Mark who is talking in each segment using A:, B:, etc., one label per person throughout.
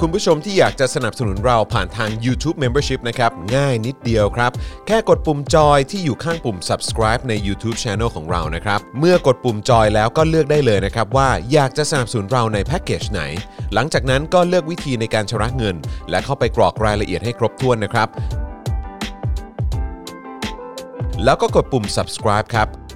A: คุณผู้ชมที่อยากจะสนับสนุนเราผ่านทาง YouTube Membership นะครับ ง่ายนิดเดียวครับ แค่กดปุ่มจอยที่อยู่ข้างปุ่ม subscribe ใน YouTube Channel ของเรานะครับ เมื่อกดปุ่มจอยแล้วก็เลือกได้เลยนะครับ ว่าอยากจะสนับสนุนเราในแพ็กเกจไหน หลังจากนั้นก็เลือกวิธีในการชำระเงิน และเข้าไปกรอกรายละเอียดให้ครบถ้วนนะครับ แล้วก็กดปุ่ม subscribe ครับ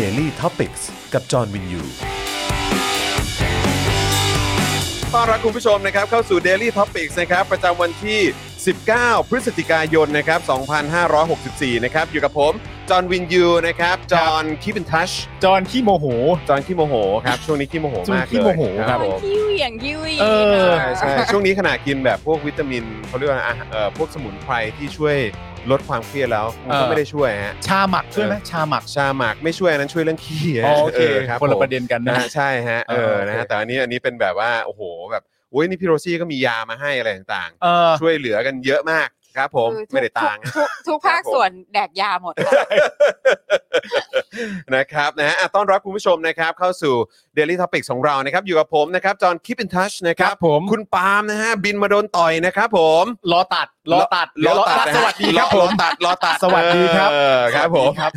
A: Daily Topics กับจอห์นวินยูต้อนรับคุณผู้ชมนะครับเข้าสู่ Daily Topics นะครับประจำวันที่ 19 พฤศจิกายนนะครับ 2564 นะครับอยู่กับผม จอห์นวินยูนะครับ จอห์นคีบินทัช
B: จอนขี้โมโห
A: จอห์นขี้โมโหครับ ช่วงนี้ขี้โมโห
B: ช่วง
A: มากเลย
B: ขี้โมโห
A: ครับผ
C: มัน
A: ม
C: ยิ้วอย่างยิ้วอีก
B: เออ
A: ใช่ใช่ช่วงนี้ขณะกินแบบพวกวิตามินเขาเรียกว่าอ่ะเอ่อพวกสมุนไพรที่ช่วยลดความเครียดแล้วมันก็ไม่ได้ช่วยฮะ
B: ชาหมักช่วยไหมชาหมัก
A: ชาหมากไม่ช่วยอันนั้นช่วยเรื่องขี้ฮะ
B: อ๋อโอเค
A: ครับ
B: คนละ
A: ผม
B: ประเด็นกันนะ
A: นะใช่ฮะเออ
B: เออโอเค
A: นะฮะแต่อันนี้อันนี้เป็นแบบว่าโอ้โหแบบอุ้ยนี่พี่โรซี่ก็มียามาให้อะไรต่าง
B: เออ
A: ๆ ช่วยเหลือกันเยอะมากครับ ผม
C: คือทุก
A: ไม่ได้ตังค์
C: ทุกทุกภาค
A: ครับผม
C: ส่วนแดกยาหมดค่ะ
A: นะครับ นะฮะอ่ะต้อนรับคุณผู้ชมนะครับ เข้าสู่ Daily Topic ของเรานะครับ อยู่กับผมนะครับ จอห์นคิปอินทัชนะค
B: ค
A: รั
B: รั
A: บบ
B: ผม
A: คุณปาล์มนะฮะบินมาโดนต่อยนะครับผม
B: ล้อตัดล้อตัด
A: ล้อตัด
B: เยวล้อตัดส
A: นะฮะ
B: วัสดีครับ
A: ล้อ
B: ผมตัดล้อตัดสวัสดีครับ
A: เออครับผม
B: สวัสดีครับ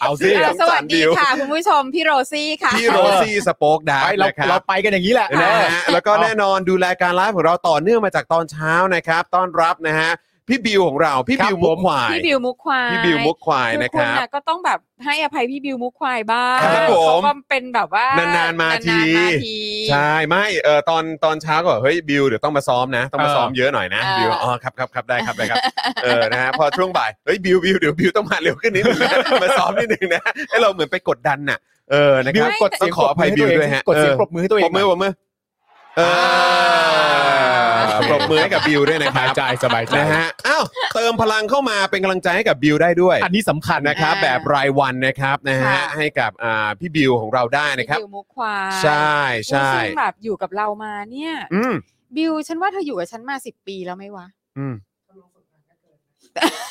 B: เอาสิ
C: อ่ะสวัสดี
A: บิว
C: ค่ะ คุณผู้ชม พี่โรซี่ค่ะ
A: พี่โรซี่สป็อกดาร์
B: ไปเรา
A: นะครับ
B: เราไปกันอย่างนี้แหละ
A: นะฮะแล้วก็แน่นอนดูรายการไลฟ์ของเราต่อเนื่องมาจากตอนเช้านะครับ ต้อนรับนะฮะพี่บิวของเราพี่บิว
B: ครับ
A: มุ
B: ผ
A: ก
B: ม
A: ควาย
C: พี่บิวมุกควาย
A: พี่บิวมุกควาย
C: คือ
A: นะค
C: คุณ
A: รับ
C: น่ะก็ต้องแบบให้อภัยพี่บิวมุกควายบ้าง
A: ครับผม
C: เขาก็เป็นแบบว่าน
A: าน
C: าน
A: ๆมาที
C: นๆมา
A: ใช่ไม่เออตอนตอนเช้าก็บอกเฮ้ยบิวเดี๋ยวต้องมาซ้อมนะ ต้องมา
B: เออ
A: ซ้อมเยอะหน่อยนะ
C: เออ
A: บิวอ๋อครับครับครับได้ครับได้ครับเออนะฮะพอช่วงบ่ายเฮ้ยบิวบิวเดี๋ยวบิวต้องมาเร็วขึ้นนิดนึงนะมาซ้อมนิดนึงนะให้เราเหมือนไปกดดันน่ะเออนะค
B: บิว
A: รับ
B: กดเสียง
A: ต้องขออภัยบิวด้วยฮะ
B: กดเสียง
A: เออ
B: ปรบมือให้ตัวเอง
A: ปรบมือปรบมือเออปรบมือให้กับบิวด้วยนะค
B: สบา
A: รั
B: ย
A: บ
B: ใจสบายใจ
A: นะฮะอ้าวเติมพลังเข้ามาเป็นกำลังใจให้กับบิวได้ด้วย
B: อันนี้สำคัญนะ
A: นะครับ
C: อ่า
A: แบบรายวันนะครับนะฮะ
C: ค่ะ
A: ให้กับอ่าพี่บิวของเราได้
C: ที
A: นะครับ
C: บิวมุกควาย
A: ใช่ใช่
C: ซึ่งแบบอยู่กับเรามาเนี่ย
A: อืม
C: บิวฉันว่าเธออยู่กับฉันมาสิบปีแล้วไหมวะ
A: อืม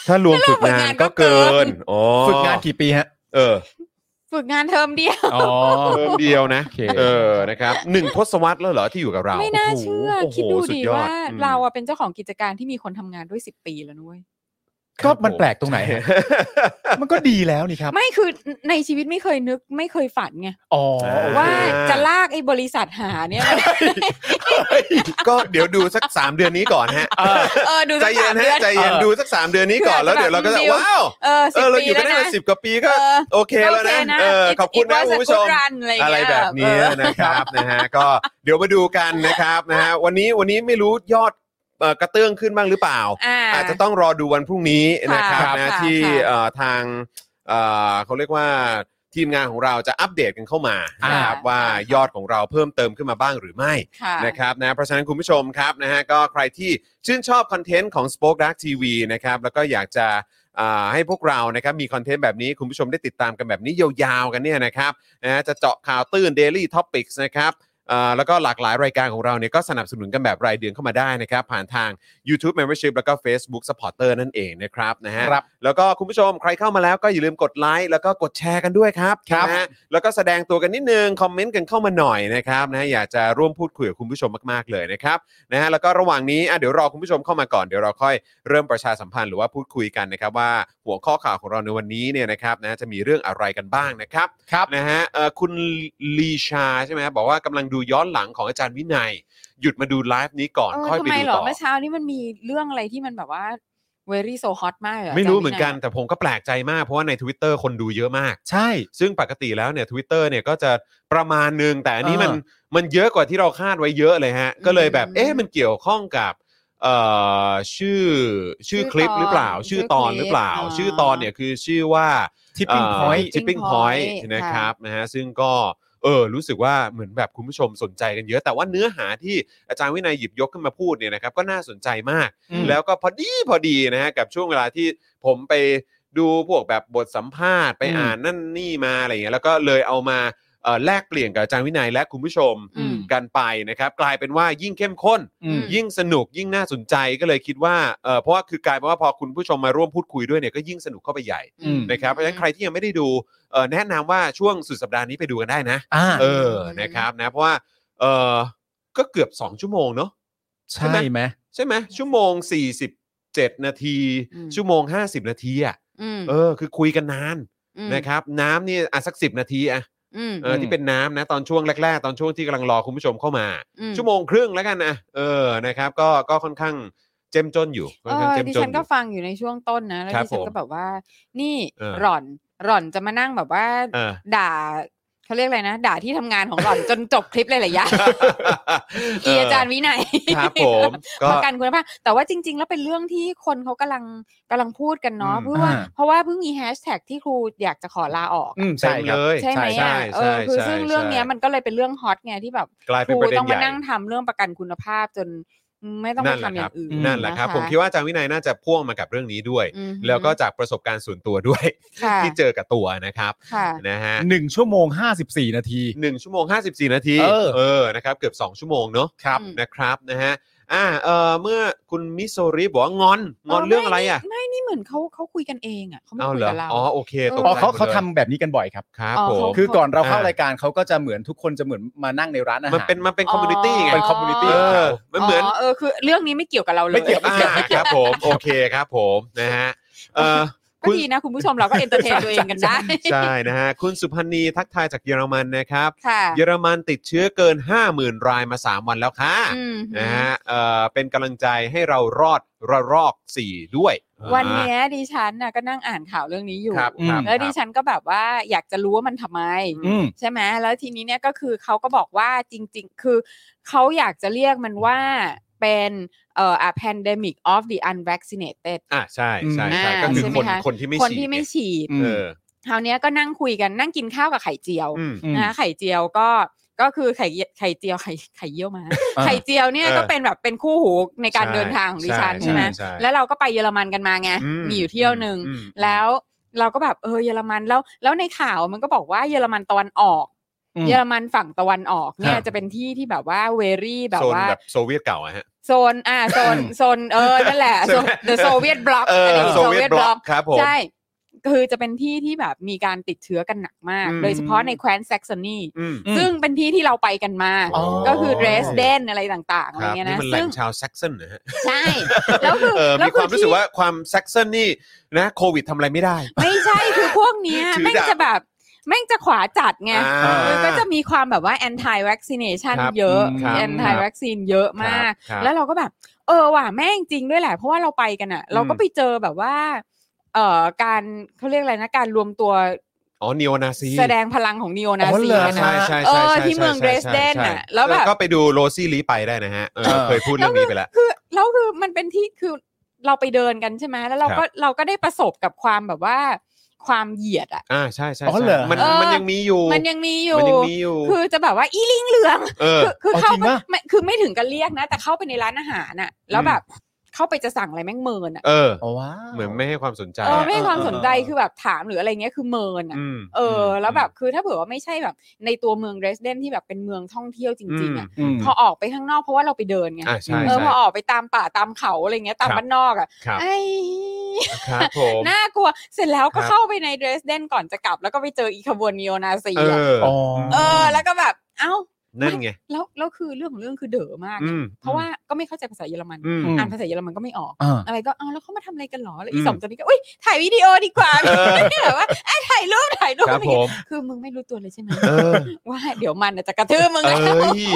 A: ถ้ารวมฝึกงานก็เกินอ๋อ
B: ฝึกงานกี่ปีฮะ
A: เออ
C: ฝึกงานเทอมเดียว
B: อ๋อ
A: เพิ่มเดียวนะ
B: โอเค
A: เออนะครับหนึ่งทศวรรษแล้วเหรอที่อยู่กับเรา
C: ไม่น่า
A: โโห
C: เชื่อ
A: โโห
C: คิดดู
A: สุ
C: ดี
A: ยอ
C: ว่า
A: อืม
C: เราอะเป็นเจ้าของกิจการที่มีคนทำงานด้วยสิบปีแล้วนุ้ย
B: ก็มันแปลกตรงไหนฮะมันก็ดีแล้วนี่ครับ
C: ไม่คือในชีวิตไม่เคยนึกไม่เคยฝันไง
B: อ๋อโอเค
C: ว่าจะลากไอ้บริษัทหาเนี่ย
A: ก็เดี๋ยวดูสัก 3 เดือนนี้ก่อนฮะ
B: เออ
C: เออ ดู
A: ใจ
C: สัก
A: เย็
C: สาน มเดื
A: ฮะ
C: อน
A: ใจเย็นดูสัก 3 เดือนนี้ก่อน
C: เผื่อ
A: แล้วเดี๋ยวเราก็จะ
C: แบบ
A: ว้าว
C: เออ
A: เอ
C: สิ
A: อ
C: บ
A: เรา
C: ปี
A: อยู่
C: แล้
A: กัน
C: ว
A: ได้
C: นะ
A: มาสิบกว่าปีก็
C: เออ
A: โอเคแล้วนะเออขอบคุณนะคุณผู้ชม
C: อะ
A: อะไรไร
C: เงี้ย
A: แบบนี้
C: เออ
A: นะครับ นะฮะก็เดี๋ยวมาดูกันนะครับนะฮะวันนี้วันนี้ไม่รู้ยอดเอ่อกระเตื้องขึ้นบ้างหรือเปล่า อาจจะต้องรอดูวันพรุ่งนี้นะครับ
C: ค่ะ
A: นะ
C: ค่ะ
A: ที่
C: ค่ะ
A: เอ่อทางเอ่อเขาเรียกว่าทีมงานของเราจะอัปเดตกันเข้ามา
B: ค่ะ
A: นะครับว่า
C: ค่ะ
A: ยอดของเราเพิ่มเติมขึ้นมาบ้างหรือไม่
C: ค่ะ
A: นะครับนะเพราะฉะนั้นคุณผู้ชมครับนะฮะก็ใครที่ชื่นชอบคอนเทนต์ของ Spoke Dark TV นะครับแล้วก็อยากจะอ่าให้พวกเรานะครับมีคอนเทนต์แบบนี้คุณผู้ชมได้ติดตามกันแบบนี้ยาวๆกันเนี่ยนะครับนะฮะจะเจาะข่าวตื่น Daily Topics นะครับ อ่าแล้วก็หลากหลายรายการของเราเนี่ยก็สนับสนุนกันแบบรายเดือนเข้ามาได้นะครับ ผ่านทาง YouTube Membership แล้วก็ Facebook Supporter นั่นเองนะครับนะฮะ
B: ครับ
A: แล้วก็คุณผู้ชมใครเข้ามาแล้วก็อย่าลืมกดไลค์แล้วก็กดแชร์กันด้วยครับ
B: ครับ
A: นะฮะแล้วก็แสดงตัวกันนิดนึงคอมเมนต์กันเข้ามาหน่อยนะครับนะฮะอยากจะร่วมพูดคุยกับคุณผู้ชมมากๆเลยนะครับนะฮะแล้วก็ระหว่างนี้อ่ะเดี๋ยวรอคุณผู้ชมเข้ามาก่อนเดี๋ยวเราค่อยเริ่มประชาสัมพันธ์หรือว่าพูดคุยกันนะครับว่าหัวข้อข่าวของเราในวันนี้เนี่ยนะครับนะฮะจะมีเรื่องอะไรกันบ้างนะครับ
B: ครับ
A: นะฮะเอ่อคุณลีชาใช่ไหมฮะบอกว่ากำลังดูย้อนหลังของอาจารย์วินัย หยุดมาดูไลฟ์นี้ก่อน
C: เออ
A: ค่อย
C: ทำ
A: ไป
C: ไม
A: ดู
C: เหรอ
A: ต่อ
C: เมื่อเช้านี่มันมีเรื่องอะไรที่มันแบบว่า very so hot มากเลยะ
A: ไม่รู้
C: จำ
A: เหมือนกัน
C: ไได้
A: แต่ผมก็แปลกใจมากเพราะว่าใน Twitter คนดูเยอะมาก
B: ใช่
A: ซึ่งปกติแล้วเนี่ยทวิตเตอร์เนี่ยก็จะประมาณหนึ่งแต่อันนี้
B: เออ
A: มันมันเยอะกว่าที่เราคาดไว้เยอะเลยฮะ ก็เลยแบบเอ๊ะมันเกี่ยวข้องกับเอ่อชื่อชื่อคลิปหรือเปล่า ชื่อตอนหรือเปล่า ชื่อตอนเนี่ยคือชื่อว่า
B: tipping point
A: ทิป
C: Tipping
A: ปิ้งพอยต์
C: Point ค่ะ
A: นะครับนะฮะซึ่งก็เออรู้สึกว่าเหมือนแบบคุณผู้ชมสนใจกันเยอะ แต่ว่าเนื้อหาที่อาจารย์วินัยหยิบยกขึ้นมาพูดเนี่ยนะครับก็น่าสนใจมาก
B: อืม
A: แล้วก็พอดีพอดีนะฮะกับช่วงเวลาที่ผมไปดูพวกแบบบทสัมภาษณ์ไป
B: อืม
A: อ่านนั่นนี่มาอะไรอย่างเงี้ยแล้วก็เลยเอามาเอ่อแลกเปลี่ยนกับอาจารย์วินัยและคุณผู้ชม
C: อืม
A: กันไปนะครับ กลายเป็นว่ายิ่งเข้มข้น
B: อืม
C: อืม
A: ยิ่งสนุกยิ่งน่าสนใจก็เลยคิดว่าเออเพราะว่าคือกลายเป็นว่าพอคุณผู้ชมมาร่วมพูดคุยด้วยเนี่ยก็ยิ่งสนุกเข้าไปใหญ่
B: อืม
A: นะครับเพราะฉะนั้นใครที่ยังไม่ได้ดูเอ่อแนะนำว่าช่วงสุดสัปดาห์นี้ไปดูกันได้นะ
B: อ่า
A: เออนะครับนะเพราะว่าเออก็เกือบ 2 ชั่วโมงเนาะ ใช่
B: ใช่
A: ไหม
B: ไหม
A: ใช่ไหมชั่วโมง 47 นาที
C: อืม
A: ชั่วโมง 50 นาทีอ่ะ
C: อืม
A: เออคือคุยกันนาน
C: ม
A: นะครับน้ำนี่อ่ะสัก 10 นาทีอ่ะ
C: อืม
A: เออ
B: ม
A: ที่เป็นน้ำนะตอนช่วงแรก ๆ ตอนช่วงที่กำลังรอคุณผู้ชมเข้ามา
C: อื
A: ชั่วโมงครึ่งแล้วกันนะเออนะครับก็ก็ค่อนข้างเจ้มจนอยู่ค่
C: เอ
A: อนข้าง
C: อ
A: เจ้ม
C: ดิ
A: จน
C: ฉัน
A: อ
C: ก็
A: ยู่
C: ฟังอยู่ในช่วงต้นนะ แล้ว
A: ครับ
C: ดิฉัน
A: ผม
C: ก็แบบว่า นี่
A: เออ
C: หล่อนหล่อนจะมานั่งแบบว่า
A: เออ
C: ด่าเขาเรียกอะไรนะ ด่าที่ทำงานของหล่อน จนจบคลิปเลยเหรอยะเกียร์อาจารย์วินัย
A: ครับผมก็
C: ประกันคุณภาพแต่ว่าจริง ๆ แล้วเป็นเรื่องที่คนเขากำลังกำลังพูดกันเนาะ
A: อืม
C: เพื่อว่า
B: อ่า
C: เพราะว่าเพิ่งมีแฮชแท็กที่ครูอยากจะขอลาออก
B: อืม
A: เต็
B: ใช่
A: ม
B: ครั
A: เล
B: บ
A: ย
C: ใช่ไหม
A: ใช่
C: อ่ะเอ
A: ใช่
C: อคือ
A: ใช่
C: ซึ่งเรื่องเนี้ย
A: ใช่
C: มันก็เลยเป็นเรื่องฮอตไงที่แบบ
A: กลาย
C: ค
A: เป็น
C: รู
A: ประเด็น
C: ต้อง
A: ให
C: มา
A: ญ่
C: นั่งทำเรื่องประกันคุณภาพจนไม่ต้องไป
A: นั่นแหละครั
C: ทำอ
A: บ
C: ย่างอื่น
A: นั่นแหละครับ
C: ค
A: ผมคิดว่าอาจารย์วินัยน่าจะพ่วงมากับเรื่องนี้ด้วย
C: อืม
A: แล้วก็จากประสบการณ์ส่วนตัวด้วย
C: ค่ะ
A: ที่เจอกับตัวนะครับ
C: ค่ะ
A: นะฮะ
B: หนึ่งชั่วโมงห้าสิบสี่นาที
A: หนึ่งชั่วโมง 54 นาที
B: เออ
A: เออนะครับ เกือบ 2 ชั่วโมงเนาะ
C: ครับ
A: นะครับนะฮะอ่าเออเมื่อคุณมิโซริบอกว่างอนงอนเรื่องอะไรอ่ะ
C: ไม่นี่เหมือนเขาเขาคุยกันเองอ่ะเขาไม่
A: เอา
C: คุย
A: เหรอ
C: กับเรา
A: อ๋อโอเคตก
B: อ๋อ
A: ใจ
B: เขา
A: หมดลย
B: เขาทำแบบนี้กันบ่อยครับ
A: ครับ
C: อ๋อ
A: ผ
C: เขา
A: ม
B: คือก่อนเราเข้า
A: อ่าร
B: รายการเขาก็จะเหมือนทุกคนจะเหมือนมานั่งในร้านอาหาร
A: มันเป็นมันเป็นคอมมูนิตี้ไง
B: เป็น community
A: เออมันเหมือน
C: เออคือเรื่องนี้ไม่เกี่ยวกับเราเลย
B: ไม่เกี่ยวไม่
A: อ่า
B: เกี่ยว
A: ครับผมโอเคครับผมนะฮะเอ่อ
C: ก็ดีนะคุณผู้ชมเราก็เอนเตอร์เทนตัวเองกันได้
A: ใช่นะฮะคุณสุพันธ์นีทักทายจากเยอรมันนะครับ
C: ค่ะ
A: เยอรมันติดเชื้อเกิน 50,000 รายมา 3 วันแล้วค่ะ
C: อืม
A: นะฮะเอ่อเป็นกำลังใจให้เรารอดระรอก 4 ด้วย
C: วันเนี้ยดิฉันน่ะก็นั่งอ่านข่าวเรื่องนี้อยู่
A: ครับ
B: อืม
A: ครับ
C: แล้ว
A: ค
C: ดิ
A: รับ
C: ฉันก็แบบว่าอยากจะรู้ว่ามันทำไม
B: อืม
C: ใช่ไหมแล้วทีนี้เนี่ยก็คือเขาก็บอกว่าจริง ๆ คือเขาอยากจะเรียกมันว่าเป็นเอ่อ a pandemic of the unvaccinated
A: อ่ะใช่ใช่ใช่
C: อ่า
A: ก็คือ
C: ใช่ไหม
A: คน
C: คะ
A: คนที่ไม่
C: คน
A: ฉีด
C: ที่ไม่
A: เนี่ย
C: ฉีด
B: อืม
A: เออ
C: คราวเนี้ยก็นั่งคุยกันนั่งกินข้าวกับไข่เจียว
A: อืม
B: อืม
C: นะคะไข่เจียวก็ก็คือไข่เยไข่เจียวไข่ไข่เยี่ยวมา
B: อ่า
C: ไข่เจียวเนี่ย
A: เออ
C: ก็เป็นแบบเป็นคู่หูในการ
A: ใช่
C: เดินทางของดิฉัน
A: ใช่
C: ใช่ไหม
A: ใช่
C: แล้วเราก็ไปเยอรมันกันมาไงมีอยู่เที่ยวหนึ่ง
A: อืม
C: แล้วเราก็แบบเออเยอรมันแล้ว แล้วในข่าวมันก็บอกว่าเยอรมันตะวันออก
B: อืม
C: เยอรมันฝั่งตะวันออกเนี่ย
A: ครับ
C: จะเป็นที่ที่แบบว่าเวรี่แบบ
A: โซน
C: ว่า
A: แบบโซเวียตเก่าอะฮะ
C: โซนอ่าโซนโซนเออนั่นแหละ
A: ใช่ไหม
C: เดอะโซเวียตบล็อก
A: เออโซเวียตบล็อกครับผม
C: ใช่คือจะเป็นที่ที่แบบมีการติดเชื้อกันหนักมาก
A: อืม
C: โดยเฉพาะในแคว้นแซกซอนี
A: อืม
B: อืม
C: ซึ่งเป็นที่ที่เราไปกันมา
B: อ๋อ
C: ก็คือเดรสเดนอะไรต่างๆ
A: ค
C: อะไร
A: รับ
C: เงี้ย
A: นี่
C: นะ
A: มันแหล่
C: ซึ่ง
A: งชาวแซกเซนนะฮะ
C: ใช่ แล้วคือ
A: เออ
C: แล้ว
A: มีความ
C: อ
A: รู้สึก
C: ที่
A: ว่าความแซกเซนนี่นะโควิดทำอะไรไม่ได้
C: ไม่ใช่คือพวกเนี้ย
A: ถือดาบ
C: แม่งจะแบบแม่งจะขวาจัดไง
A: อ่า
C: มันก็จะมีความแบบว่า anti vaccination
A: ครับ
C: เยอะ
A: ครับ
C: anti vaccine เยอะมาก
A: ครับ
C: แล้วเราก็แบบ เออว่ะแม่งจริงด้วยแหละ เพราะว่าเราไปกันอะเราก็ไปเจอแบบว่า เอ่อการเขาเรียกอะไรนะ การรวมตัว
A: อ๋อนีโอนาซี
C: แสดงพลังของน e โอนา
B: อ๋อ
C: ซี
B: เหรอ
C: นะ
A: ใช่ใช่
C: เอ
A: ใช่
C: อ
A: ใช่
C: ที่เมือง
A: ใช่ใช่
C: Dresden
A: ใช่
C: น่ะแล้วแบบ
A: ก็ไปดูโรซี่ลีไปได้นะฮะเออ
B: เออ
A: เคยพูดเรื่องนี้ไปแล้ว
C: คือแล้วคือมันเป็นที่คือเราไปเดินกันใช่ไหมแล้วเรา
A: ครั
C: ก็
A: บ
C: เราก็ได้ประสบกับความแบบว่า ความเหยียดอะ
A: อ่าใช่ใช่
B: อ๋อ
A: ใช่
B: เหรอ
A: มัน
C: เออ
A: มันยังมีอยู่
C: มันยังมีอยู่
A: มันยังมีอยู่
C: คือจะแบบว่าอีลิงเหลือง
A: เออ
C: คือคือ
B: เอา
C: เข้า
B: จริง
C: ไป
B: ปะ
C: ไม่คือไม่ถึงกับเรียกนะ แต่เข้าไปในร้านอาหารน่ะ แล้วแบบ เข้าไปจะสั่งอะไรแม่งเมินอ่ะ
A: เออ
B: อ๋อว้าว
A: เหมือนไม่ให้ความสนใจ
C: เออไม่ให้ความสนใจ
B: เออเออ
C: คือแบบถามหรืออะไรเงี้ยคือเมินอ่ะ
A: อืม
C: เอออ
A: ม
C: แล้วแบบคือถ้าเผื่อว่าไม่ใช่แบบ ในตัวเมืองเดรสเดนที่แบบเป็นเมืองท่องเที่ยวจริงๆอ่ะ
B: อืม
C: พอออกไปข้างนอกเพราะว่าเราไปเดินไง
A: อ่ะใช่
C: เออ
A: ใช่
C: พอออกไปตามป่าตามเขาอะไรเงี้ยตาม
A: ครับ
C: บ้านนอกอ่ะ
A: ครับ
C: ไอ้
A: ครับผม
C: น่ากลัวเสร็จแล้วก็
A: ครับ
C: เข้าไปในเดรสเดนก่อนจะกลับ แล้วก็ไปเจออีขบวนนิโอนาซี
A: เอ
C: อ่ะ
A: อ
B: อ๋อ
C: เออ แล้วก็แบบเอ้า
A: นั่นไง
C: แล้วแล้วคือเรื่องของเรื่องคือเด๋อมาก
A: อืม
C: เพราะว่าก็ไม่เข้าใจภาษาเยอรมัน
A: อืม
B: ม
C: อ่านภาษาเยอรมันก็ไม่ออก
B: อ่า
C: อะไรก็เอาแล้วเขามาทำอะไรกันหรอแล้ว
A: อื
C: อี
A: ม
C: สองตัวนี้ก็อุ้ยถ่ายวิดีโอดีกว่า
A: เออ
C: แบบว่าไอ้ยถ่ายรูปถ่ายรูป
A: ครับ
C: อะไรอย่า
A: ผ
C: งเงี้ย
A: ม
C: คือมึงไม่รู้ตัวเลยใช่ไหม
A: เออ
C: ว่าเดี๋ยวมันน่ะจะกระทืบมึง
A: เอ้ย
C: นะ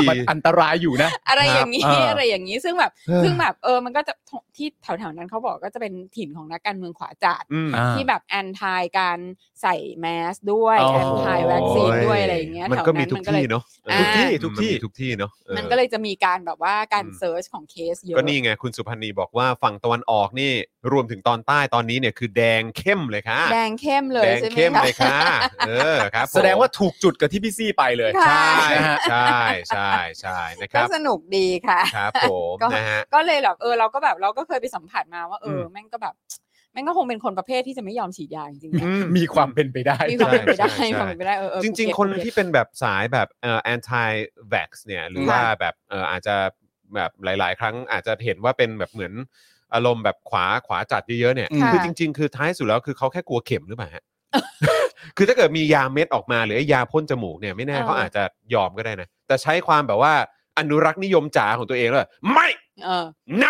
B: มันอันตรายอยู่นะ
C: อะไรอย่างนี้
B: ครับอ่า
C: อะไรอย่างนี้ซึ่งแบบ
A: เออ
C: ซึ่งแบบเออมันก็จะที่แถวๆนั้นเขาบอกก็จะเป็นถิ่นของนักการเมืองขวาจัด
A: อืม
B: อ่า
C: ที่แบบแอนทายการใส่แมสด้วย
B: โอ้
C: แอ
B: โห
C: นทายวัคซีนด้วยอะไรอย่างเงี้ย
A: มัน
C: แถว
A: ก็มี
C: นั้น
A: ทุก
C: มันก็เล
A: ที่เนาะ
C: ยอ่า
A: ทุกที่ทุกที่ทุกที่เนาะเออ
C: มันก็เลยจะมีการแบบว่าการ
A: อืม
C: เซิร์ชของเคสเยอะ
A: ก็นี่ไงคุณสุพันธ์นีบอกว่าฝั่งตะวันออกนี่รวมถึงตอนใต้ตอนนี้เนี่ยคือแดงเข้มเลยค่ะ
C: แดงเข้มเลย
A: แดง
C: ใช่ไหม
A: เข้มเลย
C: คะ
A: ค่ะเออครับผม
B: แสดงว่าถูกจุดกับที่พี่ซี่ไปเลย
A: ใช
C: ค่ะ
A: ่ใช่ใช่ใช่นะค
C: ก็
A: รับ
C: สนุกดีค่ะ
A: ครับผม
C: ก็
A: นะฮะ
C: ก็เลยแบบเออเราก็แบบเราก็เคยไปสัมผัสมาว่าเอออ
A: ม
C: แม่งก็แบบแม่งก็คงเป็นคนประเภทที่จะไม่ยอมฉีดยาจริงๆนะ
A: อืม
B: มีความเป็นไปได้
C: มีความเป็นไปได้
A: ใช่ใช่
C: มีความเป็นไปได้เออเออ
A: จริง
C: ภู
A: ๆ ค
C: เก็ต
A: นที่เป็นแบบสายแบบเอ่อ anti vax เนี่ยหรือว่าแบบเอ่ออาจจะแบบหลาย ๆ ครั้งอาจจะเห็นว่าเป็นแบบเหมือนอารมณ์แบบขวาขวาจัดเยอะๆเนี่ย
B: ค่ะ
A: คือจริง ๆ คือท้ายสุดแล้วคือเขาแค่กลัวเข็มหรือเปล่าฮะ คือถ้าเกิดมียาเม็ดออกมา หรือไอ้ยาพ่นจมูกเนี่ยไม่แน่เขาอาจจะยอมก็ได้นะ แต่ใช้ความแบบว่าอนุรักษ์นิยมจ๋าของตัวเองแล้วไม่
C: เออ
A: ใน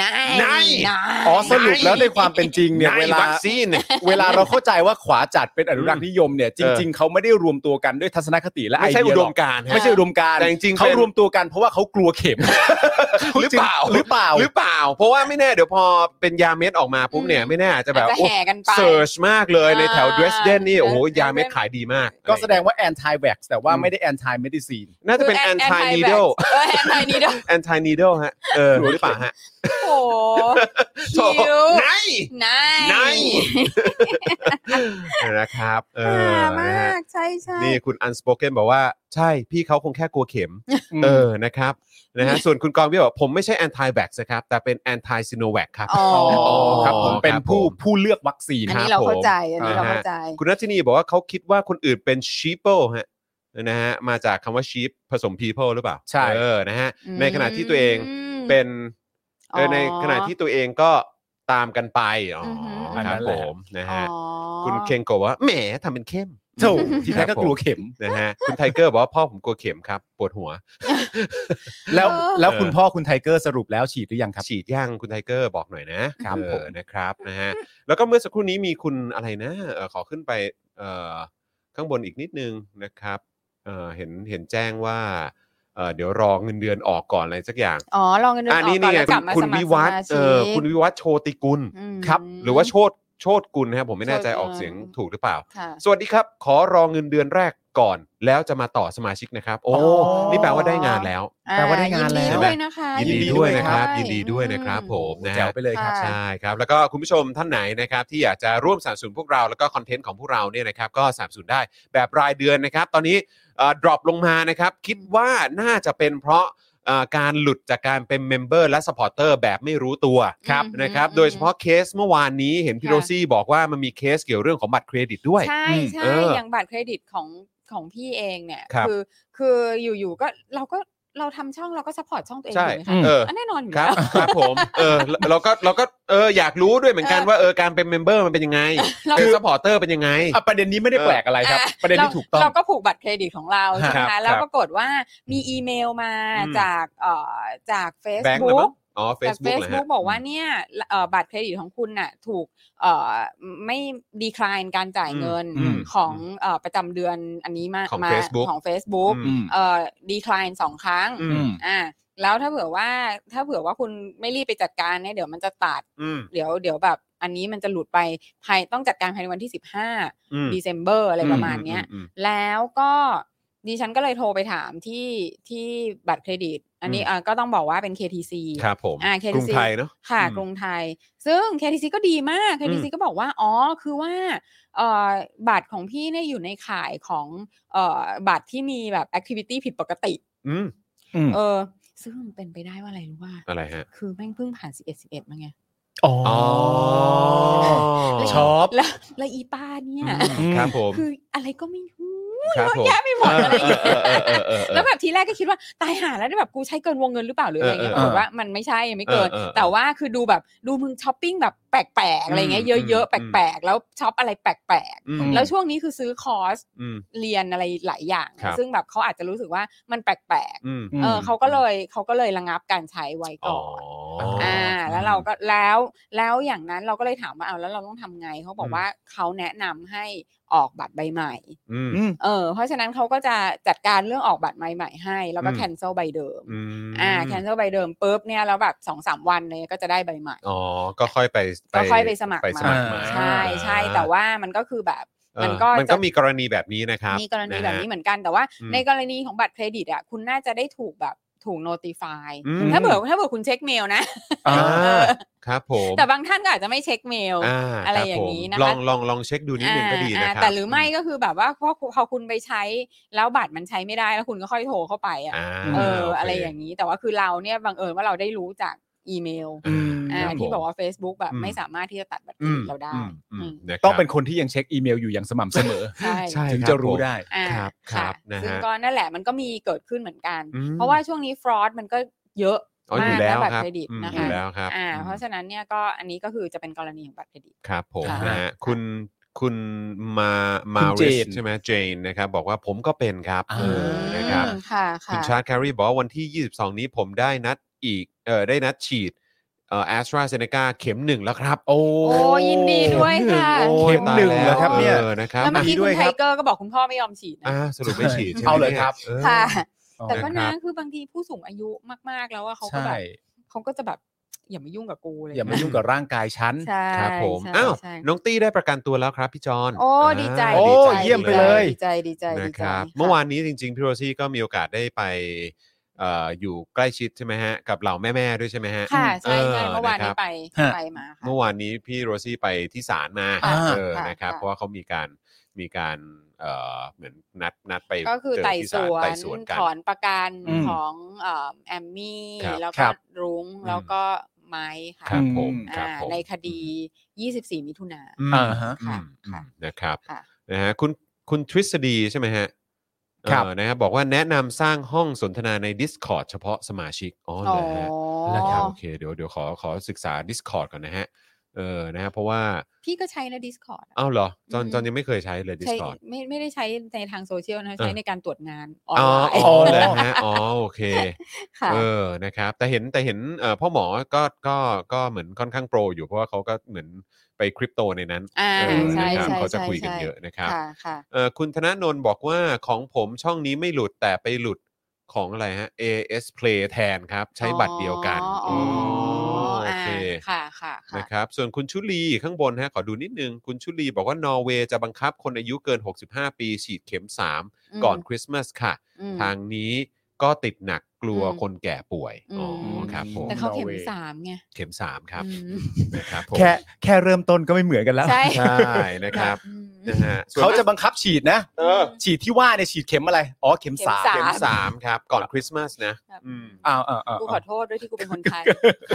C: นาย
A: นาย
C: นาย
B: อ๋อสรุปแล้วในความเป็นจริงเนี่ย
A: ใน
B: เวลา
A: วัคซีนเนี่ย
B: เวลาเราเข้าใจว่าขวาจัดเป็นอนุรักษ์นิยมเนี่ยจ
A: เออ
B: ริง ๆเขาไม่ได้รวมตัวกันด้วยทัศนคติและไอ
A: ไม่ใช่
B: เดี
A: อุ
B: ย
A: ด
B: หรอ
A: ม
B: ก
A: การณ์ฮะ
B: ไม่ใช่อุดมการณ์
A: แต่จริงๆ
B: เขา
A: เป็น
B: รวมตัวกันเพราะว่าเขากลัวเข็ม
A: หรือเปล่า
B: หรือเปล่า
A: หรือเปล่า เพราะว่าไม่แน่เดี๋ยวพอเป็นยาเม็ดออกมาปุ๊บเนี่ยไม่แน่อาจจะ
C: แบ
A: แบบบ
C: จะ
A: โอ้
C: แห่กันไป
A: เซิร์ชมากเลยในแถว
C: อ่า
A: เดรสเดนนี่โอ้โห
C: Dresden
A: ยาเม็ดขายดีมาก
B: ก็แสดงว่าแอนตี้แว็กแต่ว่าไม่ได้แอนตี้เมดิซีน
A: น่าจะเป็น
C: คือ
A: แอน
C: anti-
A: ตี้
C: anti-vax
A: นีเดล
C: เออแอนทายนีเดล
A: แอนตี้นีเดลฮะเออหรือเปล่าฮะ
C: โอ้ โหคิว
A: ไหน
C: นาย
A: นาย นะครับเอ
C: อ่า
A: อ
C: ม
A: นะฮะ
C: ากใช่ใช่
A: นี่คุณอันส o k เกนบอกว่าใช่พี่เขาคงแค่กลัวเข็ม เออนะครับนะฮะส่วนคุณกรณ์วิวบอกผมไม่ใช่แอนตี้แบกนะครับ แต่เป็นแอนตี้ซิโนแวคครับ
C: อ๋อ
B: อ๋อครับผมเป็นผู้
A: ครับผม
B: ผู้เลือกวัคซีน
C: อันนี้เราเข้าใจอันนี้
A: ครับผม
C: เราเข้าใจ
A: คุณนัทธินีบอกว่าเขาคิดว่าคนอื่นเป็น sheeple ฮะนะฮะมาจากคำว่า sheep ผสม people หรือเปล่า
B: ใช่
A: เออนะฮะในขณะที่ตัวเองเป็นเอออ
C: อ
A: ในขณะที่ตัวเองก็ตามกันไปอ๋ออ
C: อหือ
A: ครับ
B: อันนั้น
A: ผ
B: แหละ
A: มนะ
C: อ๋อ
A: ฮะคุณเคงโกะว่าแหมทำเป็นเข้ม
B: โถูกที่แท้ก็กลัวเข็ม
A: นะฮะคุณไทเกอร์บอกว่าพ่อผมกลัวเข็มครับปวดหัว
B: แล้ว
C: เออ
B: แล้วคุณพ่อคุณไทเกอร์สรุปแล้วฉีดหรือยังครับ
A: ฉีดย่างคุณไทเกอร์บอกหน่อยนะครับ เออ
B: ผม
A: นะครับนะฮะแล้วก็เมื่อสักครู่นี้มีคุณอะไรนะเอ่อขอขึ้นไปเอ่อข้างบนอีกนิดนึงนะครับเอ่อเห็นเห็นแจ้งว่าเอ่อเดี๋ยวรอเงินเดือนออกก่อนอะไรสักอย่าง
C: อ๋อลองกันดู
A: อันนี้
C: ก่
A: นี่ไง
C: แล้ว
A: คุณ
C: กลับมา
A: คุณ
C: สมัร
A: วิวัฒ
C: ส
A: น์
C: มาชิก
A: เออคุณวิวัฒน์โชติกุล
C: อืม
A: ครับ หรือว่าโชตโชตกุลนะครับผมไม่แน่ใจออก
C: โชติกุล
A: เสียงถูกหรือเปล่า
C: ค่ะ
A: สวัสดีครับ ขอรอเงินเดือนแรกก่อน แล้วจะมาต่อสมาชิกนะครับ โอ้
B: อ๋อ
A: นี่แปลว่าได้งานแล้ว
C: อ่
B: แปลว่าได้งานแล้ว
C: ยิดีด้วยนะคะ
A: ยินดีด้วยนะครับ
C: ใช่
A: ยินดีด้วยนะครับ
C: อื
A: ผมนะ
B: แจ๋
A: ฮะ
B: วไปเลยครับ
C: ค่ะ
A: ใช่ครับ แล้วก็คุณผู้ชมท่านไหนนะครับที่อยากจะร่วมสนับสนุนพวกเราแล้วก็คอนเทนต์ของพวกเราเนี่ยนะครับก็สนับสนุนได้แบบรายเดือนนะครับ ตอนนี้ดรอปลงมานะครับ คิดว่าน่าจะเป็นเพราะเอ่อการหลุดจากการเป็นเมมเบอร์และสปอร์เตอร์แบบไม่รู้ตัว
C: ครับ
A: นะครับ
C: อืม
A: โดยเฉพาะเคสเมื่อวานนี้เห็นพี่โรซี่บอกว่ามันมีเคสเกี่ยวเรื่องของบัตรเครดิตด้วย
C: ใช่
B: อืม
C: ใช่
A: เอออย่าง
C: บัตรเครดิตของของพี่เองเนี่ย
A: ครับ
C: อคืออยู่ๆก็เราก็เราทำช่องเราก็สปอร์ตช่องตัวเอง
A: ใช่
C: ถูกไหม
B: อื
C: คะ
B: ม
A: เออ
C: อันแน่นอนอยู่
A: ค
C: แล้
A: รับ
C: ว
A: ครับผมเออเราก็เราก็เอออยากรู้ด้วยเหมือนกัน
C: เออ
A: ว่าเออการเป็นเมมเบอร์มันเป็นยังไง
C: เรา
A: เป็นสปอร์เตอร์เป็นยังไง
B: อ่ะประเด็นนี้ไม่ได้แปลกอะไรครับ
C: อ่
B: ประเด็นที่ถูกต้อง
C: เราก็ผูกบัตรเครดิตของเราใช่ไหม
A: ครั
C: คะ
A: บ
C: แล้วปรากฏว่ามีอีเมลมา
A: อืม
C: จากเอ่อจาก
A: แบงค์เลยมั้
C: Facebook
A: งอ๋อเฟ
C: จาก
A: ซบุ๊กเหรอฮะ
C: Facebook บอกว่าเนี่ยเอ่อบัตรเครดิตของคุณน่ะถูกเอ่อไม่ดีคลายการจ่ายเงิน
B: อืม
C: ของเอ่อประจำเดือนอันนี้มา
A: ของ
C: มา
A: Facebook
C: ของ Facebook
A: อืม
B: อืม
C: เอ่อดีคลายสองครั้ง
A: อืม
C: อ่าแล้วถ้าเผื่อว่าถ้าเผื่อว่าคุณไม่รีบไปจัดการเนี่ยเดี๋ยวมันจะตัด
A: อืม
C: เดี๋ยวเดี๋ยวแบบอันนี้มันจะหลุดไปภายต้องจัดการภายในวันที่สิบห้า
A: อืม
C: เดซ ember อะไรประมาณเนี้ย
A: อืม
C: แล้วก็ดิฉันก็เลยโทรไปถามที่ที่บัตรเครดิต อันนี้
A: อืม
C: อ่าก็ต้องบอกว่าเป็น KTC
A: อืมครับผม
C: อ่า KTC
A: กรุงไทยเนาะ
C: ค่ะ
A: อืม
C: กรุงไทย ซึ่ง KTC ก็ดีมาก KTC ก็บอกว่า อ๋อ คือว่าเอ่อบัตรของพี่เนี่ยอยู่ในข่ายของเอ่อบัตรที่มีแบบแอคทิวิตี้ผิดปกติ
A: ืม
B: อืม
C: เออ ซึ่งมันเป็นไปได้ว่าอะไรรู้ว่า
A: อะไรฮะ
C: คือแม่งเพิ่งผ่าน 11 11มาไง
B: อ๋ออ๋อ ชอบ
C: แล้วแล้วอีป้าเนี่ย
A: อืมครับผม
C: คืออะไรก็ไม่รู้
A: ครับผ
C: เยอะ
A: ม
C: แยะไปหมดอะไรอย่างเงี้ย
A: เออเออเออเออเออ
C: แล้วแบบทีแรกก็คิดว่าตายหาแล้วเนี่ยแบบกูใช้เกินวงเงินหรือเปล่าหรืออะไรเงี้ย
B: เอ
C: ป
B: อ
C: รา
B: เออก
C: ฏว่ามันไม่ใช่ไม่เกิน
A: เออเออ
C: แต่ว่าคือดูแบบดูมึงช้อปปิ้งแบบแปลกๆอะไรเงี้ย
A: อืม
C: เยอะๆ
A: อื
C: แ
A: ม
C: ปลกๆ แล้วช็อปอะไรแปลก
A: อืม
C: ๆ แล้วช่วงนี้คือซื้อคอร์ส
A: อืม
C: เรียนอะไรหลายอย่าง
A: ครับ
C: ซึ่งแบบเขาอาจจะรู้สึกว่ามันแปลก
A: อืม
C: ๆเออเขาก็เลยเขาก็เลยระงับการใช้ไว้
A: อ๋อ
C: ก่อน
B: อ๋ออ่
C: ่าแล้วเราก็แล้วแล้วอย่างนั้นเราก็เลยถามว่าเอาแล้วเราต้องทำไงเขาบอกว่าเขาแนะนำให้ออกบัตรใบใหม่
A: อืม
B: อืม
C: เออเพราะฉะนั้นเขาก็จะจัดการเรื่องออกบัตรใหม่ๆให้ แล้วก็
A: อืม
C: แคนเซิลใบเดิม
A: อืม
C: อ่าแคนเซิลใบเดิมปุ๊บเนี่ยแล้วแบบสองสามวันเนี่ยก็จะได้ใบใหม่
A: อ๋อก็ค่อยไป
C: ก็ค่อยไปสมัคร
A: ไปสมัคร
B: มา
A: มา
C: ใช่ใช่แต่ว่ามันก็คือแบบ
A: เออ
C: มันก็
A: มันก็
C: จะ
A: มีกรณีแบบนี้นะครับ
C: มีกรณี
A: ะฮะ
C: แบบนี้เหมือนกันแต่ว่า
A: อืม
C: ในกรณีของบัตรเครดิตอ่ะคุณน่าจะได้ถูกแบบถูกโนติฟาย
A: อืม
C: ถ้าเผื่อถ้าเผื่อคุณเช็คเมลนะ
B: อ่า
A: อ่า
C: เออ
A: ครับผม
C: แต่บางท่านก็อาจจะไม่เช็คเมล
A: อ่า
C: อะไร
A: ครับ
C: อย่าง
A: ผม
C: นี้นะคะ
A: ลองลองลองเช็คดูนิดนึงก็ดีนะ
C: อ่า
A: ครั
C: แต่หรือไม่ก็คือแบบว่าพอพอคุณไปใช้แล้วบัตรมันใช้ไม่ได้แล้วคุณก็ค่อยโทรเข้าไปอ่ะ
A: อ่า
C: เออ
A: โค
C: อะไรอย่างนี้แต่ว่าคือเราเนี่ยบังเอิญว่าเราได้รู้จากอีเมล
B: อืม
C: อ่า
A: ครัผม
C: ที่บอกว่า Facebook แบบ
A: อืม
C: ไม่สามารถที่จะตัดบัตรเคร
A: อืม
C: ดิตเราได้
A: อืมอื
C: อืม
A: มะครับ
B: ต้องเป็นคนที่ยังเช็คอีเมลอยู่อย่างสม่ำเสมอ
C: ใช่
A: ใช่
B: ถึงจะรู้ได้
C: อ่า
A: ครับ
C: ะ
A: ครับนะฮะ
C: ซึ่งก็นั่นแหละมันก็มีเกิดขึ้นเหมือนกัน
A: อืม
C: เพราะว่าช่วงนี้ฟรอดมันก็เยอะ
A: อ๋ออ
C: มา
A: ยู่
C: ก
A: แล้ว
C: นะบัต
A: ค
C: ร
A: รับ
C: เครดิต
A: อืม
C: นะ
A: อยู่
C: คะ
A: แล้วครับ
C: อ่า
A: อืม
C: เพราะฉะนั้นเนี่ยก็อันนี้ก็คือจะเป็นกรณีของบัตรเครดิต
A: ครับผม
C: ค่ะ
A: นะฮะคุณคุณมา
B: คุ
A: มา
B: ณเจ
A: ริ
B: น
A: ใช่ไหมเจนนะครับบอกว่าผมก็เป็นครับ
B: อ่า
A: เออนะครับ
C: อืมค่ะ
A: คุ
C: ค่ะ
A: ณชาร์ตแครีบอกว่าวันที่ 22 นี้ผมได้นัดอีกเออได้นัดฉีดเอ่อแอสตราเซเนกาเข็มหนึ่งแล้วครับ
B: โอ้
C: โอ้ยินดีด้วยค่ะ
A: โอ้ย
B: เข็มหนึ่ง
A: ตาย
B: เหรอครับเนี่ย
A: ออนะครับ
C: แล้วเมื่อกี้
B: ด้
C: คุ
B: ว
C: ณ
B: ย
C: ไท
B: ครับ
C: เกอร์ก็บอกคุณพ่อไม่ยอมฉีดนะ
A: อ่าสรุปไม่ฉีดใช่ไหม
B: เอาเลยครับ
A: นี่
C: ค่ะ
B: อ๋อ
C: แต่ก็
A: ะครั
C: นะ
A: บ
C: คือบางทีผู้สูงอายุมากๆแล้วอะเขาก็
B: ใช่
C: แบบเขาก็จะแบบอย่ามายุ่งกับกูเลย
B: อย่ามายุ่งกับร่างกายฉัน
C: ใช่
A: เออครับผม
C: ใช่
A: อ้าว
C: ใช่
A: น้องตี้ได้ประกันตัวแล้วครับพี่จอน
C: โอ้ดีใจ
A: า
B: โอ้
A: ดีใจ
B: เยี่ยมไปเลย
C: ดีใจดีใจ
A: นะ
C: ดี
A: ครับ
C: ใจค่ะ
A: เมื่อวานนี้จริง ๆพี่โรซี่ก็มีโอกาสได้ไปเอ่ออยู่ใกล้ชิดใช่ไหมฮะกับเหล่าแม่ๆด้วยใช่ไหมฮะ
C: ค่ะใช่ใช่
A: เออ
C: เมื่อวาน
A: นะครั
C: นี้
A: บ
C: ไป
B: ฮะ
C: ไปมาค่ะ
A: เมื่อวานนี้พี่โรซี่ไปที่ศาลมา
B: อ่า
A: เออ
C: ค่ะ
A: นะครับ
C: ค่ะ
A: เพราะว่าเขามีการมีการเอ่อเหมือนนัดนัดไป
C: ก็คือ
A: เจ
C: ไต่
A: ที่
C: ส
A: ศาล
C: ว
A: ไต่
C: น
A: สวนกัน
C: ถอนประกัน
B: อืม
C: ของเอ่อแอมมี่
A: ครับ
C: แล้ว
B: ค
C: ก็
B: รับ
C: รุ้ง
A: อืม
C: แล้วก็ไม้ค่ะ
A: ครับผ
B: อื
A: ม
B: ม
A: ครับ
C: อ่า
A: ผม
C: ในคดี 24 มิถุนา
A: อืม
B: อ่าฮะ
A: อืม
C: ค่ะ
A: นะครับ
C: ค่ะ
A: นะฮะคุณคุณทฤษฎีใช่ไหมฮะ
B: ครับ
A: เออนะครับบอกว่าแนะนำสร้างห้องสนทนาใน Discord เฉพาะสมาชิกอ๋อ
C: อ๋
A: เหรอ
C: อ
A: ฮะนะครับโอเคเดี๋ยวเดี๋ยวขอขอศึกษา Discord ก่อนนะฮะเออนะฮะเพราะว่า
C: พี่ก็ใช้นะ Discord อะ
A: อ้าวเหรอจอน
C: อืม
A: จอนยังไม่เคยใช้เลย
C: ใช้
A: Discord
C: ไม่ไม่ได้ใช้ในทางโซเชียลนะ
A: อ่า
C: ใช้ในการตรวจงานออน
A: อ๋อ
C: ไล
A: อ๋
C: น์
A: อแล้วฮะอ๋อโอเค
C: ค่ะ
A: เออ นะครับ แต่เห็นแต่เห็นเอ่อพ่อหมอ ก็ ก็ ก็เหมือนค่อนข้างโปรอยู่ เพราะว่าเขาก็เหมือนไปคริปโตในนั้น
C: อ่า
A: เออ
C: ใช่
A: นะครับ
C: ใช่
A: เขาจะ
C: ใช่
A: คุยกัน
C: ใช่
A: เยอะนะครับ
C: ค่ะค่ะ
A: เอ่อคุณธนาโนนบอกว่าของผมช่องนี้ไม่หลุดแต่ไปหลุดของอะไรฮะ AS Play แทนครับ ใช้บัตรเดียวกัน
C: อ๋อ
A: มโอเค
C: าค่ะค่ะค่ะ
A: นะครับ ส่วนคุณชุลีข้างบนฮะ ขอดูนิดนึง คุณชุลีบอกว่านอร์เวย์จะบังคับคนอายุเกิน 65 ปี ฉีดเข็ม
C: ม
A: 3 ก่อนคริสต์มาสค่ะ
C: อืม
A: ทางนี้ก็ติดหนักกลัว
C: อืม
A: คนแก่ป่วย อ๋ออ
C: ม
A: ครับผม
C: แต่เขาเข็ม
B: Norway
C: สามไง
A: เข็ม 3 ครับ
C: อืม
A: นะครับผม
B: แค่แค่เริ่มต้นก็ไม่เหมือนกันแล้ว
C: ใช่
A: ใช่นะครับ
C: อืม
A: นะฮะส่วน
B: เขาจะบังคับฉีดนะ
C: เออ
B: ฉีดที่ว่าเนี่ยฉีดเข็มอะไร อ๋อเข็มสาม
C: เข็ม
A: เข็ม 3 ครับ ก่อนคริสต์มาสนะครับ อืม
B: อ้าวอ้าวอ้าว
C: กูขอโทษด้วยที่กูเป็นคนไทย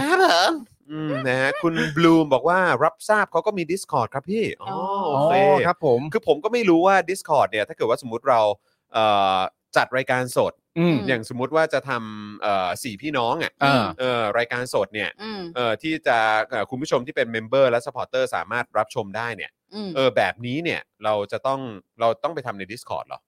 A: ครับผมอืมนะฮะคุณบลูมบอกว่ารับทราบเขาก็มี Discord ครับพี่ อ๋อ
B: อ๋
A: โอ
B: อ
A: เค
B: ครับผม
A: คือผมก็ไม่รู้ว่า Discord เนี่ย ถ้าเกิดว่าสมมติเราเอ่อจัดรายการสด
B: อืม
A: อย่างสมมุติว่าจะทำเอ่อสี่พี่น้องอ่ะ
B: อ่า
A: เออรายการสดเนี่ย
C: อืม
A: เออที่จะเอ่อคุณผู้ชมที่เป็นเมมเบอร์และสปอร์เตอร์สามารถรับชมได้เนี่ย
C: อืม
A: เออแบบนี้เนี่ยเราจะต้องเราต้องไปทำใน Discord เหรอ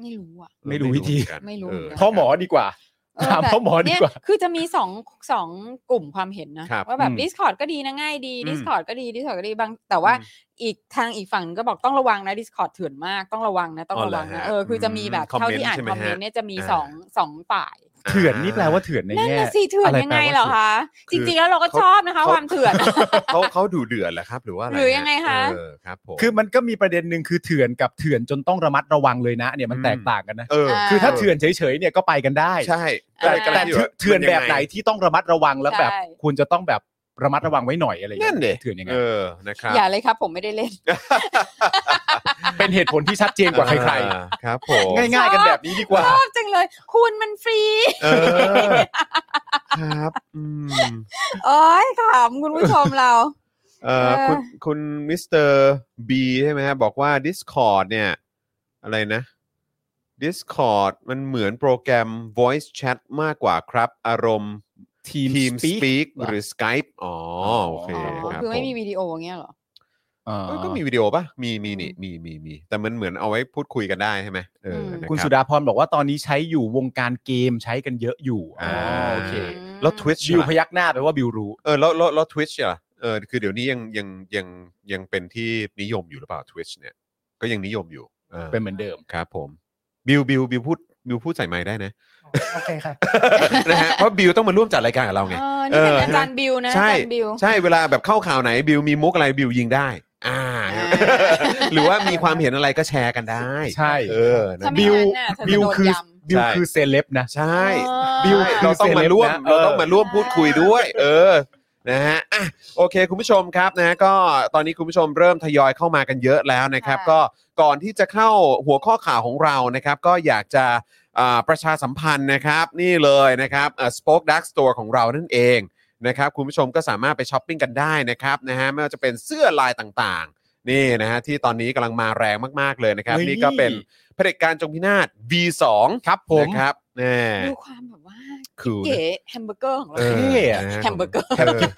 C: ไม่รู้อ่ะ
B: ไม่รู้วิธี
A: เหอนกัน
C: ไม่รู้
A: เ
C: เหมือนกัน
B: พ่อหมอดีกว่า
C: เออ
B: ถาม
C: แต่
B: พ่อหมอดี
C: เนี่ย
B: กว่า
C: คือจะมีสองสองกลุ่มความเห็นนะ
A: ครับ
C: ว่าแบบ
B: อืม
C: Discord ก็ดีนะง่ายดี
A: อืม
C: Discord ก็ดี Discord ก็ดีบาง แต่ว่าอีกทางอีกฝั่งก็บอกต้องระวังนะ Discord เถื่อนมากต้องระวังนะต้องระวังนะ
A: อ๋อเหรอฮะ
C: เออคือจะมีแบบ
A: อืม
C: เท่าที่อ่าน
A: ค
C: ค
A: อ
C: อ
A: ม
C: ม
A: เม
C: เม
A: นต์ใช่ไหม
C: นต์
A: ฮะ
C: เนี่ยจะมี
A: อ่า
C: สองสองฝ่าย
B: เถื่อนนี่แปลว่าเถื่อนใน
C: นั่น
B: แง่
C: น่ะสิเถื่อนะ ยังไงเหรอคะ จริง ๆ แล้วเราก็ชอบนะคะ ความเถื่อน
A: เขาเขาดูเดือดแหละครับ หรือว่าอะไร
C: หรือยังไงคะ
A: เออครับผม
B: คือมันก็มีประเด็นหนึ่งคือเถื่อนกับเถื่อนจนต้องระมัดระวังเลยนะเนี่ยมันแตกต่างกันนะ
A: เออ
B: คือถ้าเถื่อนเฉยๆเนี่ยก็ไปกันได้
A: ใช่
B: แต่
A: กำลั
B: แต่
A: งยู่ว่า
B: เถื่อนแบบไหน
A: มัยังง
B: ที่ต้องระมัดระวังแล้วแบบ
C: ใช่
B: ควรจะต้องแบบระมัดระวังไว้หน่อยอะไรอย่าง
A: นั่
B: เงี้
A: น
B: ย
A: เด็
B: เถื่อนยังไง
A: เออนะครับ
C: อย่าเลยครับ ผมไม่ได้เล่น
B: เป็น เป็นเหตุผลที่ชัดเจนกว่าใคร
A: อ่าครับผม
B: ๆ ง่ายๆ กันแบบนี้ดีกว่า
C: ชอบจังเลย คุณมันฟรี
A: เออ ครับอืม
C: โอ้ยขำคุณผู้ชมเรา
A: เอ่อ
C: เออ
A: คุณคุณมิสเตอร์บีใช่ไหมฮะบอกว่า Discord เนี่ย อะไรนะ Discord มันเหมือนโปรแกรม Voice Chat มากกว่าครับ อารมณ์
B: ทีม
A: Team
B: Speak
A: Speak
B: เหรอ
A: หรือ Skype อ๋อ โอเค
C: อ๋อ
A: ครับ
C: คือไม่
A: ผ
C: มีวิดีโออย่างเงี้ยเหรอ
B: อ่า
A: เอ้ยก็มีวิดีโอป่ะ มีมีนี่มีมีมี แต่มันเหมือนเอาไว้พูดคุยกันได้ใช่ไหมเออ
C: ม
A: นะรับ
B: คุณสุดาพรบอกว่าตอนนี้ใช้อยู่วงการเกมใช้กันเยอะอยู่
A: อ่า
B: โอเค
A: แล้ว Twitch
B: บิวพ
A: ล่ะ
B: ยักหน้าแปลว่าบิวรู้
A: เออแล้วแล้วแล้ว Twitch ล่ะเออคือเดี๋ยวนี้ยังยังยังยังเป็นที่นิยมอยู่หรือเปล่า Twitch เนี่ย ก็ยังนิยมอยู่ออ
B: เป็นเหมือนเดิม
A: ครับผม บิวบิวบิวพูดบิวพูดใส่ไม้ได้นะ
D: โอเคค่ะ
A: นะฮะเพราะบิวต้องมาร่วมจัดรายการกับเราไง
C: เออนี่เป็น
A: เออ
C: อาจารย์บิวนะอา
A: ใช่
C: จารย์บิว
A: ใช่เวลาแบบเข้าข่าวไหนบิวมีมุกอะไรบิวยิงได้ อ่า
C: อ่า
A: หรือว่ามีความเห็นอะไรก็แชร์กันได้
B: ใช่
A: เออนะ
C: ถ้าไม่
B: บิว
C: งั้นน่ะเธอจะ
B: บิว
C: โดน
B: คือ
C: ย
B: บิวคือเซเลบนะ
A: ใช่
C: ำ
B: บิว
A: ใช่เราต้องมาร่วม
B: คือเซเลบนะ
A: เราต้องมาร่วมพูดคุยด้วย เออนะฮะอ่ะโอเค คุณผู้ชมครับนะก็ตอนนี้คุณผู้ชมเริ่มทยอยเข้ามากันเยอะแล้วนะครับ ก็ก่อนที่จะเข้าหัวข้อข่าวของเรานะครับ ก็อยากจะอ่าประชาสัมพันธ์นะครับ นี่เลยนะครับสป็อคดักสโตร์ของเรานั่นเองนะครับ คุณผู้ชมก็สามารถไปช้อปปิ้งกันได้นะครับนะฮะไม่ว่าจะเป็นเสื้อลายต่างๆ นี่นะฮะที่ตอนนี้กำลังมาแรงมากๆเลยนะครับ
B: เฮ้ย
A: นี่ก็เป็นเผด็จการจงพินาศ V2
B: ครับผม
A: นะครับแน่
C: ดูความแบบว่า
A: คือ
C: เก๋แฮมเบอร์เกอร์ของเรา
A: เออ
B: เท่อะ
A: นะ
C: แฮมเบอร์เกอร์
A: แฮมเบอร์เกอร์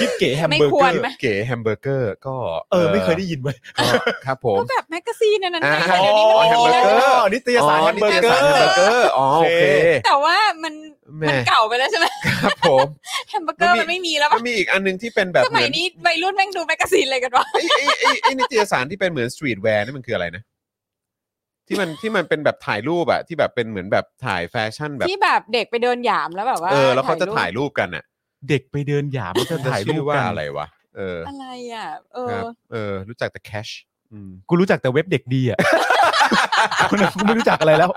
B: คิดเก๋แฮม
C: ไม่
B: เบอร์
C: ค
B: เก
C: ว
B: อ
C: ร
B: ร์
C: ไหม
A: เก๋แฮมเบอร์เกอร์ก็
B: เออไม่เคยได้ยินเว้ย
A: ก็ครับผม
C: ก็แบบแมกกาซีนอันนั้นไง
A: า
C: เดี๋ยวนี้
A: อ๋อ
C: มัน
A: แฮมเบอร์
C: มีแล้ว
A: เกอร์
B: นิตยสารแฮมเบอร์เกอ
A: นิตยสาแฮมเบอร์เก
B: ร์
A: อร์อ๋อโอเค
C: แต่ว่ามัน
A: แหม่
C: มันเก่าไปแล้วใช่ไหม
A: ครับผม
C: แฮมเบอร์เกอร์มันไม่มีแล้ว
A: มั
C: ป่ะ
A: นมีอีกอันหนึงที่เป็นแบบ
C: สมัยนี้วัยรุ่นแม่งดูแมกกาซีนอะไรกันวะ
A: เหมือนไอ้ไอ้ไอ้ไอ้นิตยสารที่เป็นเหมือนสตรีทแวร์นี่มันคืออะไรนะ ที่มันที่มันเป็นแบบถ่ายรูปอะที่แบบเป็นเหมือนแบบถ่ายแฟชั่นแบบ
C: ที่แบบเด็กไปเดินหยามแล้วแบบว่า
A: เออ แล้วเขาจะถ่ายรูปกันอะ
B: เด็กไปเดินหยามแล้วจะถ่ายรู
A: ชื่
B: ป
A: อว่า
B: กัน
A: อะไรวะเออ
C: อะไรอ่ะ เอ
A: ครั
C: อ
A: บเออ รู้จักแต่แคชอืม
B: กูรู้จักแต่เว็บเด็กดีอ่ะ คนอื่นกูไม่รู้จักอะไรแล้ว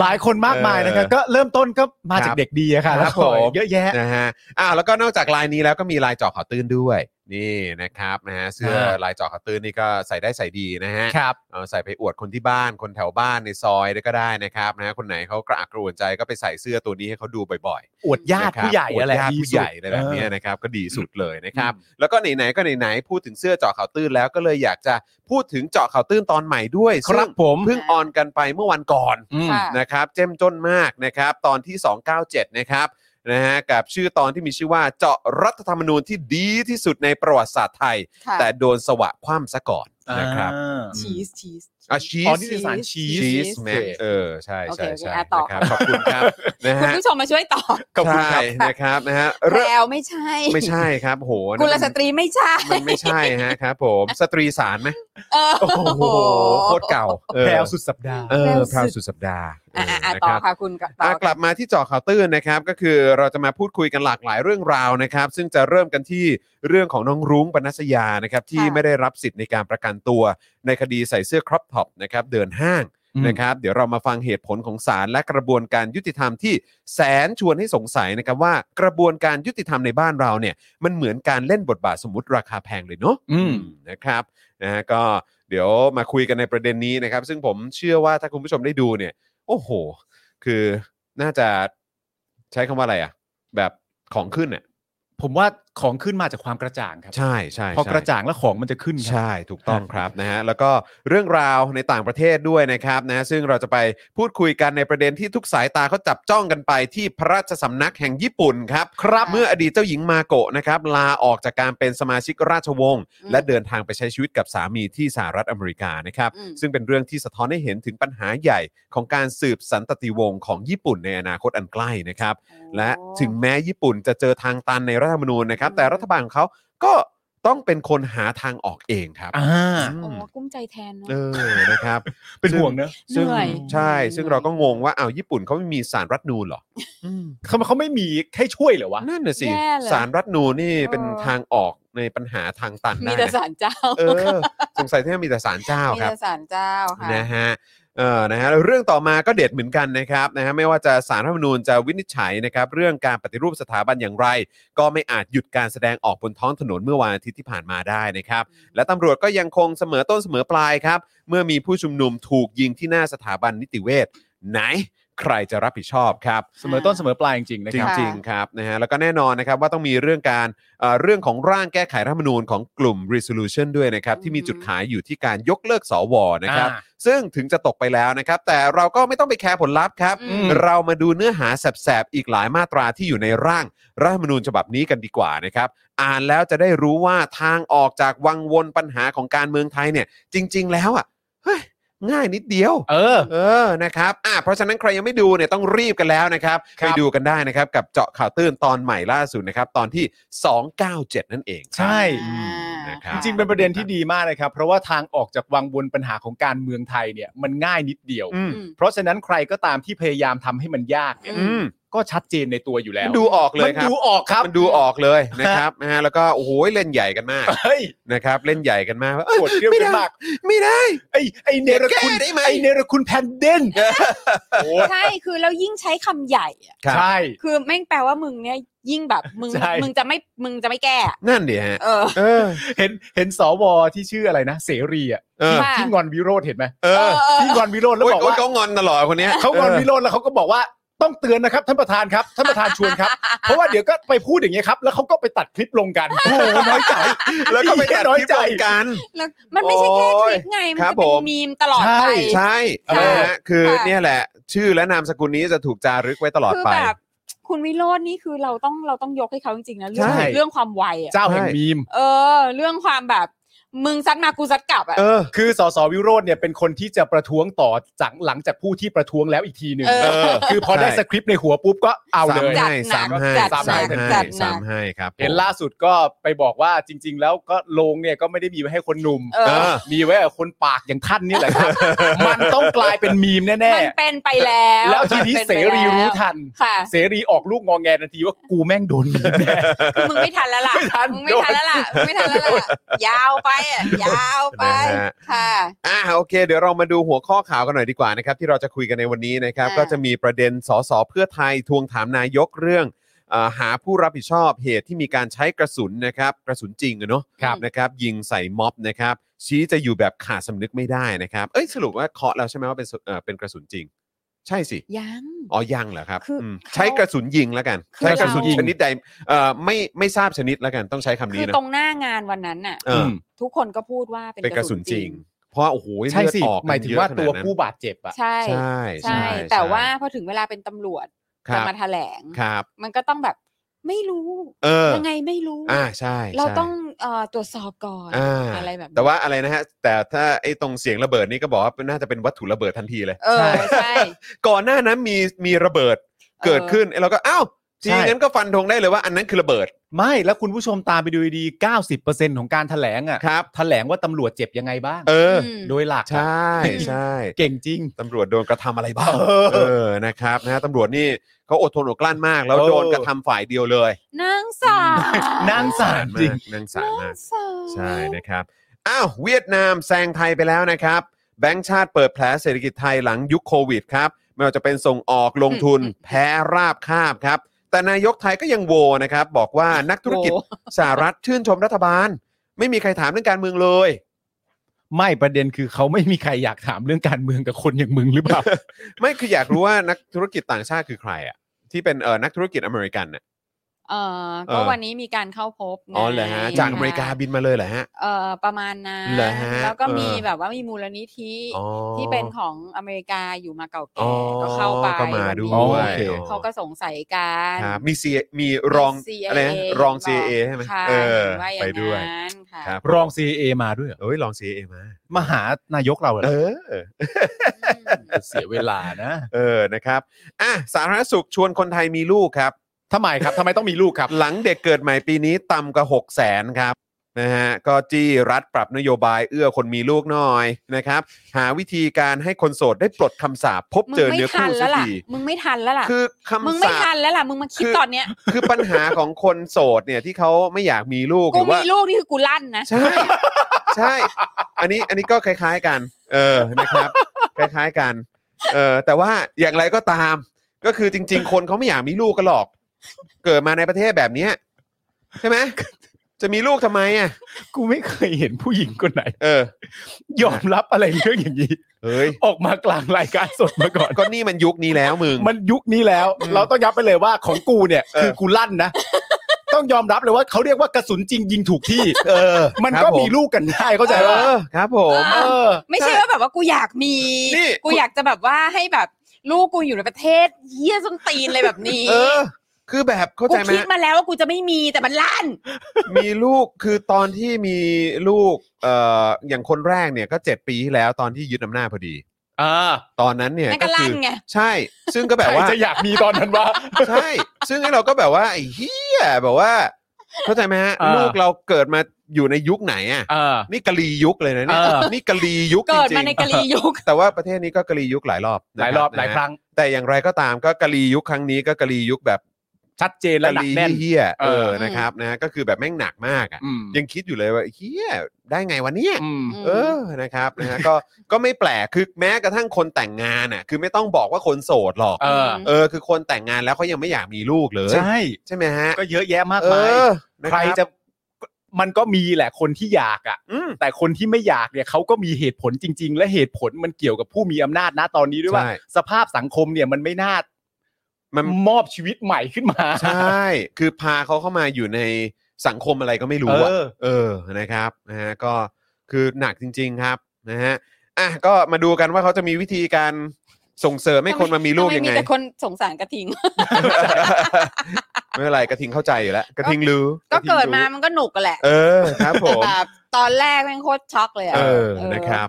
B: หลายคนมากมายนะครับ
A: เออ
B: ก็เริ่มต้นก็มาจา
A: ครั
B: ก
A: บ
B: เด็กดีอะค่ะ
A: ครับ
B: แล้วก็
A: ผม
B: เยอะแยะ
A: นะฮะอ้าวแล้วก็นอกจากลายนี้แล้วก็มีลายเจอข่าวตื้นด้วย นี่นะครับนะฮะเสื้อ
B: ครับ
A: ลายเจอข่าวตื้นนี่ก็ใส่ได้ใส่ดีนะฮะ
B: ครับ
A: เอาใส่ไปอวดคนที่บ้านคนแถวบ้านในซอยก็ได้นะครับนะฮะคนไหนเขากระอักกระอ่วนใจก็ไปใส่เสื้อตัวนี้ให้เขาดูบ่อย
B: อวด
A: ๆ
B: ญาติผู้ใหญ่
A: น
B: อะไร
A: ครับอวดญาติ
B: ดี
A: ผู้
B: สุด
A: ใหญ่อะไรแบบเนี้ย
B: เออ
A: นะครับก็ดีสุดเลยนะครับ
B: อืม
A: แล้วก็ไหนๆก็ไหนๆพูดถึงเสื้อเจอข่าวตื้นแล้วก็เลยอยากจะพูดถึงเจาะข่าวตื้นตอนใหม่ด้วย
B: ครับผม
A: ซึ่งเพิ่งออนกันไปเมื่อวันก่อน
B: อืม
C: ค่ะ
A: นะครับเจ้มจนมากนะครับตอนที่ 297 นะครับนะฮะกับชื่อตอนที่มีชื่อว่าเจาะรัฐธรรมนูญที่ดีที่สุดในประวัติศาสตร์ไทย
C: ค่ะ
A: แต่โดนสวะคว่ำซะก่อนนะครับ
C: ชีสชีส
A: อ่ะชี
B: อ๋อ
A: ส
B: นี่คือสาร cheese
A: ชีส
B: cheese
A: แมเออใช่
C: โอเค
A: ใช่ใช่
C: โอเคอ่ะต่อ
A: นะครับขอบคุณ ครับนะ
C: คุณ
A: ฮะ
C: ผู้ชมมาช่วยตอบ
B: ขอบคุณครับ
A: ใช่นะครับนะฮะ
C: แพร
A: เริ่ม
C: วไม่ใช่
A: ไม่ใช่ครับโห
C: กุลสตรีไม่ใช่
A: มันไม่ใช่ฮะครับผมสตรีสารไหม
C: เออ
A: โอ้โหโคตรเก่าเออ
B: แพรวสุดสัปดาห์
A: เออ
C: แพ
A: แพ
C: ร
A: ร
C: ว
A: ว
C: สุ
A: สุ
C: ด
A: ดสัปดาห์เ
C: อ่ะอ่ะอ่ะ
A: นะ
C: ต่อ
A: ครับ
C: ค่ะคุณกับต่อ
A: อ่ะกลับมาที่เจอข่าวตื้นนะครับ ก็คือเราจะมาพูดคุยกันหลากหลายเรื่องราวนะครับ ซึ่งจะเริ่มกันที่เรื่องของน้องรุ้งปนัสยานะครับ ที่ไม่ได้รับสิทธิ์ในการประกันตัว ในคดีใส่เสื้อครอปท็อปนะครับ เดินห้าง
B: อืม
A: นะครับ เดี๋ยวเรามาฟังเหตุผลของศาลและกระบวนการยุติธรรมที่แสนชวนให้สงสัยนะครับว่ากระบวนการยุติธรรมในบ้านเราเนี่ย มันเหมือนการเล่นบทบาทสมมติราคาแพงเลยเนาะ
B: อืม
A: นะครับนะฮะก็เดี๋ยวมาคุยกันในประเด็นนี้นะครับ ซึ่งผมเชื่อว่าถ้าคุณผู้ชมได้ดูเนี่ย โอ้โห คือน่าจะใช้คำว่าอะไรอ่ะ แบบของขึ้นอ่ะ
B: ผมว่าของขึ้นมาจากความกระจ่างครับ
A: ใช่ใช่
B: พอกระ
A: ใช่
B: จ่างแล้วของมันจะขึ้นครับ
A: ใช่ถูกต้องครับนะฮะแล้วก็เรื่องราวในต่างประเทศด้วยนะครับนะซึ่งเราจะไปพูดคุยกันในประเด็นที่ทุกสายตาเขาจับจ้องกันไปที่พระราชสำนักแห่งญี่ปุ่นครับครับ เมื่ออดีตเจ้าหญิงมาโกะนะครับลาออกจากการเป็นสมาชิกราชวงศ์
C: อืม
A: และเดินทางไปใช้ชีวิตกับสามีที่สหรัฐอเมริกานะครับ
C: อืม
A: ซึ่งเป็นเรื่องที่สะท้อนให้เห็นถึงปัญหาใหญ่ของการสืบสันตติวงศ์ของญี่ปุ่นในอนาคตอันใกล้นะครับ และถึงแม้ญี่ปุ่นจะเจอทางตันในรัฐธรรมนูญนะครับ แต่รัฐบาลของเขาก็ต้องเป็นคนหาทางออกเองครับ
B: อ่า
A: อื
C: โอ้
A: ม
C: กุ้มใจแทนเนาะ
A: เออนะครับ
B: เป็นห่วงเนอะ
A: ซึ่ง
C: เหนื่อย
A: ใช่
C: เหนื่อย
A: ซึ่งเราก็งงว่าอ้าวญี่ปุ่นเขาไม่มีสารรัฐธรรมนูญเหรออืม
B: เขาเขาไม่มีให้ช่วยเหรอวะ
A: นั่นน่ะสิ
C: แย่เลย
A: สารรัฐธรรมนูญนี่
C: เออ
A: เป็นทางออกในปัญหาทางตัน
C: มี
A: ได้
C: แต่
A: นะ
C: สารเจ้า
A: เออสงสัยที่จะมีแต่สารเจ้า
C: มี
A: ครับ
C: แต่สารเจ้าค่ะ
A: นะฮะ เออนะฮะเรื่องต่อมาก็เด็ดเหมือนกันนะครับนะฮะไม่ว่าจะสารรัฐธรรมนูญจะวินิจฉัยนะครับเรื่องการปฏิรูปสถาบันอย่างไร ก็ไม่อาจหยุดการแสดงออกบนท้องถนนเมื่อวันอาทิตย์ที่ผ่านมาได้นะครับ และตำรวจก็ยังคงเสมอต้นเสมอปลายครับ เมื่อมีผู้ชุมนุมถูกยิงที่หน้าสถาบันนิติเวชไหน ใครจะรับผิดชอบครับ
D: เสมอต้นเสมอปลายจริงๆนะ
A: จ
D: ครับ
A: ริง ๆ ครับนะฮะแล้วก็แน่นอนนะครับว่าต้องมีเรื่องการเอ่อเรื่องของร่างแก้ไขรัฐธรรมนูญของกลุ่ม resolution ด้วยนะครับ ที่มีจุดขายอยู่ที่การยกเลิกสวนะครับ
D: อ่า
A: ซึ่งถึงจะตกไปแล้วนะครับ แต่เราก็ไม่ต้องไปแคร์ผลลัพธ์ครับ
C: อืม
A: เรามาดูเนื้อหาแสบๆอีกหลายมาตราที่อยู่ในร่างรัฐธรรมนูญฉบับนี้กันดีกว่านะครับ อ่านแล้วจะได้รู้ว่าทางออกจากวังวนปัญหาของการเมืองไทยเนี่ย จริง ๆ แล้วอ่ะเฮ้ยง่ายนิดเดียว
D: เออ
A: เออ นะครับ อ่ะเพราะฉะนั้นใครยังไม่ดูเนี่ยต้องรีบกันแล้วนะครับ
D: ค
A: ไป
D: รับ
A: ดูกันได้นะครับ กับเจาะข่าวตื้นตอนใหม่ล่าสุดนะครับ ตอนที่ 297 นั่นเองครับ
D: ใช่
C: อ่า
A: นะครับ
D: จริงๆ เป็นประเด็นที่ดีมากเลยครับ เพราะว่าทางออกจากวังวนปัญหาของการเมืองไทยเนี่ยมันง่ายนิดเดียว
A: อืม
C: อืม
D: เพราะฉะนั้นใครก็ตามที่พยายามทำให้มันยากเนี่ย
A: อืม
D: ก็ชัดเจนในตัวอยู่แล้
A: มั
D: วน
A: ดูออกเลยครับ
D: มันดูออกครับ
A: มันดูออกเลยนะครับนะฮะแล้วก็โอ้โหเล่นใหญ่กันมาก
D: เฮ้ย
A: นะครับ เล่นใหญ่กันมากว่าเอ้ย
D: ปวดเรี่ยวกันมาก
A: ไม่ได้
D: ไอ้ไอ้เนรคุณ
A: แก้ได้ไหม
D: ไอ้เนรคุณแพนเดนโอ้
C: ใช่ คือแล้วยิ่งใช้คำใหญ่อะ
A: ครับ
D: ใช่
C: คือแม่งแปลว่ามึงเนี่ยยิ่งแบบมึง
D: ใช่
C: มึงจะไม่มึงจะไม่แก้อะ
A: นั่นดิฮะ
C: เออ
A: เออ
D: เห็นเห็นสวที่ชื่ออะไรนะ เสรีอ่ะ
A: เออ
C: ค่ะ
D: ที่งอนวิโรธเห็นไหม
A: เออ
C: เออ
D: ที่งอนวิโรธแล้ว
A: โอ้ย
D: บอก
A: โอ้ย
D: ว่า
A: เขางอนตลอดคนเนี้ย
D: เขางอนวิโรธแล้วเขาก็บอกว่าต้องเตือนนะครับท่านประธานครับท่านประธานชวนครับ เพราะว่าเดี๋ยวก็ไปพูดอย่างเงี้ยครับ แล้วเขาก็ไปตัดคลิปลงกันโอ้โหน้อยใจ
A: แล้วก็ไปตัด
D: น้อ
A: ค
D: ย
A: ลิป
D: ใจ
A: ลงกัน
C: แล้วมันไม่ใช่แค่คลิปไง มัน
A: ครับ
C: จะเป็
A: ผ
C: น
A: ม
C: มีมตลอดไป
A: ใช่
C: ใช่
A: นะฮะคือ
C: ค่ะ
A: เนี่ยแหละ ชื่อและนามสกุลนี้จะถูกจารึกไว้ตลอด
C: คือ
A: ไป
C: แบบคุณวิโรจน์นี่คือเราต้องเราต้องยกให้เขาจริงๆนะเรื่อง
A: ใช่
C: เรื่องความไวอะ
D: เจ้าแห่งมีม
C: เออ เรื่องความแบบ มึงซัดมากูซัดกลับอะ
A: เออ
D: คือสสวิโรธเนี่ยเป็นคนที่จะประท้วงต่อจากหลังจากผู้ที่ประท้วงแล้วอีกทีหนึ่ง
C: เออ
A: เออ
D: คือพอได้
A: ใช่
D: สคริปต์ในหัวปุ๊บก็เอาเลย
A: ซ้ำให้
C: จัดหนั
A: ซ้ำ
C: ก
A: ให้
C: จัด
A: ซ้ำให้
C: หนักจัดหนัก
A: ซ้ำให้ครับ
D: เห็นล่าสุดก็ไปบอกว่าจริง ๆ แล้วก็โลงเนี่ยก็ไม่ได้มีไว้ให้คนหนุ่ม
C: เอ
A: เอ
C: อ
A: อ
D: มีไว้กับคนปากอย่างท่านนี่แหละครับ มันต้องกลายเป็นมีมแน่
C: มันเป็นไปแล้ว
D: ๆ แล้วทีนี้
C: มัน
D: เส
C: ป็นไป
D: รี
C: แล้ว
D: รู้ทัน
C: ค่ะ
D: เสรีออกลูกงอแงทันทีว่ากูแม่งโดนมีมแน่
C: คือมึงไม่ทันแล้วล่ะ
D: ไม่ทัน
C: มึงไม่ทันแล้วล่ะมึงไม่ทันแล้วล่ะ ยาวไปอะยาวไป
A: นะฮะ
C: ค่ะ
A: อ่าโอเค เดี๋ยวเรามาดูหัวข้อข่าวกันหน่อยดีกว่านะครับ ที่เราจะคุยกันในวันนี้นะครับ
C: อ่า
A: ก็จะมีประเด็นสสเพื่อไทยทวงถามนายกเรื่องเอ่อหาผู้รับผิดชอบเหตุที่มีการใช้กระสุนนะครับกระสุนจริงอะเนาะ
D: ครับ
A: นะครับ ยิงใส่ม็อบนะครับ ชี้จะอยู่แบบขาดสำนึกไม่ได้นะครับ เอ้ยสรุปว่าเคาะแล้วใช่ไหมว่าเป็นเอ่อเป็นกระสุนจริง ใช่สิ
C: ยัง
A: อ๋อยังเหรอครับ
C: คือ
A: อืม
C: เขา
A: ใช้กระสุนยิงแล้วกัน
C: คือ
A: ใช้กระสุน
D: เรา
A: ชนิดใดเอ่อไม่ไม่ทราบชนิดแล้วกันต้องใช้คำ
C: คื
A: นี้
C: อ
A: นะ
C: ตรงหน้างานวันนั้นน่ะ
A: เอออ
D: ม
C: ทุกคนก็พูดว่าเป็น
A: เป็นกระสุนจริง
C: กะ
A: เพราะโอ้โห
D: ใช่สิ
A: เลือดออก
D: หมายถึงว่าตัวผู้บาดเจ็บอะ
C: ใช่
A: ใช่
C: ใช่ แต่ว่าพอถึงเวลาเป็นตำรวจ
A: ครั
C: จะ
A: บ
C: มาแถลง
A: ครับ
C: มันก็ต้องแบบไม่รู้
A: เออ
C: ยังไงไม่รู้
A: อ่าใช่
C: เรา
A: ใช่
C: ต้องเอ่อตรวจสอบก่อน
A: อ่า
C: ไรแบบนี้
A: แต่ว่าอะไรนะฮะ แต่ถ้าไอ้ตรงเสียงระเบิดนี่ก็บอกว่าน่าจะเป็นวัตถุระเบิดทันทีเลย
C: เออใช่
A: ก่อนหน้านั้นมีมีระเบิดเกิดขึ้นเราก็อ้าวจริง
D: ใช่
A: งั้นก็ฟันธงได้เลยว่าอันนั้นคือระเบิด
D: ไม่แล้วคุณผู้ชมตามไปดูดีๆ90%ของการแถลงอะ
A: ครับ
D: แถลงว่าตำรวจเจ็บยังไงบ้าง
A: เอออ
C: อืม
D: โดยหลักอะ
A: ใช่ใช่
D: เก่งจริง
A: ตำรวจโดนกระทำอะไรบ้าง
D: เออ
A: เออนะครับนะฮะตำรวจนี่เขาอดทนอดกลั้นมาก แล้ว
D: เออ
A: โดนกระทำฝ่ายเดียวเลย
C: นางสาว
D: นั่งสารจริง
A: นางสารมาก
C: สาว
A: ใช่นะครับอ้าวเวียดนามแซงไทยไปแล้วนะครับ แบงก์ชาติเปิดแผลเศรษฐกิจไทยหลังยุคโควิดครับ ไม่ว่าจะเป็นส่งออกลงทุนแพ้ราบคาบครับ แต่นายกไทยก็ยังโวนะครับ บอกว่านักธุรกิจ
C: โอ้
A: สหรัฐชื่นชมรัฐบาล ไม่มีใครถามเรื่องการเมืองเลย
D: ไม่ประเด็นคือเขาไม่มีใครอยากถามเรื่องการเมืองกับคนอย่างมึงหรือเป ล่า
A: ไม่คืออยากรู้ว่านักธุรกิจต่างชาติคือใครอะที่เป็นเออนักธุรกิจอเมริกันน่ะ
C: เออ
A: เอ
C: ก็
A: อ
C: วันนี้มีการเข้าพบไง
A: อ๋อเหรอฮะจากอเมริกาบินมาเลยเหรอฮะ
C: เออประมาณนั้น
A: เหรอฮะ
C: แล้วก็มี
A: เออ
C: แบบว่ามีมูลนิธิ
A: อ๋อ
C: ที่เป็นของอเมริกาอยู่มาเก่า
A: อ๋อ
C: แก่ก็เข้าไป
A: ก็มาด้
D: อ๋อ
A: ว
D: โอย เค
A: อ๋อ
C: เขาก็สงสัยกัน
A: ครับมี C มีรอง
C: CIA
A: อะไรนะรอง
C: บก
A: CIA ใช่ไหม
C: ค่ะ
A: เออ
C: เห็นว่าอย่าง
A: ไปด้วย
C: นั้นค่ะ
A: ครับ
D: รอง CA มาด้วยเหรอ
A: เอ้ยรอง CIA มา
D: มาหานายกเราเหร
A: เอ
D: อ
A: อ
C: อืม
D: เสียเวลานะ
A: เออนะครับอ่ะสาธารณสุขชวนคนไทยมีลูกครับ
D: ทำไมครับทำไมต้องมีลูกครับ
A: หลังเด็กเกิดใหม่ปีนี้ต่ำกว่า6 0แสนครับนะฮะก็จี้รัฐปรับนโยบายเอื้อคนมีลูกหน่อยนะครับ หาวิธีการให้คนโสดได้ปลดคำสาปพบ
C: มึง
A: เจอ
C: ไม่
A: เนื้อ
C: ทั
A: คู่
C: น
A: สัก
C: แล้วล่ะ
A: ที
C: มึงไม่ทันแล้วล่ะ
A: คือ
C: มึง
A: คำ
C: ไม่
A: สาป
C: ทันแล้วล่ะ มึงมาคิด
A: คือ
C: ตอนเนี้ย
A: คือปัญหาของคนโสดเนี่ยที่เขาไม่อยากมีลูกห
C: กู
A: รือว่า
C: มีลูกนี่คือกูลั่นนะ
A: ใช่ ใช่ อันนี้อันนี้ก็คล้าย ๆกัน เออนะครับ ค คล้ายๆกันเออแต่ว่าอย่างไรก็ตาม ก็คือจริง ๆ คนเขาไม่อยากมีลูกกันหรอก เกิดมาในประเทศแบบเนี้ยใช่ไหมจะมีลูกทำไมอ่ะ
D: กูไม่เคยเห็นผู้หญิงคนไหน
A: เออย
D: อมรับอะไรเรื่องอย่างนี้
A: เฮ้ย
D: ออกมากลางรายการสดมาก่อน
A: ก็นี่มันยุคนี้แล้วมึง
D: มันยุคนี้แล้ว
A: อืม
D: เราต้องย้ำไปเลยว่าของกูเนี่ย
A: เออ
D: คือกูลั่นนะ ต้องยอมรับเลยว่าเขาเรียกว่ากระสุนจริงยิงถูกที่
A: เออ
D: มัน
A: ครับ
D: ก็
A: ผ
D: มีลูกกันได้เข้าใจ
A: เอ
D: ว่า
A: อครับผม
D: เออ
C: ไม่ใช่ว่าแบบว่ากูอยากมี
A: นี่
C: กูอยากจะแบบว่าให้แบบลูกกูอยู่ในประเทศเฮี้ยส้นตีนเลยแบบนี้
A: เออ คือแบบเข้า
C: กู
A: ใจไหม
C: คิดมาแล้วว่ากูจะไม่มีแต่มันลั่น
A: มีลูกคือตอนที่มีลูกเอ่ออย่างคนแรกเนี่ยก็เจ็ดปีที่แล้วตอนที่ยึดอำนาจพอดี
D: อ่า
A: ตอนนั้นเนี่ย
C: นั่น
A: ก็
C: ก็
A: คื
C: ลั่น
A: อ
C: ไง
A: ใช่ ซึ่งก็แบบ
D: ใคร
A: ว่า
D: จะอยากมีตอนนั้นวะ
A: ใช่ ซึ่งไอ้เราก็แบบว่าไอ้เฮียแบบว่า เข้าใจไหมฮะ
D: อ่า
A: ลูกเราเกิดมาอยู่ในยุคไหนอ่ะ
D: อ่า
A: นี่กะลียุคเลยนะเนี่ย
D: เออ
A: นี่กะลียุคจ
C: เกิด
A: ริ
C: มาง ในกะลียุค
A: ๆแต่ว่าประเทศนี้ก็กะลียุคหลายรอบ
D: ห
A: นะ
D: ลาย
A: ค
D: รอบ
A: นะฮะ
D: หลายครั้ง
A: แต่อย่างไรก็ตามก็กะลียุคครั้งนี้ก็กะลียุคแบบ
D: ชัดเจนและ
A: กะ
D: หนัก
A: ลี
D: แน่น
A: เฮียๆเออ
C: เออ
A: นะครับนะก็คือแบบแม่งหนักมากอ่ะ
D: อืม
A: ยังคิดอยู่เลยว่าไอ้เฮียได้ไงวันเนี้ย
D: อืม
A: เออ นะครับ นะฮะ ก็ ก็ไม่แปลก คือแม้กระทั่งคนแต่งงานน่ะ คือไม่ต้องบอกว่าคนโสดหรอก
D: เออ
A: เออ คือคนแต่งงานแล้วเขายังไม่อยากมีลูกเลย
D: ใช่
A: ใช่ไหมฮะ
D: ก็เยอะแยะมาก
A: เอ
D: มาย
A: อนะ
D: ใคร
A: บ
D: จะมันก็มีแหละคนที่อยากอ่ะ
A: อืม
D: แต่คนที่ไม่อยากเนี่ยเขาก็มีเหตุผลจริง ๆ และเหตุผลมันเกี่ยวกับผู้มีอำนาจนะตอนนี้ด้วยว่า
A: ใช่
D: สภาพสังคมเนี่ยมันไม่น่า
A: มัน
D: มอบชีวิตใหม่ขึ้นมา
A: ใช่ คือพาเขาเข้ามาอยู่ในสังคมอะไรก็ไม่รู้
D: เอ
A: อะ
D: อ
A: เออ นะครับ นะฮะ ก็ คือหนักจริง ๆ ครับ นะฮะ อ่ะ ก็มาดูกันว่าเขาจะมีวิธีการส่งเสริมให้คนมามีลูกยัง
C: ทำ
A: ไง
C: มีแต่คนสงสารกระทิง
A: ไม่เป็นไรกระทิงเข้าใจอยู่แล้ว กระทิงรู้
C: ก็
A: ระทิง
C: เกิด
A: รู้
C: มามันก็หนุกกันแหละ
A: เออ ครับผม
C: แต่แบบตอนแรกแม่งโคตรช็อกเลยอะ
A: เออ
C: เออ
A: นะครับ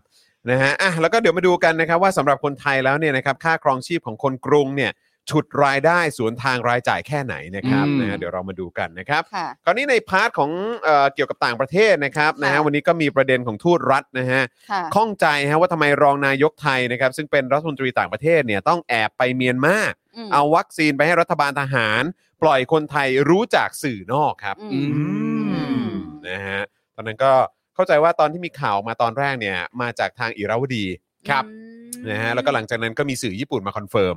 A: นะฮะ อ่ะ แล้วก็เดี๋ยวมาดูกันนะครับว่าสำหรับคนไทยแล้วเนี่ยนะครับ ค่าครองชีพของคนกรุงเนี่ย ฉุดรายได้สวนทางรายจ่ายแค่ไหนนะครับ
D: อืม
A: นะฮะเดี๋ยวเรามาดูกันนะครับ
C: ค่ะ
A: คราวนี้ในพาร์ทของเอ่อเกี่ยวกับต่างประเทศนะครับนะฮะ
C: ค่ะ
A: วันนี้ก็มีประเด็นของทูตรัฐนะฮะ
C: ค่ะ
A: ข้องใจฮะว่าทำไมรองนายกไทยนะครับ ซึ่งเป็นรัฐมนตรีต่างประเทศเนี่ยต้องแอบไปเมียนมา
C: อืม
A: เอาวัคซีนไปให้รัฐบาลทหาร ปล่อยคนไทยรู้จากสื่อนอกครับ
C: อื
D: อืม
C: มม
A: นะฮะตอนนั้นก็เข้าใจว่าตอนที่มีข่าวมาตอนแรกเนี่ยมาจากทางอิราวดีนะฮะแล้วก็หลังจากนั้นก็มีสื่อญี่ปุ่นมาคอนเฟิร์ม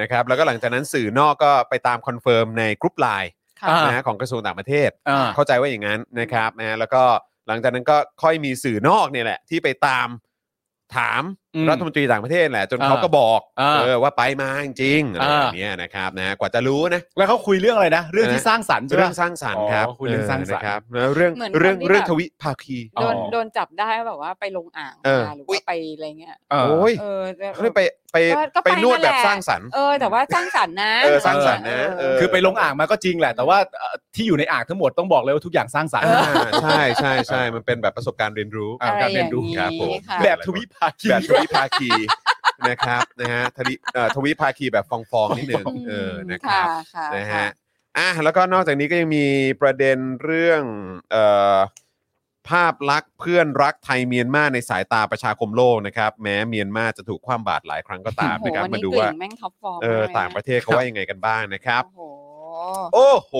A: นะครับแล้วก็หลังจากนั้นสื่อนอกก็ไปตามคอนเฟิร์มในกรุ๊ปไลน์
C: ค่ะ
D: อ่า
A: นะฮะของกระทรวงต่างประเทศ
D: อ่า
A: เข้าใจว่าอย่างนั้นนะครับนะฮะแล้วก็หลังจากนั้นก็ค่อยมีสื่อนอกเนี่ยแหละ ที่ไปตามถาม
D: อืม
A: รัฐมนตรีต่างประเทศแหละ จน
D: อ่า
A: เขาก็บอก
D: อ่า
A: เออว่าไปมาจริงๆอะไร
D: อ่า
A: แบบเนี้ยนะครับนะกว่าจะรู้นะ
D: แล้วเขาคุยเรื่องอะไรนะ เรื่องที่สร้างสรรค์ใช่ไหม
A: เรื่องสร้างสรรค์ครับ
D: อ๋อคุยเรื่องสร้างสรรค์
A: เออนะครับแล้วเรื่อง
C: เหมือน
A: เรื่อง
C: คนที่
A: เรื่อง
C: แบบ
A: ทวิภาคี
D: อ๋
C: โด
D: อ
C: นโดนจับได้แบบว่าไปลงอ่าง
A: เออ
C: มาหรือ
A: อุ๊ย
C: ว่าไปอะไรเงี้ย
D: เออ
A: โอ้ย
C: เออแต่
A: เฮ้ยไปไป
C: ก็
A: ไป
C: ไป
A: นวดแบบ
C: นั่นแหละ
A: สร้างสรรค์
C: เออ แต่ว่าสร้างสรรค์นะ
A: เออสร้างสรรค์นะเ
C: เ
D: คือไปลงอ่างมาก็จริงแหละ แต่ว่าเอ่อที่อยู่ในอ่างทั้งหมดต้องบอกเลยว่าทุกอย่างสร้างสรรค์
A: อ่าใช่ใช่ใช่มันเป็นแบบประสบการณ์เรียนรู้
D: อ่า
C: อะไร
D: การ
C: อ
D: เรีย
C: ย่าน ง
D: รู้
C: นี้
A: ครับผม
C: ค่ะ
D: แบบทวิภาคี
A: แบบทวิภาคีนะครับนะฮะทวิเอ่อทวิภาคีแบบฟองฟองๆนิดนึงเออนะครับ
C: ค่ะ
A: นะ
C: ค่
A: ฮะ อ่ะ แล้วก็นอกจากนี้ก็ยังมีประเด็นเรื่องเอ่อภาพลักษณ์เพื่อนรักไทยเมียนมาในสายตาประชาคมโลกนะครับ แม้เมียนมาจะถูกคว่ำบาตรหลายครั้งก็ตาม
C: โอ้โห
A: นะครับ
C: วัน
A: มา
C: นี้
A: ดูว่า
C: กลิ่นแม่ง top form
A: เออ
C: มากเลยนะ
A: ต่างประเทศเขาว่ายังไงกันบ้างนะครับ
C: โอ้โห
A: โอ้โห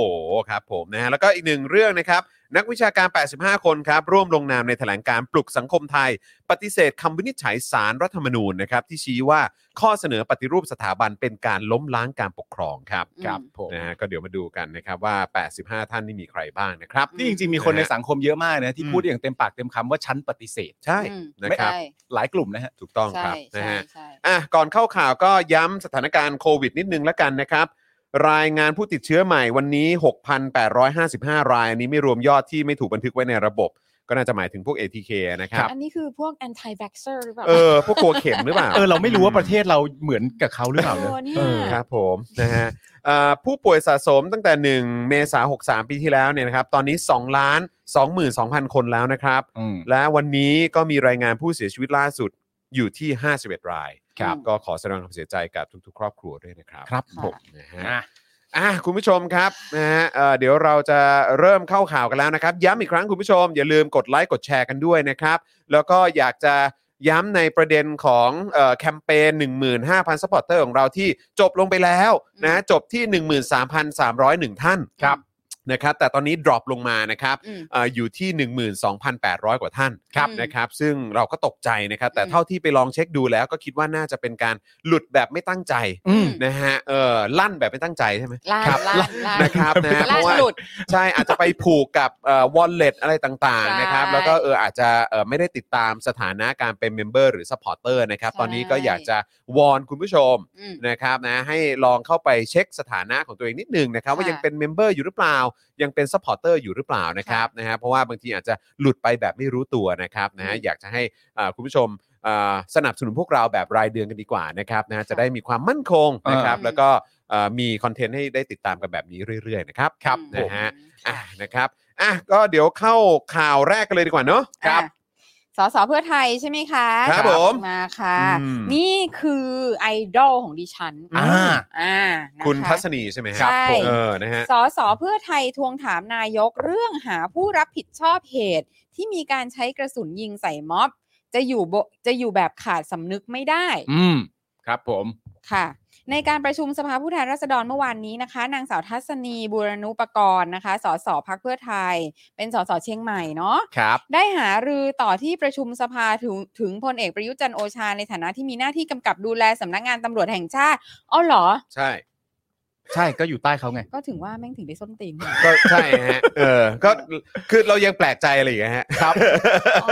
A: ครับผมนะฮะ แล้วก็อีกหนึ่งเรื่องนะครับ นักวิชาการ 85 คนครับ ร่วมลงนามในแถลงการปลุกสังคมไทย ปฏิเสธคำวินิจฉัยสารรัฐธรรมนูญนะครับ ที่ชี้ว่าข้อเสนอปฏิรูปสถาบันเป็นการล้มล้างการปกครองครับ
D: ครับผม
A: นะฮะก็เดี๋ยวมาดูกันนะครับว่า 85 ท่านนี่มีใครบ้างนะครับ
D: นี่จริงๆมีคนในสังคมเยอะมากนะ ที่
A: อืม
D: พูดได้อย่างเต็มปากเต็มคำว่าฉันปฏิเสธ
A: ใช่
C: อืม
A: นะครับ
C: ใช่
D: หลายกลุ่มนะฮะ
A: ถูกต้องค
C: ใช่
A: รับนะ
C: ใช่
A: ฮะ
C: ใช่
A: อ่ะก่อนเข้าข่าวก็ย้ำสถานการณ์โควิดนิดนึงละกันนะครับ รายงานผู้ติดเชื้อใหม่วันนี้ 6,855 รายอันนี้ไม่รวมยอดที่ไม่ถูกบันทึกไว้ในระบบ ก็น่าจะหมายถึงพวก ATK นะครับ
C: อันนี้คือพวก anti vaxxer หรือเปล่า
A: เออ พวกกลัวเข็มหรือเปล่า
D: เออเราไม่รู้ว่าประเทศเราเหมือนกับเขาหรือเปล่า
C: โอ้
D: เนอะ
C: เนี่
D: เอย อ
A: ครับผมนะฮะเอ่อผู้ป่วยสะสมตั้งแต่ 1 เมษายน63 ปีที่แล้วเนี่ยนะครับตอนนี้2ล้าน22,000 คนแล้วนะครับ
D: อืม
A: และวันนี้ก็มีรายงานผู้เสียชีวิตล่าสุดอยู่ที่ 51 ราย
D: ครับ
A: ก็ขอแสดงความเสียใจกับทุกๆ ครอบครัวด้วยนะครับ
D: ครับผม
A: นะฮะ
D: อ่ะ
A: อ่ะคุณผู้ชมครับนะฮะเอ่อเดี๋ยวเราจะเริ่มเข้าข่าวกันแล้วนะครับ ย้ำอีกครั้งคุณผู้ชม อย่าลืมกดไลค์กดแชร์กันด้วยนะครับ แล้วก็อยากจะย้ำในประเด็นของเอ่อแคมเปญ15,000สปอร์เตอร์ของเราที่จบลงไปแล้วนะฮะจบที่ 13,301 ท่าน นะครับแต่ตอนนี้ drop ลงมานะครับ
C: อืม
A: เอ่ออยู่ที่ 12,800 กว่าท่าน
C: ครับ
A: นะครับซึ่งเราก็ตกใจนะครับ แต่
C: อืม
A: เท่าที่ไปลองเช็คดูแล้วก็คิดว่าน่าจะเป็นการหลุดแบบไม่ตั้งใจ
B: อืม
A: นะฮะเออลั่นแบบไม่ตั้งใจใช่ไหม
C: ล่า
A: ครับ
C: นล่านล่าน
A: นะครับนะเพ
C: ล่า
A: ราะ
C: น
A: ว่า
C: หลุด
A: ใช่ อาจจะไปผูกกับวอลเล็ตอะไรต่างๆ
C: ใช่
A: นะครับแล้วก็เอออาจจะเอ่อไม่ได้ติดตามสถานะการเป็นเมมเบอร์หรือสปอร์เตอร์นะครับ
C: ใช่
A: ตอนนี้ก็อยากจะวอนคุณผู้ชม
C: อืม
A: นะครับนะให้ลองเข้าไปเช็คสถานะของตัวเองนิดนึงนะครับ ว่า
C: ค่ะ
A: ยังเป็นเมมเบอร์อยู่หรือเปล่า ยังเป็นสปอร์เตอร์อยู่หรือเปล่านะครับนะฮะเพราะว่าบางทีอาจจะหลุดไปแบบไม่รู้ตัวนะครับนะฮะ
C: อืม
A: อยากจะให้เอ่อคุณผู้ชมเอ่อสนับสนุนพวกเราแบบรายเดือนกันดีกว่านะครับนะฮะจะได้มีความมั่นคงนะครับ
C: อ่า
A: แล้วก็เอ่อมีคอนเทนต์ให้ได้ติดตามกันแบบนี้เรื่อยๆนะครับนะฮะ อ่ะนะครับอ่ะก็เดี๋ยวเข้าข่าวแรกกันเลยดีกว่าเนาะ
C: อ่ะสสเพื่อไทยใช่ไหมคะ
A: ครับ
C: จะออก
A: ผม
C: มาค่ะ
A: อืม
C: นี่คือไอดอลของดิฉัน
A: อ่า
C: อ่านะคะ
A: คุณทัศนีใช่ไหม
C: ใช่
A: ผมเออนะฮะ
C: สสเพื่อไทยทวงถามนายกเรื่องหาผู้รับผิดชอบเหตุ ที่มีการใช้กระสุนยิงใส่ม็อบ จะอยู่บจะอยู่แบบขาดสำนึกไม่ได้
D: อืม ครับผม
C: ค่ะ ในการประชุมสภาผู้แทนราษฎรเมื่อวานนี้นะคะ นางสาวทัศนีบูรณุปกรณ์นะคะ สสพักเพื่อไทย เป็นสสเชียงใหม่เนาะ
A: ครับ
C: ได้หารือต่อที่ประชุมสภาถึงถึงพลเอกประยุทธ์จันทร์โอชาในฐานะที่มีหน้าที่กำกับดูแลสำนักงานตำรวจแห่งชาติอ๋อเหรอ
A: ใช่
D: ใช่ก็อยู่ใต้เขาไง
C: ก็ถึงว่าแม่งถึงได้ส้น ตีน
A: ก็ใช่ฮะ เออ ก็คือเรายังแปลกใจอะไรอย่างเงี้ยครับ
C: อ๋อ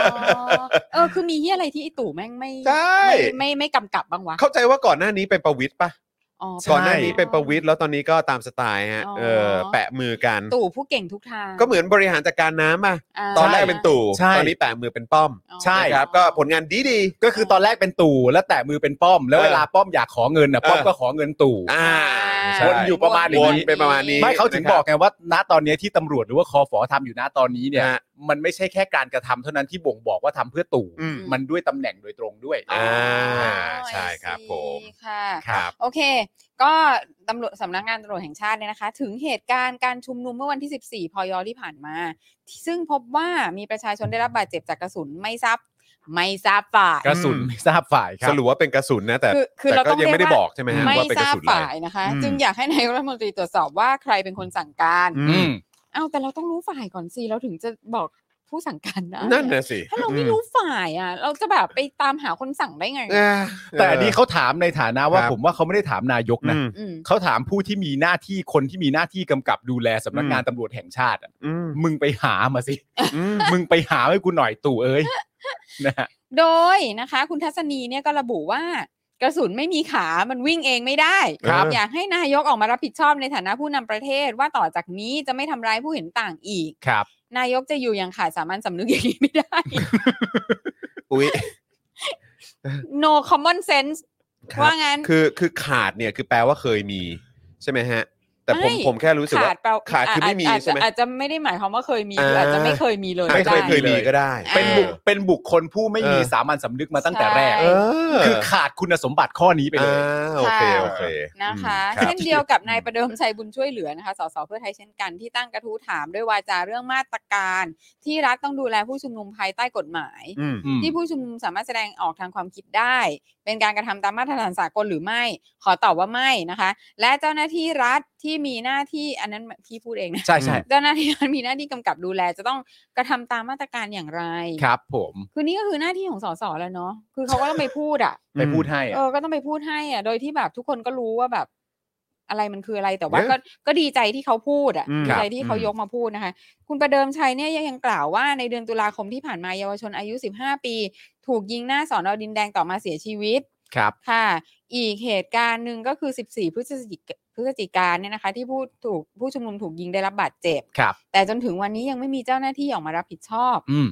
C: เออคือมีที่อะไรที่ไอตู่แม่งไม่
A: ใช่
C: ไม่ไม่ไม่กำกับบางวะ
A: เข้าใจว่าก่อนหน้านี้เป็นประวิทย์ปะ
C: อ๋อ
B: ใช่
A: ก่อนหน้านี้เป็นประวิทย์แล้วตอนนี้ก็ตามสไตล์ฮะ
C: อ๋อ
A: เออแปะมือกัน
C: ตู่ผู้เก่งทุกทาง
A: ก็เหมือนบริหารจัดการน้ำอ่ะ
C: า
A: ตอนแรกเป็นตู่
B: ใช่
A: ตอนนี้แปะมือเป็นป้อม
C: อ๋อ
B: ใช่
A: นะครับก็ผลงานดี
B: ก็คือตอนแรกเป็นตู่แล้วแต่มือเป็นป้อม แล้ว
A: เออ
B: เวลาป้อมอยากขอเงินน่ะ
A: เออ
B: ป้อมก็ขอเงินตู่
A: ๆอ่า
B: ใช่
A: ใช่
B: วนอยู่ประมาณ
A: วนไปประมาณนี้
B: ไม่เขาถึง
A: นะครับ
B: บอกไงว่า ณตอนนี้ที่ตำรวจหรือว่าคอฟอทำอยู่ณตอนนี้เนี่ย
A: ฮะ
B: มันไม่ใช่แค่การกระทำเท่านั้นที่บ่งบอกว่าทำเพื่อตู่
A: อืม
B: มันด้วยตำแหน่งโดยตรงด้วย
A: อ่า
C: I
A: ใช่ครับผม
C: see ค่ะ
A: ครับ
C: โอเค ก็ตำรวจสำนักงานตำรวจแห่งชาติเนี่ยนะคะ ถึงเหตุการณ์การชุมนุมเมื่อวันที่ 14 พยที่ผ่านมา ซึ่งพบว่ามีประชาชนได้รับบาดเจ็บจากกระสุนไม่ทราบไม่ทราบฝ่าย
B: กระสุน
A: อืม
B: ไม่ทราบฝ่ายครั
A: ส
B: บ
A: รุปว่าเป็นกระสุนนะแต่
C: คือคือ
A: แต่
C: เรา
A: ก็
C: ต้อง
A: ยังไม่ได้
C: เรีย
A: บ
C: ก
A: อ
C: ว่า
A: กใช่ไหมฮะ
C: ไม่
A: ว่าเป็นก
C: ท
A: ระ
C: ราบ
A: สุนอะไร
C: ฝ่ายนะคะ
A: อืม
C: จึงอยากให้นายกรัฐมนตรีตรวจสอบว่าใครเป็นคนสั่งการ
A: อื
B: อื
A: ม
B: ม
C: เอ้าแต่เราต้องรู้ฝ่ายก่อนสิเราถึงจะบอกผู้สั่งการได้
A: นั่นน่ะสิ
C: ถ้าเราไม่รู้ฝ่ายอ่ะ เราจะแบบไปตามหาคนสั่งได้ไง
A: อ่า
B: แต่อันนี้เขาถามในฐานะว่า
A: ครับ
B: ผมว่าเขาไม่ได้ถามนายกนะ
A: อืม
C: อืม
B: เขาถามผู้ที่มีหน้าที่คนที่มีหน้าที่กำกับดูแลสำนักงานตำรวจแห่งชาติอะ
A: อืม
B: มึงไปหามาสิ
A: อื ม
B: มึงไปหาให้กูหน่อยตู่เอ้ยนะฮะ
C: โดยนะคะ คุณทัศนีเนี่ยก็ระบุว่ากระสุนไม่มีขา มันวิ่งเองไม่ได้
A: ครับ
C: อยากให้นายกออกมารับผิดชอบในฐานะผู้นำประเทศว่าต่อจากนี้จะไม่ทำร้ายผู้เห็นต่างอีก
B: ครับ
C: นายกจะอยู่อย่างขาดสามัญสำนึกอย่างนี้ไม่ได้
A: อุ๊ย
C: no common sense
A: ครับ
C: ว่างั้น
A: คือคือขาดเนี่ยคือแปลว่าเคยมีใช่ไหมฮะ แต่ผม
C: ไม่
A: ผมแค่รู้สึก
C: ขา
A: ว่า
C: ดเปล่า
A: ขาดคือไม่มี
C: าจ
A: ใช่ไหม
C: อาจจะไม่ได้หมายความว่าเคยมี
A: อ่า
C: คืออาจจะไม่เคยมีเลย
A: ไม่เคย
C: ก็ด้
A: เคยมีก็ได้
C: อ่า
B: เป็นบุคเป็นบุคคลผู้ไม่มี
A: เออ
B: สามัญสำนึกมาตั้งแต่แรก
C: ใช่
A: เออ
B: คือขาดคุณสมบัติข้อนี้ไปเล
A: อ่าย โอเค
C: ค่ะ
A: โอเค
C: นะคะ
A: อืมรับ
C: เช่นเดียวกับนายประเดิมชัยบุญช่วยเหลือนะคะสสเพื่อไทยเช่นกันที่ตั้งกระทู้ถามด้วยวาจาเรื่องมาตรการ ที่รัฐต้องดูแลผู้ชุมนุมภายใต้กฎหมาย
A: อืม
B: อืม
C: ที่ผู้ชุมนุมสามารถแสดงออกทางความคิดได้ เป็นการกระทำตามมาตรฐานสากลหรือไม่ ขอตอบว่าไม่นะคะ และเจ้าหน้าที่รัฐที่มีหน้าที่อันนั้นพี่พูดเองนะ
B: ใช่ใช่
C: เจ้าหน้าที่รัฐมีหน้าที่กำกับดูแล จะต้องกระทำตามมาตรการอย่างไร
B: ครับผม
C: คือนี่ก็คือหน้าที่ของสสแล้วเนาะคือเขาก็ต้องไปพูดอ่ะ
B: ไปพูดให้อะ
C: เออ ก็ต้องไปพูดให้อ่ะ โดยที่แบบทุกคนก็รู้ว่าแบบ อะไรมันคืออะไร แต่ว่า
A: เอ๊ะ
C: ก็ก็ดีใจที่เขาพูดอ่ะ
A: อืม
C: ดี
A: ครับ
C: ใจที่เขา
A: อืม
C: ยกมาพูดนะคะ คุณประเดิมชัยเนี่ยยังกล่าวว่าในเดือนตุลาคมที่ผ่านมาเยาวชนอายุ 15 ปี ถูกยิงหน้าสอนอดินแดงต่อมาเสียชีวิต
B: ครับ
C: ค่ะ อีกเหตุการณ์หนึ่งก็คือ 14 พฤศจิกพฤศจิกาเนี่ยนะคะ ที่ผู้ถูกผู้ชุมนุมถูกยิงได้รับบาดเจ็บ
B: ครับ
C: แต่จนถึงวันนี้ยังไม่มีเจ้าหน้าที่ออกมารับผิดชอบ
B: อืม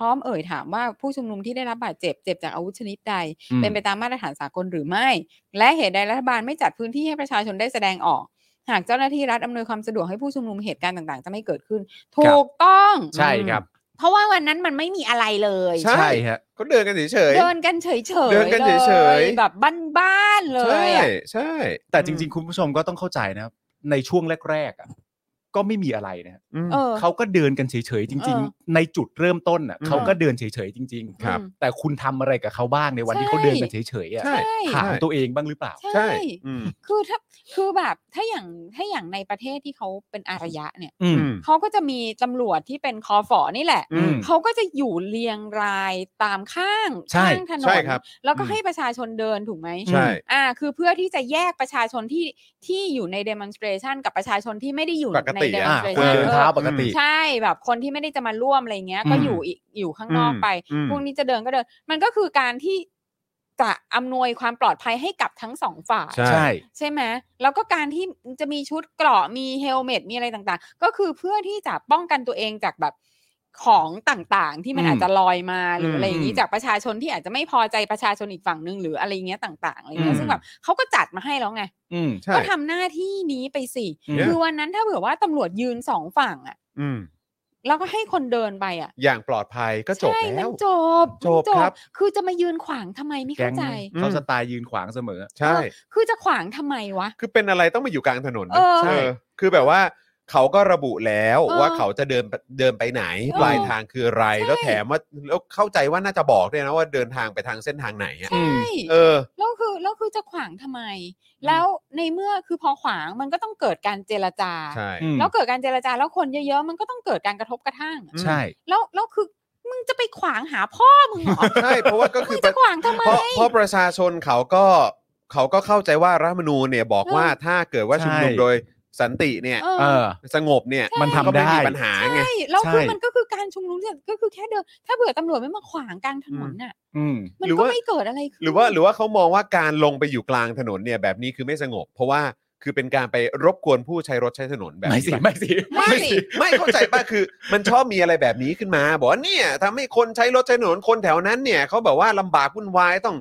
C: พร้อมเอ่ยถามว่าผู้ชุมนุมที่ได้รับบาดเจ็บเจ็บจากอาวุธชนิดใด
B: อืม
C: เป็นไปตามมาตรฐานสากลหรือไม่ และเหตุใดรัฐบาลไม่จัดพื้นที่ให้ประชาชนได้แสดงออก หากเจ้าหน้าที่รัฐอำนวยความสะดวกให้ผู้ชุมนุมเหตุการณ์ต่างๆ จะไม่เกิดขึ้น ถูกต้อง
B: ใช่ครับ
C: เพราะว่าวันนั้นมันไม่มีอะไรเลย
A: ใช่
B: ใช่ฮะ
A: ก็เดินกันเฉย
C: เดินกันเฉยๆ
A: เดินกันเฉยๆ
C: ลแบบบ้านๆ
A: ๆ
C: เลย
A: ใช่
C: อะ
A: ใช่
B: แต่จริง ๆ คุณผู้ชมก็ต้องเข้าใจนะครับในช่วงแรกๆอะ
D: ก็ไม่มีอะไรนะฮะ
A: อืม
C: เออ
D: เขาก็เดินกันเฉยๆจริง
C: เออ
D: ๆ ในจุดเริ่มต้นอ่ะ
A: อืม
D: เขาก็เดินเฉยๆจริง
A: ครับ
D: แต่คุณทำอะไรกับเขาบ้างในวันที่
C: ใช่
D: เขาเดินกันเฉยๆอ่ะ
A: ใช่
D: ถามตัวเองบ้างหรือเปล่า
A: ใช่
C: ใช่
A: อืม
C: คือถ้าคือแบบถ้าอย่างถ้าอย่างในประเทศที่เขาเป็นอารยะเนี่ย
D: อืม
A: อืม
C: เขาก็จะมีตำรวจที่เป็นคอฝอนี่แหละ
A: อืม
C: เขาก็จะอยู่เรียงรายตามข้าง
D: ใช่
C: ข้างถน
A: ใช่
C: น
A: ครับ
C: แล้วก็
D: อืม
C: ให้ประชาชนเดินถูกไหม
A: ใช่
C: อ่า คือเพื่อที่จะแยกประชาชนที่ที่อยู่ใน demonstration กับประชาชนที่ไม่ได้อยู่
A: ปก
C: ใน
A: ติอ่ะ
D: อ่าคน
C: demonstration
D: เดินเท้าปกติ
C: ใช่แบบคนที่ไม่ได้จะมาร่วมอะไรเงี้ย
D: อืม
C: ก็อยู่อีกอยู่ข้างนอกไป
A: อืม
C: พวกนี้จะเดินก็เดิน มันก็คือการที่จะอำนวยความปลอดภัยให้กับทั้งสองฝ่าย
A: ใช่
D: ใช่
C: ใช่ไหมแล้วก็การที่จะมีชุดเกราะมีเฮลเมตมีอะไรต่างๆ ก็คือเพื่อที่จะป้องกันตัวเองจากแบบของต่างๆ ที่มัน
D: อืม
C: อาจจะลอยมาหรือ
A: ม
C: อะไรอย่างนี้
D: อืม
C: จากประชาชนที่อาจจะไม่พอใจประชาชนอีกฝั่งหนึ่งหรืออะไรอย่างเงี้ยต่างๆอะไรเงี้
D: อื
C: ย
D: ม
C: ซึ่งแบบเขาก็จัดมาให้แล้วไง
D: อืม
A: ใช่
C: ก็ทำหน้าที่นี้ไปสิ
D: อืม
C: คือวันนั้นถ้าเผื่อว่าตำรวจยืนสองฝั่งอะ
A: อืม
C: แล้วก็ให้คนเดินไปอะ
A: อย่างปลอดภัยก็จบ
C: ใช่มั
A: แล้
C: น
A: ว
C: จบ
A: จบครับ
C: คือจะมายืนขวางทำไมไม่
D: แก๊
C: เข้าง ใจ
D: เขาสไตล์ยืนขวางเสมอ
A: ใช่
C: คือจะขวางทำไมวะ
A: คือเป็นอะไรต้องมาอยู่กลางถนนนะ
C: เออ
A: เออคือแบบว่าเขาก็ระบุแล้ว
C: เออ
A: ว่าเขาจะเดินเดินไปไหน
C: เออ
A: ปลายทางคืออะไร
C: ใช่
A: แล้วแถมว่าแล้วเข้าใจว่าน่าจะบอกด้วยนะว่าเดินทางไปทางเส้นทางไหนอะ
D: อืม
C: ใช่
A: เออ
C: แล้วคือแล้วคือจะขวางทำไม แล้วในเมื่อคือพอขวางมันก็ต้องเกิดการเจรจา
A: ใช่
D: อืม
C: แล้วเกิดการเจรจาแล้วคนเยอะๆ มันก็ต้องเกิดการกระทบกระทั่งอะ
A: อืม
D: ใช่
C: แล้วแล้วคือมึงจะไปขวางหาพ่อมึงเหรอ
A: ใช่ เพราะว่าก็คื
C: มึ
A: อง
C: จะขวางทำไม
A: เพราะเพราะประชาชนเขาก็เขาก็เข้าใจว่ารัฐธรรมนูญเนี่ยบอกว่า
C: เออ
A: ถ้าเกิดว่าชุมนุม
D: ใช่
A: โดยสันติเนี่ย
C: เอ
D: เออ
C: อ
A: สงบเนี่ย
C: มันทำ
A: ก็ไม่มี
D: ได้
A: ปัญหาไง
C: ใช่แล้วคือ
D: ใช่
C: มันก็คือการชุมนุมเนี่ยก็คือแค่เดินถ้าเผื่อตำรวจไม่มาขวางกลางถนนน่ะ
D: อืม
C: มัน
A: หรือ
C: ก็
A: ว่า
C: ไม่เกิดอะไรขึ้น
A: หรือว่าหรือว่าเขามองว่าการลงไปอยู่กลางถนนเนี่ยแบบนี้คือไม่สงบ เพราะว่าคือเป็นการไปรบกวนผู้ใช้รถใช้ถนนแบบ
D: ไม่
A: นี้
D: สิ
A: ปะ
D: ไม่สิ
C: ไม่สิ
A: ไม่เข้าใจป่ะคือ มันชอบมีอะไรแบบนี้ขึ้นมา บอกว่าเนี่ยทำให้คนใช้รถใช้ถนนคนแถวนั้นเนี่ยเขาแบบว่าลำบากวุ่นวายต้อง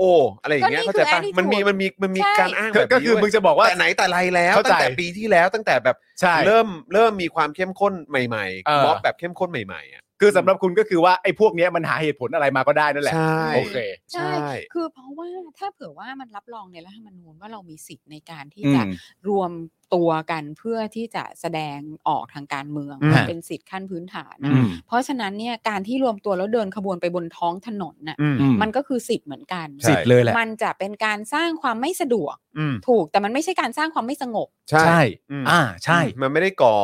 A: โอ้อะไรอย่างเงี้ยเข้าใจป่ะมันมีมันมีมันมีการอ้างแบบ
B: ก็
A: นี้
B: คือมึ
A: เว้
B: ง
A: ย
B: จะบอกว่า
A: แต่ไหนแต่ไรแล้ว
B: เข้า
A: ตั้
B: ใจ
A: งแต่ปีที่แล้วตั้งแต่แบบ
B: ใช่
A: เริ่มเริ่มมีความเข้มข้นใหม่
D: เออ
A: ๆม็อบแบบเข้มข้นใหม่ๆอ่ะ
B: คือสำหรับคุณก็คือว่าไอ้พวกเนี้ยมันหาเหตุผลอะไรมาก็ได้นั่นแหละ
A: ใช่
B: โอเค
C: ใช่
A: ใช่
C: คือเพราะว่าถ้าเผื่อว่ามันรับรองในรัฐธรรมนูญว่าเรามีสิทธิ์ในการที่
D: อื
C: จะ
D: ม
C: รวมตัวกันเพื่อที่จะแสดงออกทางการเมือง
A: อืม
C: มันเป็นสิทธิขั้นพื้นฐานนะ
D: อืม
C: เพราะฉะนั้นเนี่ยการที่รวมตัวแล้วเดินขบวนไปบนท้องถนนน่ะ
A: อืม
D: อืม
C: มันก็คือสิทธิ์เหมือนกัน
A: ใช่
D: สิทธิ์เลยแหละ
C: มันจะเป็นการสร้างความไม่สะดวก
A: อืม
C: ถูก แต่มันไม่ใช่การสร้างความไม่สงบ
A: ใช่
D: ใช่
A: อืม
D: อ่า ใช่
A: มันไม่ได้ก่อ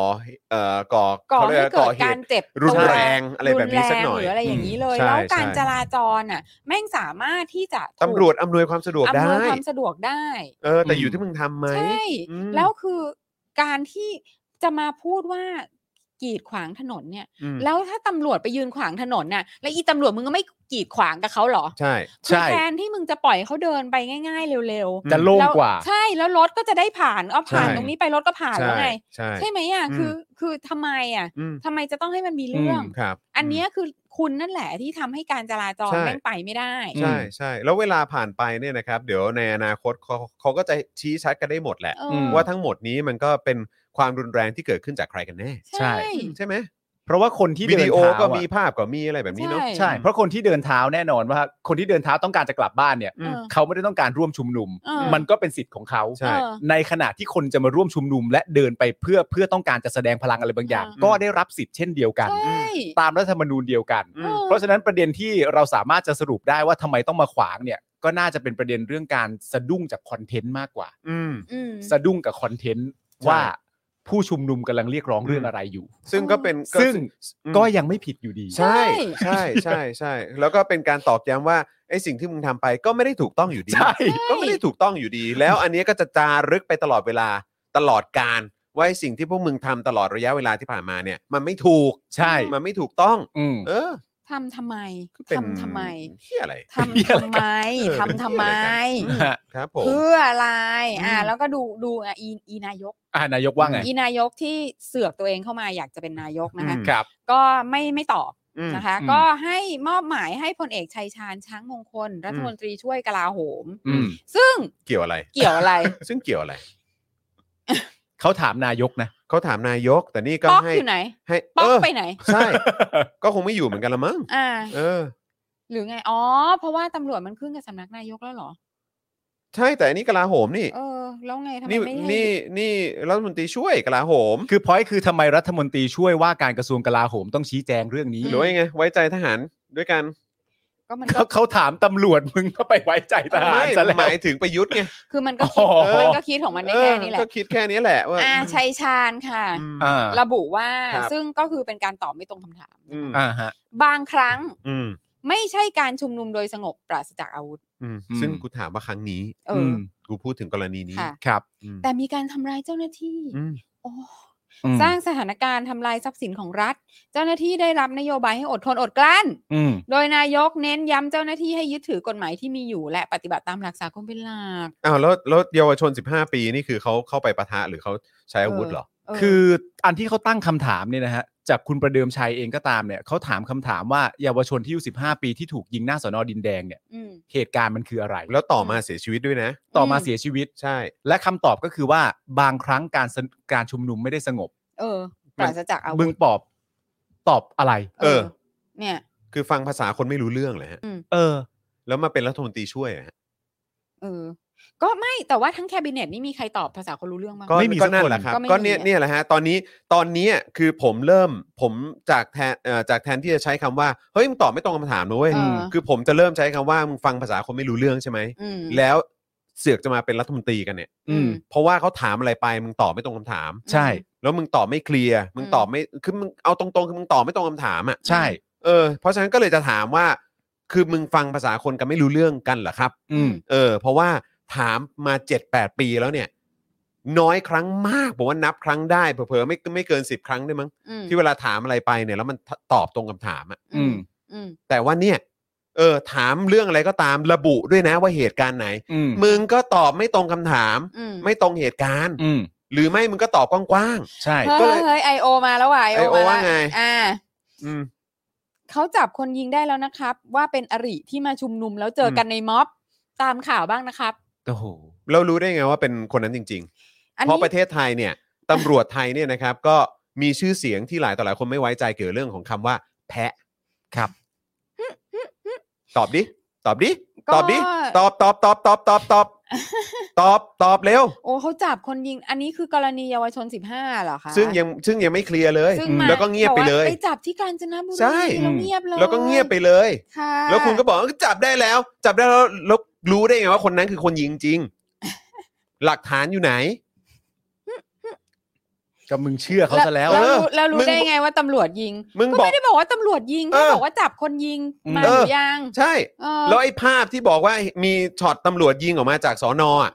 A: เอ่อก่อ
C: ก่อ
A: เขาเรีย
C: ให้
A: ว่า
C: เกิ
A: ก่อ
C: ด
A: เห
C: การ
A: ตุ
C: เจ็บ
A: รุน
C: ตัว
A: แรงอะไรแบบนี้สักหน่อย
C: รุแรงรืออะไรอย่างนี้เลย
A: ใช่
C: แล้วการ
A: ใช่
C: จราจรน่ะแม่งสามารถที่จะถูก
A: ตำรวจอำนวยความสะดวก
C: อำ
A: ได้
C: นวยความสะดวกได้
A: เออแต่อยู่ที่มึงทำไหม
C: ใช่
A: อืม
C: แล้วคือการที่จะมาพูดว่ากีดขวางถนนเนี่ย
A: อืม
C: แล้วถ้าตำรวจไปยืนขวางถนนน่ะ แล้วอีตำรวจมึงก็ไม่กีดขวางกับเขาเหรอ
A: ใช่
C: คือ
D: ใช่
C: แทนที่มึงจะปล่อยเขาเดินไปง่าย ๆ เร็ว
A: อืม
D: จะ
C: ๆ
D: โล่ง
C: แว
D: กว่า
C: ใช่แล้วรถก็จะได้ผ่านเอาผ่าน
A: ใช่
C: ตรงนี้ไปรถก็ผ่านแล้วไง
A: ใช่
C: ใช่ไหมอ่ะคือคือทำไมอ่ะ
A: อืม
C: ทำไมจะต้องให้มันมีเรื่อง
D: อืม
A: ครับ
C: อันเนี้ยคือคุณนั่นแหละที่ทำให้การจราจร
A: ใช่
C: แม่งไปไม่ได้
A: ใช่ใช่แล้วเวลาผ่านไปเนี่ยนะครับ เดี๋ยวในอนาคตเขาเขาก็จะชี้ชัดกันได้หมดแหละ
C: เออ
D: ม
A: ว่าทั้งหมดนี้มันก็เป็นความรุนแรงที่เกิดขึ้นจากใครกันแน่
C: ใช่
A: ใช่ไหม
D: เพราะว่าคนที่
A: วิ
D: เดิน
A: ดีโอ
D: เท้า
A: ก็
D: อะ
A: มีภาพก็มีอะไรแบบนี้เนาะ
D: ใช่ เพราะคนที่เดินเท้าแน่นอนว่า คนที่เดินเท้าต้องการจะกลับบ้านเนี่ย
A: อืม
C: เออ
D: เขาไม่ได้ต้องการร่วมชุมนุม
C: เออ
D: มันก็เป็นสิทธิ์ของเขา
A: ใช่
C: เออ
D: ในขณะที่คนจะมาร่วมชุมนุม และเดินไปเพื่อเพื่อต้องการจะแสดงพลังอะไรบางอย่าง
C: อ่า
D: ก็ได้รับสิทธิ์เช่นเดียวกัน
C: ใช่
D: ตามรัฐธรรมนูญเดียวกัน
A: อืม
C: ออ
D: เพราะฉะนั้นประเด็นที่เราสามารถจะสรุปได้ว่าทำไมต้องมาขวางเนี่ย ก็น่าจะเป็นประเด็นเรื่องการสะดุ้งจากคอนเทนต์มากกว่า
A: อืม
C: อืม
D: สะดุ้งกับคอนเทนต์ว่าผู้ชุมนุมกำลังเรียกร้องเรื่องอะไรอยู่
A: ซึ่งก็เป็นก็
D: ซึ่ง
A: อืม
D: ก็ยังไม่ผิดอยู่ดี
A: ใช่ใช่ใช่ใช่แล้วก็เป็นการตอกย้ำว่าไอ้สิ่งที่มึงทำไปก็ไม่ได้ถูกต้องอยู่ดี
D: ใช่
A: ก็ไม่ได้ถูกต้องอยู่ดี แล้วอันนี้ก็จะจารึกไปตลอดเวลาตลอดการว่าไอ้สิ่งที่พวกมึงทำตลอดระยะเวลาที่ผ่านมาเนี่ย มันไม่ถูก
D: ใช่
A: มันไม่ถูกต้อง
D: อืม
A: เออ
C: ทำทำไม
A: คือเป็น
C: ทำทำไม
A: เหี้ยอะไร
C: ทำทำไมทำทำไม
A: อืม ครับผม
C: เพื่ออะไรอ่า
A: อืม
C: แล้วก็ดูดูอ่ะอีอีนายก
D: อ่านายกว่าไง
C: อีนายกที่เสือกตัวเองเข้ามาอยากจะเป็นนายกนะคะ
A: อืม
D: ครับ
C: ก็ไม่ไม่ตอบ
A: อืม
C: นะคะ
D: อืม
C: ก็ให้มอบหมายให้พลเอกชัยชาญช้างมงคล รัฐมนตรีช่วยกลาโหม
A: อื
D: อื
A: ม
D: ม
C: ซึ่ง
A: เกี่ยวอะไร
C: เกี่ยวอะไร
A: ซึ่งเกี่ยวอะไร
D: เขาถามนายกนะ
A: เขาถามนายก แต่นี่ ก็
C: ป๊อก
A: ให้
C: อยู่ไหน
A: ให้
C: ป๊อก
A: เออ
C: ไปไหน
A: ใช่ ก็คงไม่อยู่เหมือนกันละมั้ง
C: อ่า
A: เออ
C: หรือไง อ๋อ เพราะว่าตำรวจมันขึ้นกับสำนักนายกแล้วเหรอ
A: ใช่แต่อันนี้กลาโหมนี่
C: เออ แล้วไงทำไม
A: นี่
C: ไม่ให้
A: นี่นี่รัฐมนตรีช่วยกลาโหม
D: คือพอยคือทำไมรัฐมนตรีช่วยว่าการกระทรวงกลาโหมต้องชี้แจงเรื่องนี้
A: หรือว่ายังไงไว้ใจทหารด้วยกัน
C: ก็มันก็
D: เขาเขาถามตำรวจมึงก็ไปไว้ใจทหาร
A: ไม่
D: ซะแล้ว
A: หมายถึงประยุทธ์ไง
C: คือมันก็คิด
D: อ๋อ
C: มันก็คิดของมันได้
A: เออ
C: แค่นี้แหละ
A: ก็คิดแค่นี้แหละว่า
C: อ่าชัยชาญค่ะ
A: อืม
D: อ่า
C: ระบุว่า
A: ครับ
C: ซึ่งก็คือเป็นการตอบไม่ตรงคำถาม
A: อืม
D: อ่าฮะ
C: บางครั้ง
A: อืม
C: ไม่ใช่การชุมนุมโดยสงบปราศจากอาวุธ
A: อืม
D: อืม
A: ซึ่งกูถามว่าครั้งนี้
C: เออ
D: อื
C: อ
D: ม
A: กูพูดถึงกรณีนี้
C: ค่ะ
D: ครับ
A: อืม
C: แต่มีการทำร้ายเจ้าหน้าที่
A: อืม
C: โอ้
D: อืม
C: สร้างสถานการณ์ทำลายทรัพย์สินของรัฐ เจ้าหน้าที่ได้รับนโยบายให้อดทนอดกลั้น
D: อืม
C: โดยนายกเน้นย้ำเจ้าหน้าที่ให้ยึดถือกฎหมายที่มีอยู่และปฏิบัติตามหลักสากลเป็นหลัก
A: อ้าวแล้วแล้วเยาวชน 15 ปีนี่คือเขาเข้าไปปะทะหรือเขาใช้อาวุธเหรอ
C: เออ
D: คืออันที่เขาตั้งคำถามเนี่ยนะฮะจากคุณประเดิมชัยเองก็ตามเนี่ยเขาถามคำถามว่าเยาวชนที่อายุ15 ปีที่ถูกยิงหน้าสอนอดินแดงเนี่ย
C: ม
D: เหตุการณ์มันคืออะไร
A: แล้วต่อมาเสียชีวิตด้วยนะ
D: ต่อมา
C: อืม
D: เสียชีวิต
A: ใช่
D: และคำตอบก็คือว่าบางครั้งการสนการชุมนุมไม่ได้สงบ
C: เออปราศจากอา
D: มึ
C: วุ
D: ง
C: ธ
D: ตอบตอบอะไร
A: เออ
C: เนี่ย
A: คือฟังภาษาคนไม่รู้เรื่องเลยฮะ
D: เออ
A: แล้วมาเป็นรัฐมนตรีช่วยอะฮะ
C: เออ ก็ไม่แต่ว่าทั้งแคบิเนตนี่มีใครตอบภาษาคนรู้เรื่องบ้าง
A: ก็
D: ไม่มี
A: ก็
D: สัก
A: นั่น
D: คน
A: แหละครับ
C: ก็ไม่
A: ก็เนี่ย
C: มีอะ
A: เนี่ยแหละฮะตอนนี้ตอนนี้คือผมเริ่มผมจากแทนเอ่อจากแทนที่จะใช้คำว่าเฮ้ยมึงตอบไม่ตรงคำถามนะเว้ย
C: เออ
A: คือผมจะเริ่มใช้คำว่ามึงฟังภาษาคนไม่รู้เรื่องใช่ไหม
C: อืม
A: แล้วเสือกจะมาเป็นรัฐมนตรีกันเนี่ย
D: อืม
A: เพราะว่าเขาถามอะไรไปมึงตอบไม่ตรงคำถาม
D: ใช่
A: แล้วมึงตอบไม่เคลียร์มึงตอบไม่คือมึงเอาตรงๆคือมึงตอบไม่ตรงคำถามอ่ะ
D: ใช่
A: เออเพราะฉะนั้นก็เลยจะถามว่า คือมึงฟังภาษาคนกันไม่รู้เรื่องกันเหรอครับ
D: อืม
A: เออ เพราะว่าถามมา 7-8 ปีแล้วเนี่ย น้อยครั้งมากผมว่านับครั้งได้เผลอๆไม่ไม่เกิน 10 ครั้งได้วยมั้ง
C: อืม
A: ที่เวลาถามอะไรไปเนี่ยแล้วมันตอบตรงคำถามอะ
D: อืม
C: อืม
A: แต่ว่าเนี่ย เออ ถามเรื่องอะไรก็ตามระบุด้วยนะว่าเหตุการณ์ไหน
D: อืม
A: มึงก็ตอบไม่ตรงคำถาม
C: อืม
A: ไม่ตรงเหตุการณ์
D: อืม
A: หรือไม่มึงก็ตอบกว้าง
D: ใช่
C: เฮ้ย
A: ก็เลย
C: เฮ้ยไอโอมาแล้วว่ะ
A: IO
C: IO มแล้ว
A: ว่าไง
C: อ่า
A: ๆอืม
C: เขาจับคนยิงได้แล้วนะครับ ว่าเป็นอริที่มาชุมนุมแล้วเจอกันในม็อบตามข่าวบ้างนะครับ
D: โอ้โห
A: เรารู้ได้ไงว่าเป็นคนนั้นจริง
C: อั
A: ๆ
C: น
A: เพราะ
C: นี้
A: ประเทศไทยเนี่ยตำรวจไทยเนี่ยนะครับ ก็มีชื่อเสียงที่หลายต่อหลายคนไม่ไว้ใจเกี่ยวกับเรื่องของคำว่า แพะ
D: ครับ
A: ตอบดิ ตอบดิ
C: ก็
A: ตอบดิ ตอบตอบตอบตอบตอบตอบต อบตอบเร็ว
C: โอ้เขาจับคนยิง อันนี้คือกรณีเยาวชนสิบห้าเหรอคะ
A: ซึ่งยังซึ่งยังไม่เคลียร์เลย
C: ซึ่ง
D: อืม
C: มา
A: แล้วก็เงียบไปเลย
C: อาไปจับที่กาญจนบุรี
A: ใช่
C: แล้วเงียบเลย
A: แล้วก็เงียบไปเลย
C: ค่ะ
A: แล้วคุณก็บอกว่าจับได้แล้ว จับได้แล้วแล้วรู้ได้ไงว่าคนนั้นคือคนยิงจริง หลักฐานอยู่ไหน
D: ก็มึงเชื่อเขาซะแล้ว
C: แล้ว
A: เออ
C: รู้แล้วรู้
A: มึง
C: ได้ไงว่าตำรวจยิง
A: มึง
C: ก็
A: บอก
C: ไม่ได้บอกว่าตำรวจยิง
A: เอ
C: เขา
A: อ
C: บอกว่าจับคนยิงมา
A: เอ
C: ห
A: อ
C: รือยัง
A: ใช่
C: เออ
A: แล้วไอ้ภาพที่บอกว่ามีช็อตตำรวจยิงออกมาจากสอนอะ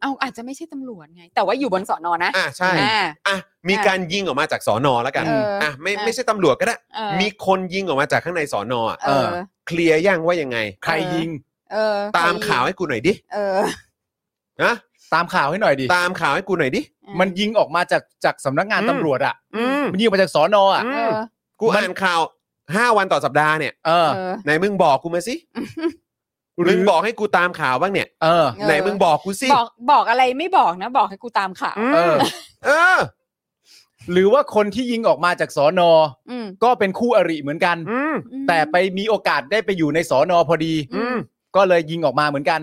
C: เอาอาจจะไม่ใช่ตำรวจไง แต่ว่าอยู่บนสอนอนะ
A: อ่ะใช่
C: อ่า
A: อ่ะมีการยิงออกมาจากสอนอแล้วกัน
C: เอออ่
A: ะไม่
C: เออ
A: ไม่ใช่ตำรวจก็ได้
C: เออ
A: มีคนยิงออกมาจากข้างในสอนอะ
C: เออ
D: เออ
A: เคลียร์ยังว่ายังไง
D: ใครยิง
C: เออ
A: ตามข่าวให้กูหน่อยดิ
C: เออ
A: นะ
D: ตามข่าวให้หน่อยดิ
A: ตามข่าวให้กูหน่อยดิ
D: มันยิงออกมาจากจากสำนักงาน
A: อืม
D: ตำรวจอ่ะ
A: อืม
D: มันยิงออกมาจากสอนออ่ะ
A: อืม
C: เออ
A: กูอ่านข่าวห้าวันต่อสัปดาห์เนี่ย
D: เอ
C: เอ
D: อ
C: อ
A: ไหนมึงบอกกูมาสิ
D: หรือ
A: มึงบอกให้กูตามข่าวบ้างเนี่ย
D: เออ
C: เออ
A: ไหนมึงบอกกูสิ
C: บอกบอกอะไรไม่บอกนะ บอกให้กูตามข่าว
A: อืม
D: เออ
A: เออ
D: หรือว่าคนที่ยิงออกมาจากสอนอ
C: อืม
D: ก็เป็นคู่อริเหมือนกัน
A: อืม
C: อืม
D: แต่ไปมีโอกาสได้ไปอยู่ในสอนอพอดี
A: อืม
D: ก็เลยยิงออกมาเหมือนกัน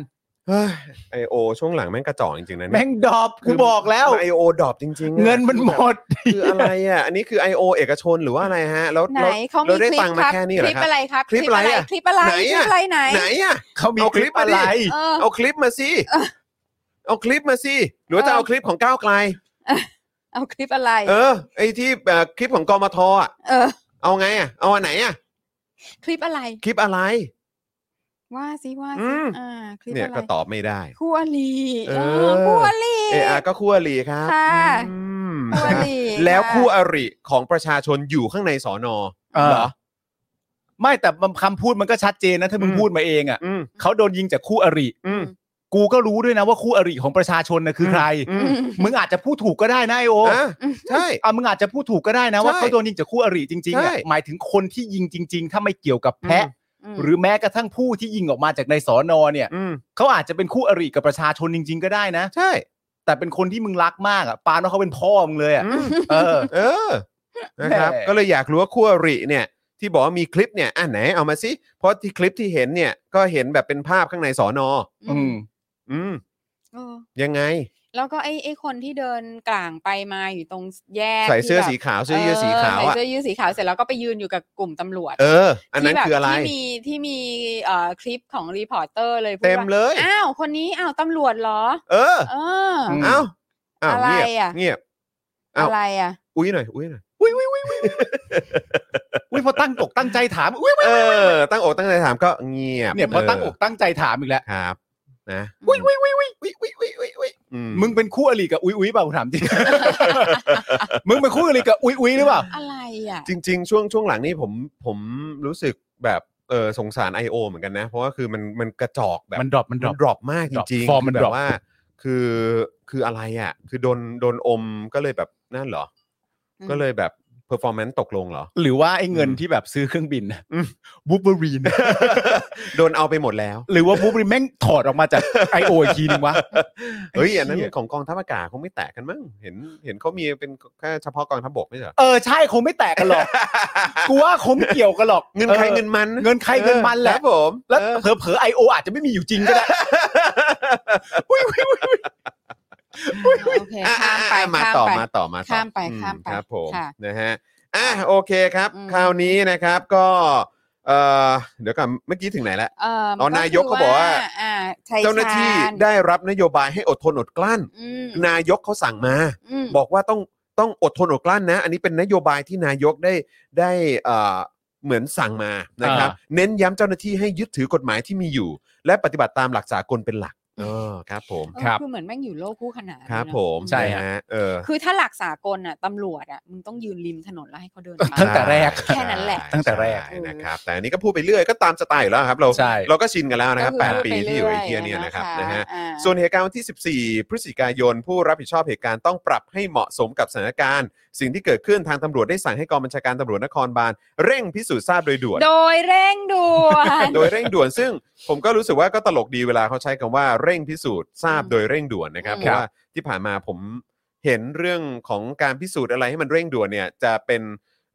A: เฮ้ยไอโอ ช่วงหลังแม่งกระจอกจริงๆนะเนี่ย
D: แม่งดรอปกูบอกแล้ว
A: ไอโอดรอปจริงๆอะ
D: เงินมันหมด
A: คืออะไรอ่ะ อันนี้คือ IO เอกชนหรือว่าอะไรฮะ แล้ว
C: ไหน
A: แล้ว
C: เขามี
A: เราได้
C: คลิ
A: ตั
C: ป
A: งค์
C: ค
A: มา
C: รับ
A: แค่นี้เหรอ
C: คลิปอะไรครับ
A: คลิปอะไรอะ
C: คลิปอะไร
A: ไหน
C: คลิ
A: อะ
C: ปอะไรไหน
A: ไหนอ่ะ
D: เขามี
A: เอาค
D: ค
A: ลิ
D: ลิ
A: ป
D: ป
A: มา
D: อะ
A: ดิ
D: ไร
C: เออ
A: เอาคลิปมาสิ เอาคลิปมาสิ หรือว่าจะ
C: เออ
A: เอาคลิปของก้าวไกล
C: เอาคลิปอะไร
A: เออ ไอที่เอ่อคลิปของกมทอ่ะ
C: เออ
A: เอาไงอ่ะ เอาอันไหนอ่ะ
C: คลิปอะไร
A: คลิปอะไร
C: ว่าสิว่า
A: อื
C: สิ
A: ม
C: อ่าคลิป
A: เนี่ย
C: อะไร
A: ก็ตอบไม่ได้
C: คู่อรี
A: เออ
C: คู่อรี
A: เออาก็คู่อริครับ
C: ค่ะ
A: อืม
C: คู่อรี
A: แล้ว
C: ะ
A: คู่อริของประชาชนอยู่ข้างในสอนอ
D: เออ
A: เหรอ
D: ไม่แต่คำพูดมันก็ชัดเจนนะถ้ามึง
A: อืม
D: พูดมาเองอ่ะ
A: อืม
D: เขาโดนยิงจากคู่อริ
A: อืม
D: กูก็รู้ด้วยนะว่าคู่อริของประชาชนนะคือใคร
A: อื
C: อื
A: ม
C: ม
D: มึงอาจจะพูดถูกก็ได้นะไอโอ
A: อ่ะใช่
D: อ่ะมึงอาจจะพูดถูกก็ได้นะว่า
A: ใช่
D: เขาโดนยิงจากคู่อริจริงๆ
A: ใช่
D: อ่ะหมายถึงคนที่ยิงจริง ๆ ถ้าไม่เกี่ยวกับแพะ
A: อื
D: หรือแม้กระทั่งผู้ที่ยิงออกมาจากในสอนอเนี่ย
A: อืม
D: เขาอาจจะเป็นคู่อริกับประชาชนจริง ๆ ก็ได้นะ
A: ใช่
D: แต่เป็นคนที่มึงรักมากอ่ะปานว่าเขาเป็นพ่อมึงเลยอ่ะ
A: อืม
D: เออ
A: เออ นะครับ
D: แหม่
A: ก็เลยอยากรู้ว่าคู่อริเนี่ย ที่บอกว่ามีคลิปเนี่ยอ่ะไหนเอามาสิ เพราะที่คลิปที่เห็นเนี่ย ก็เห็นแบบเป็นภาพข้างในสอนอ
D: อืม
A: อืม
C: เออ
A: ยังไง
C: แล้วก็ไอ้ไอ้คนที่เดินกลางไปมาอยู่ตรงแยก
A: ใส่เสื้อ
C: ที่แบบ
A: สีขาวเสื้อยืดสีขาว
C: เออ
A: อ่ะ
C: ใส่เสื้อยืดสีขาวเสร็จแล้วก็ไปยืนอยู่กับกลุ่มตำรวจ
A: เออ อันนั้นคืออะไร
C: ที่แบบที่มีที่มีเอ่อคลิปของรีพอร์เตอร์เลยพูด
A: เต็ม
C: ว่า
A: เลย
C: อ้าวคนนี้อ้าวตำรวจเหรอ
A: เออ
C: เออ
D: ม
A: เอ้าเอ้า
C: อะไร
A: เงียบ
C: อ่ะ
A: เงียบ
C: อะ
A: อ้าว
C: ไรอ่ะ
A: อุ้ยหน่อยอุ้ยหน่อย
D: อุ้ยพอตั้งตกตั้งใจถามอุ้ย
A: เออ ตั้งอกตั้งใจถามก็เงียบ
D: เนี่ยพอตั้งอกตั้งใจถามอีกแล้ว
A: ครับ นะ
C: อุ๊ยอุ๊ยอุ๊ยอุ๊ย
A: อุ้ยอุ้ยอุ้ยอุ้ยอุ้ยอื
D: มึงเป็นคู่อริกับอุ้ยอุ้ยเปล่ากูถามจริง มึงเป็นคู่อริกับอุ้ยอุ้ยหรือเปล่า
C: อะไรอ่ะ
A: จริง ๆ ช่วงช่วงหลังนี่ผมผมรู้สึกแบบเออสงสาร I.O. เหมือนกันนะ เพราะว่าคือมันมันกระจอกแบบ
D: มันดรอปมันดร
A: มั
D: อป
A: นดรอปมากจ
D: drop
A: ริงๆ
D: form มัน
A: คือแบ
D: drop
A: บว่า คือ คืออะไรอ่ะ คือโดน โดนอมก็เลยแบบนั่นเหรอ
C: อืม
A: ก็เลยแบบเพอร์ฟอร์แมนซ์ตกลงเหรอ
D: หรือว่าไอ้เงินที่แบบซื้อเครื่องบิน
A: อืม
D: บูเบอรีน
A: โดนเอาไปหมด แล้ว
D: หรือว่าบูเบอรีนแม่งถอดออกมา จากไอโออีกทีนึงวะ
A: เฮ้ย
D: ไอ้เหี้ย
A: อันนั้นของกองทัพอากาศคงไม่แตกกันมั้ง เห็น เห็นเขามีเป็นแค่เฉพาะกองทัพบกไม่ใช่เหรอ
D: เออใช่คงไม่แตก กันหรอก กูว่าคงไม่เกี่ยวกันหรอก
A: เงินใครเงินมัน
D: เงินใครเงินมันแห
A: ค
D: ละ
A: รับผม
D: แล้ว
A: เออ
D: เผลอๆไอโออาจจะไม่มีอยู่จริงก็ได้ อุ้ยอุ้ยอุ้ยอุ้ย
C: โอเค
A: อ่ะ
C: ข้ามไป
A: อ่ะอ่ะมา
C: ข้าม
A: ต่อ
C: ไป
A: มาต่อมาต่อ
C: ข้ามไป
A: อื
C: ข้ามไป
A: ครับผม
C: ค่ะ
A: นะฮะอ่ะ
C: ค่ะ
A: โอเคครับ
C: อืม
A: คราวนี้นะครับก็เอ่อเดี๋ยวก่อนเมื่อกี้ถึงไหนแล้ว
C: เอ่อ
A: อ๋อนายกเขาบอกว่า
C: อ่าชัยชญ
A: เจ้าหน้าที่ได้รับนโยบายให้อดทนอดกลั้น
C: อืม
A: นายกเขาสั่งมา
C: อืม
A: บอกว่าต้องต้องอดทนอดกลั้นนะ อันนี้เป็นนโยบายที่นายกได้ได้เอ่อเหมือนสั่งมานะครับ
D: อ่า
A: เน้นย้ำเจ้าหน้าที่ให้ยึดถือกฎหมายที่มีอยู่ และปฏิบัติตามหลักสากลเป็นหลักเออครับผม
C: เออ
D: ครับ
C: คือเหมือนแม่งอยู่โลกคู่ขนาน
A: ครับ
C: เลยเนอะ
A: ผม
D: ใช่
A: นะฮะเออ
C: คือถ้าหลักสากลน่ะตำรวจอ่ะมึงต้องยืนริมถนนแล้วให้เขาเดินมา
D: ตั้งแต่แรก
C: แค่นั้นแหละ
A: ใช่
D: ตั้งแต่แรก
A: ใช่นะครับ แต่อันนี้ก็พูดไปเรื่อยก็ตามสไตล์อยู่แล้วครับเรา
D: ใช่
A: เราก็ชินกันแล้วนะครับ
C: ก็คือ
A: 8 ปีที่อยู่ไอเทียเนี่ยนะครับ
C: ไป
A: นะ
C: เรื่อ
A: ฮะ
C: ยๆอ่า
A: ส่วนเหตุการณ์วันที่ 14 พฤศจิกายน ผู้รับผิดชอบเหตุการณ์ต้องปรับให้เหมาะสมกับสถานการณ์ สิ่งที่เกิดขึ้นทางตำรวจได้สั่งให้กองบัญชาการตำรวจนครบาลเร่งพิสูจน์ทราบโดยด่วน
C: โดยเร่งด่วน
A: โดยเร่งด่วนซึ่งผมก็รู้สึกว่าก็ตลกดีเวลาเขาใช้คำว่าเร่งพิสูจน์ทราบโดยเร่งด่วนนะครับเพ
D: ครั
A: ราะ
D: บ
A: ว่าที่ผ่านมาผมเห็นเรื่องของการพิสูจน์อะไรให้มันเร่งด่วนเนี่ยจะเป็น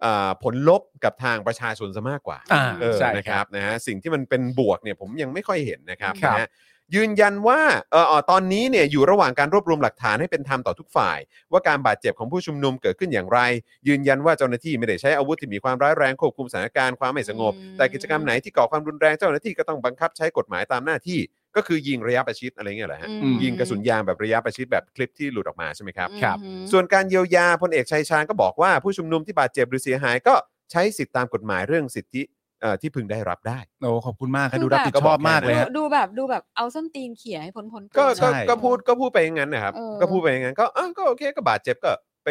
A: เอ่อผลลบกับทางประชาชนซะมากกว่า
D: อ่า
A: เออ
D: ใช่
A: นะ
D: ค
A: ค
D: รั
A: รับ บนะฮะสิ่งที่มันเป็นบวกเนี่ยผมยังไม่ค่อยเห็นนะครับ
D: ครับ
A: นะฮะยืนยันว่าเออเอ่อตอนนี้เนี่ยอยู่ระหว่างการรวบรวมหลักฐานให้เป็นธรรมต่อทุกฝ่าย ว่าการบาดเจ็บของผู้ชุมนุมเกิดขึ้นอย่างไร ยืนยันว่าเจ้าหน้าที่ไม่ได้ใช้อาวุธที่มีความร้ายแรงควบคุมสถานการณ์ความไม่สงบ แต่กิจกรรมไหนที่ก่อความรุนแรงเจ้าหน้าที่ก็ต้องบังคับใช้กฎหมายตามหน้าที่ ก็คือยิงระยะประชิดอะไรเงี้ยเหรอฮะ
D: อืม
A: ยิงกระสุนยางแบบระยะประชิดแบบคลิปที่หลุดออกมาใช่ไหมครับ
D: ครับ
C: อืม
A: ส่วนการเยียวยาพลเอกชัยชาญก็บอกว่าผู้ชุมนุมที่บาดเจ็บหรือเสียหายก็ใช้สิทธิตามกฎหมายเรื่องสิทธิเอ่อที่พึงได้รับได้
D: โอ้ขอบคุณมากครับดูรับผิดชอบมากเลยฮะ
C: ดูแบบดูแบบเอาส้นตีนเขี่ยให้พ้นพ้นๆ
A: ก็
C: ตัว
A: ก็
C: หน่อย
A: ก็พูดก็พูดไปอย่างนั้นนะครับ
C: เออ
A: ก็พูดไปอย่างนั้นก็อ่ะก็โอเคก็บาดเจ็บก็ไป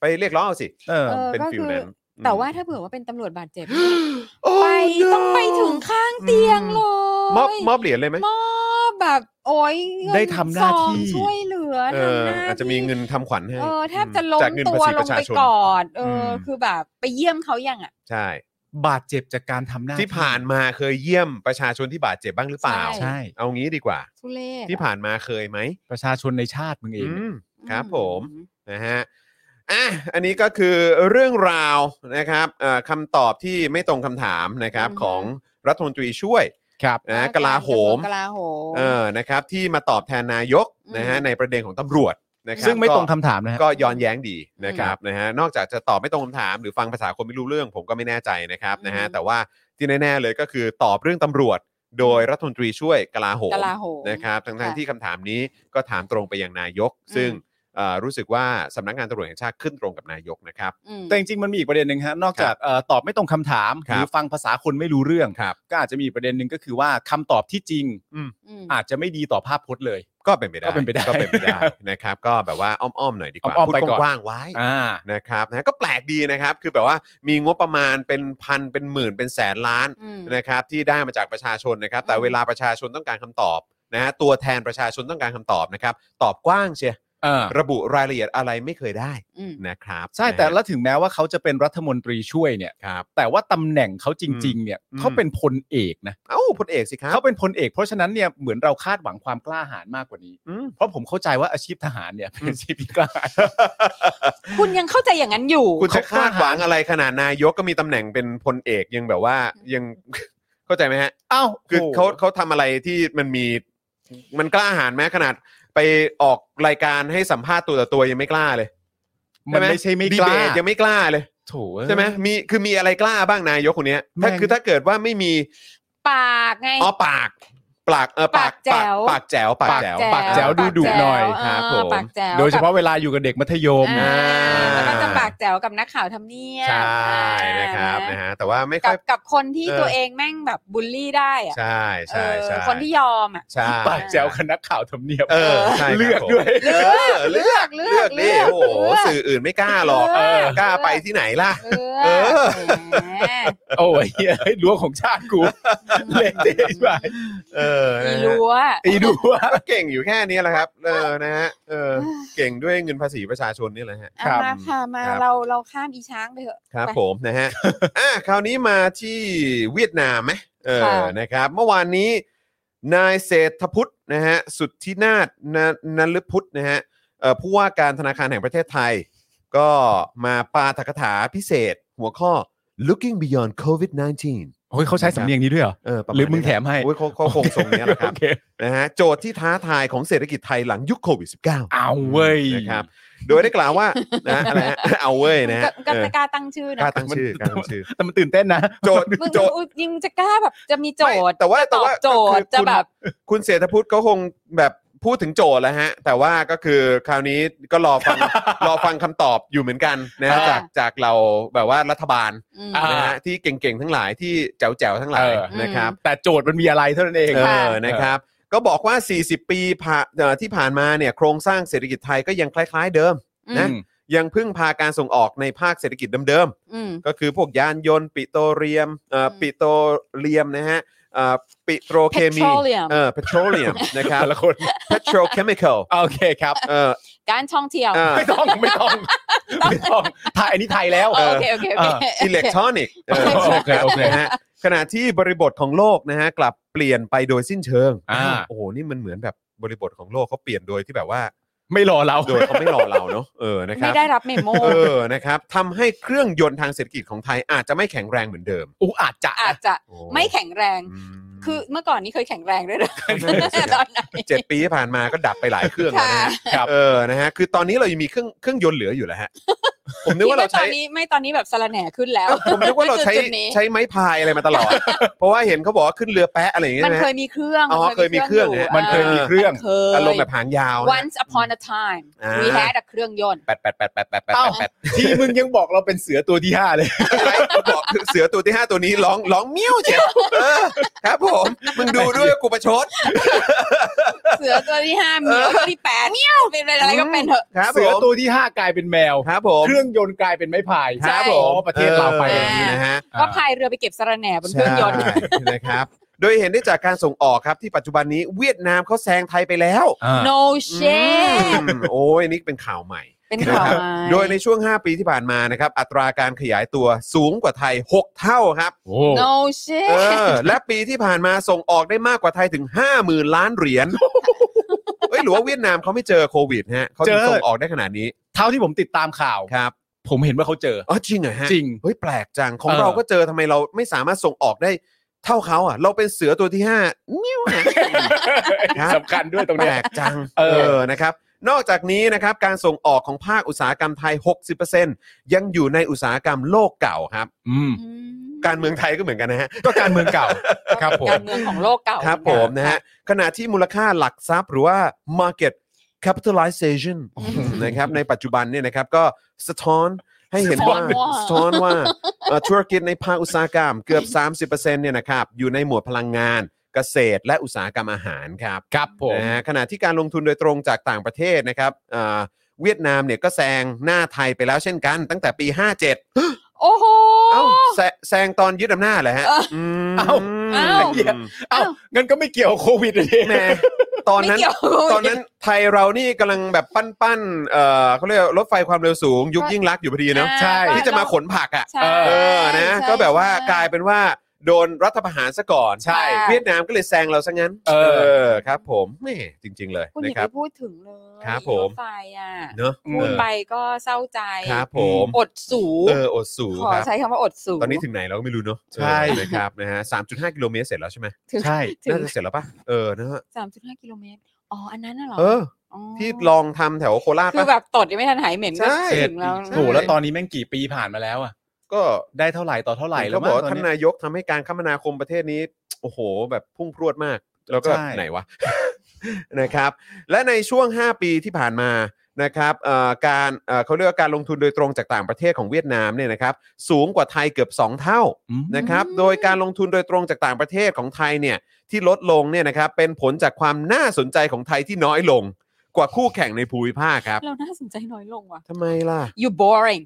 A: ไปเรียกร้องเอาสิ
D: เออ
C: เออ
A: เป็น
C: ก็
A: ฟิล
C: คือ
A: นั้นอืม
C: แต่ว่าถ้าเผื่อว่าเป็นตำรวจบาดเจ็บ
A: โอ้
C: ไป
A: no
C: ต้องไปถึงข้างเตียงเลย
A: มอบมอบเหรียญเลยไหม
C: มอบแบบโอ้ยเงิน
D: ได้ทำหน้าที่
C: ซองช่วยเหลือ
A: เออ
C: ทำหน้าที่
A: อาจจะมีเงินทำขวัญให้
C: เออแทบจะล้ม
A: จากเงิน
C: ตั
A: ภาว ษีป
C: ลง
A: ระชา
C: ไป
A: ชน
C: กอดเอออ
A: ม
C: คือแบบไปเยี่ยมเขายังอ่ะ
A: ใช่
D: บาดเจ็บจากการทำหน้า
A: ที่ผ่านมาเคยเยี่ยมประชาชนที่บาดเจ็บบ้างหรือเปล่า
C: ใช่
D: ใช่
A: เอางี้ดีกว่า
C: ทุเรศ
A: ที่ผ่านมาเคยไหม
D: ประชาชนในชาติมึงเอ
A: อืม
D: ง
A: ครับผม นะฮะ อ่ะ อันนี้ก็คือเรื่องราวนะครับเอ่อคำตอบที่ไม่ตรงคำถามนะครับของรัฐมนตรีช่วย
D: ครับ
A: นะกลาโหม
C: กลาโหม
A: เออ นะครับที่มาตอบแทนนายกนะฮะ
C: อืม
A: ในประเด็นของตำรวจนะครับ
D: ซึ่งไม่ตรง
A: ก็
D: คำถามนะฮะ
A: ก็ย้อนแย้งดีนะครับนะฮะนอกจากจะตอบไม่ตรงคำถามหรือฟังภาษาคนไม่รู้เรื่อง ผมก็ไม่แน่ใจนะครับนะฮะแต่ว่าที่แน่ๆเลยก็คือตอบเรื่องตำรวจ โดยรัฐมนตรีช่วยกลาโหม
C: กลาโหม
A: นะครับทั้งๆ
C: ค่ะ
A: ที่คำถามนี้ก็ถามตรงไปยังนายก
C: ม
A: ซึ่งเอ่อรู้สึกว่าสำนักงานตำรวจแห่งชาติขึ้นตรงกับนายกนะครับ
C: อืม
D: แต่จริงๆมันมีอีกประเด็นหนึ่งฮะนอกจากเอ่อตอบไม่ตรงคำถาม
A: ครับ
D: หรือฟังภาษาคนไม่รู้เรื่อง
A: ครับ
D: ก็อาจจะมีประเด็นหนึ่งก็คือว่าคำตอบที่จริงอาจจะไม่ดีต่อภาพพจน์เลย
A: ก็เป็นไปได้
D: ก็เป็นไปได้
A: ก็เป็นไปได้นะครับก็แบบว่าอ้อมๆหน่อยดีกว่า
D: อ้อมๆ
A: พูด
D: ไปก่อน
A: กว้างๆไว้
D: อ่า
A: นะครับนะก็แปลกดีนะครับ คือแบบว่ามีงบประมาณเป็นพันเป็นหมื่นเป็นแสนล้าน
C: อืม
A: นะครับที่ได้มาจากประชาชนนะครับ แต่
C: อืม
A: เวลาประชาชนต้องการคำตอบนะฮะตัวแทนประชาชนต้องการคำตอบนะครับ ตอบกว้างเชีย
D: เออ
A: ระบุรายละเอียดอะไรไม่เคยได้
C: อืม
A: นะครับ
D: ใช่แต่
A: นะฮะ
D: ละถึงแม้ว่าเขาจะเป็นรัฐมนตรีช่วยเนี่ย
A: ครับ
D: แต่ว่าตำแหน่งเขาจริง ๆ เนี่ย
A: อืม
D: เขาเป็นพลเอกนะ
A: เอ้าพลเอกสิครับ
D: เขาเป็นพลเอก เพราะฉะนั้นเนี่ยเหมือนเราคาดหวังความกล้าหาญมากกว่านี้
A: อืม
D: เพราะผมเข้าใจว่าอาชีพทหารเนี่ยเป็นอาชีพที่กล้าหาญ
C: คุณยังเข้าใจอย่างนั้นอยู่
A: คุณจะคาดหวังอะไรขนาดนายกก็มีตำแหน่งเป็นพลเอกยังแบบว่ายัง เข้าใจไหมฮะ
D: อ้าว
A: คือ
D: โห
A: เขาเขาทำอะไรที่มันมี มันกล้าหาญไหมขนาดไปออกรายการให้สัมภาษณ์ตัวต่อตัวยังไม่กล้าเลย
D: มันไม่ใช่ไม่
A: ดี
D: ก
A: เบ
D: ล้า
A: ตยังไม่กล้าเลย
D: โถ่เอ้ย
A: ใช่ไหมมีคือมีอะไรกล้าบ้างนายกคนเนี้ยถ้า
D: แม่ง
A: คือถ้าเกิดว่าไม่มี
C: ปากไง
A: อ๋อปาก ปากเออปาก
C: ปากแจ๋ว
A: ปากแจ๋วปากแจ๋ว
D: ปากแจ๋วดูดุหน่อย
C: เ
A: ครับผม
C: ปากแจ๋ว
D: โดยเฉพาะเวลาอยู่กับเด็กมัธยม
C: อ่า
A: อ่า
C: แล้วก็จะปากแจ๋วกับนักข่าวทำเนียบ
A: ใช่
C: อ่า
A: นะครับนะฮะแต่ว่าไม่ค่
C: กั
A: อบ ย
C: กับคนที่
A: เออ
C: ตัวเองแม่งแบบบูลลี่ได้อะ
A: ใช่ใช่ใช่
C: เออคนที่ยอมอ่ะ
A: ใช่
D: ปากแจ๋วคณะข่าวทำเนียบ
A: เออใช่ครับ
D: เลือกด้วย
A: ผมเออเลือก
C: เลื
A: เลื
C: อ
A: อก ก
C: เลื
A: ดิ
C: อก
A: โอ้โห
C: เลือก
A: สื่ออื่นไม่กล้าหรอก
C: เออ
A: กล้าไปที่ไหนล่ะ
C: เอ
A: เอ
C: อ
A: อ
C: แหม
D: โอ้ยเฮ้ยรั้วของชาติกูเละเทะไป
A: เออ
C: อี
A: นะฮะ
C: รั้ว
D: อีดูว่า
A: ก็ เก่งอยู่แค่นี้แหละครับ เออ นะฮะ เออ เก่งด้วยเงินภาษีประชาชนนี่แหละฮะ
C: อ่ะมาค่ะมา
A: ครับ
C: เราเราข้ามอีช้างไปเถอะ
A: ครับ
C: ไป
A: ผมนะฮะ อ่ะคราวนี้มาที่เวียดนามไหมเออ
C: ค่ะ
A: นะครับ เมื่อวานนี้ นายเศรษฐพุทธนะฮะ สุทธินาถนะนลพุทธนะฮะเอ่อผู้ว่าการธนาคารแห่งประเทศไทย ก็มาปาฐกถาพิเศษ หัวข้อ looking beyond covid-19
D: โอ้ยเขาใช้สำเนียงนี้ด้วยเหรอ
A: เออประาณ
D: หรือมึง
A: นี้
D: แถมให้
A: โอ้ยเขาเขาคงส่งเนี้ยแหละครับ
D: โอเ
A: นะฮะโจทย์ที่ท้าทายของเศรษฐกิจไทยหลังยุคโควิด -19
D: เอาเว้ย
A: นะครับ โดยได้กล่าวว่า นะอะไรฮะเอาเว้ยนะฮะ
C: ก็
A: เออก
C: ล้าตั้งชื่อก
A: ล้า
C: นะ
A: ตั้งชื่อกล้าตั้งชื่อ
D: แต่มันตื่นเต้นนะ
A: โจทย์
C: มึง
A: โจทย์
C: อุ๊ยยิงจะกล้าแบบจะมีโจทย์
A: ไม่แต่ว่า
C: ต
A: แต่
C: อบ
A: ว่า
C: โจท
A: คื
C: ย์
A: อ
C: จะ
A: คุณ
C: แบบ
A: คุณเศรษฐพุทธก็คงแบบพูดถึงโจทย์แล้วฮะ แต่ว่าก็คือคราวนี้ก็รอฟัง รอฟังคำตอบอยู่เหมือนกันนะฮะ
D: อ่า
A: จากจากเราแบบว่ารัฐบาล
C: อืม
D: อ่า
A: นะฮะที่เก่งๆทั้งหลายที่แจ๋วๆทั้งหลาย
D: เออ
A: นะครับ
D: แต่โจทย์มันมีอะไรเท่านั้นเอง
A: เอ
C: ค่ะ
A: อ นะครับ ก็บอกว่า 40 ปีผ่าเอ่อที่ผ่านมาเนี่ยโครงสร้างเศรษฐกิจไทยก็ยังคล้ายๆเดิม
C: อืม
A: นะ ยังพึ่งพาการส่งออกในภาคเศรษฐกิจเดิม
C: อืม
A: ๆ ก็คือพวกยานยนต์ปิโตรเลียมเอ่ออ
C: ม
A: ปิโตรเลียมนะฮะเอ่อปิโตรเคมี
C: Petroleum
A: เออ petroleum นะครับ
D: แต่ละคน
A: เ e t r o c h e m i c a l
D: โอเคครับ
A: เออ
C: การท่องเที่ยว
A: เอ่อ
D: ไม่ต้องไม่ต้องไม่ต้องไทยอันนี้ไทยแล้ว
C: เออโอเคโอเคโอ เค
A: อิเล็กทรอนิก
D: โอเคโอเค
A: นะฮะขณะที่บริบทของโลกนะฮะกลับเปลี่ยนไปโดยสิ้นเชิง
D: อ่า
A: โอ้โหนี่มันเหมือนแบบบริบทของโลกเขาเปลี่ยนโดยที่แบบว่า
D: ไม่รอเรา
A: โดยเขาไม่รอเราเนอะเออนะครั
C: ไม่
A: บ
C: ได้รับเมโม
A: เออนะครับทำให้เครื่องยนต์ทางเศรษฐกิจของไทยอาจจะไม่แข็งแรงเหมือนเดิม
D: อูอาจจะ
C: อาจจะ
A: โอ้
C: ไม่แข็งแรง
A: อืม
C: คือ เมื่อก่อนนี้เคยแข็งแรงด้วยนะ
A: นั่นน่ะสิ
C: ตอนไหน
A: เจ็ดปีที่ผ่านมาก็ดับไปหลายเครื่องแล้วนะฮะ
D: ครับ
A: เออนะฮะคือตอนนี้เรายังมีเครื่องเครื่องยนต์เหลืออยู่แล้วฮะ ผมนึกว่าเรา
C: ตอ
A: ใช้
C: นนี้ไม่ตอนนี้แบบสระแหน่ขึ้นแล้ว
A: เอ้าผมนึกว่าเราใช้
C: จุดๆนี้
A: ใช้ไม้พายอะไรมาตลอด เพราะว่าเห็นเขาบอกว่าขึ้นเรือแปะอะไรอย่างเงี้ย
C: มัน
A: นะ
C: เค
A: ฮะ
C: ยมีเครื่อง
A: อ๋อเคยมีเครื่อง
C: ยู่
A: ฮะ
D: มันเคยมีเครื่อง
C: เคย
A: อารมณ์แบบหางยาวนะ
C: once upon a time
A: อ่า
C: we had a เครื่องยนต์
A: แปดแปดแปดแปดแปดแปด
D: เอ้า
A: แปด
D: ที่มึงยังบอกเราเป็นเสือตัวที่ห้าเลย
A: ไม่บอกเสือตัวที่ห้าตัวนี้ร้องร้องมิ้วเจ็บเออครับผมมึงดูด้วยว่ากูประชด
C: เสือตัวที่ห้าเมียวตัวที่แปดเมียวเป็นอะไรก็เป็นเถอะ
A: ครับผม
D: เสือตัวที่ห้ากลายเป็นแมว
A: ครับผม
D: เครื่องยนต์กลายเป็นไม้พายค
C: ใช่
D: รับผมประเทศเราไป
A: ออย่
D: อา
A: ย่าง ง
D: นี้
A: นี้
D: นะ
A: นะฮะ
C: ก็พายเรือไปเก็บสระแหน่บนเครื่องยนต์
A: ใช่นะครับ โดยเห็นได้จากการส่งออกครับที่ปัจจุบันนี้เวียดนามเขาแซงไทยไปแล้ว
C: no shit
A: อืมโอ้ยนี่เป็นข่าวใหม่
C: เป็นข่าว
A: ครับ
C: ร้าย
A: โดยในช่วง 5 ปีที่ผ่านมานะครับ อัตราการขยายตัวสูงกว่าไทย 6 เท่าครับ
D: โอ้
C: no
A: เอ
C: shit
A: อ และปีที่ผ่านมาส่งออกได้มากกว่าไทยถึง 50,000 ล้านเหรียญเอ้ยหรือว่าเวียดนามเขาไม่เจอโควิดฮะเขาถึง
D: เจอ
A: ส่งออกได้ขนาดนี้
D: เท่าที่ผมติดตามข่าว
A: ครับ
D: ผมเห็นว่าเขาเจอ
A: อ๋อจริงเหรอฮะ
D: จริง
A: เฮ้ยแปลกจังของ
D: เออ
A: เราก็เจอทำไมเราไม่สามารถส่งออกได้เท่าเขาอ่ะ เราเป็นเสือตัวที่ห้านิ้วนะ ครับ
D: สำคัญด้วยตรง
A: แป
D: เนี้
A: ล
D: ย
A: กจัง
D: เอ
A: เอ
D: อ
A: อ นะครับ นอกจากนี้นะครับ การส่งออกของภาคอุตสาหกรรมไทย 60%ยังอยู่ในอุตสาหกรรมโลกเก่าครับ
D: อืม
C: อืม
A: การเมืองไทยก็เหมือนกันนะฮะ
D: ก็การเมืองเก่า ครับผม
C: การเมืองของโลกเก่า
A: ครับผมนะฮะ ขณะที่มูลค่าหลักทรัพย์หรือว่า market capitalization นะครับ ในปัจจุบันเนี่ยนะครับ ก็สะท้อนให้เห็นว่าสะท้อนว่าเอ่อธุรกิจในภาคอุตสาหกรรมเกือบ 30%เนี่ยนะครับ อยู่ในหมวดพลังงานเกษตรและอุตสาหกรรมอาหารครับ
D: ครับผม
A: นะฮะขณะที่การลงทุนโดยตรงจากต่างประเทศนะครับอ่าเวียดนามเนี่ยก็แซงหน้าไทยไปแล้วเช่นกัน ตั้งแต่ปี 57 เ
C: โอ้โห
A: อ้าแซแซงตอนยึดอำนาจเหรอฮะ
C: เอ
A: ม
C: อ
D: เอ้า
C: เอ้า
D: เอ้างั้นก็ไม่เกี่ยวกับโควิดเลย
A: แหมตอนนั้น
C: ไม่เกี่ยว
A: ตอนนั้นไทยเรานี่กำลังแบบปั้นปั้นๆเอ่อเขาเรียกรถไฟความเร็วสูง ยุคยิ่งรักษณ์อยู่พอดีเนอะ
C: ใช่
A: ที่จะมาขนผักอ่ะ
C: ใช่
A: เออนะ
C: ใช่
A: ก็แบบว่า
C: ใช่
A: กลายเป็นว่า โดนรัฐประหารซะก่อน
C: ใช่
A: เวียดนามก็เลยแซงเราซะงั้น
D: เออ
A: เออครับ ผมแหม่จริง ๆ เลย
C: คุณอ
A: นะ
C: ย่า
A: ค
C: ไป
A: รับ
C: พูดถึงเลย
A: ครับผม
C: ถไฟอ่ะ
A: เนอะ
C: พูดไป
A: เอ
C: ก็เศร้าใจ
A: อครับ ผม
C: อดสู
A: เอออดสู
C: ขอ
A: ครับ
C: ใช้คำว่าอดสู
A: ตอนนี้ถึงไหนเราก็ไม่รู้เนาะ
D: ใช่
A: เออนะครับนะฮะสามจุดห้ากิโลเมตรเสร็จแล้วใช่ไหม
C: ถึง
D: ใช่
C: ถึ
A: น่าง จะเสร็จแล้วป่ะเออนะฮะ
C: สามจุดห้ากิโลเมตรอ๋ออันนั้นน่ะเหรอ
A: เออ ที่ลองทำแถวโคราช
C: คือ
A: ป่ะ
C: แบบตดยังไม่ทันหายเหม็นก็
A: ใช่
C: ถึงแล้ว
A: ใช่
D: โหแล้วตอนนี้แม่งกี่ปีผ่านมาแล้วอ่ะ
A: ก็
D: ได้เท่าไหร่ต่อเท่าไหร่แล้
A: เขาบ
D: วมั้
A: อกว่า
D: งตอน
A: ท่าน
D: เนี้ย
A: นายกทำให้การคมนาคมประเทศนี้ โอ้โห แบบพุ่งพรวดมาก แล้วก็
D: ใช่
A: ไหนวะ นะครับ และในช่วง 5 ปีที่ผ่านมานะครับเอ่อการเอ่อเขาเรียกว่าการลงทุนโดยตรงจากต่างประเทศของเวียดนามเนี่ยนะครับ สูงกว่าไทยเกือบ 2 เท่า
D: อืม
A: นะครับ โดยการลงทุนโดยตรงจากต่างประเทศของไทยเนี่ยที่ลดลงเนี่ยนะครับเป็นผลจากความน่าสนใจของไทยที่น้อยลงกว่าคู่แข่งในภูมิภาคครับ
C: เราน่าสนใจน้อยลงว่ะ
A: ทำไมล่ะ
C: you boring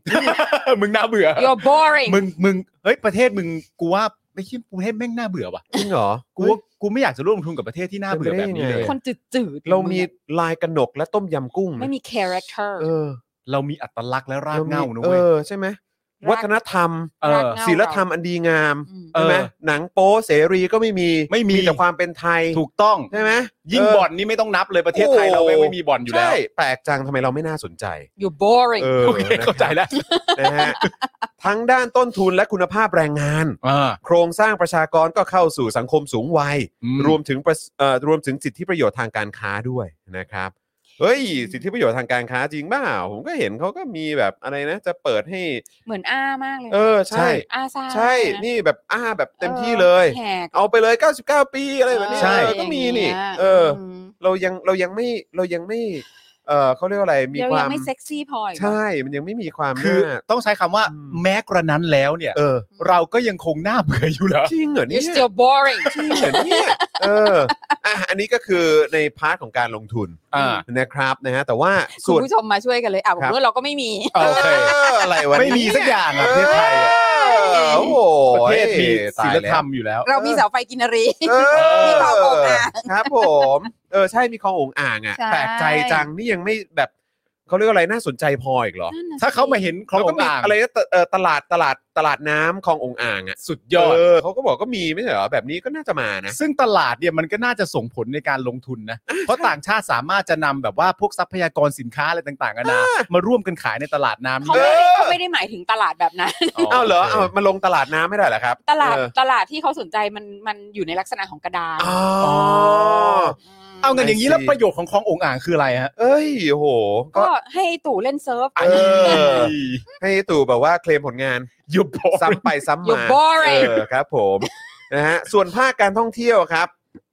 D: มึงน่าเบื่อ
C: you're boring
D: มึงมึงเฮ้ยประเทศมึงกูว่าไม่ใช่ประเทศแม่งน่าเบื่อว่ะ
A: จริงเหรอ
D: กูว่ากูไม่อยากจะร่วมลงทุนกับประเทศที่น่าเบื่อแบบนี้เลย
A: เฮ้
C: คนจืดจืดๆ
A: เรามีลายกระหนกและต้มยำกุ้งนะ
C: ไม่มี character
A: เออ
D: เรามีอัตลักษณ์และราก
A: มี
D: เหง้านะ
A: เอ
D: เว้ย
A: อใช่ไหมวัฒนธรรม
D: เอ
C: ราก
D: อ
C: เหง้า
A: ศิลธรรมอันดีงาม
C: อืม
D: เอ
A: ใช่
D: อ
A: ไหมหนังโป๊เสรีก็ไม่มี
D: ไม่มี
A: แต่ความเป็นไทย
D: ถูกต้อง
A: ใช่ไหม
D: ยิ่ง
A: เ
D: บ่อนนี่ไม่ต้องนับเลยประเทศไทยเราแม่งไม่มีบ่อนอยู่แล้ว
A: ใช่แปลกจังทำไมเราไม่น่าสนใจ
C: you're boring
A: เออ
D: โอเค
A: นะครับ
D: เข้าใจแล้ว
A: นะฮะทั้งด้านต้นทุนและคุณภาพแรงงาน
D: อ่า
A: โครงสร้างประชากรก็เข้าสู่สังคมสูงวัย
D: อื
A: รวมถึงประสเอ่อรวมถึงสิทธิประโยชน์ทางการค้าด้วยนะครับ เฮ้ย สิทธิประโยชน์ทางการค้าจริงเปล่าผมก็เห็นเขาก็มีแบบอะไรนะ จะเปิดให้
C: เหมือนอ้ามากเลย
A: เออ ใช่
C: อ้าซ่า
A: ใช่
C: ะ
A: นี่แบบอ้าแบบเต็มที่
C: ออ
A: เลย
C: แหก
A: เอาไปเลย 99 ปีอะไรแบบนี้
D: ใช่
A: เออก็มีนี่
C: ย่างงี้ย
A: เอออ
C: ม
A: เรายังเรายังไม่เรายังไม่ เออเขาเรียกว่าอะไรมี
C: เรา
A: ควา
C: ยั
A: ม
C: งไม่เซ็กซี่พออีกเหรอ
A: ใช่ มันยังไม่มีความ
D: คือ
A: น่า
D: ต้องใช้คำว่า
A: อืม
D: แม้กระนั้นแล้วเนี่ย
A: เออ
D: เราก็ยังคงน่าเบื่ออยู่เหรอ
A: จริงเหรอเนี่ ย
C: still boring
A: จริงเหรอเนี่ยเอออ่ะอันนี้ก็คือในพาร์ทของการลงทุน
D: อ่า
A: นะครับนะฮะแต่ว่า
C: คุ
A: ส่ว
C: ณ
A: น
C: ผู้ชมมาช่วยกันเลยอ่ะผม
A: ครับ
C: ว่าเราก็ไม่มี
D: โอเค
A: ออะไรวะ
D: ไม่มีสักอย่างอะประเทศไทยอะ
A: เออโอ้โห
D: ประเทศมี
A: ตา
D: ศิ
A: ย
D: ล
A: แว
D: ธรรมอยู่แล้ว
C: เรามีเสาไฟกินรี
A: เออ
C: มีคลององอ่าง
A: ครับผมเออใช่มีคลององอ่างอ่ะ
C: ใช่
A: แปลกใจจังนี่ยังไม่แบบเขาเรียกว่าอะไรน่าสนใจพออีกเหรอ
C: นั่นน่ะ
D: ถ้าเขามาเห็นคลอง
A: แล้วก็มี
D: ต่าง
A: อะไรนะตเอ่อตลาดตลาดตลาดน้ำคลององอ่างอ่ะ
D: สุดยอด
A: เเขาก็บอกก็มีไม่ใช่เหรอแบบนี้ก็น่าจะมานะ
D: ซึ่งตลาดเนี่ยมันก็น่าจะส่งผลในการลงทุนนะ เพราะต่างชาติสามารถจะนำแบบว่าพวกทรัพยากรสินค้าอะไรต่างๆกันานามาร่วมกันขายในตลาดน้ำ
C: เขา
D: นี่
C: ไม่
D: ได้
C: ได้เขาไม่ได้หมายถึงตลาดแบบนั้น
A: เอาเหรอเอามาลงตลาดน้ำไม่ได้เหรอครับ
C: ตลาด
A: เออ
C: ตลาดที่เขาสนใจมันมันอยู่ในลักษณะของกระดาน
A: อ๋อ
C: ม
D: เอาเงินอย่างนี้แล้ว
A: I see
D: ประโยชน์ของคลององอ่างคืออะไรฮะ
A: เอ้ยโหก็
C: ก็ให้ตู่เล่นเซิร์ฟ
A: เออ ให้ตู่แบบว่าเคลมผลงาน
D: ยุบพอ
A: ซ้ำไปซ้ำ
C: You're
A: มา
C: boring
A: เออครับผม นะฮะส่วนภาคการท่องเที่ยวครับ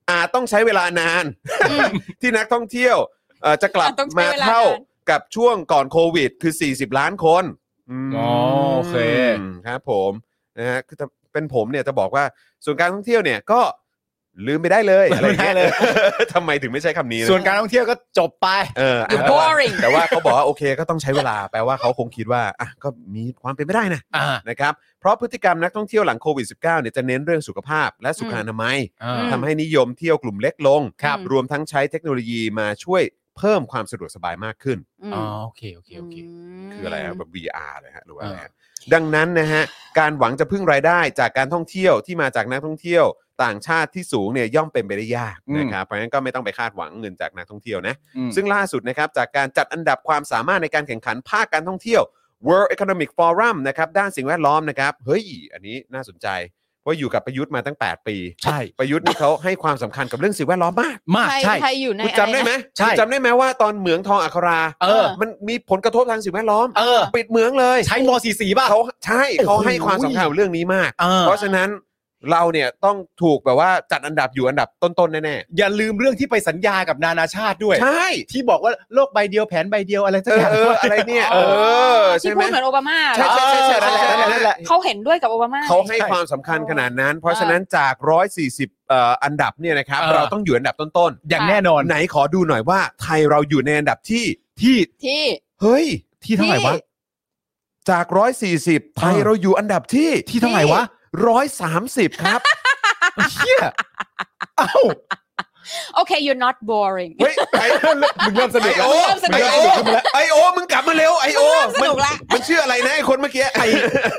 A: อาจต้องใช้เวลานาน
C: อืม
A: ที่นักท่องเที่ยวเอ่อจะกลับ
C: อาจต้องใช้
A: มา
C: เวลานาน
A: เท่ากับช่วงก่อนโควิด คือ 40 ล้านคนม
D: อ๋อโอเค
A: ครับผมนะฮะคือถ้าเป็นผมเนี่ยจะบอกว่าส่วนการท่องเที่ยวเนี่ยก็ลืมไปได้เลยอะไรอย่างเงี้ย
D: ลืมไปได้เลย
A: ทำไมถึงไม่ใช้คำนี้นะ
D: ส่วนการท่องเที่ยวก็จบไป
A: เอออ่ะ
C: You're
A: แต่ว่า
C: boring
A: แต่ว่าเขาบอกว่าโอเคก็ต้องใช้เวลา แปลว่าเขาคงคิดว่าอ่ะก็มีความเป็นไปได้นะ
D: อ่า
A: นะครับเพราะพฤติกรรมนักท่องเที่ยวหลังโควิด -19 เนี่ยจะเน้นเรื่องสุขภาพและสุขอนามัย
D: อ่า
C: ม
A: ทำให้นิยมเที่ยวกลุ่มเล็กลง
C: ครับ
A: รวมทั้งใช้เทคโนโลยีมาช่วยเพิ่มความสะดวกสบายมากขึ้น
C: อืม
D: อ๋อโอเคโอเคโอเค
C: ม
A: คืออะไรอะแบบ VR เลยฮะหรือว่าอะไรฮะ
D: อ่า
A: ดังนั้นนะฮะการหวังจะพึ่งรายได้จากการท่องเที่ยวที่มาจากนักท่องเที่ยว ต่างชาติที่สูงเนี่ยย่อมเป็นไปได้ยากนะครับเพราะฉะนั้นก็ไม่ต้องไปคาดหวังเงินจากนักท่องเที่ยวนะ ซึ่งล่าสุดนะครับ จากการจัดอันดับความสามารถในการแข่งขันภาคการท่องเที่ยว World Economic Forum นะครับ ด้านสิ่งแวดล้อมนะครับ เฮ้ย อันนี้น่าสนใจ เพราะอยู่กับประยุทธ์มาตั้ง 8 ปี
D: ใช่
A: ประยุทธ์นี่เขาให้ความสำคัญกับเรื่องสิ่งแวดล้อมมาก
D: มาก
C: ใคร
D: ใช่
C: ใครอยู่ใน
A: คุณจำได้ไหม
D: ใช่
A: คุณจำได้ไหมว่าตอนเหมืองทองอัครา
D: เออ
A: มันมีผลกระทบทางสิ่งแวดล้อม
D: เออ
A: ปิดเหมืองเลย
D: ใช้มสี่สี่ป่ะ
A: เขาใช่เขา
D: โอ้โห
A: ให้ความสำคัญกับเรื่องนี้มาก
D: เออ
A: เพราะฉะนั้นเราเนี่ยต้องถูกแบบว่าจัดอันดับอยู่อันดับต้นๆแน่
D: อย่าลืมเรื่องที่ไปสัญญากับนานาชาติด้วย
A: ๆใช่
D: ที่บอกว่าโลกใบเดียวแผนใบเดียวอะไรสัก
A: เอ
D: อ
A: อย่าง เอออะไรเนี่ยเออ
C: ที่
A: ใช่ไหม
C: พูดเหมือนโอบามาเหร
A: ใช่
C: อ
A: ใช่ใช่ใช่ใช่ใช่ใช่
C: เขาเห็นด้วยกับโอบามา
A: เขาให้ความสำคัญขนาดนั้น เพราะฉะนั้นจาก 140เอ่ออันดับเนี่ยนะครับ เราต้องอยู่อันดับต้น
D: อย่างแน่นอน
A: ๆ ไหนขอดูหน่อยว่าไทยเราอยู่ในอันดับที่
D: ที่
C: ที่
A: เฮ้ย
D: ที่เท่าไหร่วะ
A: จาก 140 ไทยเราอยู่อันดับที่
D: ที่เท่าไหร่วะ
A: 130 ครับ
D: เชี่ยเอ้า
C: โอเค you're not boring
B: เฮ้ยไอ้มึงเริ่มส
A: ไอ
B: นุกแล้
A: โอ
B: ว
C: เริ่มสนุ
A: ไอกโอไอโอมึงกลับมาเร็วไอโอ
C: เริ่มสนุกละ
A: มันมันชื่ออะไรนะไอคนเมื่อกี้ไอ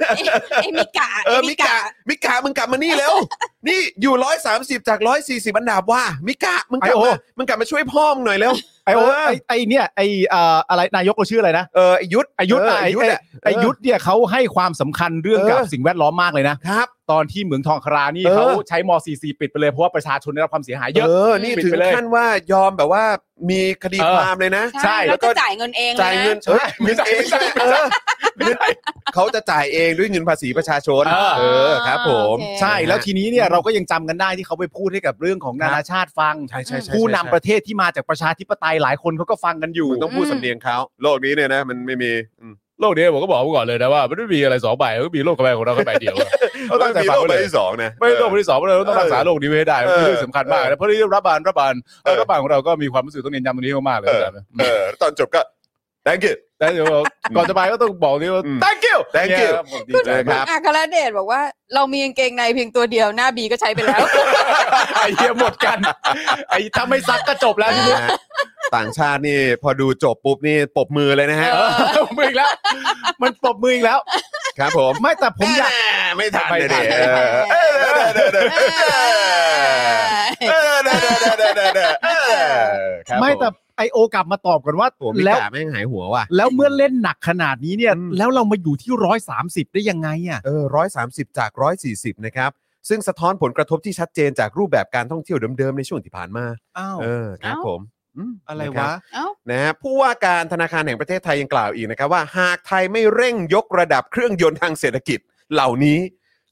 C: ไอ้ไอ้มิกะ
A: เออ
C: ไ
A: มิกะมิกะมึงกลับมานี่แล้ว นี่อยู่ร้อยสามสิบจากร้อยสี่สิบอันดับว่ามิกะมึงกลับมามึงกลับมาช่วยพ่อมึงหน่อยแล้ว
D: ไอโอ
A: เออ
D: ไอ้ไอเนี่ยไอเอ่ออะไรนายกเราชื่ออะไรนะ
A: เออไอยุทธ
D: ไอยุทธ
A: เออ
D: น่ะ
A: ไอ
D: ไอ
A: ยุทธอะ
D: ไอยุทธเนี่ยเขาให้ความสำคัญเรื่องกับ
A: เออ
D: สิ่งแวดล้อมมากเลยนะ
A: ครับ
D: ตอนที่เหมืองทองคารานี่
A: เออ
D: เขาใช้ม .44 ปิดไปเลยเพราะว่าประชาชนได้รับความเสียหายเยอะ
A: เออ นี่
D: ปิด
A: ถึง
D: ไปเลย
A: ขั้นว่ายอมแบบว่ามีคดี
D: เออ
A: ความเลยนะ
C: ใช่
A: แล้
C: แล้ว
A: วก็
C: ก็จ่ายเงินเองล
A: จ่าย
C: ยะ
A: เงินเอ้ยเงินเองเออเขาจะจ่ายเองด้วยเงินภาษีประชาชน
D: เออ
A: เออครับผม
C: โอเค
D: ใช่ แล้ว
A: นะฮะ
D: ทีนี้เนี่ยเราก็ยังจำกันได้ที่เขาไปพูดให้กับเรื่องของนานาชาติฟัง
A: ใช่ใช่ใช่
D: ผู้นำประเทศที่มาจากประชาธิปไตยหลายคนเขาก็ฟังกันอยู่
A: คุณต้องพูดสำเนียงเขาโลกนี้เนี่ยนะ มันไม่มีอืม
D: โลกนี้ผมก็บอกไว้ก่อนเลยนะว่ามันไม่มีอะไรสองใบมัน ก็มีโลกกระใบของเราแค่ใบเดียว เอาตั้งใจ
A: มี
D: ฟัง
A: โลก
D: ไว้
A: ใบ
D: เลย
A: ที่สองนะ
D: ไม่ใช่โลกคนที่สองเราต้องรักษาโลกนี้ไว้ให้ได้มันเป็นเรื่องสำคัญมากนะเพราะที่รัฐบาลรัฐบาลเออรัฐบาลของเราก็มีความรู้สึกต้องเน้นย้ำตรงนี้มากๆเลย
A: เออ
D: นะ
A: เออตอนจบก็ thank you
D: แต่เดี๋ยวก่อนจะไปก็ต้องบอกนี่ว่า
A: อืม
D: thank you
A: Thank you
D: เนี่ยครับผมดีใจ
A: ค
D: มา
A: รั
D: ก
A: บ
C: อัครเดชบอกว่าเรามีกางเกงในเพียงตัวเดียวหน้าบีก็ใช้ไปแล้ว
D: ไอ้เหี้ยหมดกัน ไอ้ถ้าไม่ซักก็จบแล้วพี่บุ๊ค
A: นะฮะต่างชาตินี่พอดูจบปุ๊บนี่ปรบมือเลยนะฮะ
D: เออมืออีกแล้ว มันปรบมืออีกแล้ว
A: ครับผม
D: ไม่แต่ผมอยาก
A: แม่ไม่ทันเลยดิ
D: ไม่ทัน
A: เออเออเออเออเออเออเออเออเออเออเออเออครับ
D: ไม่แต่
A: ผ
D: ไอโอกลับมาตอบกันว่า
A: โหมิ
D: แล้ว
A: กาแม่งหายหัวว่ะ
D: แล้วเมื่อเล่นหนักขนาดนี้เนี่ย
A: อืม
D: แล้วเรามาอยู่ที่ร้อยสามสิบได้ยังไงอ่ะ
A: เออร้อยสามสิบจากร้อยสี่สิบนะครับ ซึ่งสะท้อนผลกระทบที่ชัดเจนจากรูปแบบการท่องเที่ยวเดิมๆ ในช่วงที่ผ่านมา
D: อ้าว
A: เออครับ
C: เอ้า
A: ผมม
D: อะไร
A: นคว
D: ะ
A: บ
C: เอ้า
A: นะฮะผู้ว่าการธนาคารแห่งประเทศไทยยังกล่าวอีกนะครับว่า หากไทยไม่เร่งยกระดับเครื่องยนต์ทางเศรษฐกิจเหล่านี้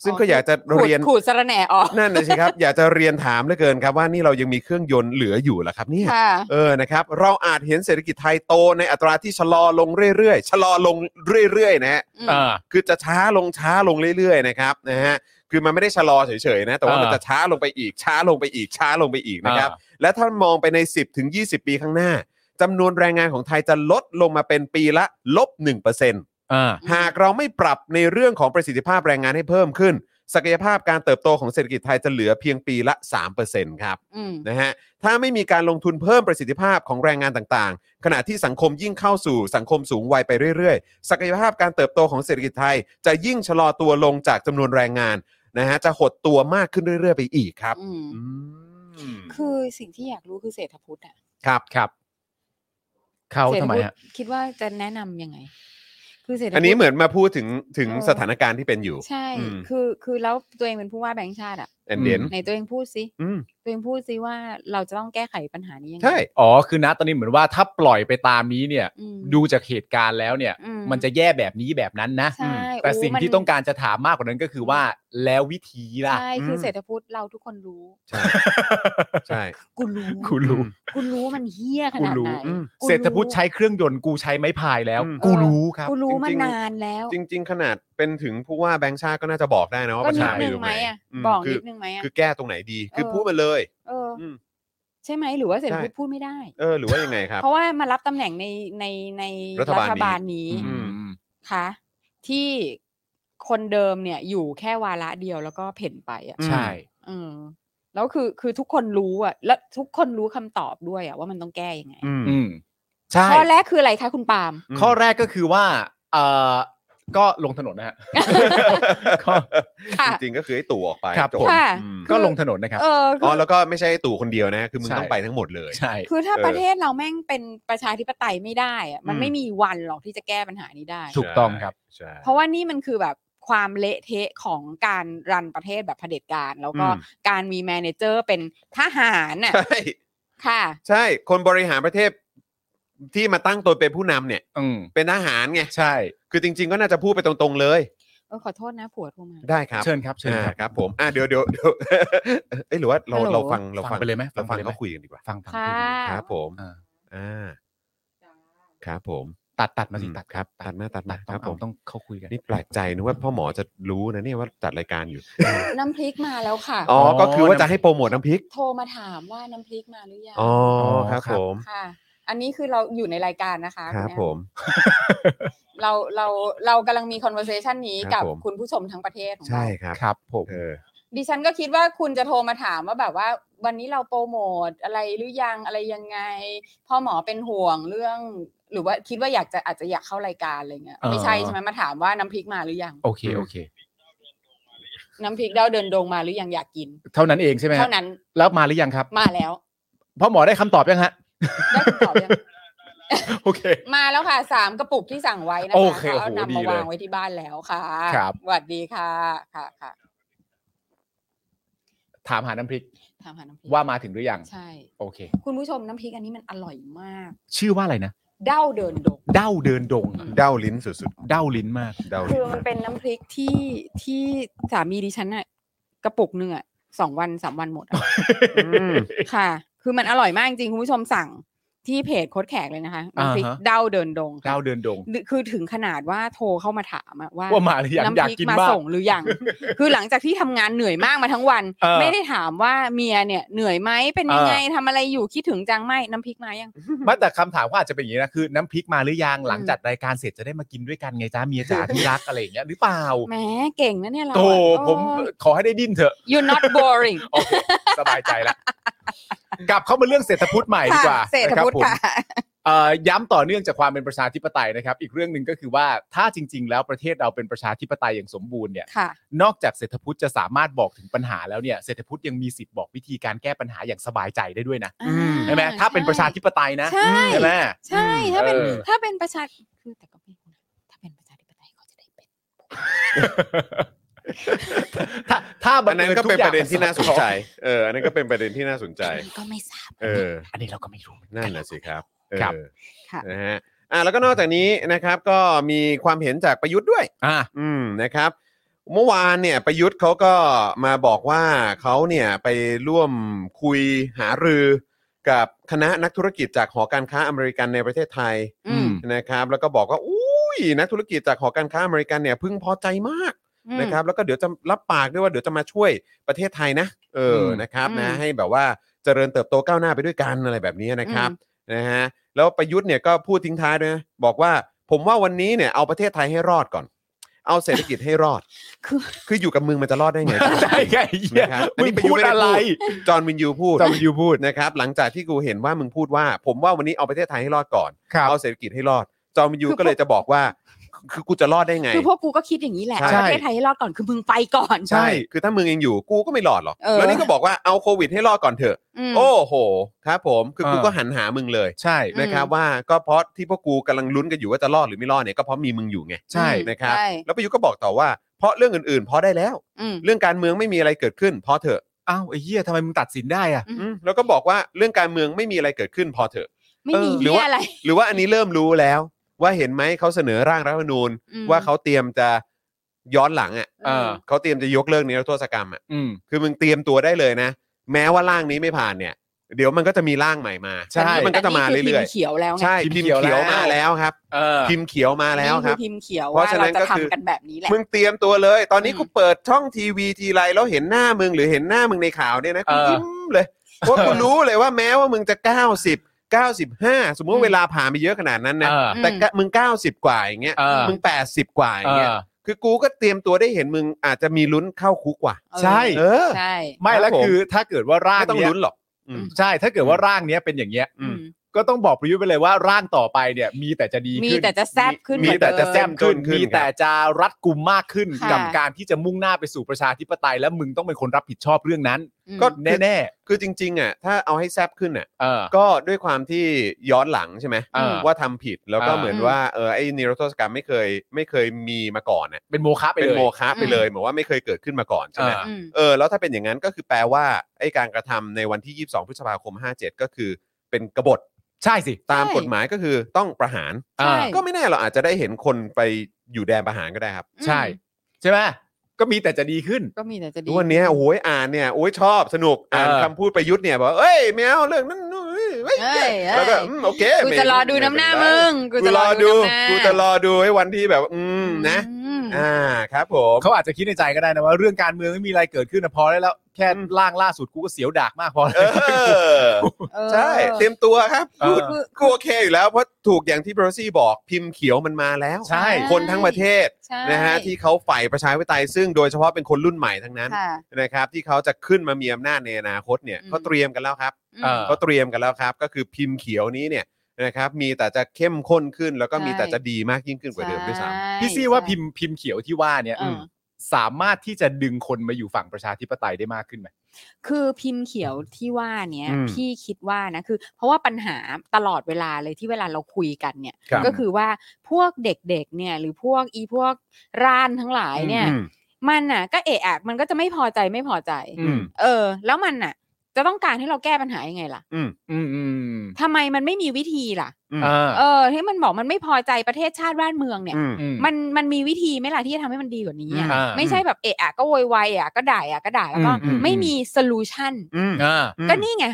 A: ซึ่ง
C: อ๋อ
A: ก็อยากจะ
C: ขูด
A: เรียน
C: ขูดสะระแหน่ออก
A: นั่นนะสิครับ อยากจะเรียนถามเหลือเกินครับว่านี่เรายังมีเครื่องยนต์เหลืออยู่เหรอครับเนี่ย
C: ค่ะ
A: เออนะครับเราอาจเห็นเศรษฐกิจไทยโตในอัตราที่ชะลอลงเรื่อยๆชะลอลงเรื่อยๆนะฮะ
C: อืม
D: อ่า
A: คือจะช้าลงช้าลงเรื่อยๆนะครับนะฮะคือมันไม่ได้ชะลอเฉยๆนะแต่ว่า
D: อ่ามั
A: มันจะช้าลงไปอีกช้าลงไปอีกช้าลงไปอีกนะครับ และถ้ามองไปใน 10 ถึง 20 ปีข้างหน้าจำนวนแรงงานของไทยจะลดลงมาเป็นปีละลบ 1%
D: อ่า
A: หากเราไม่ปรับในเรื่องของประสิทธิภาพแรงงานให้เพิ่มขึ้น ศักยภาพการเติบโตของเศรษฐกิจไทยจะเหลือเพียงปีละ 3%ครับ
C: อืม
A: นะฮะถ้าไม่มีการลงทุนเพิ่มประสิทธิภาพของแรงงานต่างๆ ขณะที่สังคมยิ่งเข้าสู่สังคมสูงวัยไปเรื่อยๆ ศักยภาพการเติบโตของเศรษฐกิจไทย จะยิ่งชะลอตัวลงจากจำนวนแรงงานนะฮะจะหดตัวมากขึ้นเรื่อยๆ ไปอีกครับ
C: อืม
A: อืม
C: คือสิ่งที่อยากรู้คือเศรษฐพุทธอะ
A: ครับครับ
D: เขา
C: เศรษฐ
D: ทำไม
C: พุทธ
D: ฮะ
C: คิดว่าจะแนะนำยังไง คือเศรษฐพุทธ
A: อันนี้เหมือนมาพูดถึงถึง
C: เออ
A: สถานการณ์ที่เป็นอยู่
C: ใช่
A: อืม
C: คือคือแล้วตัวเองเป็นผู้ว่าแบงค์ชาติอะ
A: แอนเดน
C: ไหนตัวเองพูดสิตัวเองพูดสิว่าเราจะต้องแก้ไขปัญหานี้ยังไง
A: ใช่
D: อ๋อ คือนะตอนนี้เหมือนว่าถ้าปล่อยไปตามนี้เนี่ย
C: อืม
D: ดูจากเหตุการณ์แล้วเนี่ย
C: อืม
D: มันจะแย่แบบนี้แบบนั้นนะ
C: ใช่
D: แต่
C: โอ้
D: สิ่ง
C: มัน
D: ที่ต้องการจะถามมากกว่านั้นก็คือว่าแล้ววิธีล่ะ
C: ใช่คือเศรษฐพุทธเราทุกคนรู้
A: ใช่ ใช่
C: กูรู้
D: กูรู้
C: กูรู้ว่ามันเฮี้ยข
D: กู
C: นาด
D: รู้
C: ไหน
A: อืม
C: กู
D: เศรษฐพุทธใช้เครื่องยนต์กูใช้ไม้พายแล้ว
A: อืม
D: กูรู้ครับ
C: กูรู้มา
A: จริงๆ
C: นานแล้ว
A: จริง ๆ ขนาดเป็นถึงผู้ว่าแบงค์ชาติก็น่าจะบอกได้นะว่า
C: ก็
A: ปัญ
C: นิ
A: หา
C: ด
A: มัน
C: นึ
A: อง ยู่
C: ไหมอ่ะ
A: อืม
C: บอก
A: คื
C: นิ
A: อ
C: ดนึงไหมอ่ะ
A: คือแก้ตรงไหนดี คือ
C: เออ
A: พูดมาเลย
C: เอออ
A: ม
C: ใช่ไหมหรือว่าเศรษฐ
A: ใช่
C: พุทธพูดไม่ได้
A: เออหรือว่ายังไงครับ
C: เพราะว่ามารับตำแหน่งในในใน
A: รัฐบาลนี้
C: ลนี้
A: อืม
C: ค่ะ ที่คนเดิมเนี่ยอยู่แค่วาระเดียวแล้วก็เพ่นไปอ่ะ
A: อืม
D: ใช่
C: เออแล้วคือคือทุกคนรู้อ่ะ และทุกคนรู้คำตอบด้วยอ่ะว่ามันต้องแก้ยังไง
A: อืม
D: อืมใช่
C: ข้อแรกคืออะไรคะคุณปาล์ม
A: อืม
D: ข้อแรกก็คือว่าเออก็ลงถนนนะฮะ ข้อ
C: ค่ะ
A: จริงๆก็คือให้ตู่ออกไป
D: ครับ
A: จ
D: ผม
C: ค่ะ
A: อืม
D: ก็ลงถนนนะครับ
C: เออ
A: อ๋
C: คือ อ
A: แล้วก็ไม่ใช่ให้ตู่คนเดียวนะ คือมึง
D: ใช่
A: ต้องไปทั้งหมดเลย
D: ใช่
C: คือถ้า
A: เออ
C: ประเทศเราแม่งเป็นประชาธิปไตยไม่ได้อะมัน
A: อืม
C: ไม่มีวันหรอกที่จะแก้ปัญหานี้ได้
D: ถูกต้องครับ
A: ใช่
C: เพราะว่านี่มันคือแบบความเละเทะของการรันประเทศแบบเผด็จการ แล้วก็
A: อืม
C: การมีแมเนเจอร์เป็นทหารน่ะ
A: ใช่
C: ค่ะ
A: ใช่ คนบริหารประเทศที่มาตั้งตัวเป็นผู้นำเนี่ย
D: อืม
A: เป็นทหารไง
D: ใช่
A: คือจริง ๆ ก็น่าจะพูดไปตรงๆเลย
C: เออขอโทษนะผัวโทรมา
A: ได้ครับ
D: เชิญครับ เชิญ
A: อ่า
D: ครับ
A: ครับผมอ่ะเดี๋ยวเดี๋ยวเดี๋ยว เอ้ยหรือว่าเรา
C: ฮัลโหล
A: เราฟังเรา
D: ฟั
A: ฟัง
D: งไปเลยไหม
A: เรา
D: ฟั
A: ฟัง
D: งไปเลยไหม
A: เขาคุยกันดีกว่า
D: ฟังฟัง
C: ค่ะ
A: ครับผม
D: อ่า
A: อ่าครับผม
D: ตัดตัดมาสิ
A: อื
D: ตัด
A: ครับ
D: ตั
A: ตั
D: ด
A: ดมาตัด
D: ตั
A: มา
D: ด
A: ครับ
D: เอา
A: ผม
D: ต้องเข้าคุยกัน
A: นี่แปลกใจนึกว่าพ่อหมอจะรู้นะเนี่ยว่าจัดรายการอยู่
C: น้ำพริกมาแล้วค่ะ
A: อ๋อก็คือว่า
D: น้ำ
A: จะให้โปรโมทน้ำพริก
C: โทรมาถามว่าน้ำพริกมาหรือยัง
A: อ๋อครับผม
C: ค่ะ อันนี้คือเราอยู่ในรายการนะคะ
A: ครับ
C: ณแม่
A: ผม
C: เราเราเรากำลังมี conversation นี้
A: ครั
C: กั
A: บบ ผม
C: คุณผู้ชมทั้งประเทศของ
A: ใช่ค
C: เรา
A: รับ
D: ครับผม
A: เออ
C: ดิฉันก็คิดว่าคุณจะโทรมาถามว่าแบบว่า วันนี้เราโปรโมทอะไรหรือยังอะไรยังไงพ่อหมอเป็นห่วงเรื่อง หรือว่าคิดว่าอยากจะอาจจะอยากเข้ารายการอะไรเงี้ย
D: อ่า
C: ไม่ใช่ใช่ไหมมาถามว่าน้ำพริกมาหรือยัง
D: โอเคโอเค
C: น้ำพริกดาวเดินดงมาหรือยังอยากกิน
D: เท่านั้นเองใช่ไหมฮะ
C: เท่านั้น
D: แล้วมาหรือยังครับ
C: มาแล้ว
D: พ่อหมอได้คำตอบยังฮะ
C: ได้คำตอบยัง
D: โอเค
C: มาแล้วค่ะสามกระปุกที่สั่งไว้นะคะ
D: โอเค
C: เขาเอา
D: โอ้โห
C: นำ
D: ดีเลยว
C: มาางไว้ที่บ้านแล้วค่ะ
D: ครับ
C: สวัสดีค่ะค่ะค่ะ
D: ถามหาน้ำพริก
C: ถามหาน้ำพริก
D: ว่ามาถึงหรือยัง
C: ใช่
D: โอเค
C: คุณผู้ชมน้ำพริกอันนี้มันอร่อยมาก
D: ชื่อว่าอะไรนะ
C: เด้าเดินดง
D: เด้าเดินดงอะ
A: เด้าลิ้นสุด
D: เด้าลิ้นมาก
A: ๆเด้า
C: คื
A: ลิ้
C: อน มันเป็นน้ำพริกที่ที่สามีดิฉันอะกระปุกหนึ่งอะสองวันสามวันหมดอะ
A: อืม
C: ค่ะ คือมันอร่อยมากจริงคุณผู้ชมสั่งที่เพจโค้ดแขกเลยนะคะน้ำพริก
D: อ่าฮะ
C: เด้าเดินดงค่ะ
D: เด้าเดินดง
C: คือถึงขนาดว่าโทรเข้ามาถามอะว่า
D: ว่ามาหรือยังอยา
C: น้ำ
D: ก
C: พริก
D: กิ
C: มาม
D: นาก
C: ส่งหรือยัง คือหลังจากที่ทำงานเหนื่อยมากมาทั้งวัน
D: เออ
C: ไม่ได้ถามว่าเมียเนี่ยเหนื่อยไหมเป็นยังไงทำอะไรอยู่คิดถึงจังไหมน้ำพริกมายัง
D: ไม่แต่คำถามก็อาจจะเป็นอย่างนี้นะคือน้ำพริกมาหรือยังหลังจัดรายการเสร็จจะได้มากินด้วยกันไงจ้าเมียจ๋าที่รักอะไรอย่างเงี้ยหรือเปล่า
C: แหมเก่งนะเนี่ยเราอะ
D: โธ่
C: โอ้
D: ผมขอให้ได้ดิ้นเถอะ
C: you're not boring
D: โอเคสบายใจละกลับเข้ามาเรื่องเศรษฐพุทธใหม่ดีกว่า
C: ค่ะเศรษฐพุท
D: นรั
C: ธ
D: บผม
C: ค่ะ
D: เอ่อย้ำต่อเนื่องจากความเป็นประชาธิปไตยนะครับ อีกเรื่องหนึ่งก็คือว่าถ้าจริง ๆ แล้วประเทศเราเป็นประชาธิปไตยอย่างสมบูรณ์เนี่ย
C: ค่ะ
D: นอกจากเศรษฐพุทธจะสามารถบอกถึงปัญหาแล้วเนี่ยเศรษฐพุทธยังมีสิทธิ์บอกวิธีการแก้ปัญหาอย่างสบายใจได้ด้วยนะ
C: อ่า
D: ใช่ไหมถ้าเป็นประชาธิปไตยนะ
C: ใช่
D: ไหม
C: ใช่ ถ้าเป็น
D: เออ
C: ถ้าเป็นประชาคือแต่ก็ไม่รู้นะถ้าเป็นประชาธิปไตยก็จะได้เป็น
D: ถ้าถ้าบั
A: อั
D: ง
A: นนั้น
D: อิญ
A: ก็
D: ทุ
A: เป็น
D: อย่า
A: ประ
D: ง
A: เด็นที่น่าสนใจ เออ อันนั้นก็เป็นประเด็นที่น่าสนใจ
C: อันนี้ก็ไม่ทราบ
A: เออ
D: อันนี้เราก็ไม่รู้เหมือกั
A: นั่นแหละสิครับเออ
D: ครับ
C: ค่ะ
A: นะฮะ อ่ะแล้วก็นอกจากนี้นะครับ ก็มีความเห็นจากประยุทธ์ด้วย
D: อ่า
A: อืม นะครับ เมื่อวานเนี่ยประยุทธ์เขาก็มาบอกว่าเขาเนี่ยไปร่วมคุยหารือกับคณะนักธุรกิจจากหอการค้าอเมริกันในประเทศไทย
C: อืม
A: นะครับแล้วก็บอกว่าอุ้ยนักธุรกิจจากหอการค้าอเมริกันเนี่ยพึงพอใจมาก
C: อืม
A: นะครับแล้วก็เดี๋ยวจะรับปากด้วยว่าเดี๋ยวจะมาช่วยประเทศไทยนะเออ
D: ม
A: นะครับ
C: อืม
A: นะให้แบบว่าเจริญเติบโตก้าวหน้าไปด้วยกันอะไรแบบนี้นะครับนะฮะแล้วประยุทธ์เนี่ยก็พูดทิ้งท้ายด้วยนะบอกว่าผมว่าวันนี้เนี่ยเอาประเทศไทยให้รอดก่อน เอาเศรษฐกิจให้รอด
C: คือ
A: คืออยู่กับมึงมันจะรอดได้ไง
D: ใช่ไงเหี้ย
A: นะครับอัน
D: มึ
A: นี้
D: ง
A: ประยุท
D: พู
A: ธ์
D: ด
A: ไม่ได้
D: อะไร
A: พูด จอห์นวินยูพูด
D: จำยูพูด
A: นะครับหลังจากที่กูเห็นว่ามึงพูดว่า ผมว่าวันนี้เอาประเทศไทยให้รอดก่อน
D: ครับ
A: เอาเศรษฐกิจให้รอด จอมยู
C: คือพวก
A: ก็เลยจะบอกว่า คือคือกูจะรอดได้ไง
C: คือพวกกูก็คิดอย่างนี้แหละ
A: ใช่
C: เอาประเทศไทยให้รอดก่อนคือมึงไปก่อน
A: ใช่ คือถ้ามึงเองอยู่กูก็ไม่รอดหรอก
C: เออ
A: แล้วนี่ก็บอกว่าเอาโควิดให้รอดก่อนเถอะ
C: ม
A: โอ้โห ครับผม คือกู
D: เออ
A: ก็หันหามึงเลย
D: ใช่
C: อืม
A: นะครับว่าก็เพราะที่พวกกูกำลังลุ้นกันอยู่ว่าจะรอดหรือไม่รอดเนี่ยก็เพราะมีมึงอยู่ไง
D: ใช่
C: อืม
A: นะครับ
C: ใช่
A: แล้วประยุทธ์ก็บอกต่อว่า เพราะเรื่องอื่นๆพอได้แล้ว
C: อืม
A: เรื่องการเมืองไม่มีอะไรเกิดขึ้นพอเถอะ
D: อ้าวไอ้เหี้ยทำไมมึงตัดสินได้อ่ะ
C: อืม
A: อืมแล้วก็บอกว่าเรื่องการเมืองไม่มีอะไรเกิดขึ้นพอเถอะ
C: ไม่มี
A: เออหรือ
C: เหี้ย
A: ว่า
C: อะไร
A: หรือว่าอันนี้เริ่มรู้แล้ว ว่าเห็นไหมเขาเสนอร่างรัฐธรรมนูญ
C: อืม
A: ว่าเขาเตรียมจะย้อนหลังอ่ะ
D: เออ
A: เขาเตรียมจะยกเลิกนิรโทษกรรมอ่ะ
D: อืม
A: คือมึงเตรียมตัวได้เลยนะ แม้ว่าร่างนี้ไม่ผ่านเนี่ย เดี๋ยวมันก็จะมีร่างใหม่มา
D: ใช่
A: แล้วมันก็จะมา
C: แต่นี่คื
A: เรื่อย
C: พิพ์เขียวแล้ว
A: ๆ
C: ไง
A: ใช่
D: พิ
A: พิม
D: ม
A: พ์
D: พ์เขียว
A: เขียว
D: แล้ว
A: มาแล้วครับ
D: เออ
A: พิมพ์เขียวมาแล้วค
C: นี่คื
A: รับ
C: อพิมพ์เขียว
A: เพ
C: ว่า
A: ราะฉะนั้
C: เรา
A: น
C: จะ
A: ก็คือ
C: ทำกันแบบนี้แหละ
A: มึงเตรียมตัวเลย ตอนนี้กูเปิดช่องทีวีทีไรแล้วเห็นหน้ามึงหรือเห็นหน้ามึงในข่าวเนี่ยนะกู
D: เออ
A: ยิ้มเลยเพราะกูรู้เลยว่าแม้ว่ามึงจะ 90 95 สมมติว่าเวลาผ่านไปเยอะขนาดนั้นนะ
D: เออ
A: แต่
C: อืม
A: กะมึง 90 กว่าอย่างเงี้ย
D: เออ
A: มึง 80 กว่าอ
D: เอย่าง
A: เงี้ย
D: อ
A: คือกูก็เตรียมตัวได้เห็นมึงอาจจะมีลุ้นเข้าคุกว่ะ
C: เออ
D: ใช่
A: เออ
C: ใช่
D: ไม่แล้วคือถ้าเกิดว่าร่าง
A: ไม่ต้อง
D: เนี้ย
A: ลุ้นหรอก อืม
D: ใช่ ถ้าเกิดว่าร่างเนี้ยเป็นอย่างเงี้ย
A: อืม
D: ก็ต้องบอกประยุทธ์ไปเลยว่าร่างต่อไปเนี่ย มีแต่จะดี
C: มี
D: ขึ้น
C: แต่จะแซบขึ้น
A: มี
C: กว่า
A: แต่จะ
C: เดิม
A: แซ่บ
D: แต้มขึ้น
A: จนขึ้น
D: มีแต่
A: ครับ
D: จะรัดกุมมากขึ้น
C: ค่ะ
D: กับการที่จะมุ่งหน้าไปสู่ประชาธิปไตย และมึงต้องเป็นคนรับผิดชอบเรื่องนั้น
C: อืม
A: ก็
D: แน่
A: คือจริงๆอ่ะถ้าเอาให้แซบขึ้นอ่ะ
D: ๆเออ
A: ก็ด้วยความที่ย้อนหลังใช่ไหม
D: เออ
A: ว่าทำผิดแล้วก็
D: เออ
A: เหมือน
C: อืม
A: ว่าเออไอ้นิรโทษกรรมไม่เคยไม่เคยมีมาก่อนอ่ะ
D: เป็นโมฆะไป
A: เป็น
D: เลย
A: โมฆะไปเลยเหมือนว่าไม่เคยเกิดขึ้นมาก่อนใช่ไหม
D: เออ
C: อืม
A: เออแล้วถ้าเป็นอย่างนั้นก็คือแปลว่าไอ้การกระทำในวันที่ 22 พฤษภาคม 57 ก็คือเป็นกบฏ
D: ใช่สิ
A: ตาม
C: ใช่
A: กฎหมายก็คือต้องประหาร
C: ใช่
D: อ่า
A: ก็ไม่แน่เราอาจจะได้เห็นคนไปอยู่แดนประหารก็ได้ครับ
D: ใช่ ใช่ไหมก็มีแต่จะดีขึ้น
C: ก็มีแต่จะดี
A: วันเนี้ยโอ้ยอ่านเนี่ยโอ้ยชอบสนุกอ่าน
D: เออ
A: คำพูดประยุทธ์เนี่ยบอกว่าเอ้ยแมวเรื่องนั้นนู่นเอ้ยเอ้ย
C: เอ้ย
A: แล้วก็
C: เอ้ย
A: อืมโอเค
C: กูจะรอดูน้ำหน้ามึง กู
A: กู
C: จะ
A: ร
C: ร
A: อ
C: อ
A: ดู
C: ดูน้ำหน้า
A: กูจะรอดูไอ้วันที่แบบ อืมนะ
C: อืม
A: อ่าครับผม
D: เขาอาจจะคิดในใจก็ได้นะว่าเรื่องการเมืองไม่มีอะไรเกิดขึ้นนะพอได้แล้วแค่ร่างล่าสุดกูก็เสียวดากมากพอแล้ว
A: เออ
C: เออ
A: ใช่เตรียมตัวครับ
D: เออ
A: กูกูโอเคอยู่แล้วเพราะถูกอย่างที่โบรซี่บอกพิมพ์เขียวมันมาแล้ว
D: ใช่
A: คนทั้งประเทศ
C: ใช่
A: นะฮะที่เขาใฝ่ประชาธิปไตยซึ่งโดยเฉพาะเป็นคนรุ่นใหม่ทั้งนั้น
C: ค่ะ
A: นะครับที่เขาจะขึ้นมามีอำนาจในอนาคตเนี่ย
C: อืม
A: เขาเตรียมกันแล้วครับ
C: อืม
D: เออ
A: เขาเตรียมกันแล้วครับ ก็คือพิมพ์เขียวนี้เนี่ยนะครับมีแต่จะเข้มข้นขึ้น แล้วก็มีแต่จะดีมากยิ่งขึ้นกว่าเดิมด้วยซ้
D: พี่ซี่ว่าพิมพ์พิมพ์เขียวที่ว่าเนี่ย
C: เออ
D: สามารถที่จะดึงคนมาอยู่ฝั่งประชาธิปไตยได้มากขึ้นไหม
C: คือพิมพ์เขียวที่ว่าเนี้ย
D: อืม
C: พี่คิดว่านะคือ เพราะว่าปัญหาตลอดเวลาเลยที่เวลาเราคุยกันเนี่ย
A: ครับ
C: ก็คือว่าพวกเด็กๆเนี่ยหรือพวกอีพวกร้านทั้งหลายเนี่ย
A: อืม
C: มันน่ะ ก็เอะอะมันก็จะไม่พอใจไม่พอใจ
D: อืม
C: เออ แล้วมันน่ะ จะต้องการให้เราแก้ปัญหายังไงล่ะ
D: อืมอืม
C: ทำไมมันไม่มีวิธีล่ะ
A: อืม
D: อ่า
C: เออที่มันบอกมันไม่พอใจประเทศชาติบ้านเมืองเนี่ย
A: ำ
D: อืม
C: มันมันมีวิธีไหมล่ะที่จะทำให้มันดีกว่านี้อะ
D: อ่า
C: ไม่ใช่แบบเอะอะก็โวยวายเอะอะก็ด่าเอะอะก็ด่าแล้วก็
D: อืมอืม
C: ไม่มีโซลูชัน
A: อืม
D: อ่า
C: ก็นี่ไง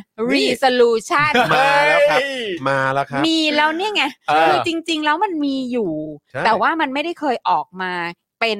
C: resolution
A: มาแล้วครับ มาแล้วครับ
C: มีแล้วเนี่ยไง
D: เออ
C: คือจริง ๆ แล้วมันมีอยู่
A: ใช่
C: แต่ว่ามันไม่ได้เคยออกมาเป็น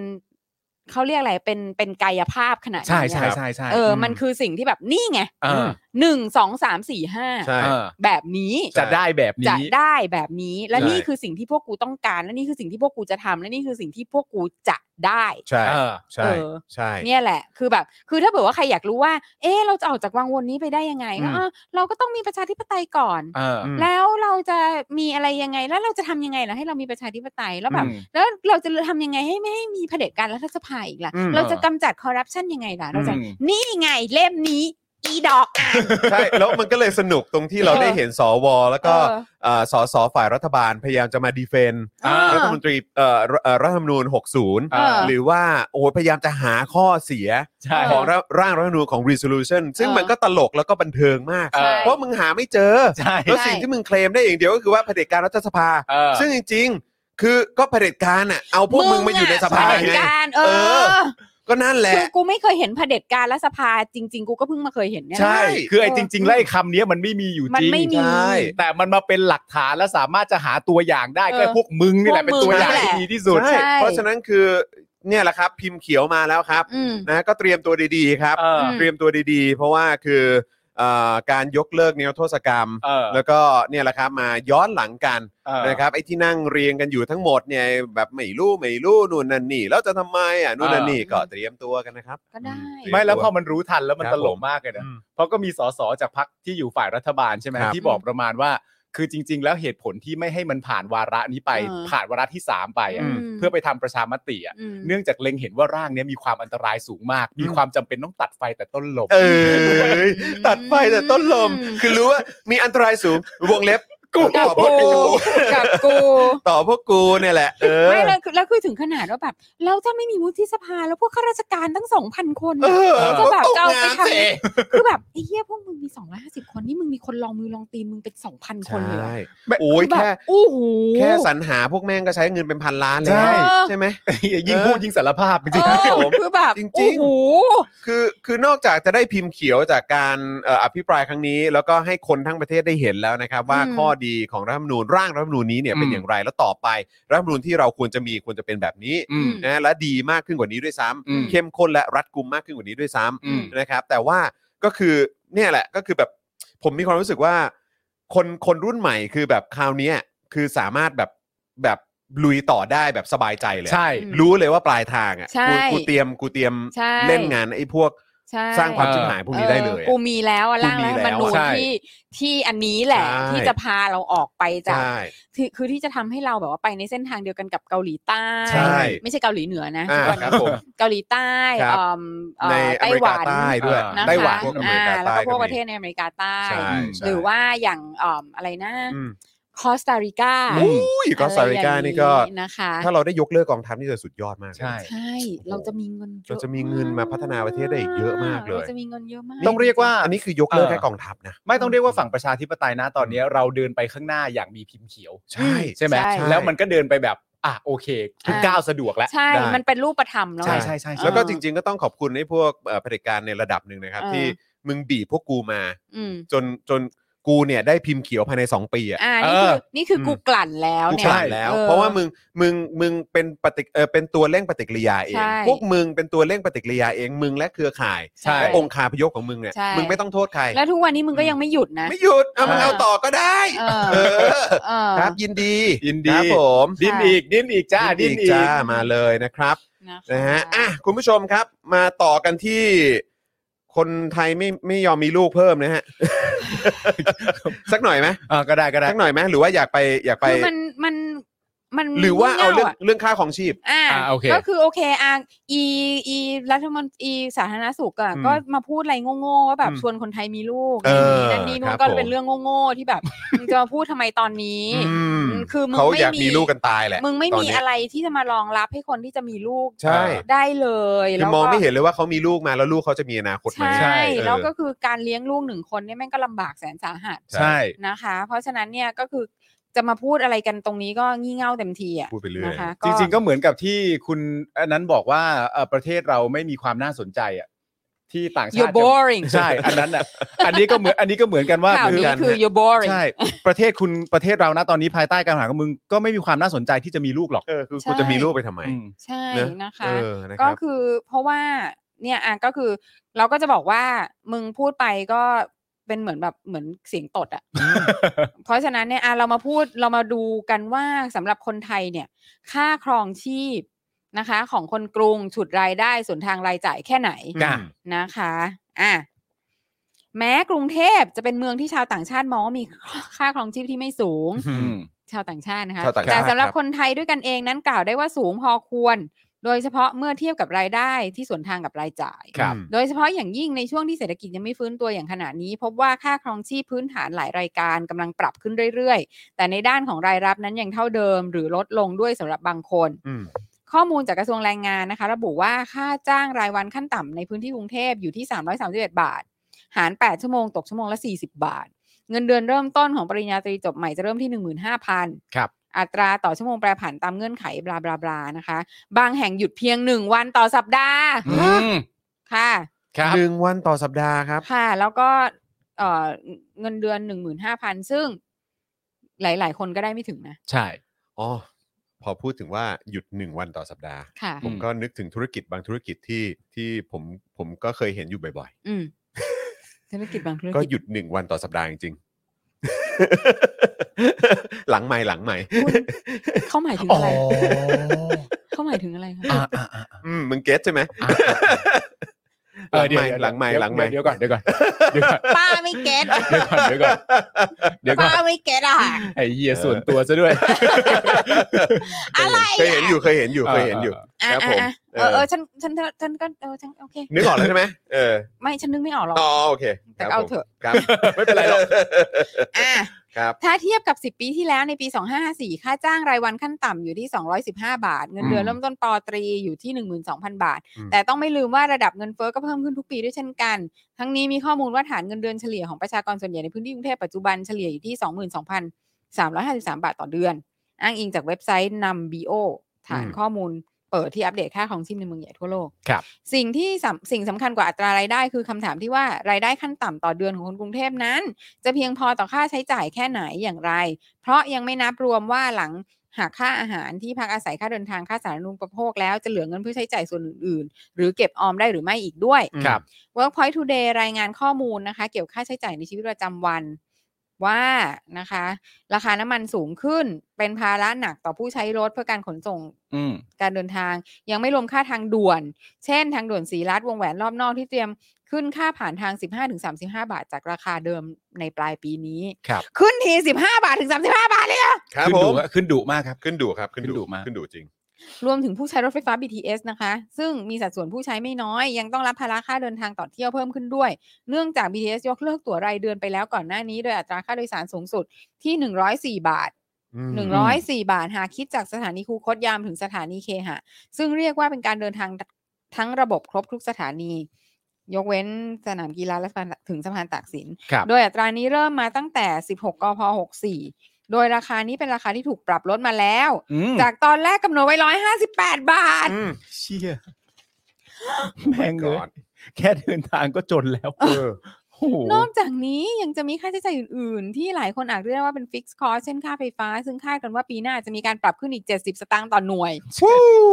C: เขาเรียกอะไรเป็นเป็นกายภาพขนาด
D: ใช่
C: นี้
D: ใช่
C: อะ
D: ใช่ใช่
C: เออ มันคือสิ่งที่แบบนี่ไง
D: อ่า
C: หนึ่งสองสามสี่ห้า
A: ใช่
D: อ่า
C: แบบนี้
D: จะได้แบบนี้
C: จะได้แบบนี้ และ
A: ใช่
C: นี่คือสิ่งที่พวกกูต้องการ และนี่คือสิ่งที่พวกกูจะทำและนี่คือสิ่งที่พวกกูจะได้
A: ใช่
D: เออ
A: ใช่
C: เออ
A: ใช่
C: เนี่ยแหละ คือแบบ คือถ้าเผื่อว่าใครอยากรู้ว่า เอ๊ะเราจะออกจากวังวนนี้ไปได้ยังไงก็
D: อืม
C: เออเราก็ต้องมีประชาธิปไตยก่อน
D: เออ
C: แล้วเราจะมีอะไรยังไง แล้วเราจะทำยังไงล่ะให้เรามีประชาธิปไตย แล้วแบบ
D: อืม
C: แล้วเราจะทำยังไงให้ไม่ให้มีเผด็จการรัฐสภาอีกล่ะ
D: อืม
C: เราจะกำจัดคอร์รัปชันยังไงล่ะ เราจะ
D: อืม
C: นี่ไงเล่มนี้ อีดอกอ่ะ
A: ใช่แล้วมันก็เลยสนุกตรงที่เราได้เห็นสวแล้วก็
C: เออ
A: เอ่อสสฝ่ายรัฐบาลพยายามจะมาดีเฟนต์
C: เออ
A: รัฐมนตรีเอ่อเอ่อรัฐธรรมนูญ 60
D: เออ
A: หรือว่าโอ้ยพยายามจะหาข้อเสีย
D: ใช่
A: ของร่างร่างรัฐธรรมนูญของ resolution ซึ่ง
C: เออ
A: มันก็ตลกแล้วก็บันเทิงมาก
D: เออ
C: ใช่
A: เพราะมึงหาไม่เจอ
D: ใช่
A: แล้วสิ่งที่มึงเคลมได้อย่างเดียวก็คือว่าเผด็จการรัฐสภา
D: เออ
A: ซึ่งจริงๆ คือก็เผด็จการอ่ะเอาพวกมึงมาอยู่ในสภา
C: เผด็จ
A: ไง
C: การเอ
A: เอ
C: อ
A: อ ก็นั่นแหละ
C: คือกูไม่เคยเห็นเผด็จการรัฐสภา จริง ๆ กูก็เพิ่งมาเคยเห็นเนี่ยนะ
A: ใช่
D: คือไอ้จริง ๆ แล้วไอ้คำเนี้ยมันไม่มีอยู่
C: มั
D: จ
C: น
D: ริง
C: ไม่มี
A: ใช่
D: แต่มันมาเป็นหลักฐานและสามารถจะหาตัวอย่างได้
C: เออ
D: ก็พวกมึงนี่แหละ
C: พวกมึง
D: เป็นตัวอย่าง
C: นี่แหละ
D: ที่ดีที่สุด
A: ใช่
C: ใช่
A: เพราะฉะนั้นคือเนี่ยแหละครับ พิมพ์เขียวมาแล้วครับ
C: อืม
A: นะก็เตรียมตัวดีๆครับ
D: เออ
A: เตรียมตัวดีๆ เพราะว่าคือเอ่อการยกเลิกแนวโทษกรรม
D: เออ
A: แล้วก็เนี่ยแหละครับมาย้อนหลังกัน
D: เออ
A: นะครับไอ้ที่นั่งเรียงกันอยู่ทั้งหมดเนี่ยแบบไม่รู้ไม่รู้นู่นนั่นนี่แล้วจะทำไมอ่ะนู่นนั่นนี่
C: เออ
A: ก็เตรียมตัวกันนะครับ
C: ก็ได้
A: อื
D: ไม่แล้วพอมันรู้ทันแล้วมัน
A: ครับ
D: ตล
A: ผ
D: ก
A: ม
D: มากเลยนะ
A: อืม
D: เพราะก็มีสสจากพรรคที่อยู่ฝ่ายรัฐบาลใช่ไหม
A: ครับ
D: ที่บอกประมาณว่า คือจริง ๆ แล้วเหตุผลที่ไม่ให้มันผ่านวาระนี้ไป
C: เออ
D: ผ่านวาระที่ 3 ไปอะ
A: อืม
D: เพื่อไปทำประชามติอะ
C: ม
D: เนื่องจากเล็งเห็นว่าร่างเนี้ยมีความอันตรายสูงมาก มีความจำเป็นต้องตัดไฟแต่ต้นลม
A: เอ้ยตัดไฟแต่ต้นลม
C: อืม
A: คือรู้ว่ามีอันตรายสูงวงเล็บกูต่
C: กับ
A: อพวก
C: กู
A: กู
C: กับกู
A: ต่อพวกกูเนี่ยแหละ เออ
C: ไม่แล้วคือแล้วคือถึงขนาดว่าแบบเราถ้าไม่มีวุฒิสภาแล้วพวกข้าราชการตั้งสองพันคน
A: เอ
C: น่ะ
A: อ
C: จะแบบ
A: ตก
C: จะเอา
A: งาน
C: ไปทำ
A: เส
C: คือแบบไอ้เหี้ยพวกมึงมีสองร้อยห้าสิบคนนี่มึงมีคนลองมือลองตีนมึงเป็นสองพันคนเลยเหรอ
A: ใช่โอ้ย
C: แบบ
A: แค่
C: อู้หู
A: แค่สรรหาพวกแม่งก็ใช้เงินเป็นพันล้านเลย
D: ใช่
A: ใช่ไหม
D: ยิ่งพูดยิ่งสารภาพจริง
C: เออ
D: ๆผม
C: คือแบบ
A: จริงๆ
C: โอ้โห
A: คือคือนอกจากจะได้พิมพ์เขียวจากการเอ่ออภิปรายครั้งนี้ แล้วก็ให้คนทั้งประเทศได้เห็นแล้วนะครับ ว่า
C: อืม
A: ข้อดีของรัฐธรรมนูญร่างรัฐธรรมนูญนี้เนี่ยเป็นอย่างไรแล้วต่อไปรัฐธรรมนูญที่เราควรจะมีควรจะเป็นแบบนี้
D: อืม
A: นะและดีมากขึ้นกว่านี้ด้วยซ้
D: อืม
A: ำเข้มข้นและรัดกุมมากขึ้นกว่านี้ด้วยซ้
D: อืม
A: ำนะครับ แต่ว่าก็คือเนี่ยแหละก็คือแบบผมมีความรู้สึกว่า คนคนรุ่นใหม่คือแบบคราวเนี้ยคือสามารถแบบแบบลุยต่อได้แบบสบายใจเลย
D: ใช่
C: อืม
A: รู้เลยว่าปลายทางอ่ะ
C: ใช่
A: กูกูเตรียมกูเตรียม
C: ใช่
A: เล่นงานไอ้พวก
C: ใช่
A: สร้างความชิบหายพวกนี้ได้เลย
C: อ
A: อะ
C: อกูมีแล้วอะร่าง
A: กูมี
C: รัฐธรรมนูญ
D: แล้วอะใช่
C: ที่ที่อันนี้แหละ
A: ใช่
C: ที่จะพาเราออกไปจาก
A: ใช่
C: คือคือที่จะทำให้เราแบบว่าไปในเส้นทางเดียวกันกับเกาหลีใต้
A: ใช่
C: ไม่ใช่เกาหลีเหนือนะ
A: อ่า
C: ทุกวัน
A: ครับผม
C: เกาหลีใต้
A: ครับ
C: เอิ่มเอ่อ
A: ในอ
C: ไต้
A: เมริ
C: หวั
A: กาน ใต้ด้วย
D: อ่า
C: นะคะ
A: ไต้หวันพวกอเมริ
C: อ่าก
A: า
C: แล้ว
A: ใต้
C: ก็พวก
A: มี
C: ประเทศในอเมริกาใต้
A: ใช่ใช่
C: หรือว่าอย่างเอิ่มอะไรนะ
A: อืม
C: คอสตาริกา
A: อุ้ยก็สตาริกานี่ก็
C: นะคะ
A: ถ้าเราได้ยกเลิกกองทัพนี่จะสุดยอดมากเลย
D: ใช่
C: ใช่เราจะมีเงินยอ
A: เราจะมีเงินมาพัฒนาประเทศได้อีกเยอะมากเลย
C: ราจะมีเงินเยอะมาก
D: ต้องเรียกว่า
A: อันนี้คือยกเลิก
D: เออ
A: แค่กองทัพนะ
D: ไม่ต้องเรียกว่าฝั่งประชาธิปไตยนะตอนนี้เราเดินไปข้างหน้าอย่างมีพิมพ์เขียว
A: ใช่
D: ใช่ไหม
C: ใช่
D: แล้วมันก็เดินไปแบบ อ่ะโอเคทุก
C: อ่า
D: ก้าวสะดวกแล้ว
C: ใช่
A: ได้
C: มันเป็นรูปธรรมแล้ว
D: ใช่
C: ไง
D: ใช่ใช่ใช่
A: แล้วก็
C: เออ
A: จริง ๆ ก็ต้องขอบคุณให้พวกเอ่อเผด็จการในระดับหนึ่งนะครับ
C: เออ
A: ที่มึงบีบพวกกูมา
C: อืม
A: จนจน กูเนี่ยได้พิมพ์เขียวภายใน 2 ปีอะ
C: อ่านี่คือนี่คืออ
A: ม
C: กูกลั่นแล้ว
A: กู
C: เนี่ย
A: กลั่นแล้ว
C: ออ
A: เพราะว่ามึงมึงมึงเป็นปฏิเออเป็นตัวเร่งปฏิกิริยาเอง
C: ใช่
A: พวกมึงเป็นตัวเร่งปฏิกิริยาเองมึงและเครือข่าย
C: ใช่
A: และองค์คาพยพของมึงเนี่ย
C: ใช่
A: มึงไม่ต้องโทษใคร
C: แล้วทุกวันนี้มึงก็
A: อืม
C: ยังไม่หยุดนะ
A: ไม่หยุดเอามึง
C: เออ
A: เอาต่อก็ได้
C: เออ
A: เออ
C: เออ
A: ครับยินดี
D: ยิน
A: ค
D: ดี
A: รับผม
D: ดิ้น
C: ใช่
D: อีกดิ้นอีกจ้า
A: ยิ
D: ดิ้
A: น
D: น
A: ดี
D: อี
A: จ้าก มาเลยนะครับ
C: นะคะ
A: นะฮะอ่ะคุณผู้ชมครับ มาต่อกันที่ คนไทยไม่ไม่ยอมมีลูกเพิ่ม นะฮะ สักหน่อยไหม
D: อ่าก็ได้ก็ได้
A: สักหน่อยไหมหรือว่าอยากไปอยากไป
C: คือมันมันมัน
A: หรือว่าเอาเรื่อง
C: งี่ยะ
A: เรื่องค่าของชีพ
C: อ่า
D: อ่าโอเค
C: ก็คือโอเคอ่ะอีอีรัฐมนตรีสาธารณสุขอ่ะ
A: อืม
C: ก็มาพูดอะไรโง่ๆว่าแบบ
A: อืม
C: ชวนคนไทยมีลูก
A: เออ
C: นั่นนี่นู่
A: ครั
C: น
A: บ
C: ก็
A: ผม
C: เป็นเรื่องโง่ๆที่แบบ มึงจะมาพูดทำไมตอนนี้
A: อืม
C: คือมึง
A: เขา
C: ไม่
A: อยาก
C: มี
A: มีลูกกันตายแหละ
C: มึงไม่
A: ตน
C: มี
A: เนี้ย
C: อะไรที่จะมารองรับให้คนที่จะมีลูก
A: ใช่
C: ได้เลย
A: คือ
C: แล้ว
A: มอง
C: ก็
A: ไม่เห็นเลยว่าเขามีลูกมาแล้วลูกเขาจะมีอนาคตไหม
C: ใช่
D: ใช่
C: แล้วก็คือการเลี้ยงลูกหนึ่งคนเนี่ยแม่งก็ลำบากแสนสาหัส
A: ใช่
D: ใช่
C: นะคะ เพราะฉะนั้นเนี่ยก็คือจะมาพูดอะไรกันตรงนี้ก็งี่เง่าเต็มทีอ่ะ
A: พูดไปเรื่อย
C: นะคะ
D: จริงๆก็เหมือนกับที่คุณอันนั้นบอกว่าเอ่อประเทศเราไม่มีความน่าสนใจอ่ะที่ต่างชา
C: you're
D: ติ
C: boring
D: ใช่ อันนั้นอ่ะอันนี้ก็เหมือนอันนี้ก็เหมือนกันว่า
C: ข่าวนี้
D: กั
C: คือ you're boring
D: ใช่ ประเทศคุณประเทศเรานะตอนนี้ภายใต้การบริหารของมึงก็ไม่มีความน่าสนใจที่จะมีลูกหรอก
A: เออคือ
C: ใช่
A: กูจะมีลูกไปทำไม
D: อืม
C: ใช่นะคะ
A: เออนะค
C: ก็
A: รับ
C: คือเพราะว่าเนี่ยอ่ะก็คือเราก็จะบอกว่ามึงพูดไปก็เป็นเหมือนแบบเหมือนเสียงตดอ่ะ เพราะฉะนั้นเนี่ยอ่ะเรามาพูดเรามาดูกันว่าสำหรับคนไทยเนี่ย ค่าครองชีพนะคะ ของคนกรุงฉุดรายได้ส่วนทางรายจ่ายแค่ไหน
D: จ้ะ
C: นะคะ อ่ะ แม้กรุงเทพจะเป็นเมืองที่ชาวต่างชาติมองว่ามี ค่าครองชีพที่ไม่สูง
D: อืม
C: ชาวต่างชาตินะคะ
A: ชาวต่างชาติ
C: แต่สำหรับ
A: ครับ
C: คนไทยด้วยกันเองนั้นกล่าวได้ว่าสูงพอควร โดยเฉพาะเมื่อเทียบกับรายได้ที่สวนทางกับรายจ่าย
D: ครับ
C: โดยเฉพาะอย่างยิ่งในช่วงที่เศรษฐกิจยังไม่ฟื้นตัวอย่างขนาดนี้ พบว่าค่าครองชีพพื้นฐานหลายรายการกำลังปรับขึ้นเรื่อยๆ แต่ในด้านของรายรับนั้นยังเท่าเดิม หรือลดลงด้วยสำหรับบางคน
A: อืม
C: ข้อมูลจากกระทรวงแรงงานนะคะ ระบุว่าค่าจ้างรายวันขั้นต่ำในพื้นที่กรุงเทพอยู่ที่ 331 บาท หาร 8 ชั่วโมงตกชั่วโมงละ 40 บาท เงินเดือนเริ่มต้นของปริญญาตรีจบใหม่จะเริ่มที่ 15,000
D: ครับ
C: อัตราต่อชั่วโมงแปรผันตามเงื่อนไขบลาบลาบลานะคะ บางแห่งหยุดเพียง 1 วันต่อสัปดาห์
D: อืม
C: ค่ะ
D: ครับ
A: หนึ่งวันต่อสัปดาห์ครับ
C: ค่ะ แล้วก็เอ่อเงินเดือน 15,000 ซึ่งหลาย ๆ คนก็ได้ไม่ถึงนะ
D: ใช่
A: อ๋อ พอพูดถึงว่าหยุดหนึ่งวันต่อสัปดาห์
C: ค่ะ
A: ผมก็นึกถึงธุรกิจบางธุรกิจที่ที่ผมผมก็เคยเห็นอยู่บ่อย
C: อืมธุรกิจบางธุร
A: ๆ ก็
C: กิจ
A: หยุดหนึ่งวันต่อสัปดาห์จริงๆ หลังใหม่หลังใหม่
C: เขาหมายถึง
D: อ๋อ
C: อะไรเขาหมายถึงอะไรคะ
D: อ่าอ่าอ่า
A: อืมมึงเก็ตใช่ไหม
D: อ่าเออเดี๋ยว
A: หลังไมค์หลังไมค์
D: เดี๋ยวก่อนเดี๋ยวก่อนเดี๋ยวก่อน
C: ป้าไม่เก็ต
D: เดี๋ยวก่อนเดี๋ยวก่อนเดี๋ยวก่อน
C: ป้าไม่เก็ตอะค่ะ
D: ไอ้เหี้ยส่วนตัวซะด้วย
C: อะไร
A: เคยเห็นอยู่เคยเห็นอยู่เคยเห็นอยู่
C: อ่ะ
A: ครับผ
C: อ่ะ
A: ม
C: อ่ะ
A: เอ
C: เอ
A: อ
C: อเออฉันฉันเธอฉันก็เออฉันโอเค
A: นึกออกแล้วใช่ไหมเออ
C: ไม่ฉันนึกไม่ออกหรอก
A: อ๋อโอเคค
C: แต่
A: รับ
C: เอา
A: ผม
C: เถอะ
A: ครับ
D: ไม่เป็นไรหรอก
C: อ่ะ
A: ครับ
C: ถ้าเทียบกับ 10 ปีที่แล้วในปี 2554 ค่าจ้างรายวันขั้นต่ำอยู่ที่ 215 บาท เงินเดือน
D: อืม
C: เริ่มต้นปอตรีอยู่ที่ 12,000 บาท
A: อืม
C: แต่ต้องไม่ลืมว่าระดับเงินเฟ้อก็เพิ่มขึ้นทุกปีด้วยเช่นกัน ทั้งนี้มีข้อมูลว่าฐานเงินเดือนเฉลี่ยของประชากรส่วนใหญ่ในพื้นที่กรุงเทพปัจจุบันเฉลี่ยอยู่ที่ 22,353 บาทต่อเดือน อ้างอิงจากเว็บไซต์ Numbeo ฐาน
A: อืม
C: ข้อมูลเปิดที่อัปเดตค่าของชีพในเมืองใหญ่ทั่วโลก
D: ครับ
C: สิ่งที่สำสิ่งสำคัญกว่าอัตรารายได้คือคำถามที่ว่ารายได้ขั้นต่ำต่อเดือนของคนกรุงเทพนั้น จะเพียงพอต่อค่าใช้จ่ายแค่ไหนอย่างไร เพราะยังไม่นับรวมว่าหลังหากค่าอาหารที่พักอาศัยค่าเดินทางค่าสาธารณูปโภคแล้วจะเหลือเงินเพื่อใช้จ่ายส่วนอื่นๆ หรือเก็บออมได้หรือไม่อีกด้วย
A: อืม
D: ครับ
C: Workpoint Today รายงานข้อมูลนะคะ เกี่ยวกับค่าใช้จ่ายในชีวิตประจำวัน ว่านะคะ ราคาน้ำมันสูงขึ้น เป็นภาระหนักต่อผู้ใช้รถเพื่อการขนส่ง
D: อืม
C: การเดินทางยังไม่รวมค่าทางด่วน เช่น ทางด่วนสีลัดวงแหวนรอบนอกที่เตรียมขึ้นค่าผ่านทาง 15-35 บาท จากราคาเดิมในปลายปีนี้
D: ครับ
C: ขึ้นที 15 บาทถึง 35 บาทเลยอะ
A: ครับ
D: ขึ้น
A: ผ
D: ดุ
A: ม
D: อะขึ้นดุมากครับ
A: ขึ้นดูครับขึ้น
D: ขึ้นดุ
A: ดู
D: มาก
A: ขึ้นดูจริง
C: รวมถึงผู้ใช้รถไฟฟ้า BTS นะคะ ซึ่งมีสัดส่วนผู้ใช้ไม่น้อย ยังต้องรับภาระค่าเดินทางต่อเที่ยวเพิ่มขึ้นด้วย เนื่องจาก BTS ยกเลิกตั๋วรายเดือนไปแล้วก่อนหน้านี้ โดยอัตราค่าโดยสารสูงสุดที่ 104 บาท
A: อืม
C: หนึ่งร้อยสี่บาทหากคิดจากสถานีคูคตยามถึงสถานีเคหะ ซึ่งเรียกว่าเป็นการเดินทางทั้งระบบครบทุกสถานี ยกเว้นสนามกีฬาและสะพานถึงสะพานตากสิน
D: ครับ
C: โดยอัตรานี้เริ่มมาตั้งแต่ 16กพ64 โดยราคานี้เป็นราคาที่ถูกปรับลดมาแล้ว
D: อืม
C: จากตอนแรกกำหนดไว้ 158 บาท
A: อืม
D: เชี่ยแม่งเลย
A: God
D: แค่เดินทางก็จนแล้ว
A: เออ
D: โห โอ้โห
C: นอกจากนี้ยังจะมีค่าใช้จ่ายอื่น ๆ ที่หลายคนอาจเรียกว่าเป็นฟิกซ์คอร์เช่นค่าไฟฟ้า ซึ่งคาดกันว่าปีหน้าจะมีการปรับขึ้นอีก 70 สตางค์ต่อหน่วย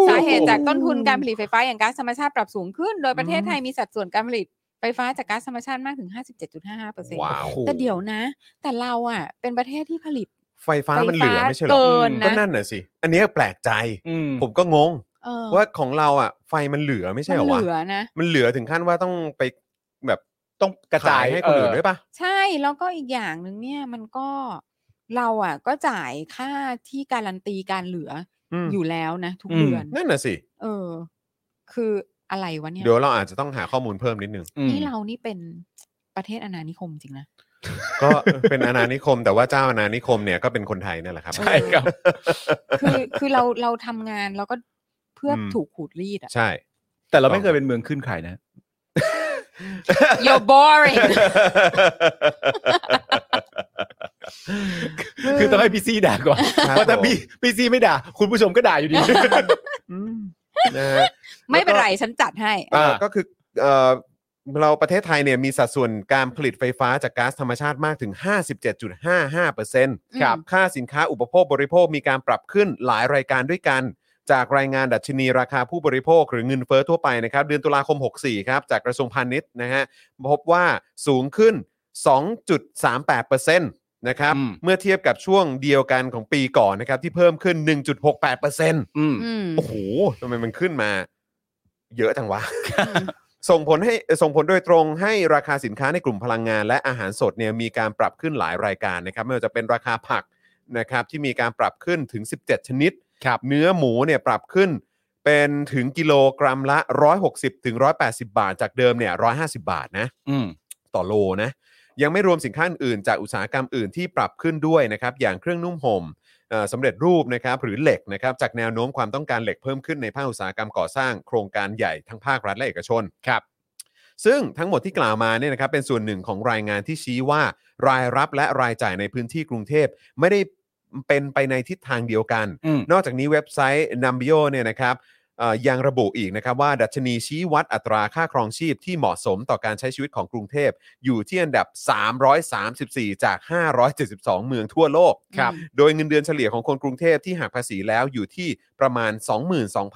C: สาเหตุจากต้นทุนการผลิตไฟฟ้าอย่างก๊าซธรรมชาติปรับสูงขึ้น โดยประเทศไทยมีสัดส่วนการผลิตไฟฟ้าจากก๊าซธรรมชาติมากถึง 57.55%
A: ว้าว
C: แต่เดี๋ยวนะ แต่เราอ่ะ เป็นประเทศที่ผลิต
A: ไฟฟ้ามันเหลือไม่ใช่เหรอ
C: ไฟฟ้าเกินนะ
A: ก็นั่นน่ะสิ อันเนี้ยแปลกใจ
D: อืม
A: ผมก็งง
C: เออ
A: ว่าของเราอ่ะ ไฟมันเหลือไม่ใช่
C: มั
A: เหรอ
C: นเห
A: วะ
C: ลือนะ
A: มันเหลือถึงขั้นว่าต้องไปแบบ
B: ต้องกระจาย
A: ขให้คนอื่น
B: เออ
A: ด้วยปะ
C: ใช่แล้วก็อีกอย่างหนึ่งเนี่ยมันก็เราอ่ะ ก็จ่ายค่าที่การันตีการเหลือ
A: อืม
C: อยู่แล้วนะ ทุก
D: อืม
C: เดือน
A: นั่นน่ะสิ
C: เออ คืออะไรวะเนี่ย
A: เดี๋ยวเราอาจจะต้องหาข้อมูลเพิ่มนิดนึง
D: อืม
C: นี่เรานี่เป็นประเทศอนานิคมจริงนะ
A: ก็เป็นอาณานิคม แต่ว่าเจ้าอาณานิคมเนี่ยก็เป็นคนไทยนั่นแหละครับ
C: ใช่ครับ คือคือเราเราทำงานเราก็เพื่ออ
A: ม
C: ถูกขูดรีดอ่ะ
A: ใช่
D: แต่เราไม่เคยเป็นเมืองขึ้นใครนะ
C: you're boring
D: คือต้องให้พี่ซีด่าก่อน
A: ครับ
D: เพราะถ้า
A: ผม
D: พี่พี่ซีไม่ด่า คุณผู้ชมก็ด่าอยู่ดี
A: อืมนะฮะ
C: ไม่เป็นไรฉันจัดให้
A: เอ่อ
D: อ่า
A: ก็คือเอ่อเราประเทศไทยเนี่ยมีสัดส่วนการผลิตไฟฟ้าจากก๊าซธรรมชาติมากถึง 57.55%
C: ครับ
A: ค่าสินค้าอุปโภคบริโภคมีการปรับขึ้นหลายรายการด้วยกัน จากรายงานดัชนีราคาผู้บริโภค หรือเงินเฟ้อทั่วไปนะครับ เดือนตุลาคม 64 ครับ จากกระทรวงพาณิชย์นะฮะพบว่าสูงขึ้น 2.38%นะครับ
D: อืม
A: เมื่อเทียบกับช่วงเดียวกันของปีก่อนนะครับที่เพิ่มขึ้น 1.68%
D: อืม
C: อืม
A: โอ้โหทำไมมันขึ้นมา เยอะจังวะ ส่งผลให้ส่งผลโดยตรงให้ราคาสินค้าในกลุ่มพลังงาน และอาหารสดเนี่ยมีการปรับขึ้นหลายรายการนะครับไม่ว่าจะเป็นราคาผักนะครับ ที่มีการปรับขึ้นถึง 17 ชนิด
D: ครับ
A: เนื้อหมูเนี่ยปรับขึ้น เป็นถึงกิโลกรัมละ 160ถึง180 บาท จากเดิมเนี่ย150 บาทนะ
D: อืม
A: ต่อโลนะยังไม่รวมสินค้าอื่นๆจากอุตสาหกรรมอื่นที่ปรับขึ้นด้วยนะครับอย่างเครื่องนุ่มห่มเอ่อสำเร็จรูปนะครับหรือเหล็กนะครับจากแนวโน้มความต้องการเหล็กเพิ่มขึ้นในภาคอุตสาหกรรมก่อสร้างโครงการใหญ่ทั้งภาครัฐและเอกชนครับซึ่งทั้งหมดที่กล่าวมาเนี่ยนะครับเป็นส่วนหนึ่งของรายงานที่ชี้ว่ารายรับและรายจ่ายในพื้นที่กรุงเทพไม่ได้เป็นไปในทิศทางเดียวกัน
D: อืม
A: นอกจากนี้เว็บไซต์ Numbio เนี่ยนะครับเอ่อยังระบุอีกนะครับว่าดัชนีชี้วัดอัตราค่าครองชีพที่เหมาะสมต่อการใช้ชีวิตของกรุงเทพ อยู่ที่อันดับ 334 จาก 572 เมืองทั่วโลก
C: ครับ
A: โดยเงินเดือนเฉลี่ยของคนกรุงเทพที่หักภาษีแล้วอยู่ที่ประมาณ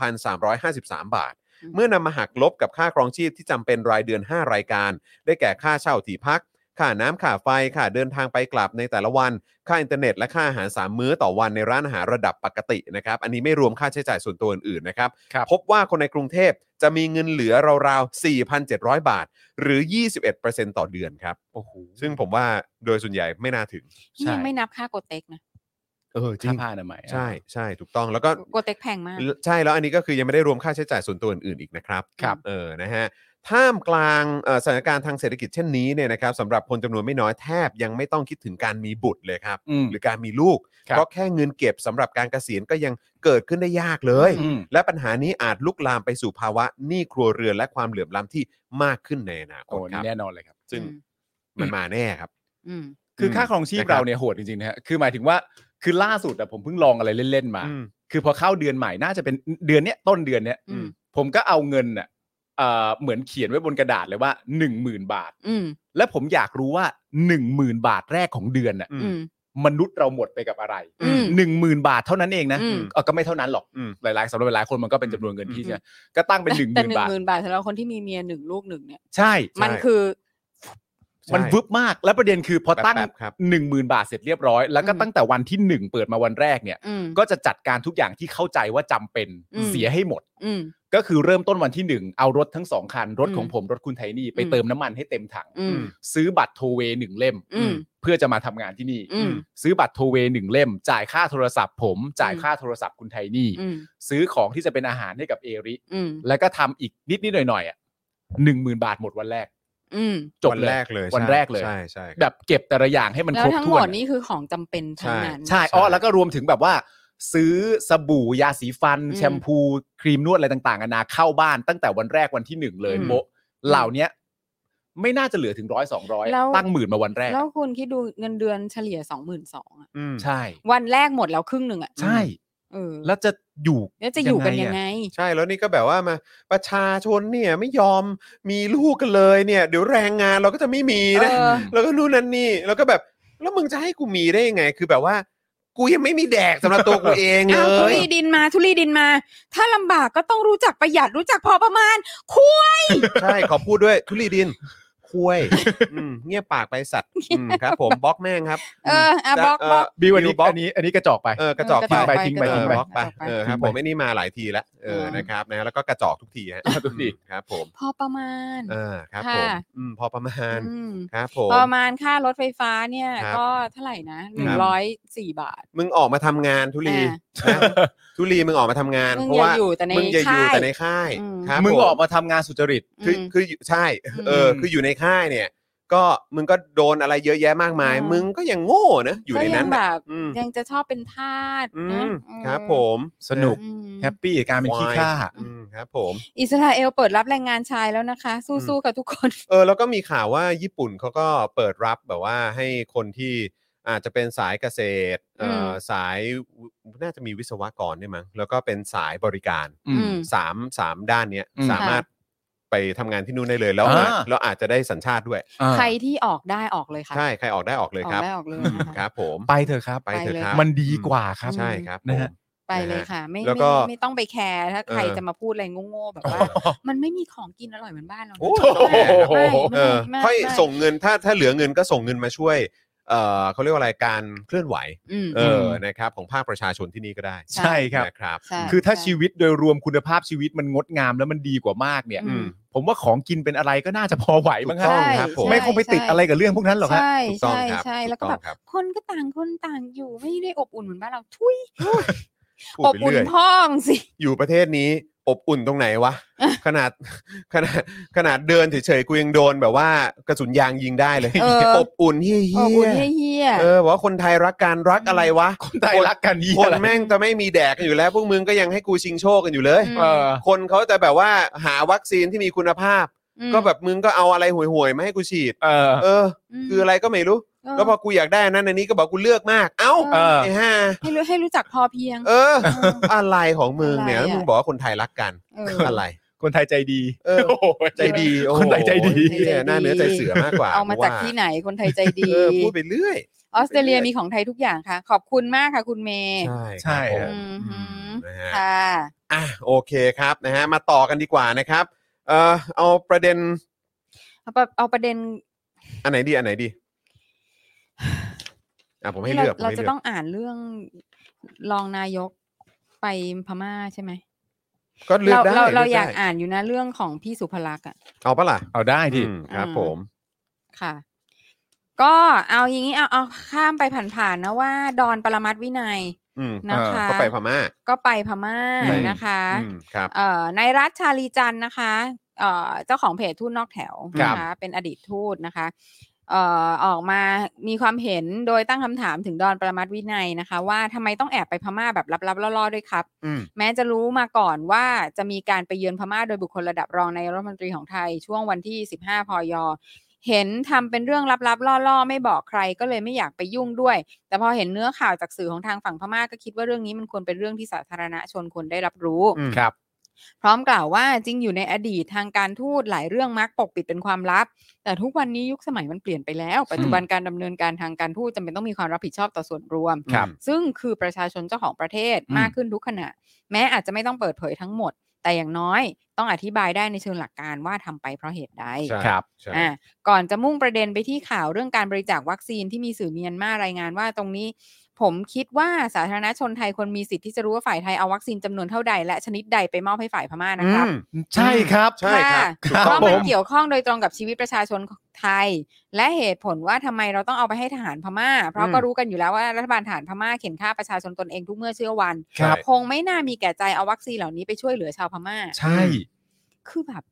A: 22,353 บาท เมื่อนำมาหักลบกับค่าครองชีพที่จำเป็นรายเดือน 5 รายการ ได้แก่ค่าเช่าที่พัก ค่าน้ำค่าไฟ ค่าเดินทางไปกลับในแต่ละวัน ค่าอินเทอร์เน็ตและค่าอาหาร 3 มื้อต่อวันในร้านอาหารระดับปกตินะครับ อันนี้ไม่รวมค่าใช้จ่ายส่วนตัวอื่นๆนะครับ
D: ครับ
A: พบว่าคนในกรุงเทพจะมีเงินเหลือราวๆ 4,700 บาท หรือ 21%ต่อเดือนครับ
D: โอ้โห
A: ซึ่งผมว่าโดยส่วนใหญ่ไม่น่าถึง
C: นี่ยังไม่นับค่าโกเต็กนะ
A: เออจริ
D: ผ้าง ผ้าอนามัยอะ
A: ใช่ใช่ถูกต้องแล้วก็
C: โกเต็กแพงมาก
A: ใช่แล้วอันนี้ก็คือยังไม่ได้รวมค่าใช้จ่ายส่วนตัวอื่นๆอีกนะครับ
C: ครับ
A: เออนะฮะท่ามกลางเอ่อสถานการณ์ทางเศรษฐกิจเช่นนี้เนี่ยนะครับสำหรับคนจำนวนไม่น้อยแทบยังไม่ต้องคิดถึงการมีบุตรเลยครับ
D: อืม
A: หรือการมีลูก
D: ครับ
A: เพราะแค่เงินเก็บสำหรับการเกษียณก็ยังเกิดขึ้นได้ยากเลย
D: อืม
A: และปัญหานี้อาจลุกลามไปสู่ภาวะหนี้ครัวเรือนและความเหลื่อมล้ำที่มากขึ้นในอนาค
D: โอ้
A: ตค
D: นี่
A: รับ
D: แน่นอนเลยครับ
A: ซึ่ง
C: อืม
A: มันมาแน่ครับ
C: อืม
D: คือค่าครองชีพ
A: นะครับ
D: เราเนี่ยโหดจริงๆนะฮะ คือหมายถึงว่า คือล่าสุดอะผมเพิ่งลองอะไรเล่นๆมา
A: อืม
D: คือพอเข้าเดือนใหม่น่าจะเป็นเดือนเนี้ยต้นเดือนเนี้ย
C: อืม
D: ผมก็เอาเงินอะเอ่อเหมือนเขียนไว้บนกระดาษเลยว่าหนึ่งหมื่นบาท
C: อืม
D: และผมอยากรู้ว่าหนึ่งหมื่นบาทแรกของเดือนอะ
A: อื
C: อืม
D: มนุษย์เราหมดไปกับอะไร
C: อืม
D: หนึ่งหมื่นบาทเท่านั้นเองนะ
C: อืม
D: เอ่อก็ไม่เท่านั้นหรอก
A: อืม
D: หลายๆสำหรับหลายๆคนมันก็เป็นจำนวนเงินที่จะก็ตั้งเป็นหนึ่งห
C: แต่
D: มื่
C: ห
D: นบาท
C: นึ่งหมื่นบาทสำหรับคนที่มีเมียหนึ่งลูกหนึ่งเนี่ย
D: ใช่
C: มันคือ
A: ใช่
D: มันวึบมากและประเด็นคือพอตั้ง
A: แป๊บๆครับ
D: หนึ่งหมื่นบาทเสร็จเรียบร้อย แล้วก็
C: อืม
D: ตั้งแต่วันที่หนึ่งเปิดมาวันแรกเนี่ย
C: อืม
D: ก็จะจัดการทุกอย่างที่เข้าใจว่าจำเป็น
C: อืม
D: เสียให้หมด
C: อืม
D: ก็คือเริ่มต้นวันที่หนึ่งเอารถทั้งสองคัน รถ
C: อืม
D: ของผมรถคุณไทนี่ไป
C: อืม
D: เติมน้ำมันให้เต็มถัง
C: อืม
D: ซื้อบัตรโทเวหนึ่งเล่ม
C: อืม
D: เพื่อจะมาทำงานที่นี่
C: อืม
D: ซื้อบัตรโทเวหนึ่งเล่ม จ่ายค่าโทรศัพท์ ผมจ่ายค่าโทรศัพท์คุณไทนี่
C: อืม
D: ซื้อของที่จะเป็นอาหารให้กับเอริ
C: อืม
D: แล้วก็ทำอีกนิดนิดหน่อยหน่อยๆอ่ะหนึ่งหมื่นบาทหมดวันแรก
C: อืม
D: จบ
A: วัน
D: เลย
A: แรกเลย
D: วันแรกเลย
A: ใช่ใช่
D: แบบเก็บแต่ละอย่างให้มัน
C: แล้
D: ควรบ
C: ทั้ง
D: ถ้
C: หม
D: วน
C: ดนี่คือของจำเป็นทั้งนั้น
D: ใช่อ๋อแล้วก็รวมถึงแบบว่า ซื้อสบู่ยาสีฟัน
C: อืม
D: แชมพูครีมนวดอะไรต่างๆนานาเข้าบ้านตั้งแต่วันแรกวันที่หนึ่งเลย
C: อืม
D: โมะเหล่าเนี้ย ไม่น่าจะเหลือถึงร้อยสองร้อย
C: แล้ว
D: ตั้งหมื่นมาวันแรก
C: แล้วคุณคิดดูเงินเดือนเฉลี่ยสองหมื่นสอง
D: ใช่
C: วันแรกหมดแล้วครึ่งหนึ่งอ่ะ
D: ใช่
C: เออ
D: แล้วจะอยู่
C: แล้วจะอยู่กันยัง
D: อะ
C: ไง
A: ใช่แล้วนี่ก็แบบว่ามาประชาชนเนี่ยไม่ยอมมีลูกกันเลยเนี่ย เดี๋ยวแรงงานเราก็จะไม่มีนะ
C: เออ
A: แล้วก็นู่นนั่นนี่แล้วก็แบบแล้วมึงจะให้กูมีได้ยังไง คือแบบว่า กูยังไม่มีแดกสำหรับตัวกูเองเล
C: อ้าวทุ
A: ย
C: ลีดินมาทุลีดินมา ถ้าลำบากก็ต้องรู้จักประหยัดรู้จักพอประมาณคู่
A: ใช่ขอพูดด้วยทุลีดินคุยอืมเงียบปากไปสัตว์อืมครับ ผมบล็อกแม่งครับ
C: เอออ่ะ
A: จะ
C: บล็อก
A: เ
C: บล็อก
D: บิวอันนี้
A: บล็อก
D: อันนี้อันนี้กระจอกไป
A: เออกระจอก
C: เออก
A: ไป
C: ระจอกไป
A: ทิ้งไป
C: กระจ
A: ทิ้
C: อก
A: ง
C: ไป
A: ไปบล็อกไป
C: กระจอกไป
A: เออครับ
D: ทิ้ง
A: ผม
D: ไป
A: ไม่นี่มาหลายทีแล้วเออ
C: เออ
A: นะครับนะแล้วก็กระจอกทุกทีฮะ
D: ทุกที
A: อืมครับ ผม
C: พอประมาณ
A: อ่าครับผม
C: ค่ะ
A: อืมพอประมาณ
C: อืม
A: ครับผม
C: พอประมาณค่ารถไฟฟ้าเนี่ย
A: ครับ
C: ก็เท่าไหร่นะหนึ่งร้อยสี่บาท
A: มึงออกมาทำงานทุลี
C: อ่า
A: นะทุลีมึงออกมาทำงาน
C: มึง
A: เพราะ
C: อย่า
A: ว่า
C: อยู่แต่ใน
A: มึงอย่าอยู่
C: ค่าย
A: แต่ในค่าย
C: อืม
A: ครับ
D: มึง
A: ผ
D: ออกมาทำงานสุจริต
A: คือ
C: ม
A: คือใช่เอออ
D: ม
A: คืออยู่ในค่ายเนี่ย ก็มึงก็โดนอะไรเยอะแยะมากมาย
C: อ่ามึ
A: มึงก็ยังโง่นะอยู่ในนั้น
C: ก็ยังแบบ
A: อืม
C: ยังจะชอบเป็นทาส
A: อื
C: นะ
A: ม
C: อื
A: ครับ ผม
D: สนุก
C: อืม
D: แฮปปี้กับการเป็นขี้ข้า
A: อืมครับผม
C: อิสราเอลเปิดรับแรงงานชายแล้วนะคะ สู้ๆกับทุกคน
A: เออแล้วก็มีข่าวว่าญี่ปุ่นเขาก็เปิดรับแบบว่าให้คนที่อาจจะเป็นสายเกษตรเอ่อ
C: ม
A: อสายน่าจะมีวิศวกรด้วยมั้งแล้วก็เป็นสายบริการ
D: อืม
C: อืม
A: สามสามด้านเนี้ย
D: อืม
A: สามารถไปทำงานที่นู่นได้เลยแล้ว
D: อ่า
A: อาจแล้วอาจจะได้สัญชาติด้วย
D: อ่า
C: ใครที่ออกได้ออกเลยค่ะ
A: ใช่ใครออกได้ออกเลย
C: ออ
A: ค
C: ก
A: รับ
C: ได้ออกเลย
A: อืม
C: นะ
A: ค
C: คะ
A: รับผม
D: ไปเถอะครับ
A: ไปเถอะครับ
D: มันดีกว่าครับ
A: ใช่ครับ
D: นะฮะ
A: ผม
C: ไปเลยค่ะ ไม่
A: แล้วก็
C: ไม่ไม่ต้องไปแคร์ถ้าใคร
A: เออ
C: จะมาพูดอะไรโง่ๆแบบ ว่า มันไม่มีของกินอร่อยเหมือนบ้านเรานะ
A: โอ้
C: ไม่
A: โห
C: ไม่
A: เออ
C: ไม่
A: ค่อย
C: ไม่
A: ส่งเงินถ้าถ้าเหลือเงินก็ส่งเงินมาช่วยเออเขาเรียกว่าอะไรการเคลื่อนไหว
C: อืม
A: เออนะครับของภาคประชาชนที่นี่ก็ได้
C: ใช่
D: ใช่ครับ
A: นะครับ
C: ใช่
D: คือถ้า
C: ใช่
D: ชีวิตโดยรวมคุณภาพชีวิตมันงดงามแล้วมันดีกว่ามากเนี่ย
C: อืม
D: ผมว่าของกินเป็นอะไรก็น่าจะพอไหวมั้งครับ
A: ถูกต้อง
C: ใช่
A: ครับผม
C: ใช่
D: ไม่คงไปติดอะไรกับเรื่องพวกนั้นหรอกครับ
C: ใช่
A: ถูกต้อง
C: ใช่
A: ครับ
C: ใช่แล้วก็
A: ถู
C: แบ
A: ต้อบ งครับ
C: คนก็ต่างคนต่างอยู่ไม่ได้อบอุ่นเหมือนบ้านเราทุย
A: พูด
C: อบ
A: ไป
C: อุ่น
A: เรื่อย
C: พ่องสิ
A: อยู่ประเทศนี้อบอุ่นตรงไหนวะ ขนาดขนาดขนาดเดินเฉยๆกูยังโดนแบบว่ากระสุนยางยิงได้เลย
C: เออ
A: อบอุ่นเฮี้
C: อบอุ่น
A: ย
C: เฮี้ย
A: ๆเออบอกว่าคนไทยรักการรักอะไรวะ
D: คนไทยรักกันยี่
A: คน
D: อะไร
A: แม่งจะไม่มีแดกกันอยู่แล้ว พวกมึงก็ยังให้กูชิงโชคกันอยู่เลย
C: อืม
D: เออ
A: คนเขาจะแบบว่าหาวัคซีนที่มีคุณภาพ
C: ม
A: ก็แบบมึงก็เอาอะไรห่วยๆมาให้กูฉีด
D: เออ
A: เออ
C: ม
A: คืออะไรก็ไม่รู้
C: เออ
A: แล้วพอกูอยากได้อันนั้นอันนี้ก็บอกกูเลือกมาก เอ้า
C: เออ
A: ไอ้ห่า
C: ให้รู้ให้รู้จักพอเพียง
A: เออ อะไรของมึงเนี่ย
C: อะไรอะ
A: แล้วมึงบอกว่าคนไทยรักกัน
C: เออ
A: อะไร
D: คนไทยใจดี
A: เออ
D: โอ้โห
A: ใจดีโอ้โห
D: คนไหนใจดี
A: เนี่ยหน้าเนื้อใจเสือมากกว่า
C: เอามาจาก
A: ว่
C: ที่ไหนคนไทยใจดี
A: เออพูดไปเรื่อย
C: ออสเตรเลียมีของไทยทุกอย่างค่ะ ขอบคุณมากค่ะคุณเมย์
A: ใช่
D: ใช่
A: ครับ
C: อืมหืม
A: ผมนะฮะ
C: ค่ะ
A: อ่ะโอเคครับนะฮะมาต่อกันดีกว่านะครับเออเอาประเด็น
C: เอาประเอาประเด็น
A: อันไหนดีอันไหนดีอ่ะผมให้
C: เรา
A: เลือกผม
C: เรา
A: ให้
C: จะ
A: เลือ
C: ต้อก งอ่านเรื่องรองนายกไปพม่าใช่ไหม
A: ก็เลือก
C: เรา
A: ได้
C: เราเรา
A: ลื
C: อยาก
A: ได้
C: อ่านอยู่นะเรื่องของพี่สุภลักษณ์อ่ะ
A: เอาปะล่ะ
D: เอาได้ดิ
A: อืมครับ
C: อืม
A: ผม
C: ค่ะ ก็เอาอย่างนี้เอาเอาข้ามไปผ่านๆนะว่า ดอนปรมัตถ์วินัย
A: อืม
C: นะคะ
A: ก็ไปพม่า
C: ก็ไปพม่า
D: อืม
C: นะคะ
A: อืมครับ
C: เอ่อในายรัฐชาลีจันทร์นะคะเอ่อเจ้าของเพจทูตนอกแถวนะ
A: ครั
C: คะ
A: บ
C: เป็นอดีตทูตนะคะเอ่อออกมามีความเห็นโดยตั้งคำถามถึงดอนประมัตถ์วินัยนะคะ ว่าทำไมต้องแอบไปพม่าแบบลับๆล่อๆด้วยครับ
A: อืม
C: แม้จะรู้มาก่อนว่าจะมีการไปเยือนพม่าโดยบุคคลระดับรองนายกรัฐมนตรีของไทยช่วงวันที่ 15 พย เห็นทำเป็นเรื่องลับๆล่อๆ ไม่บอกใครก็เลยไม่อยากไปยุ่งด้วย แต่พอเห็นเนื้อข่าวจากสื่อของทางฝั่งพม่าก็คิดว่าเรื่องนี้มันควรเป็นเรื่องที่สาธารณชนควรได้รับรู้
A: อืม
D: ครับ
C: พร้อมกล่าวว่าจริงอยู่ในอดีตทางการทูตหลายเรื่องมักปกปิดเป็นความลับ แต่ทุกวันนี้ยุคสมัยมันเปลี่ยนไปแล้ว ปัจจุบันการดำเนินการทางการทูตจำเป็นต้องมีความรับผิดชอบต่อส่วนรวม
A: ครับ
C: ซึ่งคือประชาชนเจ้าของประเทศ
D: อืม
C: มากขึ้นทุกขณะ แม้อาจจะไม่ต้องเปิดเผยทั้งหมด แต่อย่างน้อยต้องอธิบายได้ในเชิงหลักการว่าทำไปเพราะเหตุใด
A: ใช่
D: ครับ
A: ใช่
C: อ่ะก่อนจะมุ่งประเด็นไปที่ข่าวเรื่องการบริจาควัคซีนที่มีสื่อเมียนมารายงานว่าตรงนี้ ผมคิดว่าสาธารณชนไทยควรมีสิทธิ์ที่จะรู้ว่าฝ่ายไทยเอาวัคซีนจำนวนเท่าใด และชนิดใดไปมอบให้ฝ่ายพม่านะครับ
A: อืม
D: ใช่ครับ
A: ใช่ครับ
C: ค่ะ
A: ถูก
C: เพ
A: ต้อง
C: ราะมัน
A: ผม
C: เกี่ยวข้องโดยตรงกับชีวิตประชาชนไทย และเหตุผลว่าทำไมเราต้องเอาไปให้ทหารพม่า เพราะก็รู้กันอยู่แล้วว่ารัฐบาลทหารพม่าเข็นฆ่าประชาชนตนเองทุกเมื่อเชื่อวัน
A: ครับ
C: คงไม่น่ามีแก่ใจเอาวัคซีนเหล่านี้ไปช่วยเหลือชาวพม่า
D: ใช่
C: คือแบบ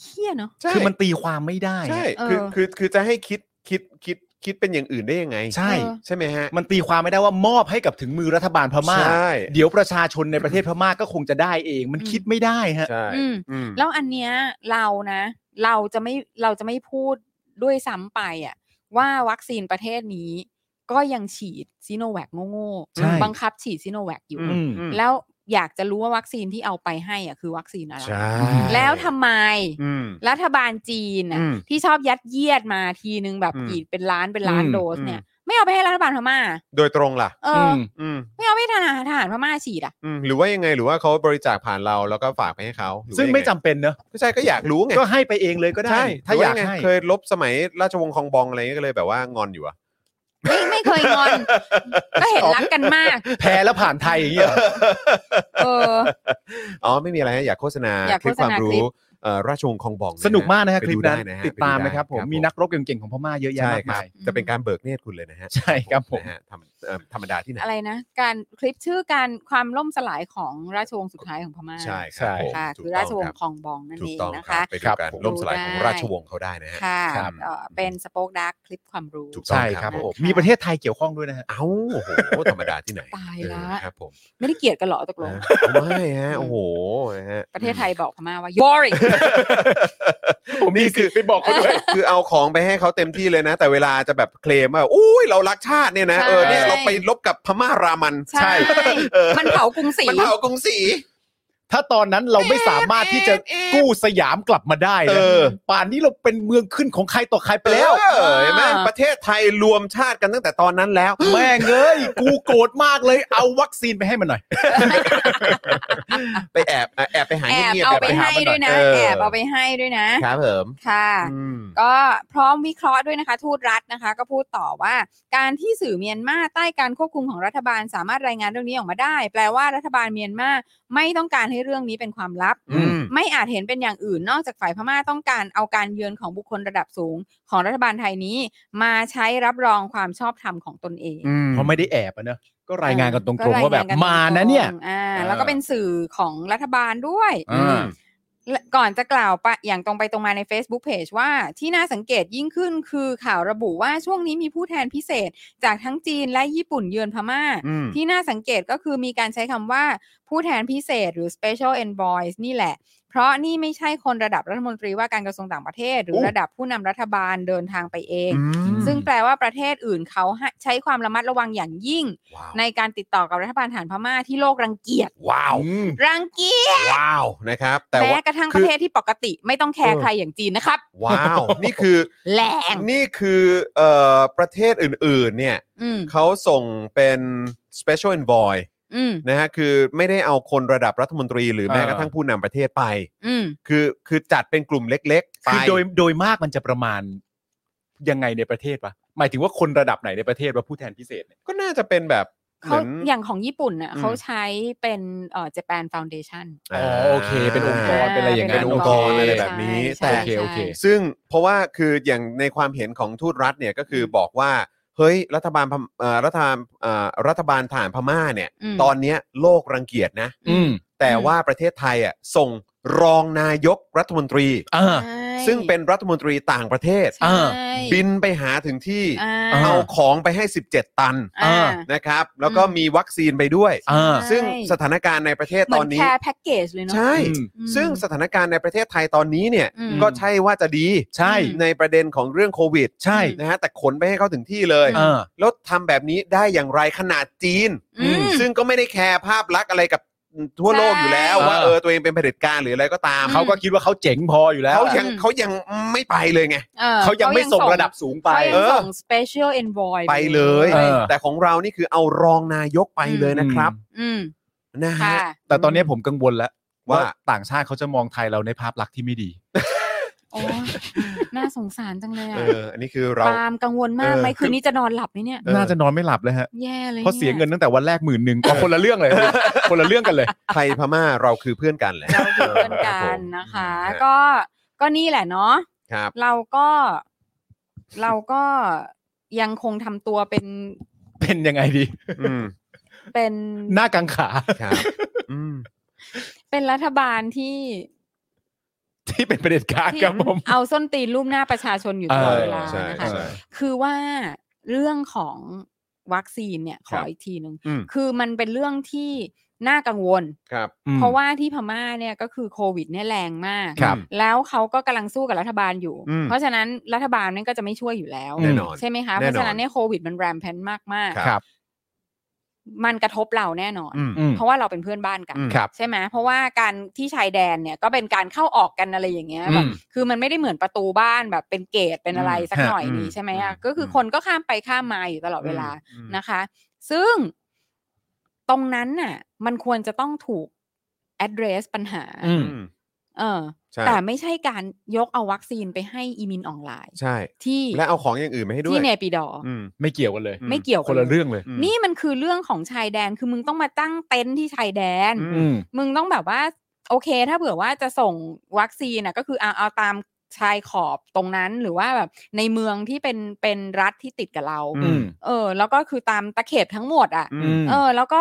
C: เฮี้ยเนาะ
A: ใช่
D: คือมันตีความไม่ได้
A: ใช่
D: อะ
C: เออ
A: คือคือคือจะให้คิดคิดคิดคิดเป็นอย่างอื่นได้ยังไง
D: ใช่
C: เออ
A: ใช่ไหมฮะ
D: มันตีความไม่ได้ว่ามอบให้กับถึงมือรัฐบาลพม่า
A: ใช่
D: เดี๋ยวประชาชนในประเทศพม่าก็คงจะได้เอง มันคิดไม่ได้ฮะ
A: ใช่
C: อืม
A: อืม
C: แล้วอันเนี้ยเรานะ เราจะไม่เราจะไม่พูดด้วยซ้ำไปอะว่าวัคซีนประเทศนี้ ก็ยังฉีดซีโนแวคโง่
D: ใช่
C: ๆบังคับฉีดซีโนแวคอยู่
D: อืม
C: แล้วอยากจะรู้ว่าวัคซีนที่เอาไปให้อ่ะคือวัคซีนอะไร
A: ใช่
C: แล้วทำไม
B: อืม
C: รัฐบาลจีนน่ะ
B: อืม
C: ที่ชอบยัดเยียดมาทีนึงแบบ
B: อืม
C: กี่เป็นล้านเป็นล้าน
D: อืม
C: โดสเนี่ย
B: อื
C: ไม่เอาไปให้รัฐบาลพม่า
A: โดยตรงล่ะ
C: เอ
D: อื
C: ออ
D: ม
B: อืม
C: ไม่เอาไปให้ทหารทหารพม่าฉีดอ่ะ
A: อืมหรือว่ายังไงหรือว่าเขาบริจาคผ่านเราแล้วก็ฝากไปให้เขาหรือว่า
D: ซึ่งไม่จำเป็นเนอะ
A: ไม่ใช่ก็อยากรู้ไง
D: ก็ให้ไปเองเลยก็ได้
A: ใช่
D: ถ้าอยาก
A: หรืว่งไง
D: ให้
A: เคยลบสมัยราชวงศ์คองบองอะไรเงี้ยก็เลยแบบว่างอนอยู่อะ
C: ไม่ไม่เคยงอน ก็เห็นรักกันมาก
D: แพ้แล้วผ่านไทยอย่างเงี้ย
C: เออ
A: อ๋อไม่มีอะไรฮะอยากโฆษณา
C: อยาก
A: คลิป
C: โฆษ
A: ค
C: ณา
A: วาม
C: คลิ
A: รู้
C: ป
A: เอ่อราชวงศ์คองบองะฮะ
D: สนุกมากนะฮะ
A: ไป
D: คลิป
A: ดู
D: นั้น
A: ได้ะฮะ
D: ติดตาม
A: ไป
D: นะครับผมมีนักรบเก่งๆของพม่าเยอะแยะ
A: ใช่
D: มา
A: ครั
D: ก
A: บ
D: มาย
A: จะเป็นการเบิกเนตรคุณเลยนะฮะ
D: ใช่ครับผม
A: นะฮะทำเอ่อธรรมดาที่ไหน
C: อะไรนะ การคลิปชื่อการความล่มสลายของราชวงศ์สุดท้ายของพม่า
A: ใช่ค
D: ใช่
A: รับผม
C: ค่ะ
A: ถู
C: คือก
A: ต้
C: ราชวงศ์ค
A: รั
C: องบองนั่น
A: ถู
C: เอก ง
A: ต้อง
C: นะ
A: ครั
C: คะ
A: บไปดูการ
D: ครับ
A: ล่มสลายของราชวงศ์เขาได้นะฮะ
C: ค่ะ
A: ครับ
C: เอ่อเป็นสป o อ e ดักคลิปความรู้
A: ถูกต้อง
D: ใช่ครับผมมีประเทศไทยเกี่ยวข้องด้วยนะฮะ
A: เอ้าโอ้โหธรรมดาที่ไหน
C: ตายละ
A: เออครับผม
C: ไม่ได้เกลียดกันเหรอตกลง
A: นะไม่ฮะโอ้โหนะฮะ
C: ประเทศไทยบอกพม่าว่า boring
A: ผมนี่คือไปบอกเขาด้วย คือเอาของไปให้เขาเต็มที่เลยนะ แต่เวลาจะแบบเคลมว่าอุ้ยเรารักชาติเนี่ยนะเออเนี่ย
C: ใช่
A: เราไปลบกับพม่ารามัน
C: ใช่
A: เออ
C: มันเผากรุงศรี
A: มันเผากรุงศรี
D: ถ้าตอนนั้นเราไม่สามารถที่จะกู้สยามกลับมาได้
A: เอ
D: นะ
A: อ
D: ป่านนี้เราเป็นเมืองขึ้นของใครต่อใครไป
A: แล้
D: แล้ว ว
A: เห็นไหมประเทศไทยรวมชาติกันตั้งแต่ตอนนั้นแล้ว
D: แม่งเอ้ยกูโกรธมากเลยเอาวัคซีนไปให้มันหน่อย
A: ไปแอบแอบไปหา
C: แอบ
A: เงียบๆ
C: เอาไป
A: หา
C: ให้
A: มันน่
C: ด้วยนะ
A: เ
C: แอบเอาไปให้ด้วยนะ
A: ครับเผม
C: ค่ะ
A: อืม
C: ก็พร้อมวิเคราะห์ด้วยนะคะ ทูตรัฐนะคะ ก็พูดต่อว่า การที่สื่อเมียนมาใต้การควบคุมของรัฐบาลสามารถรายงานเรื่องนี้ออกมาได้ แปลว่ารัฐบาลเมียนมาไม่ต้องการให้เรื่องนี้เป็นความลับ
A: อืม
C: ไม่อาจเห็นเป็นอย่างอื่นนอกจากฝ่ายพม่าต้องการเอาการเยือนของบุคคลระดับสูง ของรัฐบาลไทยนี้ มาใช้รับรองความชอบธรรมของตนเอง
D: เพราะไม่ได้แอบอะเนอะก็รายงานกันตรง
C: ก็
D: ๆว่าแบบ
C: รยงกั
D: มานะเนี่ย
C: ตรงๆอ่า
D: เออ
C: แล้วก็เป็นสื่อของรัฐบาลด้วย
D: อ่า
C: และก่อนจะกล่าวปะอย่างตรงไปตรงมาใน Facebook Page ว่าที่น่าสังเกตยิ่งขึ้นคือข่าวระบุว่าช่วงนี้มีผู้แทนพิเศษ จากทั้งจีนและญี่ปุ่นเยือนพม่า
B: อืม
C: ที่น่าสังเกตก็คือมีการใช้คำว่าผู้แทนพิเศษหรือ special envoys นี่แหละ เพราะนี่ไม่ใช่คนระดับรัฐมนตรีว่าการกระทรวงต่างประเทศ หรือ
D: โอ้
C: ระดับผู้นำรัฐบาลเดินทางไปเอง
D: อืม
C: ซึ่งแปลว่าประเทศอื่นเขาให้ใช้ความระมัดระวังอย่างยิ่ง
A: ว้าว
C: ในการติดต่อกับรัฐบาลฐานพม่าที่โลกรังเกียจ
A: ว้าว
D: อืม
C: รังเกียจ
A: ว้าวนะครับ แต่
C: แม้
A: ว่าก
C: ระทั่งประเทศที่ปกติไม่ต้องแคร์ใครอย่างจีนนะครับ
A: ว้าว นี่คือ
C: แรง
A: นี่คือเอ่อประเทศอื่นๆเนี่ย
C: อืม
A: เขาส่งเป็น special envoy
C: อืม
A: นะฮะคือไม่ได้เอาคนระดับรัฐมนตรี หรือแม้
D: อ่า
A: กระทั่งผู้นำประเทศไป
C: อืม
A: คือคือจัดเป็นกลุ่มเล็กๆไป
D: คือโดยโดยมากมันจะประมาณยังไงในประเทศวะหมายถึงว่าคนระดับไหนในประเทศว่าผู้แทนพิเศษเนี่ย
A: ก็น่าจะเป็นแบบเห
C: เขา
A: มือน
C: อย่างของญี่ปุ่นน่ะ
D: อืม
C: เขาใช้เป็นเอ่อ Japan Foundation
D: อ๋อโอเคเป็นองค์กรเป็นอะไรอย่าง
A: เป็นองค์กร
D: โเ
A: อะไรแบบนี้
C: ใช่
A: แต่
D: โอเคโอเค
C: ใช่
A: ซึ่งเพราะว่าคืออย่างในความเห็นของทูตรัฐเนี่ยก็คือบอกว่า เฮ้ยรัฐบาลพมเอ่อรัฐบาลเอ่อรัฐบาลฐานพม่าเนี่ย
C: อืม
A: ตอนเนี้ยโลกรังเกียจนะ
D: อืม
A: แต่ว่าประเทศไทยอ่ะส่งรองนายกรัฐมนตรี
D: อ่า
C: ใช่
A: ซึ่งเป็นรัฐมนตรีต่างประเทศ
C: ใช่
D: อ่า
A: บินไปหาถึงที่
C: อ่า
A: เอาของไปให้ 17 ตัน
C: อ่า
A: นะครับ แล้วก็
C: อืม
A: มีวัคซีนไปด้วย
D: อ่า
A: ซึ่งสถานการณ์ในประเทศ
C: เหมื
A: ต
C: อ
A: อน
C: น
A: นี้
C: แคร์แพ็กเกจเลยเนาะ
A: ใช่
D: อืม
A: ซึ่งสถานการณ์ในประเทศไทยตอนนี้เนี่ย
C: อืม
A: ก็ใช่ว่าจะดี
D: ใช่
A: ในประเด็นของเรื่องโควิด
D: ใช่
A: นะฮะ แต่ขนไปให้เขาถึงที่เลย
D: อ่า
A: แล้วทำแบบนี้ได้อย่างไรขนาดจีน
C: อืม
A: ซึ่งก็ไม่ได้แคร์ภาพลักษณ์อะไรกับทั่วโลกอยู่แล้ว
D: ใช่
A: ว่าเออตัวเองเป็นเผด็จการหรืออะไรก็ตาม
C: อืม
D: เขาก็คิดว่าเขาเจ๋งพออยู่แล้ว
A: เขา
D: อะ
A: ยัง
C: อืม
A: เขายังไม่ไปเลยไง
C: ออ
D: เขายังไม่ส่งระดับสูงไป
C: เขายัง
A: เออ
C: ส่ง special envoy
A: ไปเลย
D: เออ
A: แต่ของเรานี่คือเอารองนายกไปเลยนะครับ
C: อืม
A: นะฮะ
C: ค่ะ
D: แต่ตอนนี้ผมกังวลแล้ว
A: ว่า
D: ว่าต่างชาติเขาจะมองไทยเราในภาพลักษณ์ที่ไม่ดี
C: โอ้ยน่าสงสารจังเลยอ่ะ
A: เอออันนี้คือเรา
C: ปาล์มกังวลมากไหม
A: เออ
C: คืนนี้จะนอนหลับไหมเนี่ย
A: เออ
D: น่าจะนอนไม่หลับเลยฮะ
C: แย่เลย
D: เพราะเสียเงินตั้งแต่วันแรกหมื่นหนึ่งอ๋อคนละเรื่องเลย คนละเรื่องกันเลย
A: ไทยพม่าเราคือเพื่อนกันแหละ
C: เราถือกัน
A: ค
C: กั
A: รับผ
C: น
A: ม
C: นะคะ ก็ก็นี่แหละเนาะ
A: ครับ
C: เราก็ เราก็ยังคงทำตัวเป็น
D: เป็นยังไงดี
A: อืม
C: เป็น
D: หน้ากังขา
A: ครับอืม
C: เป็นรัฐบาลที่
D: ที่เป็นประเด็นการ
C: ที่
D: ครับผม
C: เอาส้นตีนรูปหน้าประชาชนอยู่ตลอดเวลา
A: ใช่
C: นะ
A: ใช่
C: คะ
A: ใช่
C: คือว่าเรื่องของ วัคซีนเนี่ยข
A: ครั
C: อบ อีกทีหนึ่ง
A: อืม
C: คือมันเป็นเรื่องที่น่ากังวล
A: ครับ
D: อืม
C: เพราะว่าที่พม่าเนี่ยก็คือโควิดเนี่ยแรงมาก
D: ครับ
C: แล้วเขาก็กำลังสู้กับรัฐบาลอยู่
A: อืม
C: เพราะฉะนั้นรัฐบาลนั่นก็จะไม่ช่วยอยู่แล้ว
A: แน่นอน
C: ใช่ไหมคะ
A: แน่
C: เพ
A: นอน
C: ราะฉะนั้นเนี่ยโควิดมันแรมแพนมากมากๆ
D: ครับ
C: มันกระทบเราแน่นอน
A: อืม
D: อืม
C: เพราะว่าเราเป็นเพื่อนบ้านกัน
A: อืม
D: ครับ
C: ใช่ไหมเพราะว่าการที่ชายแดนเนี่ยก็เป็นการเข้าออกกันอะไรอย่างเงี้ย
D: อืม
C: แบบคือมันไม่ได้เหมือนประตูบ้านแบบเป็นเกตเป็นอะไร
D: อืม
C: สักหน่อย
D: ฮะ
C: นี่ใช่ไหมอะ
A: อืม
C: ก็คืออ
A: ม
C: คนก็ข้ามไปข้ามมาอยู่ตลอดเวลานะคะ ซึ่งตรงนั้นน่ะ มันควรจะต้องถูก address ปัญหา
D: อืม
A: อืม
C: เออ
A: ใช่
C: แต่ไม่ใช่การยกเอาวัคซีนไปให้อีมินออนไลน์
A: ใช่
C: ที่
A: และเอาของอย่างอื่นมาให้ด้วย
C: ที่เนปิดอร์
A: อืม
D: ไม่เกี่ยวกันเลย
A: อื ม
C: ไม่เกี่ยว
D: คนละเรื่องเลย
A: อืม
C: นี่มันคือเรื่องของชายแดนคือมึงต้องมาตั้งเต็นท์ที่ชายแดน
A: อื
D: อืม
C: มึงต้องแบบว่า โอเค ถ้าเผื่อว่าจะส่งวัคซีนนะก็คือเอาเอาตามชายขอบตรงนั้นหรือว่าแบบในเมืองที่เป็นเป็นรัฐที่ติดกับเรา
A: อื
D: อืม
C: เออ แล้วก็คือตามตะเข็บทั้งหมดอ่ะ
A: อื
D: อื
A: ม
D: ม
C: เออ แล้วก็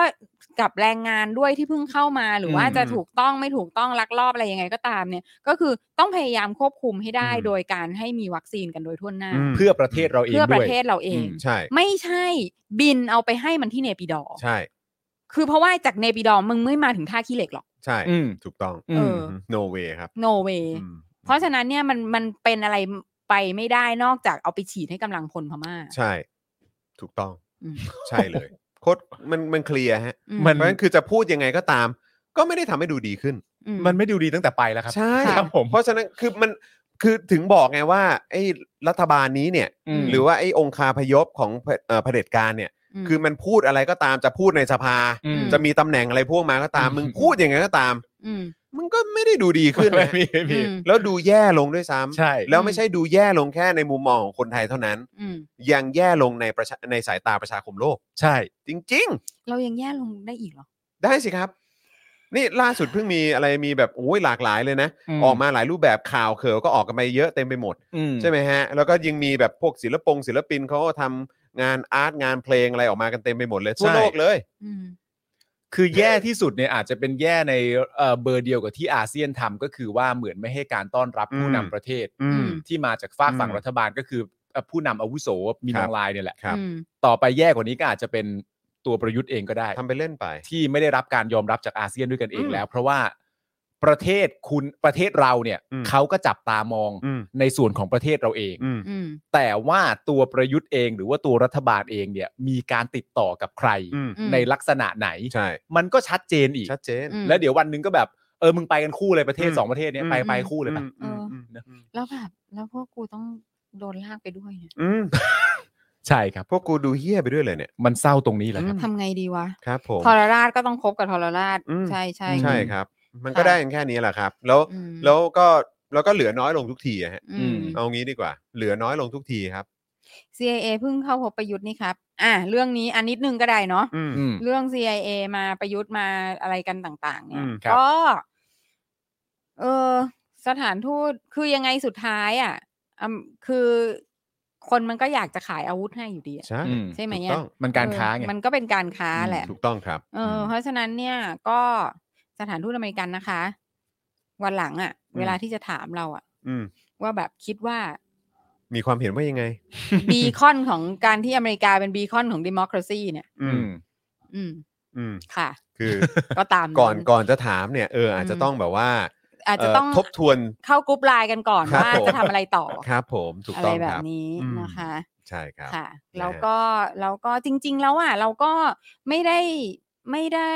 C: กับแรงงานด้วยที่เพิ่งเข้ามาหรือว่า
D: อืม
C: จะถูกต้องไม่ถูกต้องลักลอบอะไรยังไงก็ตามเนี่ย ก็คือต้องพยายามควบคุมให้ได้
A: อืม
C: โดยการให้มีวัคซีนกันโดยทั่วหน้า
A: อืม
D: เพื่อประเทศเราเอง
C: เพื่อป
D: ด้
C: ระ
D: วย
C: เทศเราเอง
A: ใช่
C: ไม่ใช่บินเอาไปให้มันที่เนปิดอร์
A: ใช่
C: คือเพราะว่าจากเนปิดอร์มึงไม่มาถึงท่าขี้เหล็กหรอก
A: ใช่
D: อืม
A: ถูกต้อง
D: อืม
C: เออ
A: โนเวครับ
C: no way
A: อืม
C: เพราะฉะนั้นเนี่ยมันมันเป็นอะไรไปไม่ได้นอกจากเอาไปฉีดให้กำลังพลพม่า
A: ใช่ ถูกต้อง
C: อืม
A: ใช่เลยโคตรมันมันเคลียร์ฮะ
C: อื
D: มั
A: เพราะฉะนั้นคือจะพูดยังไงก็ตาม ก็ไม่ได้ทำให้ดูดีขึ้น
C: อื
D: มันไม่ดูดีตั้งแต่ไปแล้วครับ
A: ใช่
D: ครับผม
A: เพราะฉะนั้นคือมันคือถึงบอกไงว่าไอ้รัฐบาลนี้เนี่ย
D: อืม
A: หรือว่าไอ้องคาพยพของเผเอ่อเผด็จการเนี่ย คือมันพูดอะไรก็ตามจะพูดในสภา
D: อืม
A: จะมีตำแหน่งอะไรพวกมาก็ตาม
D: อืม
A: มึงพูดยังไงก็ตาม
C: อืม
A: มึงก็ไม่ได้ดูดีขึ้น
D: ไม่
A: นะ
D: มีไม่มี
C: อืม
A: แล้วดูแย่ลงด้วยซ้ำ
D: ใช่
A: แล้วไม่ใช่ดูแย่ลงแค่ในมุมมองของคนไทยเท่านั้น
C: อืม
A: ยังแย่ลงในประชาในสายตาประชาคมโลก
D: ใช่
A: จริง ๆ
C: เรายังแย่ลงได้อีกเหรอ
A: ได้สิครับ นี่ล่าสุดเพิ่งมีอะไรมีแบบโอ้ยหลากหลายเลยนะ
D: อืม
A: ออกมาหลายรูปแบบข่าวเขอก็ออกกันไปเยอะเต็มไปหมด
D: อืม
A: ใช่ไหมฮะ แล้วก็ยังมีแบบพวกศิลปงศิลปินเขาก็ทำงานอาร์ตงานเพลงอะไรออกมากันเต็มไปหมดเลยทั่วโลกเลย
C: อืม
D: คือแย่ที่สุดเนี่ยอาจจะเป็นแย่ในเอ่อเบอร์เดียวกับที่อาเซียนทำก็คือว่าเหมือนไม่ให้การต้อนรับผู้
A: อืม
D: นำประเทศ
A: อืม
C: ม
D: ที่มาจากฝากฝั่ง
A: อืม
D: รัฐบาลก็คือเอ่อผู้นำอาวุโสมี
A: ครับ
D: นางลายเนี่ยแหละ
A: ครับ
C: อืม
D: ต่อไปแย่กว่านี้ก็อาจจะเป็นตัวประยุทธ์เองก็ได้
A: ทำไปเล่นไป
D: ที่ไม่ได้รับการยอมรับจากอาเซียนด้วยกันเอง
A: อืม
D: แล้ว เพราะว่าประเทศคุณประเทศเราเนี่ย
A: อืม
D: เขาก็จับตามอง
A: อืม
D: ในส่วนของประเทศเราเอง
A: อืม
C: อืม
D: แต่ว่าตัวประยุทธ์เองหรือว่าตัวรัฐบาลเองเนี่ยมีการติดต่อกับใคร
A: อืม
C: อืม
D: ในลักษณะไหน
A: ใช่
D: มันก็ชัดเจนอีก
A: ชัดเจน
C: อืม
D: แล้วเดี๋ยววันหนึงก็แบบเออมึงไปกันคู่เลยประเทศ
A: อืม
D: สองประเทศเนี้ย
A: อืม
D: ไปไปคู่เลยไป
A: อืมอืม
D: เนอะ
A: อืม
C: แล้วแบบแล้วพวกกูต้องโดนลากไปด้วยเนี่ย
A: อืม
D: ใช่ครับ
A: พวกกูดูเฮี้ยไปด้วยเลยเนี่ย
D: มันเศร้าตรงนี้แหละครับ
C: ทำไงดีวะ
A: ครับผม
C: ทรราชก็ต้องคบกับทรราช
A: อืม
C: ใช่ใช่
A: ใช่ครับ มันก็
C: ค่ะ
A: ได้กันแค่นี้แหละครับ แล้ว
C: อืม
A: แล้วก็แล้วก็เหลือน้อยลงทุกทีอะฮะ
C: อืม
A: เอางี้ดีกว่า เหลือน้อยลงทุกทีครับ
C: CIA เพิ่งเข้าพบประยุทธ์นี่ครับ อ่ะเรื่องนี้อันนิดนึงก็ได้เนาะ
A: อืม
D: อืม
C: เรื่อง CIA มาประยุทธ์มาอะไรกันต่าง ๆ เนี่
A: อื
C: ย
A: มครับ
C: ก็ เออ สถานทูตคือยังไงสุดท้ายอ่ะอืมคือคนมันก็อยากจะขายอาวุธให้อยู่ดีอะ
A: ใช่
D: อืม
C: ใช่ไหม
A: ถูก
C: อ่ะ
A: ต้อง
D: มันการค้าไง
C: เออมันก็เป็นการค้าแหละ
A: ถูกต้องครับ
C: เอออเพราะฉะนั้นเนี่ยก็สถานทูตอเมริกันนะคะ วันหลังอ่ะ
A: อืม
C: เวลาที่จะถามเราอ่ะ
A: อืม
C: ว่าแบบคิดว่า
A: มีความเห็นว่ายังไง
C: บีคอนของการที่อเมริกาเป็นบีคอนของดิม o คร a ซีเนี่ย
A: อืม
C: อืม
A: อืม
C: ค่ะ
A: คือ
C: ก็ตาม
A: ก่อน
C: ก่อน
A: ก่อนจะถามเนี่ยเอออาจจะ
C: อืม
A: ต้องแบบว่า
C: อาจจะ
A: เ
C: ต้อง
A: ทบทวน
C: เข้ากรุ๊ปไลน์กันก่อน
A: ครับ
C: ว่า
A: ผม
C: จะทำอะไรต่อ
A: ครับผมถูก
C: อะ
A: ต้
C: ไร
A: อง
C: แบ
A: ค
C: บ
A: รับ
C: นี้
A: อืม
C: นะคะ
A: ใช่ครับ
C: ค่ะ
A: นะฮะ
C: แล้วก็แล้วก็จริง ๆ แล้วอ่ะเราก็ไม่ได้ไม่ได้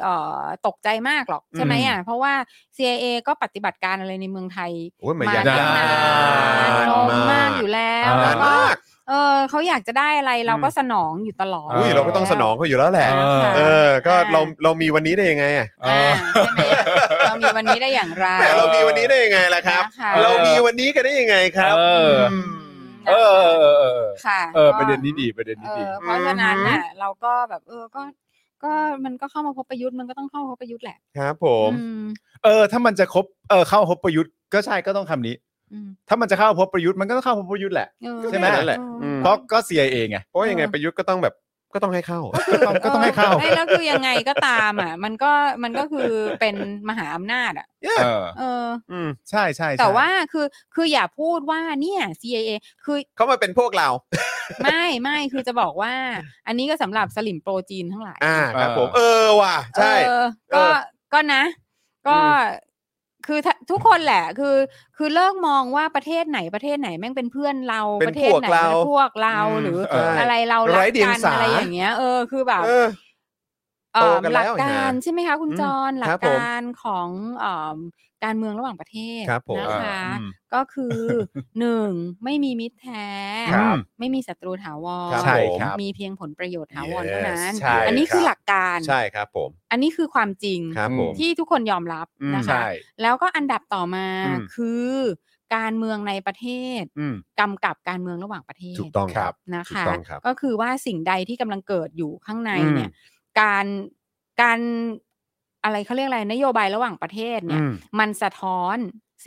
C: เอ่อตกใจมากหรอกใช่ไหมอ่ะเพราะว่า CIA ก็ปฏิบัติการอะไรในเมืองไทย
A: โอ้ยมั
C: มาย
A: นาก
C: ตั้ง
D: ได้
C: นานนมมากอยู่แล้ว
D: อ่า
C: แล้วก็
A: มาก
C: เออเขาอยากจะได้อะไรเราก็
A: อืม
C: สนองอยู่ตลอด
A: อุ้ยเราก็ต้องสนองเขาอยู่แล้วแหละ
D: เออ
A: เออ ก็เราเรามีวันนี้ได้ยังไงอะ
D: เออ
C: อ่าใช่ไหมเรามีวันนี้ได้อย่างไร
A: แหมเรามีวันนี้ได้ยังไงล่ะครับ
C: นะคะ
A: เรามีวันนี้กันได้ยังไงครับ
D: เออ
C: อืม
D: เออเออเออ
C: ค่ะ
D: เออ
C: ก็
D: ประเด็นนี้ดีประเด็น
C: เอ
D: นี้ดี
C: อเพราะฉะนั้น
A: อือหือ
C: น่ะเราก็แบบเออก็ก็มันก็เข้ามาพบประยุทธ์มันก็ต้องเข้ามาพบประยุทธ์แหละ
A: ครับผม
C: อืม
D: เออ ถ้ามันจะครบเออเข้าพบประยุทธ์ก็ใช่ก็ต้องคำนี้
C: อืม
D: ถ้ามันจะเข้าพบประยุทธ์มันก็ต้องเข้าพบประยุทธ์แหละ
C: เออ
D: ใช่ไหม
C: เออ
A: นั่นแหละอืม
D: เพราะก็ CIA ไง
A: เพราะยังไงประยุทธ์ก็ต้องแบบ ก็ต้องให้เข้า
D: ก็ต้องให้เข้า
C: ไม่แล้วคือยังไงก็ตามอ่ะ มันก็มันก็คือเป็นมหาอำนาจอ่ะ
D: เออ
C: เออ
A: อืม
D: ใช่ใช่ใช่
C: แต่ว่าคือคืออย่าพูดว่าเนี่ย CIA คือ
A: เขามาเป็นพวกเรา
C: ไม่ไม่คือจะบอกว่า อันนี้ก็สำหรับสลิมโปรจีนทั้งหลาย
A: อ่าครับผม เออว่ะใช่
C: เออ
A: เอ
C: ก็
A: อ
C: ก็นะ ก็คือถ้าทุกคนแหละ คือ คือเลิกมองว่าประเทศไหนประเทศไหนแม่งเป็นเพื่อนเรา
A: เป็น
C: ประเทศไหน
A: พวกเรา
C: ป็นพวกเรา
A: อืม
C: หรือ
A: ใช่
C: อะไรเรา
A: ไร้
C: รัก
A: เดียง
C: กัน
A: สา
C: อะไรอย่างเงี้ยเออคือแบบ
A: เออ
C: เอ่อ
A: โตกัน
C: ห
A: แล้
C: ลั
A: ว
C: ก
A: อย่างเงี้ย
C: การใช่ไหมคะคุณ
A: อืม
C: จรหลั
A: ครั
C: ก
A: บผม
C: การของเอ่อการเมืองระหว่างประเทศ
A: ครับผม
C: นะ
D: เออ
C: คะ
D: อืม
C: ก็คือ หนึ่งไม่มีมิตรแท้
D: ครับ
C: ไม่มีศัตรูถาวร
A: ครับ
D: ใช่
A: ผม
D: ครับ
C: มีเพียงผลประโยชน์ถาวรเท่า
A: Yes
C: นั้น
A: ใช่
C: อันนี้คือ
A: รับ
C: หลักการ
A: ใช่ครับผม
C: อันนี้คือความจริง
A: ครับผม
C: ที่ทุกคนยอมรับ
A: อืม
C: นะคะ
D: ใช่
C: แล้วก็อันดับต่อมา
D: อืม
C: คือการเมืองในประเทศ
D: อืม
C: กำกับการเมืองระหว่างประเทศ
A: ถูกต้องครับ
C: นะ
A: ถู
C: คะ
A: กต้องครับ
C: ก็คือว่าสิ่งใดที่กำลังเกิดอยู่ข้างใน
D: อืม
C: เนี่ย การการอะไรเขาเรียกอะไรนโยบายระหว่างประเทศเนี่ย
D: อืม
C: มันสะท้อน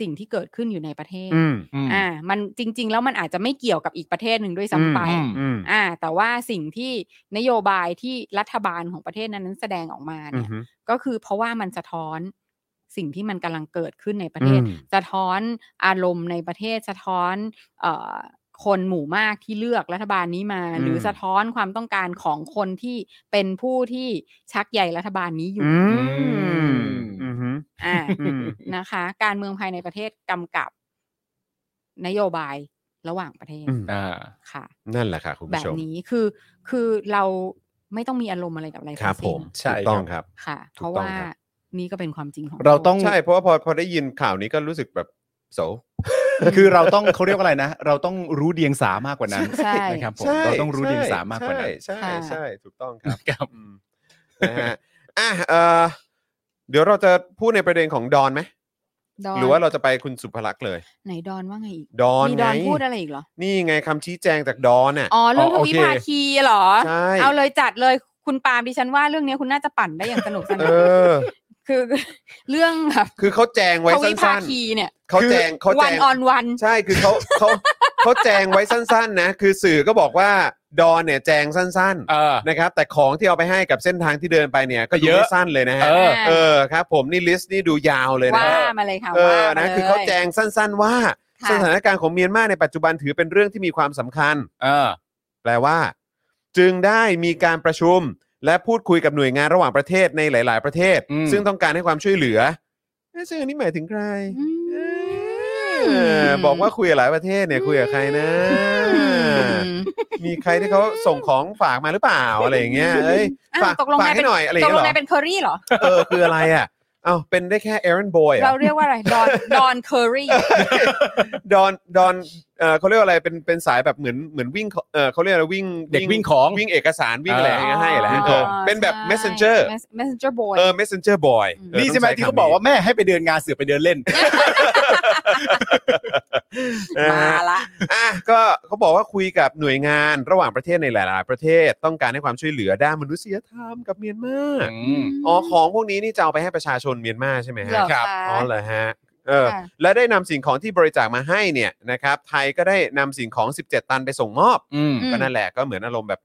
C: สิ่งที่เกิดขึ้นอยู่ในประเทศ
D: อืมอืม
C: อ่า มันจริง ๆ แล้วมันอาจจะไม่เกี่ยวกับอีกประเทศหนึ่งด้วยซ้ำไป
D: อืมอืม
C: อ่า แต่ว่าสิ่งที่นโยบายที่รัฐบาลของประเทศนั้นๆแสดงออกมา
D: อื
C: เนี่ย
D: มฮึ
C: ก็คือเพราะว่ามันสะท้อนสิ่งที่มันกำลังเกิดขึ้นในประเทศ
D: อืม
C: สะท้อนอารมณ์ในประเทศ สะท้อนเอ่อคนหมู่มากที่เลือกรัฐบาลนี้มา หรือสะท้อนความต้องการของคนที่เป็นผู้ที่ชักใหญ่รัฐบาลนี้อยู่
D: อืมอืม
C: อ่า
D: อืม
C: นะคะ การเมืองภายในประเทศกำกับนโยบายระหว่างประเทศ
A: อืม
D: อ่า
C: ค่ะ
A: นั่นแหละค่ะคุณ
C: แบ
A: ผู้
C: บ
A: ชม
C: นี้คือคือเราไม่ต้องมีอารมณ์อะไรกับอะไร
A: ค
C: ทั้
A: รับ
C: ง
A: ผ
C: สิ้
A: ม
C: น
D: ใช่
A: ถูกต้องครับ
C: ค่ะ เพ
A: ถู
C: ราะ
A: กต้อง
C: ว่า
A: ครับ
C: นี่ก็เป็นความจริงของ
D: เรา
C: โลก
D: ต้อง
A: ใช่เพราะว่าพอพอได้ยินข่าวนี้ก็รู้สึกแบบโศ
D: คือเราต้องเขาเรียกว่าอะไรนะ เราต้องรู้เดียงสามากกว่านั้น
C: ใช่
D: นะครับผม
A: ใช่
D: เราต้องรู้เดียงสา
A: ใช่
D: มากกว่านั้น
A: ใช่ใช่
C: ค่ะ
A: ใช่ถูกต้องครับ
D: ครับ
A: อืมนะฮะอ่ะเอ่อเดี๋ยวเราจะพูดในประเด็นของดอนไหม
C: ดอน
A: หรือว่าเราจะไปคุณสุภลักษณ์เลย
C: ไหนดอนว่าไงอีก
A: ดอน
C: มีด
A: ไง
C: อนพูดอะไรอีกเหรอ
A: นี่ไงคำชี้แจงจากดอนน่ะ
C: อ๋อ เรื่อง
D: อ๋อ
C: ท
D: โอ
C: วิ
D: เค
C: ภาคีเหรอ
A: ใช่
C: เอาเลยจัดเลยคุณปาล์มดิฉันว่าเรื่องนี้คุณน่าจะปั่นได้อย่างสนุกส
A: เอ
C: นานา
A: อ
C: คือ เรื่องแบบ
A: คือเขาแจงไว้
C: ท
A: สั
C: วิภา
A: ้น
C: คีเนี่ย
A: ๆเขาแจงเขาแจ
C: วัน
A: ง
C: ออนวัน
A: ใช่คือเขาเขาเขาแจงไว้สั้น ๆ นะ คือสื่อก็บอกว่าดอนเนี่ยแจงสั้น
D: เออ
A: ๆ นะครับ แต่ของที่เอาไปให้กับเส้นทางที่เดินไปเนี่ย ก็ดู
D: เยอะ
A: ไม่สั้นเลยนะฮะ
D: เออ
A: เออครับผมนี่ลิสต์นี่ดูยาวเลยนะ
C: ว่า
A: ฮะ
C: มาเลยค่ะ
A: เอ
C: ว่า
A: อ
C: มา
A: นะ
C: ลย
A: คือเขาแจงสั้น ๆ ว่า
C: ค่ะ
A: สถานการณ์ของเมียนมาในปัจจุบันถือเป็นเรื่องที่มีความสำคัญ
D: เออ
A: แปลว่า จึงได้มีการประชุม และพูดคุยกับหน่วยงานระหว่างประเทศในหลาย ๆ ประเทศ
D: อืม
A: ซึ่งต้องการให้ความช่วยเหลือเอ๊ะซึ่งอันนี้หมายถึงใคร
C: อืม
A: เออบอกว่าคุยกับหลายประเทศเนี่ยคุยกับใครนะ มีใครที่เขาส่งของฝากมาหรือเปล่าอะไรอย่างเงี้ยเอ้ย
C: อ้าว
A: ฝาก
C: ตกลง
A: ฝาก
C: นาย
A: ให้
C: เป็น
A: หน่อยอะไรอย่าง
C: ตก
A: เงี้
C: ล
A: ยเหรอ
C: งนายเป็นเคอรี่เหรอ
A: เออ คืออะไรอ่ะ เอ้าเป็นได้แค่ errand boy อ่ะ
C: เราเรียกว่าอะไร ดอน ดอนเคอรี่
A: ดอนดอนเออเขาเรียกว่าอะไรเป็นเป็นสายแบบเหมือนเหมือนวิ่งเขาเออเขาเรียกอะไรวิ่ง
D: เด็กวิ่งของ
A: วิ่งเอกสารวิ่งอะไร
D: เออ
A: ให้ให้อะไรให้เออเป็นแบบ
C: ใช่
A: messenger
C: messenger boy
A: เออ messenger boy
C: อืม
A: เออ
D: นี่ใช่ไหม
A: ต้ง
D: ที่เขาบอกว่าแม่ให้ไปเดินงานเสือไปเดินเล่น
A: เออ
C: มาละ
A: อ่ะก็เขาบอกว่าคุยกับหน่วยงานระหว่างประเทศในหลาย ๆ ประเทศต้องการให้ความช่วยเหลือด้านมนุษยธรรมกับเมียนมาอ๋อของพวกนี้นี่จะเอาไปให้ประชาชนเมียนมาใช่ไหมฮะ
C: เหรอ
D: ครับ
C: คะ
A: อ๋อเหรอฮะ เออ
C: ค่ะ
A: และได้นำสิ่งของที่บริจาคมาให้เนี่ยนะครับ ไทยก็ได้นำสิ่งของ 17 ตันไปส่งมอบ
D: อืม
C: อืม
A: ก็นั่นแหละก็เหมือนอารมณ์แบบ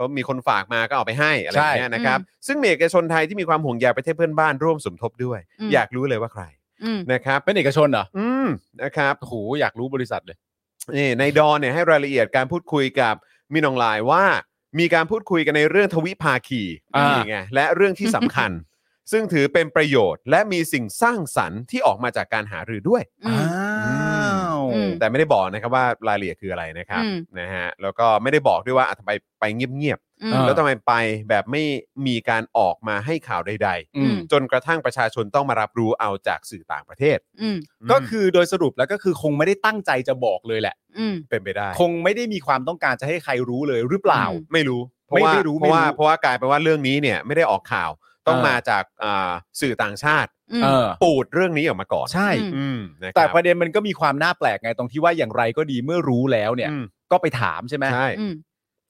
A: ก็มีคนฝากมาก็เอาไปให้อะไรอย่างเงี้ย
C: ใช่
A: นะครับ ซึ่งมีเอกชนไทยที่มีความห่วงใยประเทศเพื่อนบ้านร่วมสมทบด้วย
C: อืม
A: อยากรู้เลยว่าใคร
C: อืม
A: นะครับ
D: เป็นเอกชนเหรอ
A: อืมนะครับ
D: โอ้โหอยากรู้บริษัทเลย
A: นี่ในดอนเนี่ยให้รายละเอียดการพูดคุยกับมินอองไลน์ว่า มีการพูดคุยกันในเรื่องทวิภาคี
D: อ่า
A: นี่ไงและเรื่องที่สำคั ญ ซึ่งถือเป็นประโยชน์ และมีสิ่งสร้างสรรค์ที่ออกมาจากการหารือด้วย
C: อืม
D: ว
C: อืม
A: แต่ไม่ได้บอกนะครับว่ารายละเอียดคืออะไรนะครับ
C: อืม
A: นะฮะแล้วก็ไม่ได้บอกด้วยว่าอ่ะทำไมไปเงียบ
C: อื
A: ๆ
C: ม
A: แล้วทำไมไปแบบไม่มีการออกมาให้ข่าวใด
D: อืม
A: ๆ จนกระทั่งประชาชนต้องมารับรู้เอาจากสื่อต่างประเทศ
C: อืม
D: ก็คือโดยสรุปแล้วก็คือคงไม่ได้ตั้งใจจะบอกเลยแหละ
C: อืม
A: เป็นไปได้
D: คงไม่ได้มีความต้องการจะให้ใครรู้เลยหรือเปล่า
C: อืม
A: ไม่รู้เพราะ
D: ไม่
A: ว่า
D: ไม่รู้
A: เพราะว่า
D: ไม่รู้
A: เพราะว่ากลายเป็นว่าเรื่องนี้เนี่ยไม่ได้ออกข่าวต้อง
D: เออ
A: มาจากอ่าสื่อต่างชาติ
C: อืม
D: เออ
A: ปูดเรื่องนี้ออกมาก่อน
D: ใช่
C: อืม
A: อืมนะครับ
D: แต่ประเด็นมันก็มีความน่าแปลกไงตรงที่ว่าอย่างไรก็ดีเมื่อรู้แล้วเนี่ย
A: อืม
D: ก็ไปถามใช่ไหม
A: ใช่
C: อืม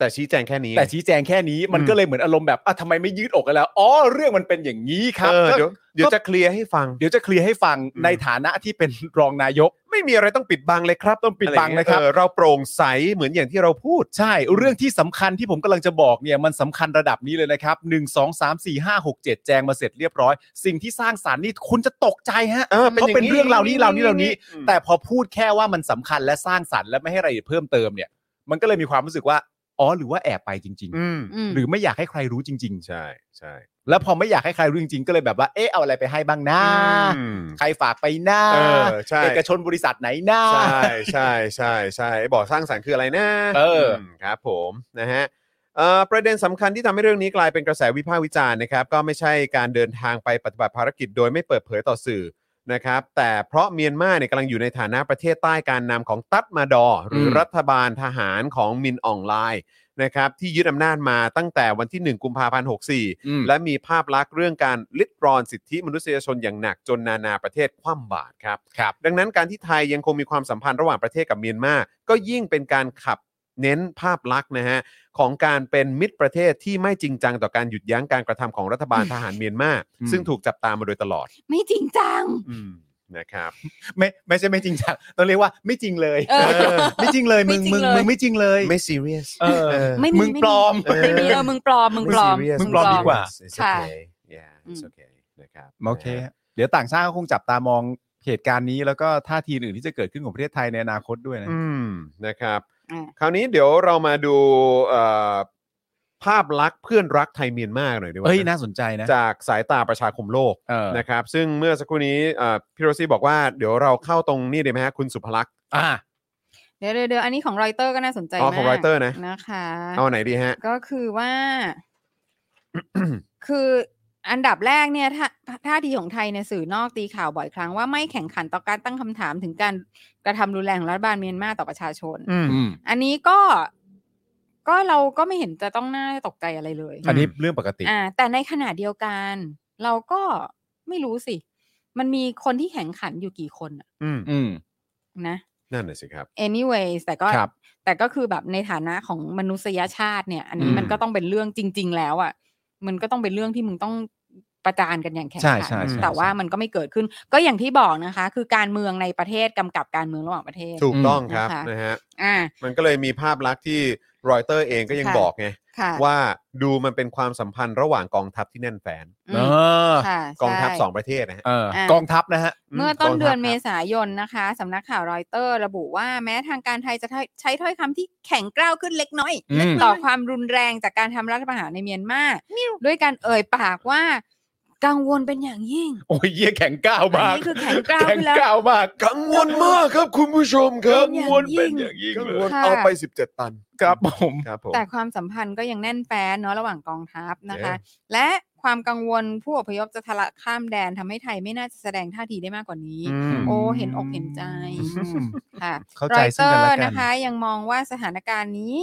A: แต่ชี้แจงแค่นี้
D: แต่ชี้แจงแค่นี้มัน
A: อืม
D: ก็เลยเหมือนอารมณ์แบบอ่ะทำไมไม่ยืดอกกันแล้วอ๋อเรื่องมันเป็นอย่างนี้ครับ
A: เออ
D: ก็
A: เดี๋ยวเดี๋ยวจะเคลียร์ให้ฟัง
D: เดี๋ยวจะเคลียร์ให้ฟัง
A: อืม
D: ในฐานะที่เป็นรองนายก
A: ไม่มีอะไรต้องปิดบังเลยครับ
D: ต้องปิดบัง
A: อไอย่าเย
D: นะครับ
A: เออเราโปร่งใสเหมือนอย่างที่เราพูด
D: ใช่ เรื่องที่สำคัญที่ผมกำลังจะบอกเนี่ยมันสำคัญระดับนี้เลยนะครับ 1 2 3 4 5 6 7 แจงมาเสร็จเรียบร้อย สิ่งที่สร้างสารรค์นี่คุณจะตกใจฮะ
A: เออเป็น
D: เพราะเป็น
A: อย่างนี้
D: เรื่องเหล่านี้เหล่านี้เหล่านี้
A: อืม
D: แต่พอพูดแค่ว่ามันสำคัญและสร้างสรรค์และไม่ให้รายละเอียดเพิ่มเติมเนี่ยมันก็เลยมีความรู้สึกว่าอ๋อหรือว่าแอบไปจริง
A: อืม
C: อืม
D: ๆ หรือไม่อยากให้ใครรู้จริง
A: ใช่ใช่
D: ๆ แล้วพอไม่อยากให้ใครรู้จริงๆ ก็เลยแบบว่าเอ๊ะเอาอะไรไปให้บ้างนะ
A: อืม
D: ใครฝากไปนะ
A: เออใช่
D: เอกชนบริษัทไหนนะ
A: ใช่ใช่ใช่ใช่บอกสร้างสรรค์คืออะไรนะ
D: เอออื
A: มครับผมนะฮะเอ่อประเด็นสำคัญที่ทำให้เรื่องนี้กลายเป็นกระแสวิพากษ์วิจารณ์นะครับ ก็ไม่ใช่การเดินทางไปปฏิบัติภารกิจโดยไม่เปิดเผยต่อสื่อนะครับ แต่เพราะเมียนมาเนี่ยกำลังอยู่ในฐานะประเทศใต้การนำของตัดมาดอร์หรืออ
D: ม
A: รัฐบาลทหารของมินอองไลน์นะครับที่ยึดอำนาจมาตั้งแต่วันที่ 1 กุมภาพันธ์64
D: อืม
A: และมีภาพลักษณ์เรื่องการลิดรอนสิทธิมนุษยชนอย่างหนักจนนานาประเทศคว่ำบาตรครับ
D: ครับ
A: ดังนั้นการที่ไทยยังคงมีความสัมพันธ์ระหว่างประเทศกับเมียนมา ก็ยิ่งเป็นการขับเน้นภาพลักษณ์นะฮะของการเป็นมิตรประเทศที่ไม่จริงจังต่อการหยุดยั้งการกระทำของรัฐบาลทหารเมียนมา
D: อืม
A: ซึ่งถูกจับตามาโดยตลอด
C: ไม่จริงจัง
A: นะครับ
D: ไม่ไม่ใช่ไม่จริงจังต้องเรียกว่าไม่จริงเลย
C: เออ
D: ไม่จริงเลยมึง
C: ไม่จริ
D: มึ
C: ง
D: ง
C: เลย
D: มึงไม่จริงเลย
A: ไม่ซีเรียส
D: เออ
A: เออ
C: ไม่มี
D: มึงปลอม
C: ไไม่มีเออมึงปลอมมึงปลอม
D: มึงปลอมดีกว่า
C: ค่ะ
A: it's okay นะครับ
D: โอเคฮะเดี๋ยวต่างชาติก็คงจับตามองเหตุการณ์นี้แล้วก็ท่าทีอื่นที่จะเกิดขึ้นของประเทศไทยในอนาคตด้วยนะ
A: อืมนะครับ
C: อ่า
A: คราวนี้เดี๋ยวเรามาดูเอ่อภาพลักษณ์เพื่อนรักไทยเมียนมาหน่อยดีกว่า
D: เฮ้ย
A: นะ
D: น่าสนใจนะ
A: จากสายตาประชาคมโลก
D: เออ
A: นะครับซึ่งเมื่อสักครู่นี้เอ่อพี่โรซี่บอกว่าเดี๋ยวเราเข้าตรงนี้ดีไหมฮะคุณสุภลักษณ์
D: อ่ะ
C: เดี๋ยวเดี๋ยวเดี๋ยวอันนี้ของรอยเตอร์ก็น่าสนใจ
A: อ๋อ
C: มาก
A: ของรอยเตอร์นะ
C: นะคะ
A: เอาไหนดีฮะ
C: ก็คือว่า คืออันดับแรกเนี่ยท่าท่าทีของไทยในยสื่อนอกตีข่าวบ่อยครั้งว่าไม่แข่งขันต่อการตั้งคำถามถึงการกระทำรุนแรงของรัฐบาลเมียนมาต่อประชาชน
D: อืม
C: อันนี้ก็ก็เราก็ไม่เห็นจะต้องน่าตกใจอะไรเลย
D: อันนี้เรื่องปกติ
C: อ่าแต่ในขณะเดียวกัน เราก็ไม่รู้สิ มันมีคนที่แข่งขันอยู่กี่คนอะ
A: อืม
D: อืม
C: นะ
A: นั่นน่ะสิครับ
C: anyways แต่ก็
D: ครับ
C: แต่ก็คือแบบในฐานะของมนุษยชาติเนี่ย อันนี้
D: อืม
C: มันก็ต้องเป็นเรื่องจริง ๆ แล้วอะ่ะ มันก็ต้องเป็นเรื่องที่มึงต้องประจานกันอย่างแข็ง
D: ใช่
C: ขั
D: ใช่ใช่
C: แต่
D: ใช่
C: ว่ามันก็ไม่เกิดขึ้น ก็อย่างที่บอกนะคะ คือการเมืองในประเทศกำกับการเมืองระหว่างประเทศ
A: ถูกต้องครับ
C: อืมนะคะ
A: นะฮะ
C: อ่า
A: มันก็เลยมีภาพลักษณ์ที่รอยเตอร์เองก็ยัง
C: ค่ะ
A: บอกไง
C: ค่ะ
A: ว่าดูมันเป็นความสัมพันธ์ระหว่างกองทัพที่แน่นแฟน
C: อื
D: เอ
C: ม
D: อ
C: ค่ะ
A: กองทัพ
C: ใช่
A: สองประเทศนะฮะ
D: เออ
C: อ่ะ
D: กองทัพนะฮะ
A: อืม
C: เมื่อต้นเดือ
A: ก
C: น
A: องทัพครับ
C: เมษายนนะคะสำนักข่าวรอยเตอร์ ระบุว่าแม้ทางการไทยจะใช้ถ้อยคำที่แข็งกร้าวขึ้นเล็กน้อย
D: อืม
C: ต่อความรุนแรงจากการทำรัฐประหารในเมียนมาด้วยการเอ่ยปากว่า กังวลเป็นอย่างยิ่ง
D: โอ้ยเยี่ยแข็งก้าวมาก
C: อันนี้คือแข็งกร้าว
D: แข็ง
C: ขึ้นแล้ว
D: ก้าวมาก
A: กังวลมากครับคุณผู้ชมครั
D: กับ งวลเป็นอย่างยิ่ง
A: กัง
D: เล
A: วย ล
C: ค่ะ
A: เอาไป 17 ตัน
D: ครับผม
A: ครับผม
C: แต่ความสัมพันธ์ก็ยังแน่นแฟ้นเนาะระหว่างกองทัพนะคะ และความกังวลผู้อพยพจะทะละข้ามแดนทำให้ไทยไม่น่าจะแสดงท่าทีได้มากกว่านี้
A: อืม
C: โอ้เห็นอกเห็นใจ
D: อืม
C: ค่ะ
D: เข้าใจซึ่งกันและกัน
C: รอยเตอร์นะคะ ยังมองว่าสถานการณ์นี้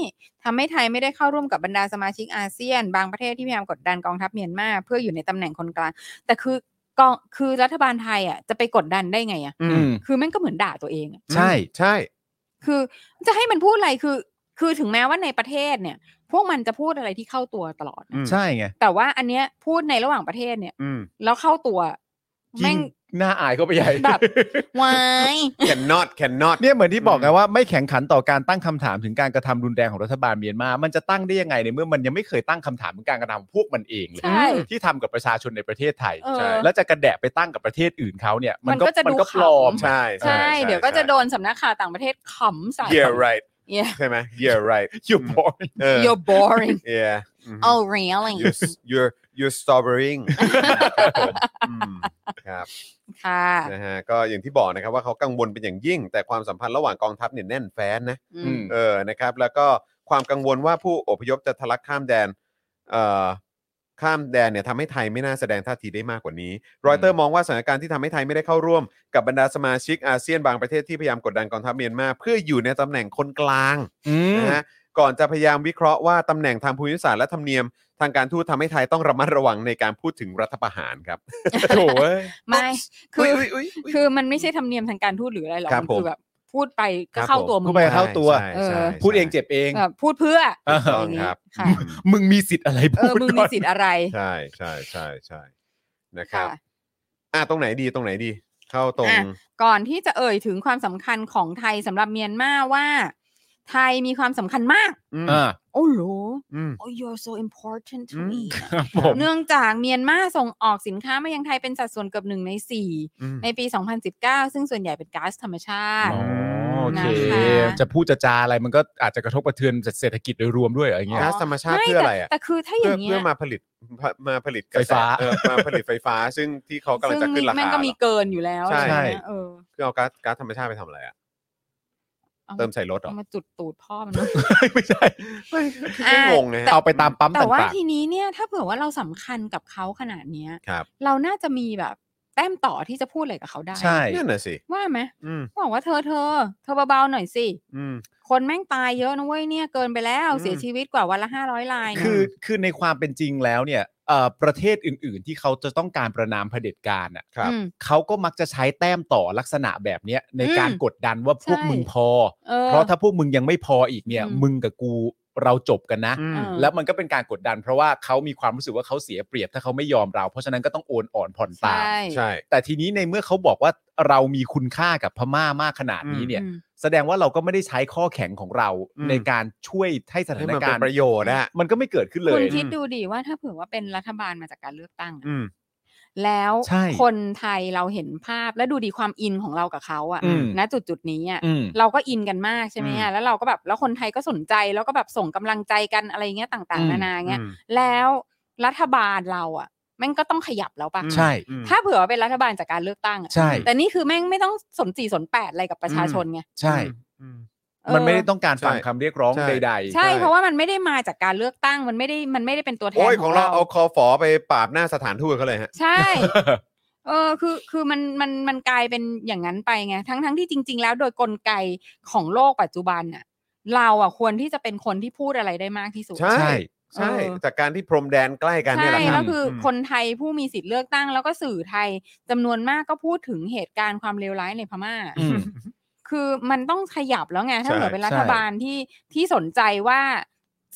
C: ทำให้ไทยไม่ได้เข้าร่วมกับบรรดาสมาชิกอาเซียน บางประเทศที่พยายามกดดันกองทัพเมียนมาเพื่ออยู่ในตำแหน่งคนกลาง แต่คือกองคือรัฐบาลไทยอ่ะจะไปกดดันได้ไงอ่ะ
A: อื
D: อืม
C: คือแม่งก็เหมือนด่าตัวเองอะ
D: ใช่
A: ใช่
C: คือจะให้มันพูดอะไรคือ คือถึงแม้ว่าในประเทศเนี่ย พวกมันจะพูดอะไรที่เข้าตัวตลอดนะ
A: อืม
D: ใช่ไง
C: แต่ว่าอันเนี้ยพูดในระหว่างประเทศเนี่ย
A: อืม
C: แล้วเข้าตัว
D: ยิ่
C: แม่
D: ง
C: ง
D: น่าอายเข้าไปใหญ่
C: แบบ วาย
A: cannot cannot
D: เนี่ยเหมือนที่บอกไง
A: อืม
D: ว่าไม่แข่งขันต่อการตั้งคำถามถึงการกระทำรุนแรงของรัฐบาลเมียนมา มันจะตั้งได้ยังไงในเมื่อมันยังไม่เคยตั้งคำถามถึงการกระทำของพวกมันเองเลย
C: ใช่
D: ที่ทำกับประชาชนในประเทศไทย
C: เออ
D: แล้วจะกระแดะไปตั้งกับประเทศอื่นเขาเนี่ย
C: มันก็จะ
D: มั
C: ดู
D: ก็ปลอม
C: ขำ
A: ใช่
C: ใช่ เดี๋ยวก็จะ
A: ใช่
C: โดนสำนักข่าวต่างประเทศขำใส่
A: Yeah right
C: yeah
A: ใช่ไหม Yeah right
D: อยู่พอ
A: เออ
C: you're boring
A: Yeah อืม
C: oh really
A: you're s- you're you're stubborn ครับผมอืมครับ
C: ค่ะ
A: นะฮะก็อย่างที่บอกนะครับว่าเขากังวลเป็นอย่างยิ่ง แต่ความสัมพันธ์ระหว่างกองทัพเนี่ยแน่นแฟ้นนะ
C: อื
D: อื
C: ม
D: ม
A: เออนะครับ แล้วก็ความกังวลว่าผู้อพยพจะทะลักข้ามแดนเอ่อข้ามแดนเนี่ยทำให้ไทยไม่น่าแสดงท่าทีได้มากกว่านี้ รอยเตอร์มองว่าสถานการณ์ที่ทำให้ไทยไม่ได้เข้าร่วม กับบรรดาสมาชิกอาเซียนบางประเทศที่พยายามกดดันกองทัพเมียนมาเพื่ออยู่ในตำแหน่งคนกลาง
D: อืม
A: นะฮะก่อนจะพยายามวิเคราะห์ว่าตำแหน่งทางภูมิศาสตร์และธรรมเนียม ทางการทูตทำให้ไทยต้องระมัดระวังในการพูดถึงรัฐประหารครับ
D: โถ่เอ้ย
C: ไม่คือ
A: อุ๊ยอุ๊ยอุ๊ย
C: คือมันไม่ใช่ธรรมเนียมทางการทูตหรืออะไรหรอก
A: ครับ
C: มัน
A: ผม
C: คือแบบ ภู พูดไป
A: ค
C: ก็
A: รับ
C: เข้าตัว
A: ผม
C: มึ
D: พูด
C: ง
D: ไปเข้าตัว
A: ใช่ใช่
C: เออ
A: ใช่
D: พูดเองเจ็บเอง
C: เออพูดเพื่อ
D: เออ
C: อะไรอย่างงี้
A: ครับ
C: ค่ะ
D: มึงมีสิทธิ์อะไร
C: เอ
D: พู
C: อ
D: ด
C: มึง
D: ก่
C: มี
D: อน
C: สิทธิ์อะไร
A: ใช่ใช่ใช่ใช่นะครั
C: ค่ะ
A: บ อ่ะตรงไหนดีตรงไหนดี เข้าตรง
C: อ่ะ ก่อนที่จะเอ่ยถึงความสำคัญของไทยสำหรับเมียนมาว่า ไทยมีความสำคัญมาก
A: อืม
D: อ่า
C: โอ้โห
A: อืม
C: oh you're so important to
A: อืม
C: me
D: ครับผม
C: เนื่องจากเมียนมาส่งออกสินค้ามายังไทยเป็นสัดส่วนเกือบหนึ่งในสี่
A: อืม
C: ในปี 2019 ซึ่งส่วนใหญ่เป็นก๊าซธรรมชาติ
D: อ๋อโอเค
C: นะคะ
D: จะพูดจะจาอะไรมันก็อาจจะกระทบกระเทือนเศรษฐกิจโดยรวมด้วยเหรออย่างเงี้ย
A: ก๊าซธรรมชาติ
C: ไม่
A: เพื่ออะไร
C: แต่
A: อ่ะ
C: แต่คือถ้าอ
A: เพื่อย่าง
C: เงี้
A: เพื่อย มาผลิตมาผลิตกระแส
D: ไฟฟ้า
A: เออมาผลิตไฟฟ้า ซึ่งที่เขากำลัง
C: ซึ่ง
A: จะขึ้นรา
C: แม่ง
A: คา
C: ก็
A: เหร
C: มี
A: อ
C: เกินอยู่แล้ว
A: ใช่
C: อะไรอย่างเงี้ยเออ
A: คือเอาก๊าซก๊าซธรรมชาติไปทำอะไรอ่ะ
C: อา
A: เติมใส่รถเหรอ
C: เอามาจุดตูดพ่อมันเนอะ
D: ไม่ใช่
A: ไม่
C: อ่ะ
A: ไม่งงนะฮะ
D: เอาไปตามปั๊ม
C: แต่ว่า
D: ต่าง
C: ทีนี้เนี่ยถ้าเผื่อว่าเราสำคัญกับเขาขนาดเนี้ย
A: ครับ
C: เราน่าจะมีแบบแต้มต่อที่จะพูดอะไรกับเขาได้
D: ๆ ใช่
A: นั่นน่ะสิ
C: ว่าไหม
A: อืม
C: บอกว่าเธอเธอเธอเบาๆหน่อยสิ
A: อืม
C: คนแม่งตายเยอะนะเว้ยเนี่ยเกินไปแล้ว
A: อืม
C: เสียชีวิตกว่าวันละห้าร้อยรายนะ
D: คือคือในความเป็นจริงแล้วเนี่ยเอ่อประเทศอื่น ๆ ที่เขาจะต้องการประนามเผด็จการอ่ะ
A: ครับ
C: อืม
D: เขาก็มักจะใช้แต้มต่อลักษณะแบบเนี้ยในการ
C: อืม
D: กดดันว่าพวก
C: ใช่
D: มึงพอ
C: ออ
D: เพราะถ้าพวกมึงยังไม่พออีกเนี่ย
C: อืม
D: มึงกับกูเราจบกันนะ
A: อืม
C: เออ
D: แล้วมันก็เป็นการกดดัน เพราะว่าเขามีความรู้สึกว่าเขาเสียเปรียบถ้าเขาไม่ยอมเรา เพราะฉะนั้นก็ต้องโอนอ่อนผ่อนตาม
C: ใช่
A: ใช่
D: แต่ทีนี้ในเมื่อเขาบอกว่าเรามีคุณค่ากับพม่ามากขนาดนี้เนี่ย
C: อืม
D: แสดงว่าเราก็ไม่ได้ใช้ข้อแข็งของเรา
A: อืม
D: ในการช่วยให้สถา
A: ให้
D: น
A: มัน
D: กา
A: เป็
D: ร
A: น
D: ณ์
A: ประโยชน์อะ
D: มันก็ไม่เกิดขึ้นเล
C: คุ
D: ย
C: ณคิดดูดิว่าถ้าเผื่อว่าเป็นรัฐบาลมาจากการเลือกตั้งอะ
A: อืม
C: แล้ว
D: ใช่
C: คนไทยเราเห็นภาพและดูดีความอินของเรากับเขาอะ
D: อืม
C: ณจุดจุดๆนี้อะ
D: อืม
C: เราก็อินกันมากใช่ไหม
A: อื
C: อะ
A: ม
C: แล้วเราก็แบบแล้วคนไทยก็สนใจแล้วก็แบบส่งกำลังใจกันอะไรเงี้ยต่าง
D: อืม
C: ๆ นานาเงี้ย
A: อืม
C: แล้วรัฐบาลเราอะแม่งก็ต้องขยับแล้วปะ
D: ใช่
A: อืม
C: ถ้าเผื่อว่าเป็นรัฐบาลจากการเลือกตั้งอะ
D: ใช่
C: แต่นี่คือแม่งไม่ต้องสนสี่สนแปดอะไรกับประชา
A: อืม
C: ชนไง
D: ใช่
A: อืม
C: เออ
D: มันไม่ได้ต้องการฟัง
A: ใช่
D: คำเรียกร้อง
A: ใช่
D: ใด
A: ใช่
C: ใช่เพราะว่ามันไม่ได้มาจากการเลือกตั้งมันไม่ได้มันไม่ได้เป็นตัวแท
A: โอ้
C: น
A: ย
C: ข
A: ข
C: อ
A: องง
C: เรา
A: เราเอาคอฝอไปปราบหน้าสถานทูตเขาเลยฮะ
C: ใช่ เออคือคือมันมันมันกลายเป็นอย่างนั้นไปไงทั้งทั้งที่จริง ๆ แล้วโดยกลไกของโลกปัจจุบันน่ะ เราอ่ะควรที่จะเป็นคนที่พูดอะไรได้มากที่สุด
A: ใช่
D: ใช่
A: ใช่
C: เออ
A: จากการที่พรมแดนใกล้กันเนี่ยแหละค
C: ใช่
A: รั
C: แล้
A: บ
C: วคือ
A: ม
C: คนไทยผู้มีสิทธิ์เลือกตั้ง แล้วก็สื่อไทยจำนวนมากก็พูดถึงเหตุการณ์ความเลวร้ายในพม่า
D: ๆอืม
C: คือมันต้องขยับแล้วไงถ้า
A: ใช่
C: เกิดเป็นรั
D: ใช่
C: ฐบาลที่ที่สนใจว่า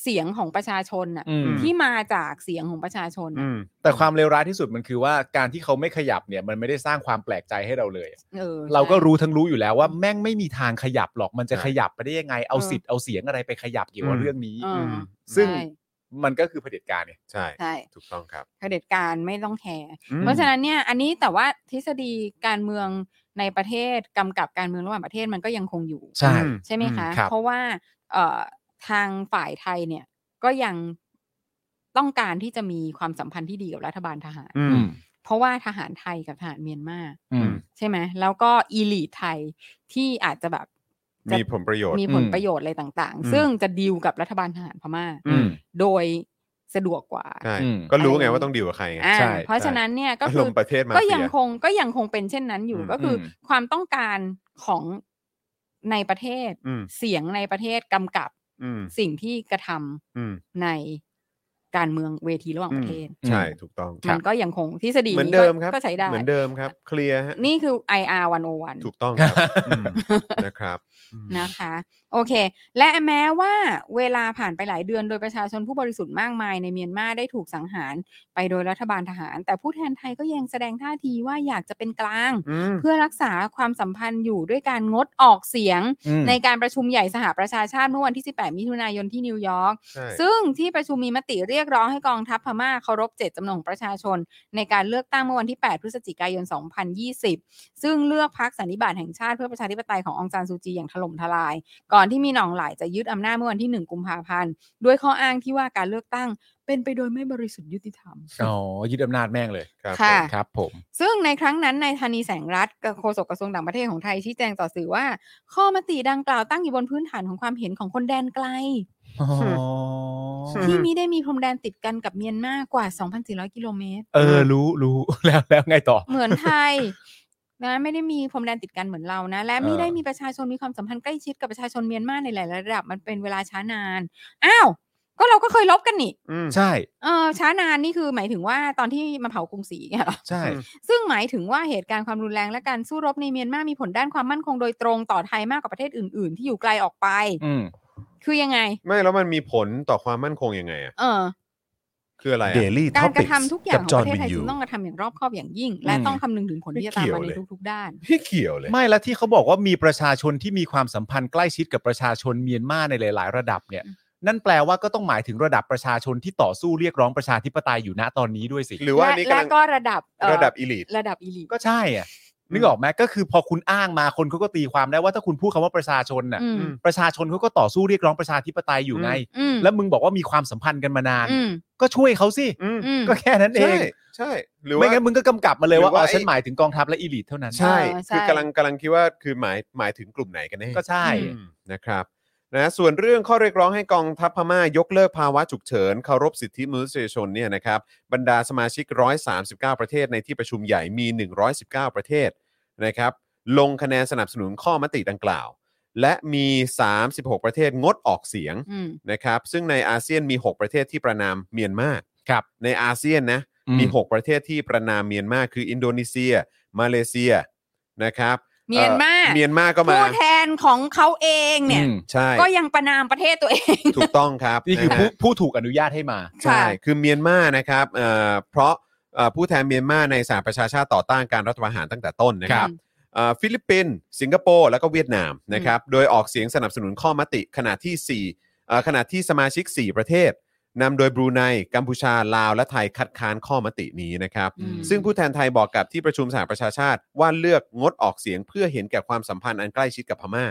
C: เสียงของประชาชนน่ะ
D: อืม
C: ที่มาจากเสียงของประชาชน
A: อื
C: น่ะ
A: ม
D: แต่ความเลวร้ายที่สุดมันคือว่าการที่เขาไม่ขยับเนี่ยมันไม่ได้สร้างความแปลกใจให้เราเลย
C: ออ
D: เราก็
C: ใช่
D: รู้ทั้งรู้อยู่แล้วว่าแม่งไม่มีทางขยับหรอกมันจะ
A: ใช่
D: ขยับไปได้ยังไงเอา
C: เออ
D: สิทธิ์เอาเสียงอะไรไปขยับเกี่ยวกั
A: อื
D: บ
A: ม
D: เรื่องนี้
C: เออ
A: ม
D: ซึ่ง
C: ใช่
D: มันก็คือเผด็จการเนี่ย
A: ใช่
C: ใช่
A: ถูกต้องครับ
C: เผด็จการไม่ต้องแคร์
A: อืม
C: เพราะฉะนั้นเนี่ย อันนี้แต่ว่าทฤษฎีการเมืองในประเทศกำกับการเมืองระหว่างประเทศมันก็ยังคงอยู่
D: ใช่
A: อืม
C: ใช่ไหมคะ
D: ครับ
C: เพราะว่าเอ่อทางฝ่ายไทยเนี่ยก็ยังต้องการที่จะมีความสัมพันธ์ที่ดีกับรัฐบาลทหาร
A: อื
D: อื
A: ม
D: ม
C: เพราะว่าทหารไทยกับทหารเมียนมา
D: อืม
C: ใช่ไหมแล้วก็อีลีทไทยที่อาจจะแบบจะ
A: มีผลประโยชน์
C: มีผลประโยชน์อะไรต่าง
A: อืม
C: ๆ ซึ่งจะดีลกับรัฐบาลทหารพม่า
D: อืม
C: โดยสะดวกกว่า
A: ใช่
D: อืม
A: ก็รู้ไงว่าต้องดีลกับใครไง
C: อ่า
D: ใช่
C: เพราะฉะนั้นเนี่ยก็
A: อา
C: คื
A: ร
C: อ
A: มณ์ประเทศมา
C: ก็ยัง
A: เฟีย
C: คงก็ยังคงเป็นเช่นนั้นอยู่
A: อืม
C: ก็คืออ
D: ม
C: ความต้องการของในประเทศ
A: อืม
C: เสียงในประเทศกำกับ
A: อืม
C: สิ่งที่กระทำ
A: อืม
C: ในการเมืองเวทีระหว่าง
A: อืม
C: ประเทศ
A: ใช่ถูกต้องค
C: มั
A: รั
C: น
A: บ
C: ก็ยังคงทฤษฎี
A: เหมือน
C: นี้
A: เดิ
C: ก็
A: มครับ
C: ก็ใช้ได้
A: เหมือนเดิมครับ เคลียร์ฮะ
C: นี่คือ IR 101
A: ถูกต้องครับอืมนะครับ
C: นะคะ โอเค และแม้ว่าเวลาผ่านไปหลายเดือนโดยประชาชนผู้บริสุทธิ์มากมายในเมียนมาได้ถูกสังหารไปโดยรัฐบาลทหาร แต่ผู้แทนไทยก็ยังแสดงท่าทีว่าอยากจะเป็นกลาง
A: อืม
C: เพื่อรักษาความสัมพันธ์อยู่ด้วยการงดออกเสียง
D: อืม
C: ในการประชุมใหญ่สหประชาชาติเมื่อวันที่ 18 มิถุนายนที่นิวยอร์ก
A: ใช่
C: ซึ่งที่ประชุมมีมติเรียกร้องให้กองทัพพม่าเคารพเจตจำนงของประชาชน ในการเลือกตั้งเมื่อวันที่ 8 พฤศจิกายน 2020 ซึ่งเลือกพรรคสันนิบาตแห่งชาติเพื่อประชาธิปไตยขององซานซูจีอย่างถล่มทลาย ก่อนที่มีหนองหลายจะยึดอำนาจเมื่อวันที่ 1 กุมภาพันธ์ ด้วยข้ออ้างที่ว่าการเลือกตั้งเป็นไปโดยไม่บริสุทธิ์ยุติธรรม
D: อ๋อยึดอำนาจแม่งเลย
A: ครับ
C: ค่ะ
A: ผม
D: ครับ ผม
C: ซึ่งในครั้งนั้นนายธานีแสงรัฐโฆษกกระทรวงต่างประเทศของไทยชี้แจงต่อสื่อว่า ข้อมติดังกล่าวตั้งอยู่บนพื้นฐานของความเห็นของคนแดนไกล
D: อ๋อ
C: ที่มิได้มีพรมแดนติดกันกับเมียนมากกว่า 2,400 กิโลเมตร
D: เออ รู้รู้ แล้วแล้วไงต่อ
C: เหมือนไทย นะไม่ได้มีพรมแดนติดกันเหมือนเรานะ และไม่
D: เออ
C: ได้มีประชาชนมีความสัมพันธ์ใกล้ชิดกับประชาชนเมียนมาในหลายระดับมันเป็นเวลาช้านาน อ้าว ก็เราก็เคยลบกันนี่
A: อืม
D: ใช่
C: เออช้านานนี่คือหมายถึงว่าตอนที่มาเผากรุงศรี เนี่ยเหรอ
D: ใช่
A: อืม
C: ซึ่งหมายถึงว่าเหตุการณ์ความรุนแรงและการสู้รบในเมียนมามีผลด้านความมั่นคงโดยตรงต่อไทยมากกว่าประเทศอื่น ๆ ที่อยู่ไกลออกไป
D: อืม
C: คือยังไง
A: ไม่แล้วมันมีผลต่อความมั่นคงยังไงอ่ะ
C: เออ
A: คืออะไรอะ
D: ลี่
C: กา
D: ท็อ
C: รก
D: ปิก
C: ระทำทุกอย่า
A: กับ
C: งของ
A: จอ
C: ป
A: ห์น
C: ระเทศไทย
A: วินยู
C: จึงต้องกระทำอย่างรอบคอบอย่างยิ่ง และต้องคำนึงถึงผลที่จะตามมาในทุก ๆ ด้าน
A: ไม่เกี่ยวเลย
D: ไม่และที่เขาบอกว่ามีประชาชนที่มีความสัมพันธ์ใกล้ชิดกับประชาชนเมียนมาในหลาย ๆ ระดับเนี่ย
C: อืม
D: นั่นแปลว่าก็ต้องหมายถึงระดับประชาชนที่ต่อสู้เรียกร้องประชาธิปไตยอยู่ณตอนนี้ด้วยสิ
A: หรือว่า
C: และ
A: อันนี่
C: และ
A: กำลัง
C: ก็ระดับเอ่อ
A: ระดับอีลิท
C: ระดับอีลี
D: ก็ใช่อะนึกออกไหมก็คือพอคุณอ้างมาคนเขาก็ตีความได้ว่าถ้าคุณพูดคำว่าประชาชนน่ะ
C: อืม
D: ประชาชนเขาก็ต่อสู้เรียกร้องประชาธิปไตยอยู่ไง
C: อืม
D: แล้วมึงบอกว่ามีความสัมพันธ์กันมานาน
C: อืม
D: ก็ช่วยเขาสิ
A: อืม
C: อืม
D: ก็แค่นั้นเอ
A: ใช่
D: ง
A: ใช่หรือว่า
D: ไม่งั้นมึงก็กำกับมาเลยว่า
A: หรือว่า
D: อ๋อฉัน
A: ไอ้
D: หมายถึงกองทัพและอีลิทเท่านั้น
A: ใช่
C: เออใช่
A: คือกำลังกำลังคิดว่าคือหมายหมายถึงกลุ่มไหนกันแน่
D: ก็ใช่
A: อืมนะครับนะส่วนเรื่องข้อเรียกร้องให้กองทัพพม่ายกเลิกภาวะฉุกเฉินเคารพสิทธิมนุษยชนเนี่ยนะครับบรรดาสมาชิก 139 ประเทศในที่ประชุมใหญ่มี 119 ประเทศนะครับลงคะแนนสนับสนุนข้อมติดังกล่าว และมี 36 ประเทศงดออกเสียง
C: อืม
A: นะครับซึ่งในอาเซียนมี 6 ประเทศที่ประนามเมียนมา
D: ครับ
A: ในอาเซียนนะ
D: อื
A: มี 6 ประเทศที่ประนามเมียนมาคืออินโดนีเซีย มาเลเซียนะครับ
C: เมียนมา
A: อ่อเมียนมาก็มา
C: ผู้แทนของเขาเองเนี่ย
D: อืม
A: ใช่
C: ก็ยังประนามประเทศตัวเอง
A: ถูกต้องครับ
D: นี่คือ
A: นะ
D: ผู้
A: ฮะ
D: ผู้ถูกอนุญาตให้มา
A: ใช่
C: ค่ะ
A: คือเมียนมานะครับเอ่อเพราะเอ่อผู้แทนเมียนมาในสหประชาชาติต่อต้านการรัฐประหารตั้งแต่ต้นนะครับ เอ่อฟิลิปปินส์สิงคโปร์แล้วก็เวียดนามนะครับโดยออกเสียงสนับสนุนข้อมติขณะที่สี่เอ่อขณะที่สมาชิก 4 ประเทศนำโดยบรูไนกัมพูชา ลาว และไทยคัดค้านข้อมตินี้นะครับ
C: อืม
A: ซึ่งผู้แทนไทยบอกกับที่ประชุมสหประชาชาติ ว่าเลือกงดออกเสียงเพื่อเห็นแก่ความสัมพันธ์อันใกล้ชิดกับพม่า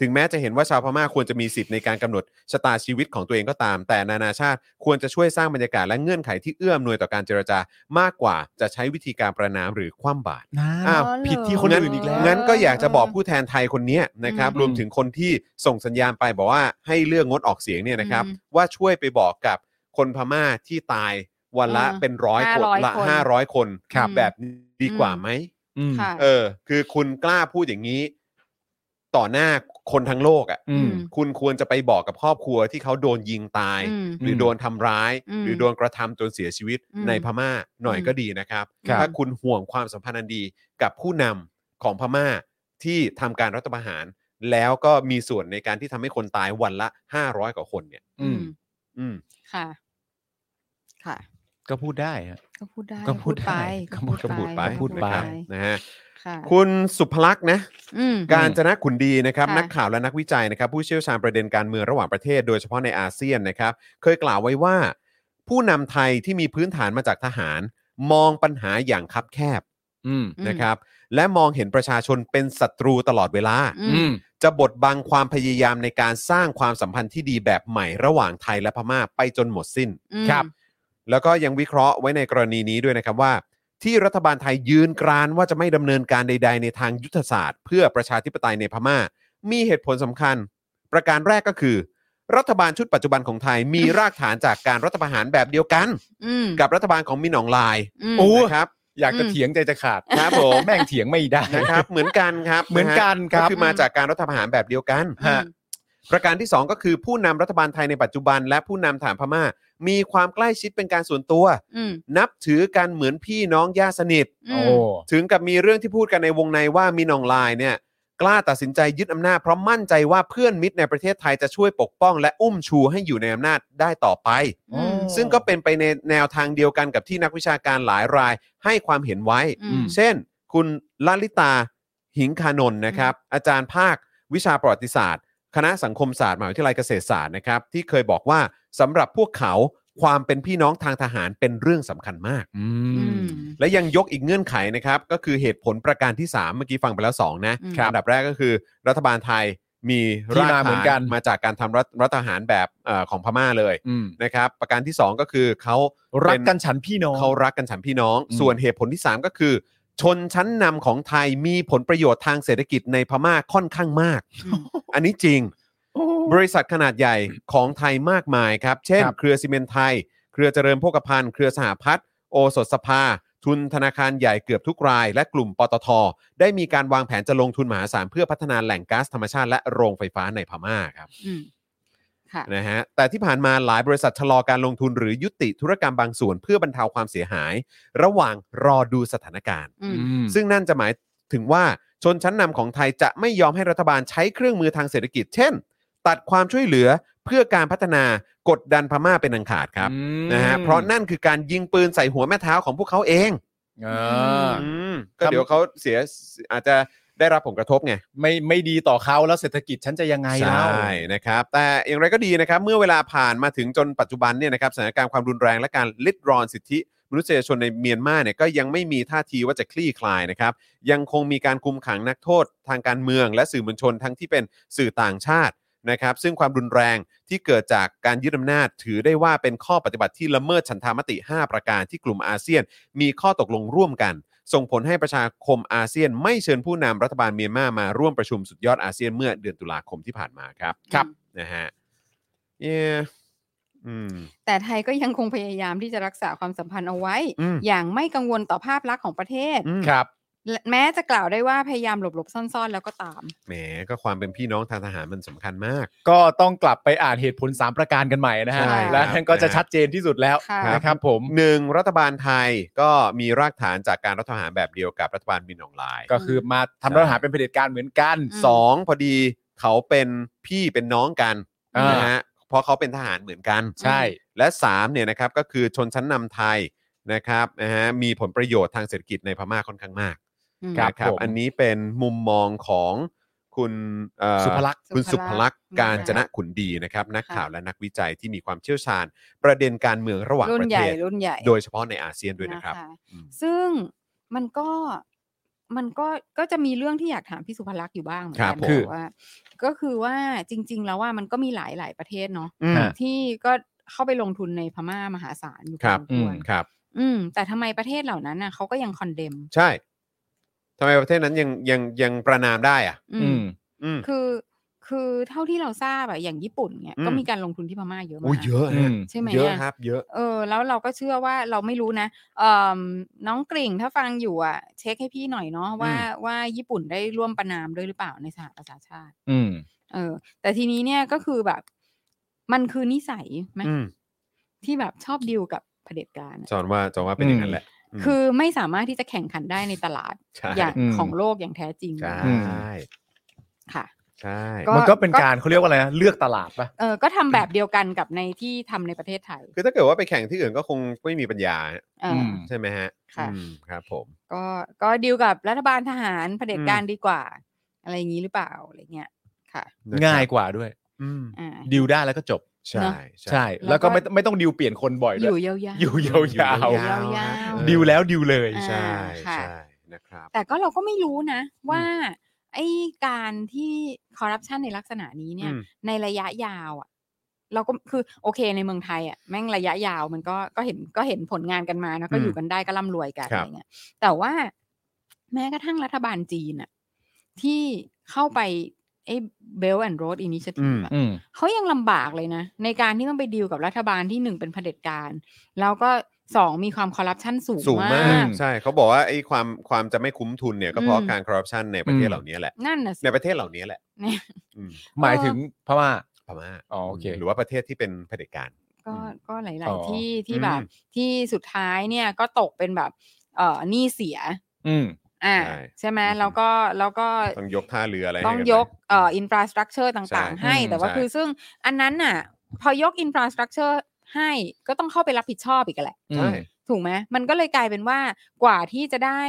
A: ถึงแม้จะเห็นว่าชาวพม่าควรจะมีสิทธิ์ในการกำหนดชะตาชีวิตของตัวเองก็ตาม แต่นานาชาติควรจะช่วยสร้างบรรยากาศและเงื่อนไขที่เอื้ออำนวยต่อการเจรจามากกว่าจะใช้วิธีการประนามหรือคว่ำบาตร อ้าว
C: เหร
D: ผิดที่คนอื่นอีกแล้ว
A: งั้นก็อยากจะบอกผู้แทนไทยคนเนี้ยนะครับ
C: อืม
A: รวมถึงคนที่ส่งสัญญาณไปบอกว่าให้เลือกงดออกเสียงเนี่ยนะครับ
C: อืม
A: ว่าช่วยไปบอกกับคนพม่าที่ตายวันละ
C: เออ
A: เป็นร้อยคน
C: 500
A: ละ
C: คน
A: ห้าร้อยคน
C: ครับ
A: แบบนี้ดีกว่าไหม
D: อืม
C: ค่ะ
A: เออ คือคุณกล้าพูดอย่างนี้ ต่อหน้าคนทั้งโลกอ่ะ
D: อืม
A: คุณควรจะไปบอกกับครอบครัวที่เขาโดนยิงตาย
C: อืม
A: หรือโดนทำร้าย
C: อืม
A: หรือโดนกระทำจนเสียชีวิต
C: อืม
A: ในพม่าหน่อย
C: อืม
A: ก็ดีนะครับ
C: ครับ
A: ถ้าคุณห่วงความสัมพันธ์อันดีกับผู้นำของพม่าที่ทำการรัฐประหาร แล้วก็มีส่วนในการที่ทำให้คนตายวันละ 500 กว่าคนเนี่ย
D: อืม
A: อืม
C: ค่ะ ค่ะ
D: ก็พูดได้ฮะ
C: ก็พูดได้
D: ก็พูดได้
C: ก็พูด
D: ก็
A: ก็
C: ไป
A: พูดไป
C: ก็
D: พูดไป
A: นะครับนะฮะ
C: ค่ะ
A: คุณสุภลักษณ์นะ
C: อืม
A: การจนะขุนดีนะครับ
C: ค่ะ
A: นักข่าวและนักวิจัยนะครับ ผู้เชี่ยวชาญประเด็นการเมืองระหว่างประเทศ โดยเฉพาะในอาเซียนนะครับ เคยกล่าวไว้ว่า ผู้นำไทยที่มีพื้นฐานมาจากทหาร มองปัญหาอย่างคับแคบ
D: อืม
A: นะครับและมองเห็นประชาชนเป็นศัตรูตลอดเวลา
C: อื
D: อื
C: ม
D: ม
A: จะบดบังความพยายามในการสร้างความสัมพันธ์ที่ดีแบบใหม่ระหว่างไทยและพม่าไปจนหมดสิ้น
C: อืม
D: ครับ
A: แล้วก็ยังวิเคราะห์ไว้ในกรณีนี้ด้วยนะครับว่า ที่รัฐบาลไทยยืนกรานว่าจะไม่ดำเนินการใด ๆ ในทางยุทธศาสตร์ เพื่อประชาธิปไตยในพม่า มีเหตุผลสำคัญ ประการแรกก็คือ รัฐบาลชุดปัจจุบันของไทยมีรากฐานจากการรัฐประหารแบบเดียวกัน
C: อืม
A: กับรัฐบาลของมินหนองลาย
C: ม
D: โอ้
A: นะครับ
D: อยากจะ
C: อืม
D: เถียงใจจะขาด
A: ครับผม
D: แม่งเถียงไม่ได้
A: นะครับ เหมือนกันครับ
D: เหมือนกันะ
A: ฮะ
D: ครับ
A: คือมาจากการรัฐประหารแบบเดียวกัน
C: อื
D: ฮะ
C: ม
A: ประการที่ 2 ก็คือผู้นำรัฐบาลไทยในปัจจุบัน และผู้นำฐานพม่า มีความใกล้ชิดเป็นการส่วนตัว
C: อืม
A: นับถือกันเหมือนพี่น้องญาติสนิท
C: อื
D: โอ้
C: ม
A: ถึงกับมีเรื่องที่พูดกันในวงในว่ามีนองลายเนี่ยกล้าตัดสินใจยึดอำนาจเพราะมั่นใจว่าเพื่อนมิตรในประเทศไทยจะช่วยปกป้อง และอุ้มชูให้อยู่ในอำนาจได้ต่อไป
C: อืม
A: ซึ่งก็เป็นไปในแนวทางเดียวกันกับที่นักวิชาการหลายรายให้ความเห็นไว้
C: อืม
A: เช่น คุณลลิตาหิงคานนท์นะครับ อาจารย์ภาควิชาประวัติศาสตร์ คณะสังคมศาสตร์มหาวิทยาลัยเกษตรศาสตร์นะครับ ที่เคยบอกว่าสำหรับพวกเขาความเป็นพี่น้องทางทหารเป็นเรื่องสำคัญมาก
D: อื
C: อื
D: ม
C: ม
A: และยังยกอีกเงื่อนไขนะครับ ก็คือเหตุผลประการที่ 3 เมื่อกี้ฟังไปแล้ว 2 นะ
C: อืม
A: อันดับแรกก็คือรัฐบาลไทยมีราก
D: ที่มาเหมื
A: ฐา
D: อน
A: น
D: กัน
A: มาจากการทำรัฐรัฐทหารแบบเออของพม่าเลย
D: อืม
A: นะครับ ประการที่ 2 ก็คือเขา
D: รั
A: รั
D: กกันฉันพี่น้อง
A: เขารักกันฉันพี่น้อง
D: อืม
A: ส่วนเหตุผลที่ 3 ก็คือ ชนชั้นนำของไทยมีผลประโยชน์ทางเศรษฐกิจในพม่าค่อนข้างมาก
C: อืม
A: อันนี้จริง
D: โอ้
A: บริษัทขนาดใหญ่ของไทยมากมายครับ เช่น
D: ครับ
A: เครือซีเมนต์ไทย เครือเจริญโภคภัณฑ์ เครือสหพัฒน์โอสถสภา ทุนธนาคารใหญ่เกือบทุกราย และกลุ่มปตท ได้มีการวางแผนจะลงทุนมหาศาลเพื่อพัฒนาแหล่งก๊าซธรรมชาติและโรงไฟฟ้าในพม่าครับ
C: อืม ค่ะ
A: นะฮะแต่ที่ผ่านมาหลายบริษัทชะลอการลงทุนหรือยุติธุรกรรมบางส่วนเพื่อบรรเทาความเสียหาย ระหว่างรอดูสถานการณ์
C: อืม
A: ซึ่งนั่นจะหมายถึงว่าชนชั้นนำของไทยจะไม่ยอมให้รัฐบาลใช้เครื่องมือทางเศรษฐกิจ เช่น ตัดความช่วยเหลือเพื่อการพัฒนากดดันพม่าเป็นอันขาดครับนะฮะเพราะนั่นคือการยิงปืนใส่หัวแม่เท้าของพวกเขาเอง
D: อ่า
C: อื
A: มก็เดี๋ยวเขาเสียอาจจะได้รับผลกระทบไง
D: ไม่ไม่ดีต่อเขาแล้วเศรษฐกิจฉันจะยังไง
A: ใช
D: แล้ว
A: ่นะครับแต่อย่างไรก็ดีนะครับเมื่อเวลาผ่านมาถึงจนปัจจุบันเนี่ยนะครับสถานการณ์ความรุนแรงและการลิดรอนสิทธิมนุษยชนในเมียนมาเนี่ยก็ยังไม่มีท่าทีว่าจะคลี่คลายนะครับยังคงมีการคุมขังนักโทษทางการเมืองและสื่อมวลชนทั้งที่เป็นสื่อต่างชาตินะครับซึ่งความรุนแรงที่เกิดจากการยึดอำนาจ ถือได้ว่าเป็นข้อปฏิบัติที่ละเมิดฉันทามติ 5 ประการที่กลุ่มอาเซียน มีข้อตกลงร่วมกัน ส่งผลให้ประชาคมอาเซียน ไม่เชิญผู้นำรัฐบาลเมียนมามาร่วมประชุมสุดยอดอาเซียนเมื่อเดือนตุลาคมที่ผ่านมาครับ
C: ครับ
A: นะฮะเย่อืม
C: แต่ไทยก็ยังคงพยายามที่จะรักษาความสัมพันธ์เอาไว้
A: อืม
C: อย่างไม่กังวลต่อภาพลักษณ์ของประเทศ
A: อืม
D: ครับ
C: และแม้จะกล่าวได้ว่าพยายามหลบๆซ่อนๆ แล้วก็ตาม
A: แหมก็ความเป็นพี่น้องทางทหารมันสำคัญมาก
D: ก็ต้องกลับไปอ่านเหตุผล 3 ประการกันใหม่นะฮะ
C: ใช่
D: และนั่นก็จะ
A: ครับ
D: ชัดเจนที่สุดแล้ว
C: ค่ะ
D: นะครับผม
A: หนึ่งรัฐบาลไทยก็มีรากฐานจากการรัฐประหารแบบเดียวกับรัฐบาลมินอองไลน์
D: ก็คือมาทำรัฐประหารเป็นเผด็จการเหมือนกัน
C: อืม
A: สองพอดีเขาเป็นพี่เป็นน้องกัน
D: อ่าน
A: นะฮะเพราะเขาเป็นทหารเหมือนกัน
D: ใช่
A: และ3เนี่ยนะครับก็คือชนชั้นนำไทยนะครับนะฮะมีผลประโยชน์ทางเศรษฐกิจในพม่าค่อนข้างมาก
C: อืม
D: ครับ
A: นะ
D: ผม
A: อันนี้เป็นมุมมองของคุณเอ่อ
D: สุภลักษณ์
A: คุณสุภลักษณ์
C: สุภลักษณ์
A: การจนะขุนดีนะครับนัก
C: ค่ะ
A: ข่าวและนักวิจัยที่มีความเชี่ยวชาญ ประเด็นการเมืองระหว่าง
C: รุ่
A: ป
C: น
A: ระเท
C: ใหญ่
A: ศ
C: รุ่นใหญ่
A: โดยเฉพาะในอาเซียนด้วยนะครับ อืม
C: ซึ่งมันก็มันก็ก็จะมีเรื่องที่อยากถามพี่สุภลักษณ์อยู่บ้างเหมือน
A: ครับ
C: กัน
A: ผม
C: คือว่า ก็คือว่าจริง ๆ แล้วว่ามันก็มีหลายหลายๆประเทศเนาะ
A: อืม
D: ฮะ
C: ที่ก็เข้าไปลงทุนในพม่ามหาศาลอยู่พ
A: ครั
C: อบ สมควร
A: ครับ
C: อืม แต่ทำไมประเทศเหล่านั้นน่ะเขาก็ยังคอนเดม
A: ใช่ทำไมประเทศนั้นยังยังยังประนามได้อ่ะ
C: อื
D: อื
C: ม
D: ม
A: อืม
C: คือคือเท่าที่เราทราบอะอย่างญี่ปุ่นเนี่ย
A: อืม
C: ก็มีการลงทุนที่พม่าเยอะมา
A: อุ้ย
C: ก
A: เยอะนะ
D: อืม
C: ใช่ไหม
A: เยอะ
C: อะ
A: ครับ เยอะ
C: เออแล้วเราก็เชื่อว่าเราไม่รู้นะเอมน้องกริ่งถ้าฟังอยู่อ่ะ เช็คให้พี่หน่อยเนาะว่าว่าญี่ปุ่นได้ร่วมประนามด้วยหรือเปล่าในสหประชาชาติ
D: อืม
C: เออ แต่ทีนี้เนี่ยก็คือแบบ มันคือนิสัยไหม
A: อืม
C: ที่แบบชอบดิวกับเผด็จการอะ
A: จอนว่าจอนว่าเป็นอย่างนั้นแหละม
C: คือไม่สามารถที่จะแข่งขันได้ในตลาด
A: ใช่
C: อย่าง
D: อืม
C: ของโลกอย่างแท้จริง
A: ใช่
C: ค่ะ
A: ใช่
C: ก็
D: มันก็เป็นการเขาเรียกว่าอะไรนะเลือกตลาดปะ
C: เออก็ทำแบบเดียวกันกับในที่ทำในประเทศไทย
A: คือถ้าเกิดว่าไปแข่งที่อื่นก็คงไม่มีปัญญา
C: เอออ
D: ม
A: ใช่ไหมฮะ
C: ค่ะ
A: อืมครับผม
C: ก็ก็ดีลกับรัฐบาลทหารเผด็จการดีกว่า อะไรอย่างนี้หรือเปล่าอะไรเงี้ยค่ะ
A: นะครับ
D: ง่ายกว่าด้วย
A: อืม
C: อ่า
D: ดิวได้แล้วก็จบ
A: ใช่
C: เนอะ
A: ใช่
D: ใช่ แล้วก็ไม่ไม่ต้องดิวเปลี่ยนคนบ่อย
C: อ
D: ด้
C: ยู่
D: วย
C: ยาวๆ
D: อยู่ยาว
A: อยู่
D: ยาว
A: ๆ
C: ยาว
D: ดิวแล้วดิวเลย
C: อ่า
A: ใช่ใช่
C: ค่ะ
A: นะครับ
C: แต่ก็เราก็ไม่รู้นะ ว่าไอ้การที่คอร์รัปชันในลักษณะนี้เนี่ย
A: อืม
C: ในระยะยาวอ่ะ เราก็คือโอเคในเมืองไทยอ่ะแม่งระยะยาวมันก็ก็เห็นก็เห็นผลงานกันมานะก็
D: อืม
C: อยู่กันได้ก็ร่ำรวยกัน
A: ครับ
C: อะไรเงี้ยแต่ว่าแม้กระทั่งรัฐบาลจีนอ่ะที่เข้าไปไอ้เบลแอนด์โรดอินิชทีฟอ่ะ
D: อืม
C: เขายังลำบากเลยนะ ในการที่ต้องไปดีลกับรัฐบาลที่หนึ่งเป็นเผด็จการ แล้วก็สองมีความคอร์รัปชันสูง
A: สูงมาม
C: าก ก
A: ใช่เขาบอกว่าไอ้ความความจะไม่คุ้มทุนเนี่ยก็เพราะ
C: อืม
A: การคอร์รัปชันในประเทศ
D: อืม
A: เหล่านี้แหละ
C: นั่นน่ะสิ
A: ในประเทศเหล่านี้แหละ
C: เนี่ย
A: อืม
D: หมายถึงพม่า
A: พม่า
D: อ๋อโอเค
A: หรือว่าประเทศที่เป็นเผด็จการ
C: ก็
A: อืม
C: ก็ห
D: อ๋
C: ลาย
D: อ
C: ๆ ที่ที่
A: อืม
C: แบบที่สุดท้ายเนี่ยก็ตกเป็นแบบเอ่อหนี้เสีย
D: อืม
C: อ่า
A: ใช่
C: ใช่ไหม
A: อืม
C: แล้วก็แล้วก็
A: ต้องยกท่าเรืออะไรให้
C: ต้อง
A: นไป
C: ยกเอ่ออินฟราสตรักเจอร์ต่าง
A: ใช่
C: ๆ ให้
D: อืม
C: แต่ว่า
A: ใช่
C: คือซึ่งอันนั้นน่ะ พอยกอินฟราสตรักเจอร์ให้ก็ต้องเข้าไปรับผิดชอบอีกแหละ
A: ใช่
C: ถูกไหมมันก็เลยกลายเป็นว่ากว่าที่จะได้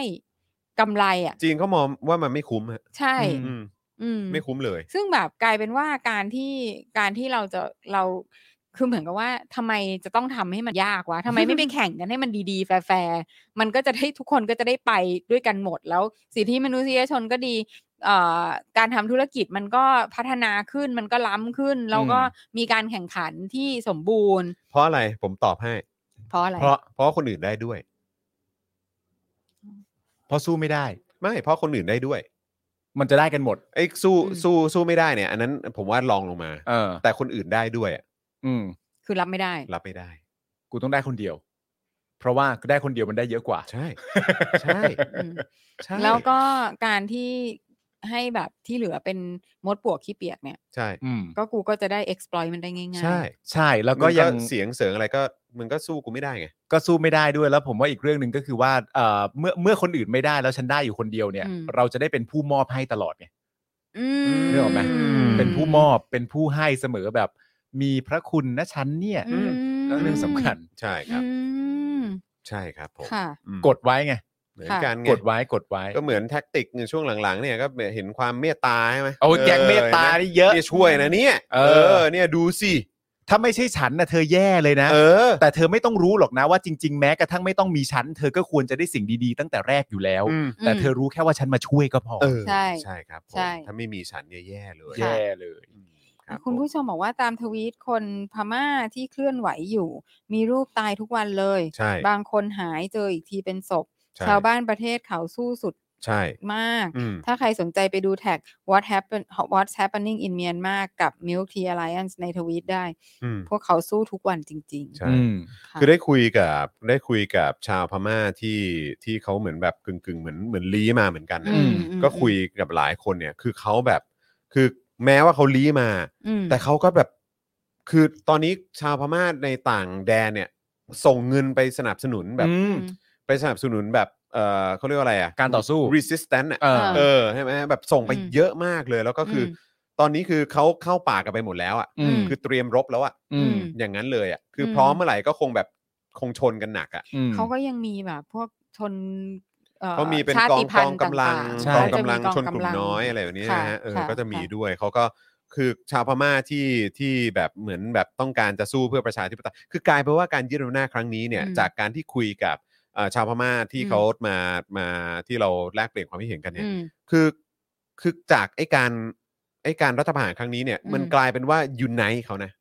C: กำไรอ่ะ
A: จีนเขามองว่ามันไม่คุ้มฮะ
C: ใช่
A: อื
D: อืม
A: ม
C: อืม
A: ไม่คุ้มเลย
C: ซึ่งแบบกลายเป็นว่าการที่การที่เราจะเราคือเหมือนกับว่าทำไมจะต้องทำให้มันยากวะทำไมไม่ไป แข่งกันให้มันดีๆ แฟร์ๆมันก็จะได้ทุกคนก็จะได้ไปด้วยกันหมด แล้วสิทธิมนุษยชนก็ดีเอ่อการทำธุรกิจมันก็พัฒนาขึ้นมันก็ล้ำขึ้น แล้วก็มีการแข่งขันที่สมบูรณ์
A: เพราะอะไรผมตอบให้
C: เพราะอะไร
D: เพราะ
A: เพราะคนอื่นได้ด้วย
D: เพราะสู้ไม่ได้
A: ไม่เพราะคนอื่นได้ด้วย
D: มันจะได้กันหมด
A: ไอ้สู้สู้สู้ไม่ได้เนี่ย อันนั้นผมว่าลองลงมา
D: เออ
A: แต่คนอื่นได้ด้วยอะ
D: อืม
C: คือรับไม่ได้
A: รับไม่ได้
D: กูต้องได้คนเดียว เพราะว่าได้ คนเดียวมันได้เยอะกว่า
A: ใช่ ใช่ ใช่
C: แล้วก็การที่ ให้แบบที่เหลือเป็นมดปวกขี้เปียกเนี่ย
A: ใช่
D: อืม
C: ก็กูก็จะได้ exploit มันได้ง่ายๆ
A: ใช่
D: ใช่แล้วก็ยัง
A: มึเสียงเสริงอะไรก็มึงก็สู้กูไม่ได้ไง
D: ก็สู้ไม่ได้ด้วยแล้วผมว่าอีกเรื่องหนึ่งก็คือว่าเอ่อเมื่อเมื่อคนอื่นไม่ได้แล้วฉันได้อยู่คนเดียวเนี่ย
C: อืม
D: เราจะได้เป็นผู้มอบให้ตลอดไง
C: อื
D: นึกออกไหม
A: อืม
D: เป็นผู้มอบเป็นผู้ให้เสมอแบบ มีพระคุณนะฉันเนี่ย
C: อืม
D: แล้วเรื่องสำคัญ
A: ใช่ครับ
C: อืม
A: ใช่ครับผม
C: ค่ะ
A: อืม
D: กดไว้ไง
A: เหมือนกันไง
D: กดไว้กดไว้
A: ก็เหมือนแท็กติกในช่วงหลังๆ เนี่ยก็เห็นความเมตตาใช่ไหม
D: โอ้ยแกงเมตตา
A: ออ
D: นี่เยอะ
A: เนี่ยช่วยนะเนี่ย
D: เออ
A: เนี่ยดูสิ
D: ถ้าไม่ใช่ฉันนะเธอแย่เลยนะ
A: เออ
D: แต่เธอไม่ต้องรู้หรอกนะว่าจริง ๆ แม้กระทั่งไม่ต้องมีฉันเธอก็ควรจะได้สิ่งดีๆ ตั้งแต่แรกอยู่แล้ว
A: อืม
D: แต่เธอรู้แค่ว่าฉันมาช่วยก็พอ
A: เออ
C: ใช่
A: ใช่ครับผม
C: ใช่
A: ถ้าไม่มีฉันเนี่ยแย่เลย
C: ค่ะ
D: แย่เลย
A: อืมรับ
C: คุณ
A: ผม
C: ผู้ชมบอกว่าตามทวีตคนพม่าที่เคลื่อนไหวอยู่ มีรูปตายทุกวันเลย
A: ใช่
C: บางคนหายเจออีกทีเป็นศพ
A: ใช่
C: ชาวบ้านประเทศเขาสู้สุด
A: ใช่
C: มาก
A: อืม
C: ถ้าใครสนใจไปดูแท็ก what happen what's happening in Myanmar กับ Milk Tea Alliance ในทวีตได้
A: อืม
C: พวกเขาสู้ทุกวันจริง
A: ใช่
D: อืม
C: ๆ ค่ะ
A: คือได้คุยกับได้คุยกับชาวพม่าที่ที่เขาเหมือนแบบกึ่งกึ่งๆเหมือนเหมือนลี้มาเหมือนกันนะ
C: อืม
A: ก็คุยกับหลายคนเนี่ย คือเขาแบบ คือแม้ว่าเขาลี้มา
C: อืม
A: แต่เขาก็แบบ คือตอนนี้ชาวพม่าในต่างแดนเนี่ย ส่งเงินไปสนับสนุนแบบ
D: อืม
A: ไปสนับสนุนแบบเออเขาเรียกว่าอะไรอ่ะ
D: การต่อสู้
A: resistance อ่ะ
D: เออ
A: เออใช่ไหมแบบส่งไป
C: อืม
A: เยอะมากเลย แล้วก็คืออ
C: ม
A: ตอนนี้คือเขาเข้าป่ากันไปหมดแล้วอ่ะ
D: อืม
A: คือเตรียมรบแล้วอ่ะ
D: อืม
A: อย่างนั้นเลยอ่ะคืออ
C: ม
A: พร้อมเมื่อไหร่ก็คงแบบคงชนกันหนักอ่ะ
D: อืม
C: เขาก็ยังมีแบบพวกชนอ่อ
A: เขาะมีเป็น
C: ชาก
A: อง
C: ติพั
A: ก
C: น
A: อง
C: ธุ์
A: กำลัง
C: ต่าๆ
D: ใช่
A: กอง
C: ก็จะ
A: กำ
C: มี
A: ลังชนกลุ่ม
C: ำ
A: น้อยอะไรแบบนี้
C: ค่
A: นะฮะเออ
C: ค่
A: ก็จะมี
C: ค่
A: ด้วยเขาก็คือชาวพม่าที่ที่แบบเหมือนแบบต้องการจะสู้เพื่อประชาธิปไตยคือกลายเป็นว่าการยึดอำนาจครั้งนี้เนี่ยจากการที่คุยกับเอ่อชาวพม่าที่เขามามาที่เราแลกเปลี่ยนความคิดเห็นกันเนี่ย
C: อืม
A: คือคือจากไอ้การไอ้การรัฐประหารครั้งนี้เนี่ย มัน
C: อืม
A: กลายเป็นว่ายูไนต์เขานะ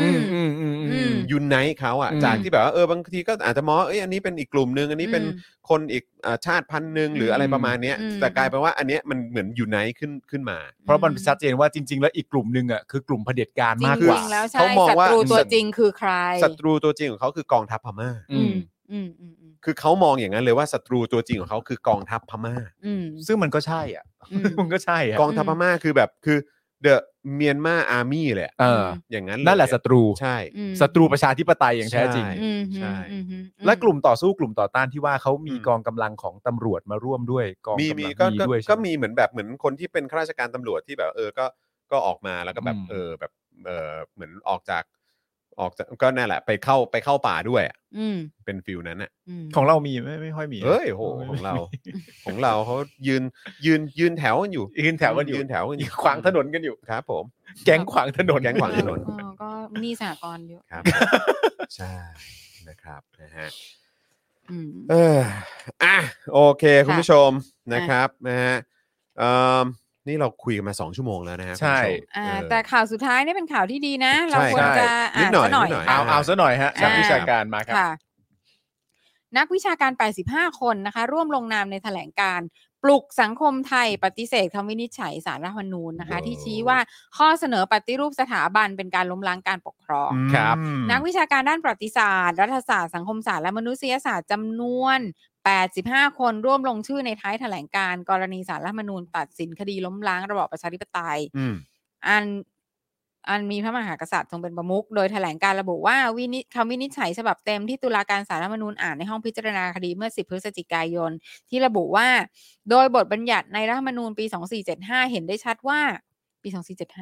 C: อืม
D: อืมอืมอืมอืม
A: ยูไนต์เขาอ่ะ
D: อืม
A: จากที่แบบว่าเออบางทีก็อาจจะมองว่าเอ้ยอันนี้เป็นอีกกลุ่มหนึ่งอันนี้เป็น
C: อืม
A: คนอีกอ่าชาติพันธุ์หนึ่งหรืออะไร
D: อืม
A: ประมาณเนี้ย
C: อืม
A: แต่กลายเป็นว่าอันเนี้ยมันเหมือนยูไนต์ขึ้นขึ้นมา
D: เพราะมันชัดเจนว่าจริง ๆ แล้วอีกกลุ่มหนึ่งอ่ะคือกลุ่มเผด็จการมากกว่า
C: จริงๆแล้วใช่
A: เขามอง
C: ศั
A: ว่า
C: ตรูตัวจริงคือใคร
A: ศัตรูตัวจริงของเขาคือกองทัพพม่า
D: อืม
C: อืมอืมอืม
A: คือเขามองอย่างนั้นเลยว่าศัตรูตัวจริงของเขาคือกองทัพพม่า
C: อืม
D: ซึ่งมันก็ใช่อ่ะ
C: อืม
D: มันก็ใช่อ่ะ
A: กองทัพพม่าคือแบบคือเดอะเมียนมาอาร์มี่เลยอะ
D: เออ
A: อย่างนั้น
D: นั่นแหละศัตรู
A: ใช่
C: อืม
D: ศัตรูประชาธิปไตยอย่างแท้จริง
A: ใช่
C: อืม
A: ใช่
C: อืมอืม
D: และกลุ่มต่อสู้กลุ่มต่อต้านที่ว่าเขามี
A: อืม
D: กองกำลังของตำรวจมาร่วมด้วยกอง
A: มี
D: กำ
A: มี
D: ลัง
A: ก็
D: มี
A: ก็
D: ด้วยใช่
A: ก็
D: ไห
A: มีเหมือนแบบเหมือนคนที่เป็นข้าราชการตำรวจที่แบบ เออก็ก็ออกมาแล้วก็แบบ
D: อืม
A: เออแบบเออเหมือนออกจาก ออกจากก็นั่นแหละ ไปเข้าไปเข้าป่าด้วยอะ
C: อืม
A: เป็นฟิลนั้นอ่ะ
C: อืม
D: ของเรามีไหม่ไม่ค่อยมี
A: เอ้ยโหของ เรา ของเราเขายืนยืนยืนแถวกันอยู่
D: ยืนแถวกันอยู่
A: ยืนแถวกันอยู่
D: ขวางถนนกันอยู่
A: ครับ ผม
D: แก๊งขวางถนน
A: แก๊งขวางถนน
C: เออก็หนี่สหกรณ์เยอะ
A: ครับ ใช่นะครับนะฮะ
C: อืม
A: เอออ่ะโอเค คุณ
C: ค่ะ
A: ผู้ชมนะครับนะฮะเอิ่มนี่เราคุยกันมา 2 ชั่วโมงแล้วนะฮะ
D: ใช่
A: คุณผู้ชม
C: อ่า
A: เออ
C: แต่ข่าวสุดท้ายเนี่ยเป็นข่าวที่ดีนะ เรา
A: ใช่
C: ควรจะ
A: ใช่
C: อ่าน
A: นิด
C: ซะ
A: ห
C: ห
A: น่
C: น่
A: อ
C: อย ย
A: นิดหน่ย
D: เอาเอาซะหน่อยฮะ
C: อ่า
D: นักวิชาการมาครับ
C: ค่ะ นักวิชาการ 85 คนนะคะ ร่วมลงนามในแถลงการณ์ปลุกสังคมไทยปฏิเสธคำวินิจฉัยสารรัฐธรรมนูญนะคะ
A: Wow
C: ที่ชี้ว่าข้อเสนอปฏิรูปสถาบันเป็นการล้มล้างการปกครอง
D: ครับ
A: อืม
C: นักวิชาการด้านประวัติศาสตร์ รัฐศาสตร์สังคมศาสตร์และมนุษยศาสตร์จำนวน 85 คนร่วมลงชื่อในท้ายแถลงการณ์กรณีสารรัฐธรรมนูญตัดสินคดีล้มล้างระบอบประชาธิปไตย
A: อืม
C: อันอันมีพระมหากษัตริย์ทรงเป็นประมุขโดยแถลงการระบุว่าวินิจคำวินิจฉัยฉบับเต็มที่ตุลาการสารรัฐธรรมนูญอ่านในห้องพิจารณาคดีเมื่อ 10 พฤศจิกายน ที่ระบุว่า โดยบทบัญญัติในรัฐธรรมนูญปี 2475 เห็นได้ชัดว่าปี
A: ส
C: 2475
A: องสี่เจ็ด
D: ค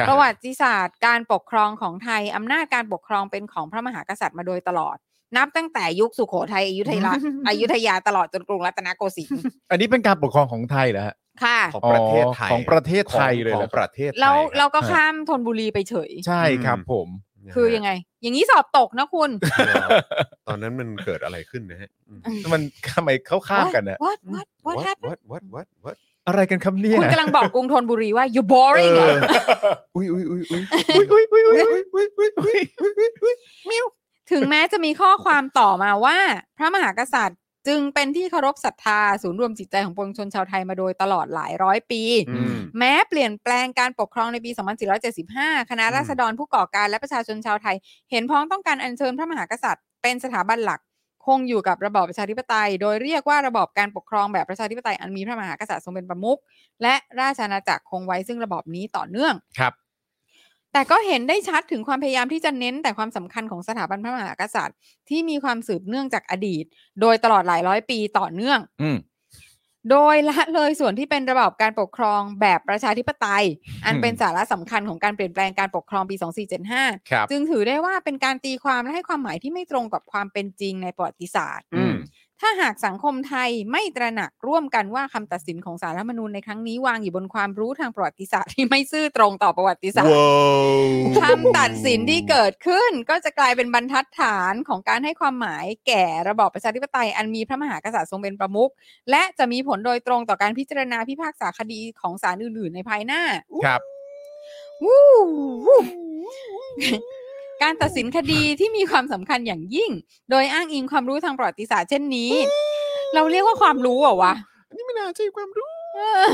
D: รับ
C: ประวัติศาสตร์การปกครองของไทย อำนาจการปกครองเป็นของพระมหากษัตริย์มาโดยตลอด นับตั้งแต่ยุคสุโขทัยอยุธ ยา อยุธยาตลอดจนกรุงรัตนโกสินทร์
D: อันนี้เป็นการปกครองของไทยเหรอฮะ
C: ค่ะ
A: ของประเทศไทย
D: อ๋อของประเทศไทยเล
A: ข
D: ย
A: อง
D: เห
A: ข
D: รอ
A: อง
D: ครับ
A: ประเทศไทย
C: แล้ว
A: ค
C: เรา
A: รับ
C: ก็ข้ามธนบุรีไปเฉย
D: ใช่ครับ
A: อืม
D: ผม
C: คือยังไง อย่างนี้สอบตกนะคุณ
A: นะฮะตอนนั้นมันเกิดอะไรขึ้นนะฮะอืม
D: มัน ทำไมเขาข้ามกันอะ
C: What what
A: What
C: what happened
A: What What What What
D: อะไรกันครับเนี่ย
C: คุณกำลังบอกกรุงธนบุรีว่า you boring เหรอ
A: อุ้ยอุ้ยอุ้ย อุ้ย
D: อุ้ยอุ้ยอุ้ยอุ้ยอุ้ยอุ้ยอุ้ย
C: ถึงแม้จะมีข้อความต่อมาว่า พระมหากษัตริย์จึงเป็นที่เคารพศรัทธา ศูนย์รวมจิตใจของปวงชนชาวไทยมาโดยตลอดหลายร้อยปี
A: อืม
C: แม้เปลี่ยนแปลงการปกครองในปี 2475 คณะ
A: อืม
C: ราษฎรผู้ก่อการและประชาชนชาวไทย เห็นพ้องต้องการอัญเชิญพระมหากษัตริย์ เป็นสถาบันหลัก ค คงอยู่กับระบอบประชาธิปไตย โดยเรียกว่าระบอบการปกครองแบบประชาธิปไตยอันมีพระมหากษัตริย์ทรงเป็นประมุขและราชอาณาจักรคงไว้ซึ่งระบอบนี้ต่อเนื่อง
D: ครับ
C: แต่ก็เห็นได้ชัดถึงความพยายามที่จะเน้นแต่ความสำคัญของสถาบันพระมหากษัตริย์ ที่มีความสืบเนื่องจากอดีต โดยตลอดหลายร้อยปีต่อเนื่อง
D: อืม
C: โดยละเลยส่วนที่เป็นระบอบการปกครองแบบประชาธิปไตย อัน
D: อืม
C: เป็นสาระสำคัญของการเปลี่ยนแปลงการปกครองปี 2475
D: ครับ
C: จึงถือได้ว่าเป็นการตีความและให้ความหมายที่ไม่ตรงกับความเป็นจริงในประวัติศาสตร์
D: อืม
C: ถ้าหากสังคมไทยไม่ตระหนักร่วมกันว่าคำตัดสินของสารรัฐธรรมนูญในครั้งนี้วางอยู่บนความรู้ทางประวัติศาสตร์ที่ไม่ซื่อตรงต่อประวัติศาสตร์
A: ว้าว
C: คำตัดสินที่เกิดขึ้นก็จะกลายเป็นบรรทัดฐานของการให้ความหมายแก่ระบอบประชาธิปไตยอันมีพระมหากษัตริย์ทรงเป็นประมุขและจะมีผลโดยตรงต่อการพิจารณาพิพากษาคดีของศาลอื่น ๆ ในภายหน้า
D: ครับ
C: วู้วู้การตัดสินคดีที่มีความสำคัญอย่างยิ่ง โดยอ้างอิงความรู้ทางประวัติศาสตร์เช่นนี้ เราเรียกว่าความรู้เหรอวะ
A: นี่ไม่น่าใช่ความรู้
C: เออ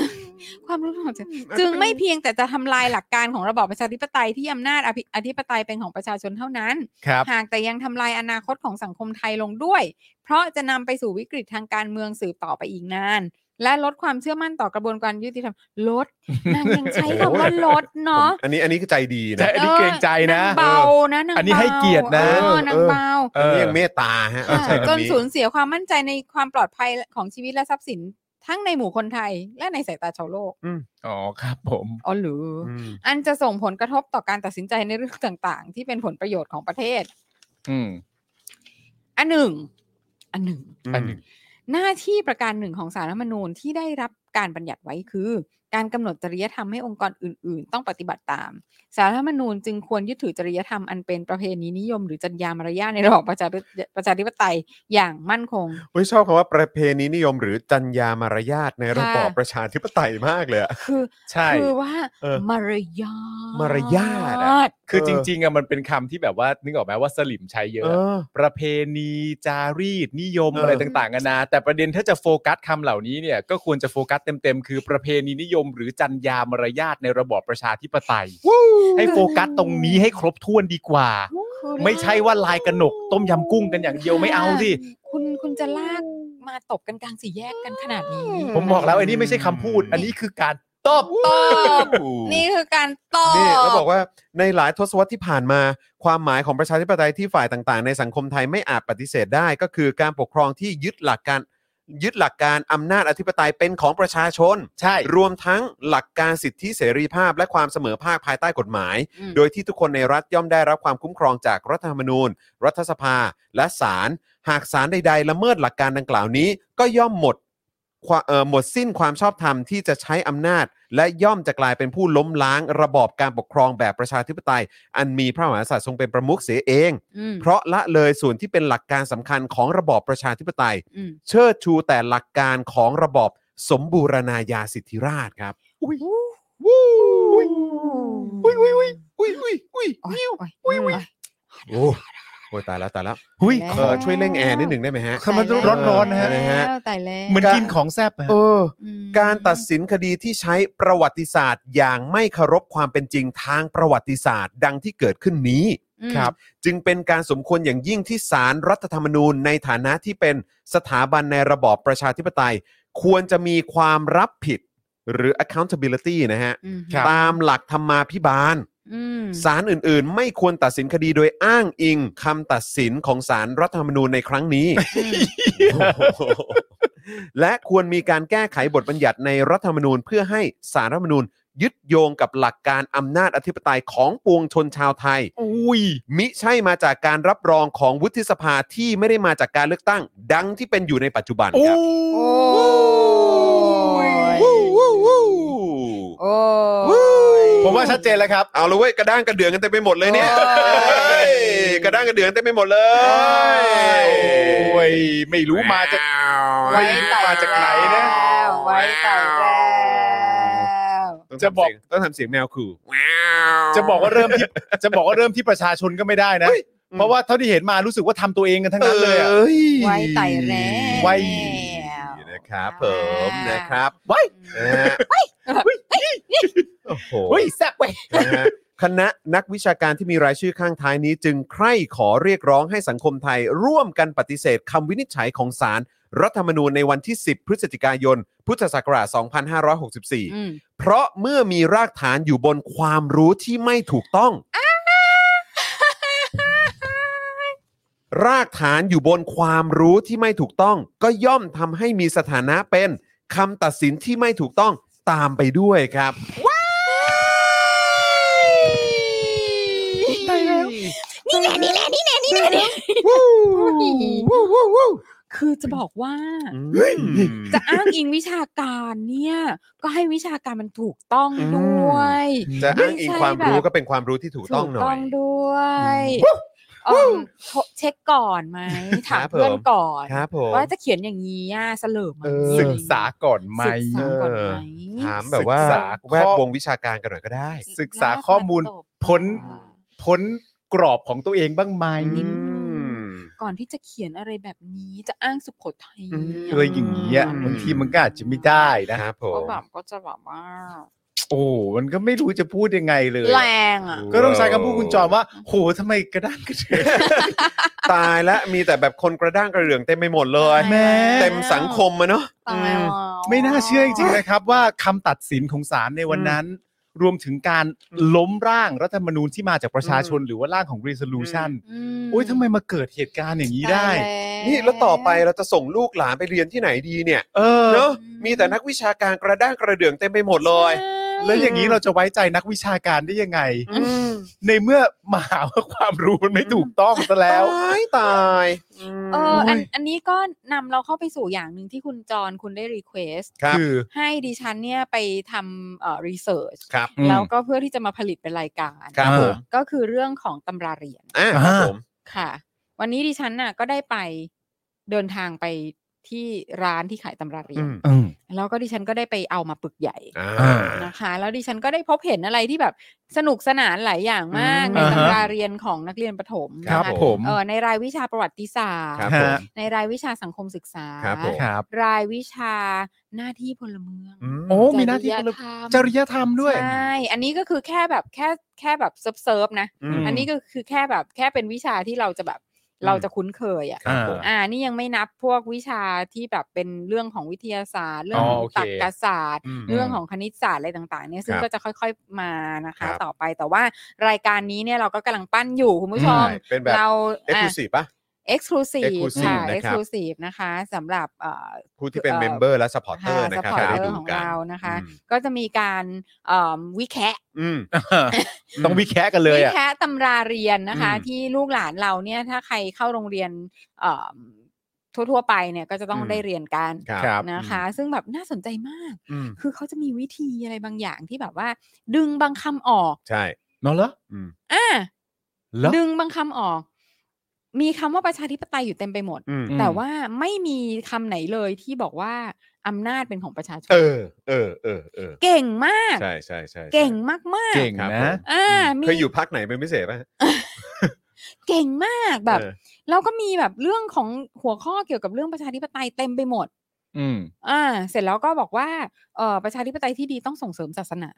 C: ความรู้ของฉันจึงไม่เพียงแต่จะทำลายหลักการของระบอบประชาธิปไตยที่อำนาจอภิอธิปไตยเป็นของประชาชนเท่านั้น
D: ครับ
C: หากแต่ยังทำลายอนาคตของสังคมไทยลงด้วย เพราะจะนำไปสู่วิกฤตทางการเมืองสืบต่อไปอีกนาน และลดความเชื่อมั่นต่อกระบวนการยุติธรรมล ดนางยังใช้คำว่าลดเนาะ
A: อันนี้อันนี้คือใจดีนะ
D: ใช่ อันนี้เกรงใจนะ
C: เออนางเบานะนาง
D: อันนี้ให้เกียรตินะ
C: เออนาง
A: เออ
C: เบา
D: เอ
A: อัน
D: อ
A: นี้ยังเมตตาฮะ
C: ค่ะ
A: ใช่แบบ
C: จนสูญเสียความมั่นใจในความปลอดภัยของชีวิตและทรัพย์สินทั้งในหมู่คนไทยและในสายตาชาวโลก
D: อ๋อครับผม
C: อ๋อหรืออ
A: อืม
C: อันจะส่งผลกระทบต่อการตัดสินใจในเรื่องต่างๆ ที่เป็นผลประโยชน์ของประเทศ
D: อืม
C: อันหนึ่ง อันหนึ่ง
D: อันหนึ่ง
C: หน้าที่ประการหนึ่งของสารรัฐธรรมนูญที่ได้รับการบัญญัติไว้คือ การกำหนดจริยธรรมให้องค์กรอื่น ๆ ต้องปฏิบัติตาม สารรัฐธรรมนูญจึงควรยึดถือจริยธรรมอันเป็นประเพณีนิยมหรือจรรยามารยาทในระบอบประชาธิประชาธิปไตยอย่างมั่นคง
A: เฮ้ยชอบคำว่าประเพณีนิยมหรือจัญญามารยาทในระบอบ
C: ค่ะ
A: ประชาธิปไตยมากเลยอะ
C: คือ
D: ใช่
C: คือว่า
A: เออ
C: มารยาท
A: มารยาทอะ
D: คือ
A: เออ
D: จริง ๆอะมันเป็นคำที่แบบว่านึกออกไหมว่าสลิมใช้เย
A: เอ
D: อะ
A: อ
D: ประเพณีจารีตนิยม
A: เอออ
D: อะไรต่างๆกันานาแต่ประเด็นถ้าจะโฟกัสคำเหล่านี้เนี่ยก็ควรจะโฟกัสเต็มๆคือประเพณีนิยม หรือจรรยามารยาทในระบอบประชาธิปไตย ให้โฟกัสตรงนี้ให้ครบถ้วนดีกว่า
C: คือ
D: ไม่ใช่ว่าลายกระหนกต้มยำกุ้งกันอย่างเดียวไม่เอาสิ
C: คุณคุณจะลากมาตบกันกลางสี่แยกกันขนาดนี้
D: ผมบอกแล้วไอ้นี่ไม่ใช่คำพูด อันนี้คือการตอบ
C: ตอบ
A: โอ้
C: นี่คือการตอบ
A: นี่แล้วบอกว่าในหลายทศวรรษที่ผ่านมา ความหมายของประชาธิปไตยที่ฝ่ายต่างๆ ในสังคมไทยไม่อาจปฏิเสธได้ ก็คือการปกครองที่ยึดหลักการยึดหลักการอำนาจอธิปไตยเป็นของประชาชน
D: ใช่
A: รวมทั้งหลักการสิทธิเสรีภาพและความเสมอภาคภายใต้กฎหมาย
C: อืม
A: โดยที่ทุกคนในรัฐย่อมได้รับความคุ้มครองจากรัฐธรรมนูญ รัฐสภา และศาลหากศาลใดๆละเมิดหลักการดังกล่าวนี้ ก็ย่อมหมดความเอ่อหมดสิ้นความชอบธรรมที่จะใช้อำนาจ และย่อมจะกลายเป็นผู้ล้มล้าง ระบอบการปกครองแบบประชาธิปไตย อันมีพระมหากษัตริย์ทรงเป็นประมุขเสียเอง
C: อืม
A: เพราะละเลยส่วนที่เป็นหลักการสำคัญของระบอบประชาธิปไตย
C: อืม
A: เชิดชูแต่หลักการของระบอบสมบูรณาญาสิทธิราชย์ครับ
C: อุ้ยอุ้ยอุ้ย
A: อุ้ยอุ้ยอุ้ย
C: อุ้ยอุ้ยอุ้ย
A: โอ้โอ้ยตายแล้วตายแล้ว
D: หุย
C: แล้
A: เออช่วยเร่งแอร์นิดหนึ่งได้ไหมฮะ
D: ทำไมต้องร้อนๆนะฮะ
A: นะฮะ
C: ตายแล้ว
D: เหมือนกินของแซ่บอะ
A: เออ
C: อืม
A: การตัดสินคดีที่ใช้ประวัติศาสตร์อย่างไม่เคารพความเป็นจริงทางประวัติศาสตร์ ดังที่เกิดขึ้นนี้
C: อืม
A: ครับ จึงเป็นการสมควรอย่างยิ่งที่ศาลรรัฐธรรมนูญในฐานะที่เป็นสถาบันในระบอบประชาธิปไตย ควรจะมีความรับผิดหรือ accountability นะฮะ
C: อืม
A: ตามหลักธรรมาภิบาล
C: อืม
A: ศาลอื่นๆ ไม่ควรตัดสินคดีโดยอ้างอิงคำตัดสินของศาลรรัฐธรรมนูญในครั้งนี้
C: อืม
A: และควรมีการแก้ไขบทบัญญัติในรัฐธรรมนูญ เพื่อให้สารรัฐธรรมนูญ ยึดโยงกับหลักการอำนาจอธิปไตยของปวงชนชาวไทย
D: อุ้ย
A: มิใช่มาจากการรับรองของวุฒิสภาที่ไม่ได้มาจากการเลือกตั้ง ดังที่เป็นอยู่ในปัจจุบันครับ
C: โอ้ย
A: วู้วู้วู้
C: โอ้ย
B: ผมว่าชัดเจนแล้วครับ
A: เอาละเว้ยกระด้างกระเดืองกันเต็มไปหมดเลยเนี่ย
C: โอ้ย
A: เฮ้ยกระด้างกระเดืองเต็มไปหมดเลย
D: โอ้ยไม่รู้มาจาก
C: ไว้ไต่
D: มาจากไหนนะ
C: แล้วไว้ไต่แล้ว
A: จะบอกต้องทำเสียงแมวคือ
D: จะบอกว่าเริ่มที่จะบอกว่าเริ่มที่ประชาชนก็ไม่ได้นะ
A: เฮ้ย
D: เพราะว่าเท่าที่เห็นมารู้สึกว่าทำตัวเองกันทั้งนั้นเลยอะ
C: ไว้ไต่แล้ว
D: ไว้
A: นะครับผมนะครับ
D: ว้าย
A: นะฮะโอ้โห
D: เฮ้ยแซ่บเว้ย
A: นะฮะข คณะนักวิชาการที่มีรายชื่อข้างท้ายนี้ จึงใคร่ขอเรียกร้องให้สังคมไทย ร่วมกันปฏิเสธคำวินิจฉัยของศาลรัฐธรรมนูญในวันที่ 10 พฤศจิกายน พุทธศักราช 2564
C: อืม
A: เพราะเมื่อมีรากฐานอยู่บนความรู้ที่ไม่ถูกต้อง รากฐานอยู่บนความรู้ที่ไม่ถูกต้อง ก็ย่อมทำให้มีสถานะเป็นคำตัดสินที่ไม่ถูกต้องตามไปด้วยครับ
C: ตายแล้วนี่แหละนี่แหละนี่แหละนี่แหละนี่คือจะบอกว่า จะอ้างอิงวิชาการเนี่ย ก็ให้วิชาการมันถูกต้องด้วย
A: จะอ้างอิงความรู้
C: ไม่ใช่แบบ
A: ก็เป็นความรู้ที่ถูกต้องหน่อย
C: ด้วยเอิ่มโทรเช็คก่อนไหมถาม
A: ครับผม
C: เพื่อนก่อน
A: ครับผม
C: ว่าจะเขียนอย่างนี้อ่ะเสลิมไหม
A: เออ
D: ศึกษาก่อนไหม
C: ศึกษาก่อนไหม
A: ถามแบบว่า
D: ศึกษา
A: แวดวงวิชาการกันหน่อยก็ได้
D: ศึกษาข้อมูล
C: น่าจะจบ
D: พ้น พ้นกรอบของตัวเองบ้างไหม
A: อืม
C: ก่อนที่จะเขียนอะไรแบบนี้จะอ้างสุโขทัย
A: อืม
D: อะไรอย่างเงี้ยบางทีมันก็อาจจะไม่ได้นะครับ
A: ผ
C: ก็
A: ม
C: แบบก็จะแบบว่า
D: โอ้มันก็ไม่รู้จะพูดยังไงเลย
C: แรงอ่ะ
A: อืม
D: ก็ต้องใช้คำพูดคุณจอมว่า โหทำไมกระด้างกระเดือ
A: ตายและมีแต่แบบคนกระด้างกระเดื่องเต็มไปหมดเลย
D: แม่
A: เต็มสังคมอะเนาะ
C: ตา
A: อื
C: ยแล้ว
A: ม
D: ไม่น่าเชื่อจริงๆนะครับ ว่าคำตัดสินของศาลในวันนั้น รวมถึงการล้มร่างรัฐธรรมนูญที่มาจากประชาชนหรือว่าร่างของ resolution
C: ม
D: โอ้ยทำไมมาเกิดเหตุการณ์อย่างนี้ได้
C: ตาย
A: นี่แล้วต่อไปเราจะส่งลูกหลานไปเรียนที่ไหนดีเนี่ย
D: เออ
A: เนาะมีแต่นักวิชาการกระด้างกระเดื่องเต็มไปหมดเลย
C: ใช่
D: แล้วอย่างนี้เราจะไว้ใจนักวิชาการได้ยังไง
C: อืม
D: ในเมื่อมาหาว่าความรู้มันไม่ถูกต้องซะแล้ว
A: ตายตาย
C: เอออัน
D: โอ้ย
C: อันนี้ก็นำเราเข้าไปสู่อย่างหนึ่งที่คุณจรคุณได้รีเควสต์
A: ครับ
D: คือ
C: ให้ดิฉันเนี่ยไปทำเอ่อรีเสิร์ช
A: ครับ
D: อืม
C: แล้วก็เพื่อที่จะมาผลิตเป็นรายการ
A: ครับ
D: อ่า
A: ผม
C: ก็คือเรื่องของตำราเรียน
A: อ่าครับผม
C: ค่ะ วันนี้ดิฉันน่ะก็ได้ไปเดินทางไปที่ร้านที่ขายตำราเรียน
A: อืม
D: อืม
C: แล้วก็ดิฉันก็ได้ไปเอามาปึกใหญ่
A: อ่า
D: อ่า
C: นะคะ แล้วดิฉันก็ได้พบเห็นอะไรที่แบบสนุกสนานหลายอย่างมาก
A: อืม
C: ใน
D: อ่าฮะ
C: ตำราเรียนของนักเรียนประถม
A: ค
D: ค
A: รั
D: รั
A: บบ
C: นะะ
D: ผม
C: เออในรายวิชาประวัติศาสตร์
A: ครับ
D: ฮะ
C: ในรายวิชาสังคมศึกษา
A: ครับผม
D: ครับ
C: รายวิชาหน้าที่พลเมือง
A: อืม
D: โอ้ มีหน้าที่พลเมือง
C: จริ
D: จริ
C: ยธรรม
D: ยธรรมด้วย
C: ใช่อันนี้ก็คือแค่แบบแค่แค่แบบเซิร์ฟเซิร์ฟนะ
A: อืม
C: อันนี้ก็คือแค่แบบแค่เป็นวิชาที่เราจะแบบเราจะคุ้นเคยอ่ะ
A: ครับ ผม
C: อ่า นี่ยังไม่นับพวกวิชาที่แบบเป็นเรื่องของวิทยาศาสตร์ เรื่อง
D: อ๋อ
C: ของ
D: โอเค
C: ตรรกศาสตร์
A: อืม
C: เรื่องของคณิตศาสตร์อะไรต่างๆเนี่ยซึ่ง
A: ครับ
C: ก็จะค่อยๆมานะ
A: ครั
C: คะ
A: บ
C: ต่อไปแต่ว่ารายการนี้เนี่ยเราก็กำลังปั้นอยู่คุณผู้ชม
A: ใช่เป็นแบบ
C: เรา
A: เอ็กซ์คลูซีฟป่ะ
C: เอ็กซ์คลูซีฟ
A: Exclusive
C: ค่ะ
A: นะครับ
C: เอ็กซ์คลูซีฟนะคะสำหรับเอ่อ
A: ผู้ที่เป็น
C: เอ่อ
A: เมมเบอร์และสปอร์เตอร์นะ
C: ส
A: ครับ
C: ปอร์
A: จะ
C: เต
A: ได้
C: อ
A: ดู
C: ร์ของ
A: กัน
C: เรานะคะ ก็จะมีการเอ่อวิแคะ
A: อืม
D: ต้องวิแคะกันเลย
C: วิ
D: อ่ะ
C: แคะตำราเรียนนะคะ
D: อืม
C: ที่ลูกหลานเราเนี่ยถ้าใครเข้าโรงเรียนเอ่อทั่วๆไปเนี่ยก็จะต้อง
A: อืม
C: ได้เรียนกัน
A: ครับ
D: ครับ
C: นะคะ ซึ่งแบบน่าสนใจมาก
A: อืม
C: คือเขาจะมีวิธีอะไรบางอย่างที่แบบว่า ดึงบางคำออก
A: ใช่
D: เนาะเหรอ
A: อืม
C: อ่า
D: เหรอ
C: ดึงบางคำออก มีคำว่าประชาธิปไตยอยู่เต็มไปหมด
A: อืม
C: แต่ว่าไม่มีคำไหนเลยที่บอกว่าอำนาจเป็นของประชาชน
A: เออ เออเออเออ
C: เก่งมาก
A: ใช่ใช่ใช่ใช่
C: เก่งมาก
D: เก่ง
A: ครับ
D: นะ
A: ผม
C: ๆอ่า มี
A: เคยอยู่พักไหนเป็นพิเศษป่ะ
C: เก่งมากแบบ
A: เออ
C: แล้วก็มีแบบเรื่องของหัวข้อเกี่ยวกับเรื่องประชาธิปไตยเต็มไปหมด
D: อื ม
C: อ่า เสร็จแล้วก็บอกว่าเออประชาธิปไตยที่ดีต้องส่งเสริมศาสนา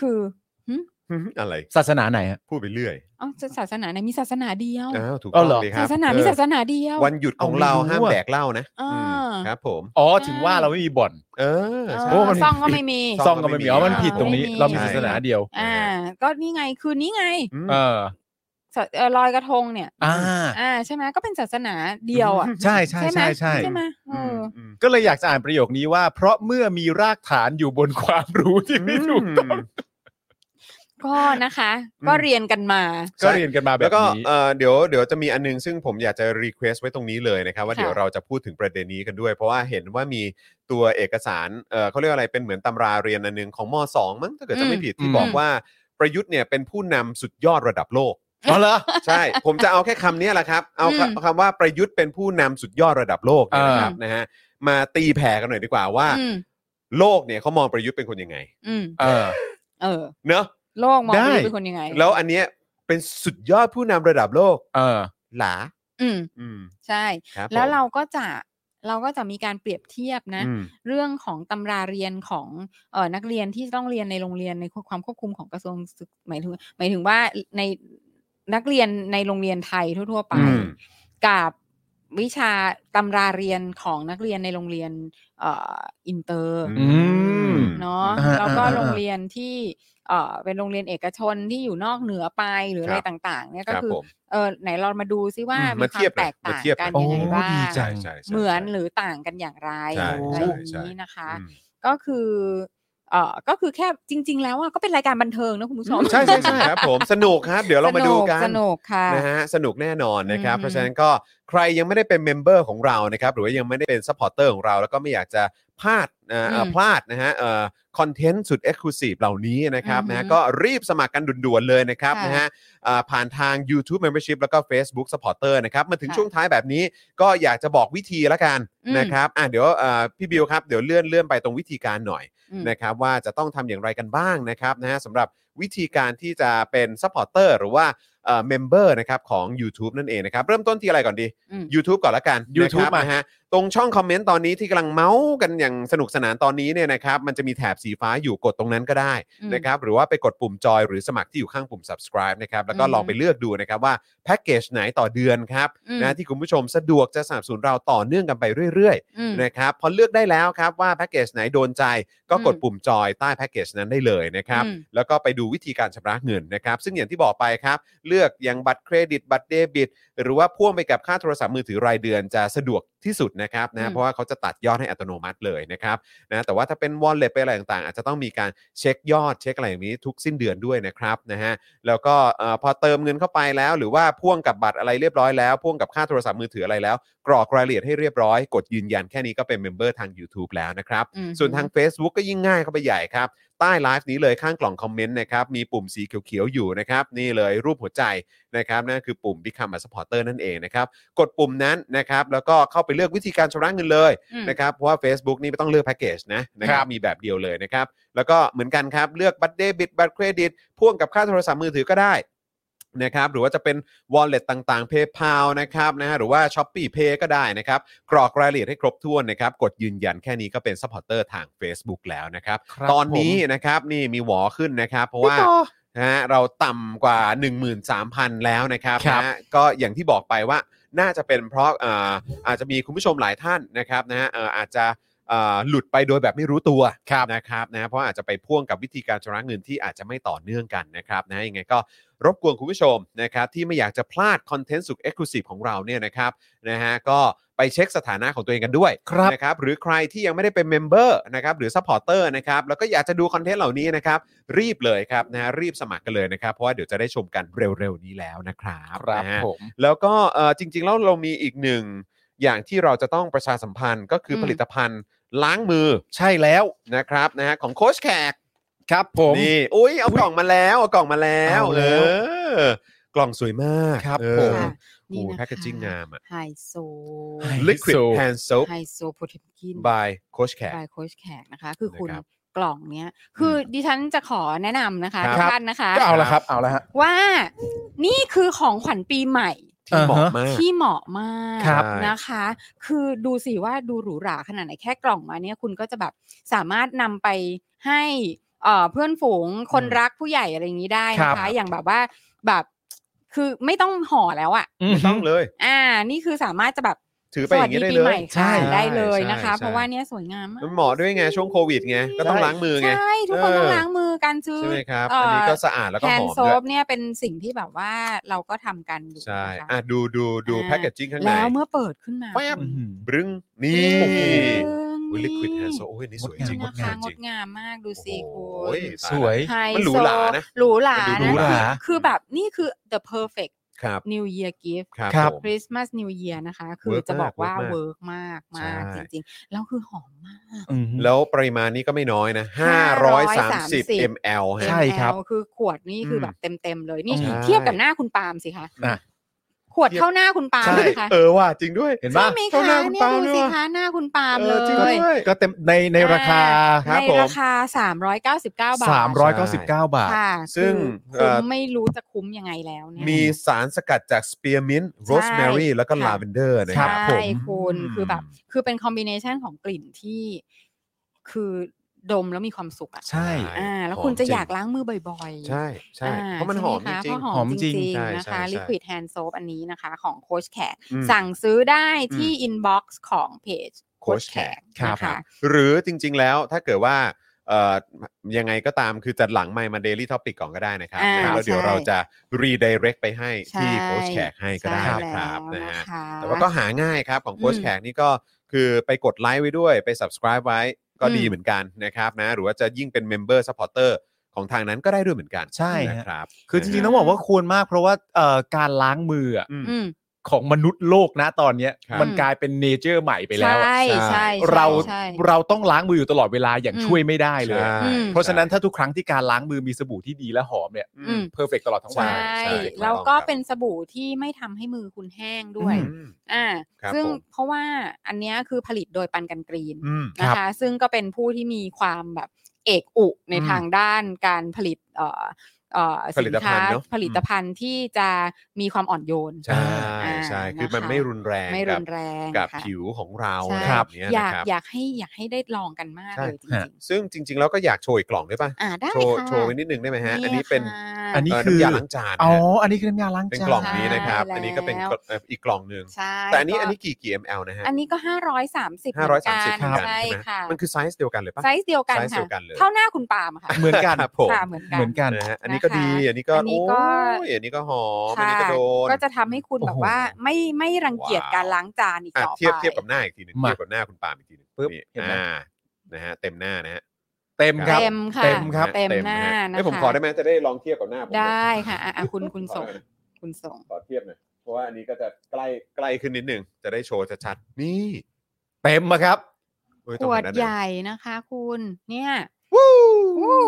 C: คือ
A: อะไร
D: ศาสนาไหนฮะ
A: พูดไปเรื่อย
C: เอาจะศาสนาไหนมีศาสนาเดียว
A: อ้าวถูก
D: เอา
A: ต้อ
D: เหรอ
A: งดีครั
C: ศา
A: บ
C: สนา
A: เออ
C: มีศาสนาเดียว
A: วันหยุดของ
D: เอาไม่
A: เรา
D: รู้
A: ห้าม
D: อะ
A: แดกเหล้านะ
C: อ่า
A: อืมครับผม
D: อ๋อถึงว่าเราไม่มีบ่อน
A: เออใช่
D: โอ้มัน
C: ซ่องก็ไม่มี
A: ซ่
D: ซ
A: อ
D: อง ง
A: ก็
D: ก็
A: ไม่
D: ไม่
A: มี
D: มีอ๋อมันผิด
C: อ่า
D: ตรงนี้
C: ไม่มี
D: เรามีศาสนา
A: ใช่
D: เดียว
C: อ่า ก็นี่ไงคือนี่ไง
A: อืม
D: เออ
C: ศาเอ่อลอยกระทงเนี่ย
D: อ่า
C: อ่า ใช่ไหมก็เป็นศาสนาเดียวอ่ะ
D: ใช่ใช่
C: ไหม
D: ใช่ใช่
C: ใช่ไหมเออ
A: อืม
D: ก็เลยอยากจะอ่านประโยคนี้ว่า เพราะเมื่อมีรากฐานอยู่บนความรู้ที่ไม่ถูกต้อง
C: ก็นะคะ
A: อืม
C: ก็เรียนกันมา
D: ก็เรียนกันมาแบ
A: แล้
D: บ
A: วก็
D: นี้
A: เอ่อเดี๋ยวเดี๋ยวจะมีอันนึงซึ่งผมอยากจะรีเควสไว้ตรงนี้เลยนะครับ ว่า
C: ค่ะ
A: เดี๋ยวเราจะพูดถึงประเด็นนี้กันด้วย เพราะว่าเห็นว่ามีตัวเอกสารเอ่อเขาเรียกว่าอะไรเป็นเหมือนตำราเรียนอันนึงของม .2 มั้งถ้าเกิดจะไม่ผิดที่บอกว่าประยุทธ์เนี่ยเป็นผู้นำสุดยอดระดับโลก
D: อ๋อเหรอ
A: ใช่ ผมจะเอาแค่คำนี้แหละครับ เอาค
C: อืม
A: คำว่าประยุทธ์เป็นผู้นำสุดยอดระดับโลกเนี่ยนะครับ
C: อ่าน
A: นะฮะมาตีแผ่กันหน่อยดีกว่าว่า
C: อืม
A: โลกเนี่ยเขามองประยุทธ์เป็นคนยังไง
C: อืม
D: เออ
C: เออ
A: เนอะ
C: โลกมอง
D: ได้
C: ดูเป็นคนยังไง
A: แล้วอันเนี้ยเป็นสุดยอดผู้นำระดับโลก
D: เออ
A: หลา
C: อืม
A: อืม
C: ใช่
A: ครับ
C: แล้ว
A: ผม
C: เราก็จะ เราก็จะมีการเปรียบเทียบนะ
D: อืม
C: เรื่องของตำราเรียนของเอ่อนักเรียนที่ต้องเรียนในโรงเรียนในความควบคุมของกระทรวงศึกหมายถึงหมายถึงว่าในนักเรียนในโรงเรียนไทยทั่ว ๆ ไป
D: อืม
C: กับวิชาตำราเรียนของนักเรียนในโรงเรียนเอ่ออินเตอร์
D: อืม
C: เนาะ
D: อ่า
C: แล้วก็
D: อ่าอ่า
C: โรงเรียนที่เอ่อเป็นโรงเรียนเอกชนที่อยู่นอกเหนือไปหรืออะไร
A: ครับ
C: ต่างๆเนี่ย
A: ค
C: ก็
A: รับ
C: คือ
A: ผม
C: เออไหนเรามาดูซิว่า
D: อืม
C: มี
A: มา
C: ควา
A: เทียบ
C: มแตก
A: หน่อย
C: ต่าง
A: มาเทียบ
C: กัน
A: หน่อ
C: ยังไง
D: โอ้
C: บ้า
D: ดี
C: ง
D: จั
A: ใช่
D: ง
A: ใช่ใช่
C: เหมือนหรือต่างกันอย่างไร
A: ใช่
C: อะไรอย่าง
A: ใช่
C: นี้นะคะ
A: อืม
C: ก็คือเอ่อก็คือแค่จริง ๆ แล้วอะก็เป็นรายการบันเทิงนะคุณผู้ชม
A: ใช่ใช่ใช่ครับผมสนุกครับ เดี๋ยวเรามาดูกัน
C: สนุกค่ะ
A: นะฮะสนุกแน่นอนนะครับ
C: อืม
A: เพราะฉะนั้นก็ใครยังไม่ได้เป็นเมมเบอร์ของเรานะครับ หรือว่ายังไม่ได้เป็นซัพพอร์เตอร์ของเรา แล้วก็ไม่อยากจะพลาดนะเอ่อพลาดนะฮะคอนเทนต์สุด Exclusive เหล่านี้นะครับนะฮะก็รีบสมัครกันด่วนๆเลยนะครับนะฮะเอ่อผ่านทาง YouTube Membership แล้วก็ Facebook Supporter นะครับมาถึงช่วงท้ายแบบนี้ก็อยากจะบอกวิธีละกันนะครับอ่ะเดี๋ยวเอ่อพี่บิวครับเดี๋ยวเลื่อนเลื่อนไปตรงวิธีการหน่อย
C: อืม
A: นะครับว่าจะต้องทำอย่างไรกันบ้างนะครับนะฮะสำหรับวิธีการที่จะเป็นซัพพอร์เตอร์หรือว่าเมมเบอร์นะครับของ YouTube นั่นเองนะครับเริ่มต้นที่อะไรก่อนดี
C: อืม
A: YouTube ก่อนละกัน
D: YouTube
A: นะครับนะฮะตรงช่องคอมเมนต์ตอนนี้ที่กำลังเมาส์กันอย่างสนุกสนานตอนนี้เนี่ยนะครับมันจะมีแถบสีฟ้าอยู่กดตรงนั้นก็ได้
C: อืม
A: นะครับหรือว่าไปกดปุ่มจอยหรือสมัครที่อยู่ข้างปุ่ม subscribe นะครับแล้วก็
C: อืม
A: ลองไปเลือกดูนะครับว่าแพ็กเกจไหนต่อเดือนครับ
C: อืม
A: นะที่คุณผู้ชมสะดวกจะสนับสนุนเราต่อเนื่องกันไปเรื่อย ๆ
C: อืม
A: นะครับพอเลือกได้แล้วครับว่าแพ็กเกจไหนโดนใจก็กด
C: อืม
A: ปุ่มจอยใต้แพ็กเกจนั้นได้เลยนะครับ
C: อืม
A: แล้วก็ไปดูวิธีการชำระเงินนะครับ ซึ่งอย่างที่บอกไปครับ เลือกอย่างบัตรเครดิตบัตรเดบิต หรือว่าพ่วงไปกับค่าโทรศัพท์มือถือรายเดือนจะสะดวกที่สุดนะครับ
C: อื
A: นะ
C: ม
A: เพราะว่าเขาจะตัดยอดให้อัตโนมัติเลยนะครับนะแต่ว่าถ้าเป็นวอลเล็ตไปนอะไรต่างๆ อาจจะต้องมีการเช็คยอดเช็คอะไรอย่างนี้ทุกสิ้นเดือนด้วยนะครับนะฮะ แล้วก็เอ่อพอเติมเงินเข้าไปแล้ว หรือว่าพ่วงกับบัตรอะไรเรียบร้อยแล้วพ่วงกับค่าโทรศัพท์มือถืออะไรแล้ว กรอกรายละเอียดให้เรียบร้อย กดยืนยันแค่นี้ก็เป็นเมมเบอร์ทาง YouTube แล้วนะครับ
C: อืม
A: ส่วนทาง Facebook ก็ยิ่งง่ายเข้าไปใหญ่ครับ ใต้ไลฟ์นี้เลยข้างกล่องคอมเมนต์นะครับมีปุ่มสีเขียวๆอยู่นะครับ นี่เลยรูปหัวใจนะครับนั่นคือปุ่ม Become a supporter นั่นเองนะครับ กดปุ่มนั้นนะครับแล้วก็เข้าไปเลือกวิธีการชำระเงินเลย
C: อืม
A: นะครับเพราะว่า Facebook นี่ไม่ต้องเลือกแพ็กเกจนะนะครับ มีแบบเดียวเลยนะครับ แล้วก็เหมือนกันครับ เลือกบัตรเดบิตบัตรเครดิตพ่วงกับค่าโทรศัพท์มือถือก็ได้นะครับหรือว่าจะเป็น wallet ต่างๆ PayPal นะครับนะฮะหรือว่า s h o p e e Pay ก็ได้นะครับ กรอกรายละเอียดให้ครบถ้วนนะครับ กดยืนยันแค่นี้ก็เป็น s u p p อร์เตอร์ทาง Facebook แล้วนะครับ
D: ครับ
A: ตอนนี้
D: ผม
A: นะครับนี่มีหวอขึ้นนะครับ เพราะว่านะฮะเราต่ำกว่า 13,000 แล้วนะครับ
D: ครับ
A: นะฮะก็อย่างที่บอกไปว่าน่าจะเป็นเพราะเอ่ออาจจะมีคุณผู้ชมหลายท่านนะครับนะฮะเอ่ออาจจะเอ่อหลุดไปโดยแบบไม่รู้ตัวนะครับนะฮะเพราะอาจจะไปพ่วงกับวิธีการชำระเงินที่อาจจะไม่ต่อเนื่องกันนะครับนะฮะยังไงก็รบกวนคุณผู้ชมนะครับที่ไม่อยากจะพลาดคอนเทนต์สุดเอ็กซ์คลูซีฟของเราเนี่ยนะครับนะฮะก็ไปเช็คสถานะของตัวเองกันด้วย
D: ครับ
A: นะครับหรือใครที่ยังไม่ได้เป็นเมมเบอร์นะครับหรือซัพพอร์เตอร์นะครับแล้วก็อยากจะดูคอนเทนต์เหล่านี้นะครับ รีบเลยครับนะฮะรีบสมัครกันเลยนะครับ เพราะว่าเดี๋ยวจะได้ชมกันเร็วๆนี้แล้วนะครับ
D: ครับ
A: นะฮะ
D: ผม
A: แล้วก็เอ่อจริงๆแล้วเรามีอีกหนึ่งอย่างที่เราจะต้องประชาสัมพันธ์ก็คืออ
C: ม
A: ผลิตภัณฑ์ล้างมือ
D: ใช่แล้ว
A: นะครับนะฮะของโค้ชแขก
D: ครับผม
A: นี่อุ้ยเอากล่องมาแล้วเอากล่องมาแล้ว
D: เอา
A: เอ
D: แล้ว
A: อกล่องสวยมาก
D: ครับ
A: เอ
D: ผ
A: อ
D: ม
C: ค่ะ
A: โอ้โห
C: นี่นะคะ
A: แพคเกจิ้งงามอะ
C: ไฮโซ
A: liquid
D: Soap
A: hand soap
C: ไฮโซโพเทมกิน
A: by โค้ชแขก
C: บายโค้ชแขกนะคะ คือคุณ
A: นะครับ
C: กล่องเนี้ย คือดิฉันจะขอแนะนำนะคะ
A: ครับ
C: ทุกท่านนะคะ
D: ก็เอาละครับ เอาละฮะ
C: ว่านี่คือของขวัญปีใหม่
A: ที่เหมาะ
D: อ่าฮะ
A: มาก
C: ที่เหมาะมา
A: ครั
C: ก
A: บ
C: นะคะ คือดูสิว่าดูหรูหราขนาดไหนแค่กล่องมาเนี่ยคุณก็จะแบบสามารถนำไปให้เอ่อเพื่อนฝูงคนรักผู้ใหญ่อะไรอย่างนี้ได้
D: ค
C: นะ
D: รั
C: คะ
D: บ
C: อย่างแบบว่าแบบคือไม่ต้องห่อแล้วอ่ะ
D: อืม
A: ไม่ต้องเลย
C: อ่า นี่คือสามารถจะแบบ
A: ถือไปอย่างนี้ได้เลย
C: สวัสปีใหม่ค่ะ
A: ใช่
C: ได้เลยนะคะ
A: ใช่ใช่
C: เพราะว่าเนี่ยสวยงามมาก
A: มันเหมาะด้วยไงช่วงโควิดไงก็ต้องล้างมือไง
C: ใช่ทุกคน
A: เออ
C: ต้องล้างมือกันซื้อ
A: ใช่ไหมครับ
C: เ
A: อันนี้ก็สะอาดแล้วก็
C: แฮ
A: ห
C: น
A: อม
C: ด์โซ
A: ด้วย
C: ฟเนี่ยเป็นสิ่งที่แบบว่าเราก็ทำกันอยู่
A: ใช่
C: นะคะ
A: อ่ะดูดูดูแพ็กเกจจิ้งข้างใน
C: แล้วเมื่อเปิดขึ้นมา
A: แป๊บ
C: คุณ
A: บึ้งนี่
D: โอ้โห
A: อุ้ยลิควิดแฮนด์โซโอ้ยนี่สวยจริงง
C: นะ
A: ดงา
C: คะ
A: ม
C: ง
A: จริ
C: ด
A: ง
C: งามมากดูสิ
A: โอ้
C: คุ
A: โห
C: ณ
D: สวย
C: ไฮ
A: มันหรู
C: โซ
A: หรานะ
C: หรูหรา
A: มันดูห
C: นะ
A: รูหรา
C: คือคือแบบนี่คือ the perfect
A: ครับ
C: New Year gift
A: ครับ
D: ครับ
A: ผม
C: Christmas New Year นะคะ คือ
A: Work
C: จะบอกว่า
A: มาก
C: work มากมาก
A: ใช่
C: จริงๆ แล้วคือหอมมาก
D: อืม
A: แล้วปริมาณนี้ก็ไม่น้อยนะ530
C: 530
A: ml ฮะ
D: ใช่ ครับ
C: ML คือขวดนี่คืออ
A: ม
C: แบบเต็มๆเลยนี่
A: ใช่
C: เทียบกับหน้าคุณปาล์มสิคะ
D: อ่ะ
C: ขวดเข้าหน้าคุณปาล์ม
B: ใช่
C: เลยนะคะ
B: เออว่ะจริงด้วย
D: เห็น
C: ใช่
D: ปะ
C: ไหม
B: เข้าห
C: คะ
B: น้าคุณปาล์ม
C: เนี่ยดู
B: ด้วย
C: สิ
B: ว่ะ
C: คะหน้าคุณปาล์ม
B: เอ
C: เล
B: อจริง
C: ย
B: ด้วย
D: ก็เต็มในในราคาครับ
C: ใน
D: ผม
C: ราคา 399 บาท
D: สามร้อยเก้าสิบเก้าบาท
C: ค่ะ
A: ซึ่งเอ่
C: คือ
A: อ
C: คุ้มไม่รู้จะคุ้มยังไงแล้วเนี่ย
A: มีสารสกัดจากสเปียร์มินต์โรสแมรี่แล้วก็
C: ค่ะ
A: ลาเวนเดอร์นะค
C: ใช่
A: รับ
D: ผม
C: คุณ
D: อืม
C: คือแบบ คือเป็นคอมบิเนชันของกลิ่นที่คือดมแล้วมีความสุขอ่ะ
D: ใช่
A: ใช่
C: อ่า แล้ว
A: หอม
C: คุณ
A: จ
C: จะ
A: ริง
C: อยากล้างมือบ่อยๆ
A: ใช่ใช่
C: อ่
A: เพราะมันหอมจริง
C: ใช่ไคะเพาะห
D: ห
C: อ
D: อ
C: ม
D: ม
C: จ
D: จริ
C: ริ
D: ง
C: ง
A: ใช่
C: ๆนะ
A: ใช่
C: คะ
A: ใช่
C: Liquid Hand Soap อันนี้นะคะ ของโคชแขก
A: ๆอืม
C: สั่งซื้อได้ที่
A: อืม
C: อินบ็อกซ์ของเพจโคช
A: Coach
C: แข
A: แขก
C: กนะ
A: ครั
C: คะ
A: บหรือจริง ๆ แล้วถ้าเกิดว่าเอ่อยังไงก็ตามคือจัดหลังไมค์มา Daily Topic ก่อนก็ได้นะครับ
C: อ่า
A: นะแล้วเดี๋ยว
C: ใช่
A: เราจะ redirect ไปให้ที่
C: ใช่
A: โค้ชแขกให้ก็ได้นะครับ
C: ใช่
A: นะ
C: แล้ว
A: ฮะ
C: นะคะ
A: แต่ว่าก็หาง่ายครับ ของโค้ช
C: อืม
A: แขกนี่ก็คือไปกดไลค์ไว้ด้วยไป subscribe ไว้ก็
C: อืม
A: ดีเหมือนกันนะครับนะหรือว่าจะยิ่งเป็น member supporter ของทางนั้นก็ได้ด้วยเหมือนกัน
D: ใช่ฮะ
A: นะครับ
D: คือจริงๆต้องบอกว่าควรมากเพราะว่าเอ่อการล้างมืออะ
A: อืม
C: อืม
D: ของมนุษย์โลกนะตอนเนี้ย
A: ครับ
D: มันกลายเป็นเนเจอร์ใหม่ไปแล้วอะ
C: ใช่ใช่ใช่
D: เรา
C: ใช่
D: เราต้องล้างมืออยู่ตลอดเวลาอย่าง
C: อืม
D: ช่วยไม่ได้เลย
A: ใช่
C: อืม
D: เพราะฉะนั้นถ้าทุกครั้งที่การล้างมือมีสบู่ที่ดีและหอมเนี่ย
A: อื
C: อื
A: ม
C: ม
D: เพอร์เฟกตลอดทั้ง
A: ใช่
D: วัน
C: ใช่
A: ใช่ถูกต้อง
C: แล้วก็
A: ครับ
C: เป็นสบู่ที่ไม่ทำให้มือคุณแห้งด้วย
A: อืม
C: อ่า
A: ครับ
C: ซึ่ง
A: ผม
C: เพราะว่าอันเนี้ยคือผลิตโดยปันกันกรีน
A: อืม
C: นะ
D: ครั
C: คะ
D: บ
C: ซึ่งก็เป็นผู้ที่มีความแบบเอกอุใน
D: อืม
C: ทางด้านการผลิตเอ่อเอ่อ
A: ผ
C: สิ
A: ลิ
C: น
A: ตภั
C: ค้า
A: ณฑ์เนอะ
C: ผลิตภัณฑ์ที่จะมีความอ่อนโยน
A: ใช่
C: อ่า
A: ใช่
C: ะะ
A: คือมันไม่รุนแรง
C: ไม่รุนแร
A: กับกั
C: ง
A: บ
C: ค่ะ
A: ผิวของเรา
C: ใช่
A: อะไร
D: ครั
A: แบบ บเนี้ย
C: อยา
A: นะ
C: ก
A: ครับ
C: อยากให้อยากให้ได้ลองกันมาก
A: ใช่
C: เลยจริง
A: ซึ่งจริง ๆ แล้วก็อยากโชว์อีกกล่องได้ป่ะ
C: ๆอ่าได้
A: โชว์
C: ค่ะ
A: โชว์ไว้นิดนึงได้ไหมฮะ อันนี้
C: ย
A: เป็น
C: ค่ะ
D: อันนี้
A: เอ่อ
D: คือ
A: น้ำยาล้างจาน
D: อ๋อ
A: นะฮะ
D: อันนี้คือน้ำยาล้างจาน
A: เป็นกล่องนี้นะครับ
C: ใช่
A: อันนี้ก็เป็น
C: แล้ว
A: เอ่ออีกกล่องหนึ่ง
C: ใช่
A: แต่อันนี้
C: ก็
A: อันนี้กี่กี่ ml นะฮะ
C: อันนี้ก็ 530
A: ห้าร้อยสามสิบ
C: เหมือนกัน
A: ใช่
C: ใช่
A: ไหม
C: ค่ะ
A: มันคือไซส์เดียวกันเลยปะ
C: ไซส์เดียวกัน
A: ไซส์เดีย
C: ค่ะ
A: วกันเลย
C: เท่าหน้าคุณปาล์มค่ะ
D: เหมือนกัน
A: ครับผม
C: ค่ะเหมือนกัน
D: เหมือนกัน
A: นะฮะอันนี้ก็ดีอันนี้ก็
C: อันนี้
A: โอ้
C: ก็
A: ยอันนี้ก็หอมอัน
C: ค่ะ
A: นี้ก็โดน
C: ก็จะทำให้คุณแบบ
D: โอ้โห
C: ว่าไม่ไม่รังเกียจ
A: ว้าว
C: การล้างจานอีก
A: อ่ะ
C: ต่อไป
A: เทียบเทียบกับหน้าอีกทีหนึง
D: มา
A: เทียบกับหน้าคุณปาล์มอีกทีหนึง
D: ปึ๊บ
A: นี่
D: เห็นไหม
A: อ่านะฮะเต็มหน้านะฮะ
D: เต็มครับ
C: เต็มค่ะ
D: เต็มครับ
C: เต็มหน้านะ
A: เอ้ยผม
C: คะ
A: ขอได้ไหมจะได้ลองเทียบกับหน้าผม
C: ได้ค่ะอ่ะอ่ะคุณคุณส่
A: ข
C: ง
A: อได้ไหม
C: คุณส่ง
A: ขอเทียบหน่อยเพราะว่าอันนี้ก็จะใกล้ใกล้ขึ้นนิดหนึง จะได้โชว์ชัดๆนี่
D: เต็มอะครับ
A: เอ้ย
C: ข
A: ต้อง
C: ว
A: เมือ
C: ด
A: นนั้นเลย
C: ใหญ่นะคะคุณเนี่ย
A: วู้
C: วู้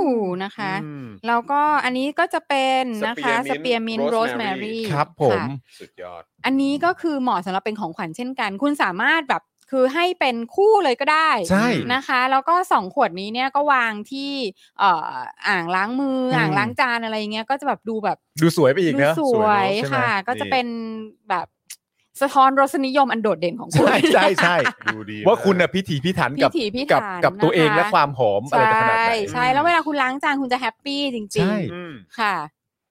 C: นะคะ
A: อืม
C: แล้วก็อันนี้ก็จะเป็นนะคะ สเปีย
A: Spearmint
C: ร์มินโรสแม
A: Rosemary
C: รี่
D: ครับผม
A: สุดยอด
C: อันนี้ก็คือเหมาะสำหรับเป็นของขวัญเช่นกัน คุณสามารถแบบคือให้เป็นคู่เลยก็ได้
D: ใช่
C: นะคะ แล้วก็ 2 ขวดนี้เนี่ยก็วางที่เอ่ออ่างล้างมืออ
D: ม
C: อ่างล้างจานอะไรอย่างเงี้ยก็จะแบบดูแบบ
D: ดูสวยไปอีก
C: ดู
D: เนอะ
C: ส
D: เน
C: ว
D: อะ
C: ย
D: ใช่ไหม
C: ค่ะ ก็จะ
A: นี่
C: เป็นแบบสะท้อนรสนิยมอันโดดเด่นของคุณ
D: ใช่ใช่ใช่
A: ดูดี
D: ว่าคุณ
A: ม
D: น่ะ
A: ก
D: พิถีพิถันกับ
C: พิถีพิถัน
D: กับกับตัวเอง
C: นะคะ
D: และความหอมอะไรจะขนาดไหน
C: ใช่ใช่แล้วเวลาคุณล้างจานคุณจะแฮปปี้จริง
D: ใช่
A: อืม
C: ๆ ค่ะ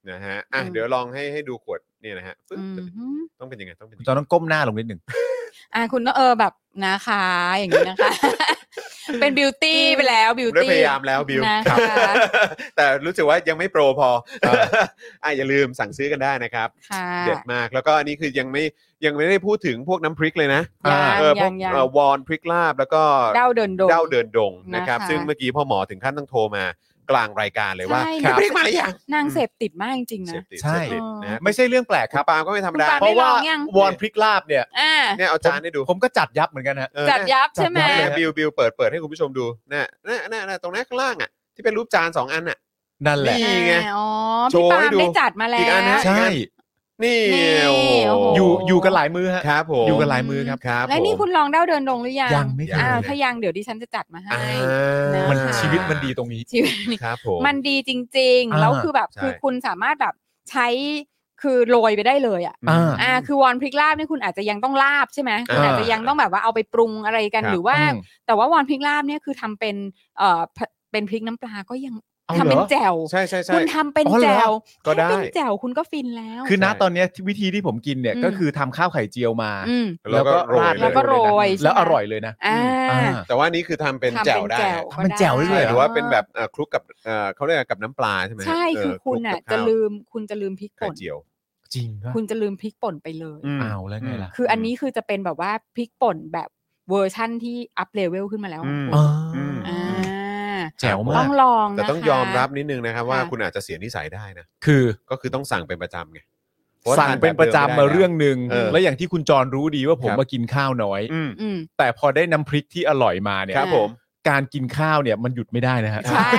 A: นะฮะอ่ะ
C: อืม
A: เดี๋ยวลองให้ให้ดูขวดเนี่ยนะฮะปึ๊บ
C: อืมฮึ
A: ต้องเป็นยังไงต้องเป็น
D: คุณ
A: ยัง
D: จอ
A: ไง
D: นต้องก้มหน้าลงนิดห นึ่ง
C: อ่ะคุณต้องเออแบบนะคะอย่างนี้นะคะ เป็นบิวตี้ไปแล้วบิว
A: ได้
C: ตี้
A: พยายามแล้วบิว
C: นะคะ
A: ครับ แต่รู้สึกว่ายังไม่โปรพออ่ะอย่าลืมสั่งซื้อกันได้นะครับ
C: ค่ะ
A: เด็ดมากแล้วก็อันนี้คือยังไม่ยังไม่ได้พูดถึงพวกน้ำพริกเลยนะ
C: ยัง
A: อ่าเออพวก
C: ยังยัง
A: เอ่อวอนพริกลาบแล้วก็
C: เด้าเดินดง
A: เด้าเดินดงนะครับ
C: นะคะ
A: ซึ่งเมื่อกี้พ่อหมอถึงขั้นต้องโทรมากลางรายการเลยว่า
C: ใช่
A: น้ำพริกมาหรือยัง
C: นางเสพติดมากจริงๆ
A: เส
C: นะ
A: พติด
D: ใช่
A: เสพติดนะฮะ
D: ไม่ใช่เรื่องแปลก
A: ค
D: ค
A: รั
D: รั
A: บบ ปาล์มก็ไม่ธรรมดา
C: คุณปาล์
D: เพ
C: ม
A: เพราะ
C: ไม่
D: ราะว่า
C: ลองยัง
D: วอนพริกลาบเนี่ย
C: อ่า
A: เนี่ยเอาจานให้ดู
D: ผมก็จัดยับเหมือนกันฮะ
A: เออ
C: จัดยับ
D: จัดยับ
C: ใช่ไหม
D: เล
A: เนี่ย
D: ย
A: บิวบิวเปิดเปิดให้คุณผู้ชมดูเนี่ยเนี่ยเนี่ยเนี่ยตรงนั้นข้างล่างอ่ะที่เป็นรูปจานสองอันอ่ะ
D: นั่นแหละ
A: นี่ไง
C: อ่าอ๋อ
A: โช
C: พี่
A: ว์
C: ปา
A: ให้
C: ล์ม
A: ดู
C: ได้จัดมาแล้ว
A: อีกอันนะ
D: ใช่
A: นี่
C: นี่
A: โอ้
C: โอ้โห
D: อยู่อยู่กันหลายมือฮะ
A: ครับผม
D: อยู่กันหลายมือครับ
A: ครับ
C: และนี่
A: ผม
C: คุณลองเด้าเดินดงหรือยัง
D: ยังไม่
A: ยั
D: ทั
C: อ้านว
A: ง
C: ถ้ายังเดี๋ยวดิฉันจะจัดมาให้
A: อ่า
C: ะ
D: มันชีวิตมันดีตรงนี้
C: ชีวิตนี่
A: ครับผม
C: มันดีจริง ๆ
D: อ่า
C: แล้วคือแบบ
A: ใช่
C: คือคุณสามารถแบบใช้คือโรยไปได้เลยอ่ะ
D: อ่า
C: อ่าคือวอนพริกลาบเนี่ยคุณอาจจะยังต้องลาบใช่ไหมคุณอาจจะยังต้องแบบว่าเอาไปปรุงอะไรกัน
A: ครับ
C: หรือว่า
D: อืม
C: แต่ว่าวอนพริกลาบเนี่ยคือทำเป็นเอ่อเป็นพริกน้ำปลาก็ยัง
D: เอา
C: ทำ
D: เหร
C: เป็น
D: อ
C: แจ่ว
A: ใช่ใช่ใช่
C: คุณทำเป็น
D: อ๋อเหรอ
C: แจ่ว
A: ก็ได้
C: แค่เป็นแจ่วคุณก็ฟินแล้ว
D: คือณตอนเนี้ยที่วิธีที่ผมกินเนี่ย
C: อืม
D: ก็คือทำข้าวไข่เจียวมา
C: อืม
A: แล้วก็โรย
D: ราด
C: แล้วก็โรยใช่ไหม
D: แล้วอร่อยเลยนะ
C: อ่า
D: อ่า
A: แต่ว่านี่คือทำเป็นแจ่วได้
D: ทำเป็นแจ่วได้
A: ใช่
D: เย
A: หรือว่าเป็นแบบเอ่อคลุกกับเอ่อเขาเรียกกับน้ำปลาใช่ไหม
C: ใช่คือคุณอ่ะ
A: เคลุกกับ
C: จะ
A: ข้าว
C: ลืมคุณจะลืมพริก
A: ไข่
C: ป่น
A: เจียว
D: จริงก็
C: คุณจะลืมพริกป่นไปเลย
A: ม
D: เอาแล้วไงล่ะ
C: คืออันนี้คือจะเป็นแบบว่าพริกป่นแบบเวอร์ชั่นที่อัพเลเวลขึ้นมาแล้วของคุณ
D: อ่า
A: อืม
C: อ่า
D: แจ๋ว
A: ต้
D: มาก
C: ต้องลองนะคะ
A: แต่ต้องยอมรับนิดนึงนะครับว่า
C: ค่ะ
A: คุณอาจจะเสียนิสัยได้นะ
D: คือ
A: ก็คือต้องสั่งเป็นประจำไง
D: สั่งเป็นประจำมาเรื่องหนึ่ง
A: เออ
D: และอย่างที่คุณจรรู้ดีว่าผ
A: ค
D: ม
A: รับ
D: มากินข้าวน้อย
A: อืม
C: อืม
D: แต่พอได้น้ำพริกที่อร่อยมาเนี่ย
A: ครับผม
D: การกินข้าวเนี่ยมันหยุดไม่ได้นะฮะ
C: ใช่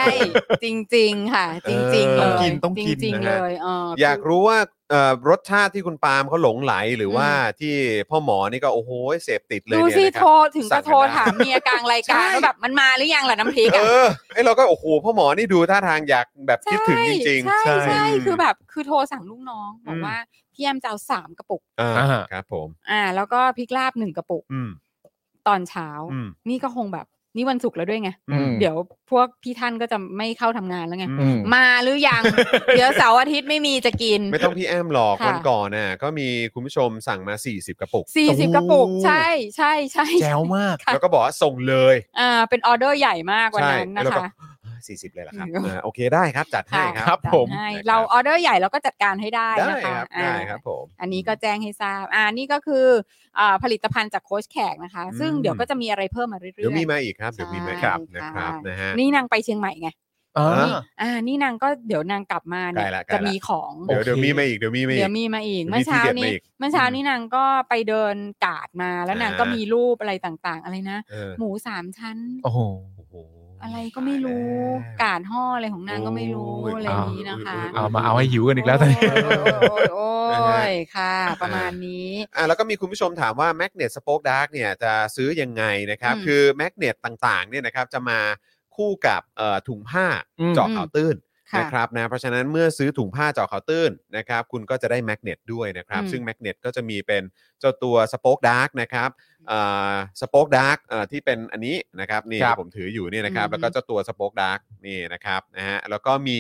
C: จริง ๆ ค่ะ จริงๆ
D: เอ
C: เล
D: อย กินต้องกิน
C: จริงๆ
D: นะ
C: เล
D: ฮะ
C: ยเออ
A: อ
C: อ
A: ยากรู้ว่าเอ่อรสชาติที่คุณปาล์มเขาหลงไหลหรือว่าที่พ่อหมอนี่ก็โอ้โหเสพติดเลย
C: ดู
A: เนี่ย
C: สิ
A: นะค
C: โทร
A: รับ
C: ถึง
A: สั่
C: ก็
A: งกัน
C: โทร
A: ได้
C: ถามเมียกลางรายการว่าแบบมันมาหรือยังล่ะน้ำพริก
A: เออ
C: อะ
A: ไอเราก็โอ้โหพ่อหมอนี่ดูท่าทางอยากแบบคิดถึงจริง
C: ใช่
D: ใช่
C: ใช่ใช่คือแบบคือโทรสั่งลูกน้องบอ
A: อื
C: ก
A: ม
C: ว่าพี่แอมจะเอาสามกระปุก
A: ๆอ่า
D: อ่า
A: ครับผม
C: อ่า แล้วก็พริกลาบหนึ่งกระปุก
A: อืม
C: ตอนเช้า
A: อืม
C: นี่ก็คงแบบนี่วันศุกร์แล้วด้วยไง
A: อืม
C: เดี๋ยวพวกพี่ท่านก็จะไม่เข้าทำงานแล้วไง
D: อืม
C: มาหรือยัง เดี๋ยวเสาร์อาทิตย์ไม่มีจะกิน
A: ไม่ต้องพี่แอมหรอก
C: ค่ะ
A: วันก่อนน่ะก็มีคุณผู้ชมสั่งมา 40 กระปุก
C: สี่สิบกระปุก ใช่ใช่ใช่
D: แจ๋วมาก
A: แล้วก็บอกว่าส่งเลย
C: อ่าเป็นออเดอร์ใหญ่มากวัน
A: ใช่
C: นั้นนะ
A: แล้วก็
C: คะ
A: 40 เลยล่ะครับ
C: อืม
A: อ่าโอเคได้ครับจัดให้ค
C: ค่ะ
A: รับ
D: ครับผม
C: จัดให้
A: นะครับ
C: เราออเดอร์ใหญ่เราก็จัดการให้ได้
A: ได้
C: นะคะ
A: ครับ
C: อ่า
A: ได้ครับผม
C: อันนี้ก็แจ้งให้ทราบ อ่านี่ก็คืออาผลิตภัณฑ์จากโค้ชแขกนะคะ
A: อืม
C: ซึ่งเดี๋ยวก็จะมีอะไรเพิ่มมาเรื่อยๆ
A: เดี๋ยวมีมาอีกครับเดี๋ยวมีมาอีก
C: ใช่
A: นะครับ
C: ค่ะ
A: นะฮะ
C: นี่นางไปเชียงใหม่ไง
D: อ่า
C: นี่อ่า นี่นางก็เดี๋ยวนางกลับมาเนี่
A: ใก
C: ย
A: ล้ละใกล้ละ
C: จะมีของ
A: เดี๋ยว
D: โอเค
A: เดี๋ยวมีมาอีกเดี๋ยวมีมาอี
C: เดี๋ย
A: ก
C: วมีมาอีก
A: เดี๋ยวมี
C: เมื่อเช้า
A: ทีเด็ด
C: นี้
A: มาอีก
C: เมื่อเช้า
A: อืม
C: นี้นางก็ไปเดินกาดมา แล้วนาง
A: อ่า
C: ก็มีรูปอะไรต่างๆ อะไรนะ
A: เออ
C: หมูสามชั้น
D: โอ้โห
A: โอ้โห
C: อะไรก็ไม่รู้
A: ตยแล้ว
C: กาดห่ออะไรของนางก็ไม่รู้
A: โย
C: อะไร
D: อย่าง
C: นี้นะคะ
D: เอามาเอาให้หิวกันอีกแล้วตอนนี้
C: โอ้ยโอ้ยโอ้ยโอ้ยค่ะ ประมาณนี้
A: อ่ะแล้วก็มีคุณผู้ชมถามว่า Magnet Spoke Dark เนี่ยจะซื้อยังไงนะครับ
C: อืม
A: คือ Magnet ต่างๆเนี่ยนะครับจะมาคู่กับเอ่อถุงผ้า
D: อืม
A: เจาะข่าวตื้น
C: ค่ะ
A: นะครับนะเพราะฉะนั้นเมื่อซื้อถุงผ้าเจาะข่าวตื้นนะครับคุณก็จะได้แมกเนตด้วยนะครับ
C: อืม
A: ซึ่งแมกเนตก็จะมีเป็นเจ้าตัวสป็อกดาร์กนะครับสป็อกดาร์กที่เป็นอันนี้นะครับนี่
D: ครับ
A: ผมถืออยู่เนี่ยนะครับ แล้วก็เจ้าตัวสป็อกดาร์กนี่นะครับนะฮะแล้วก็มี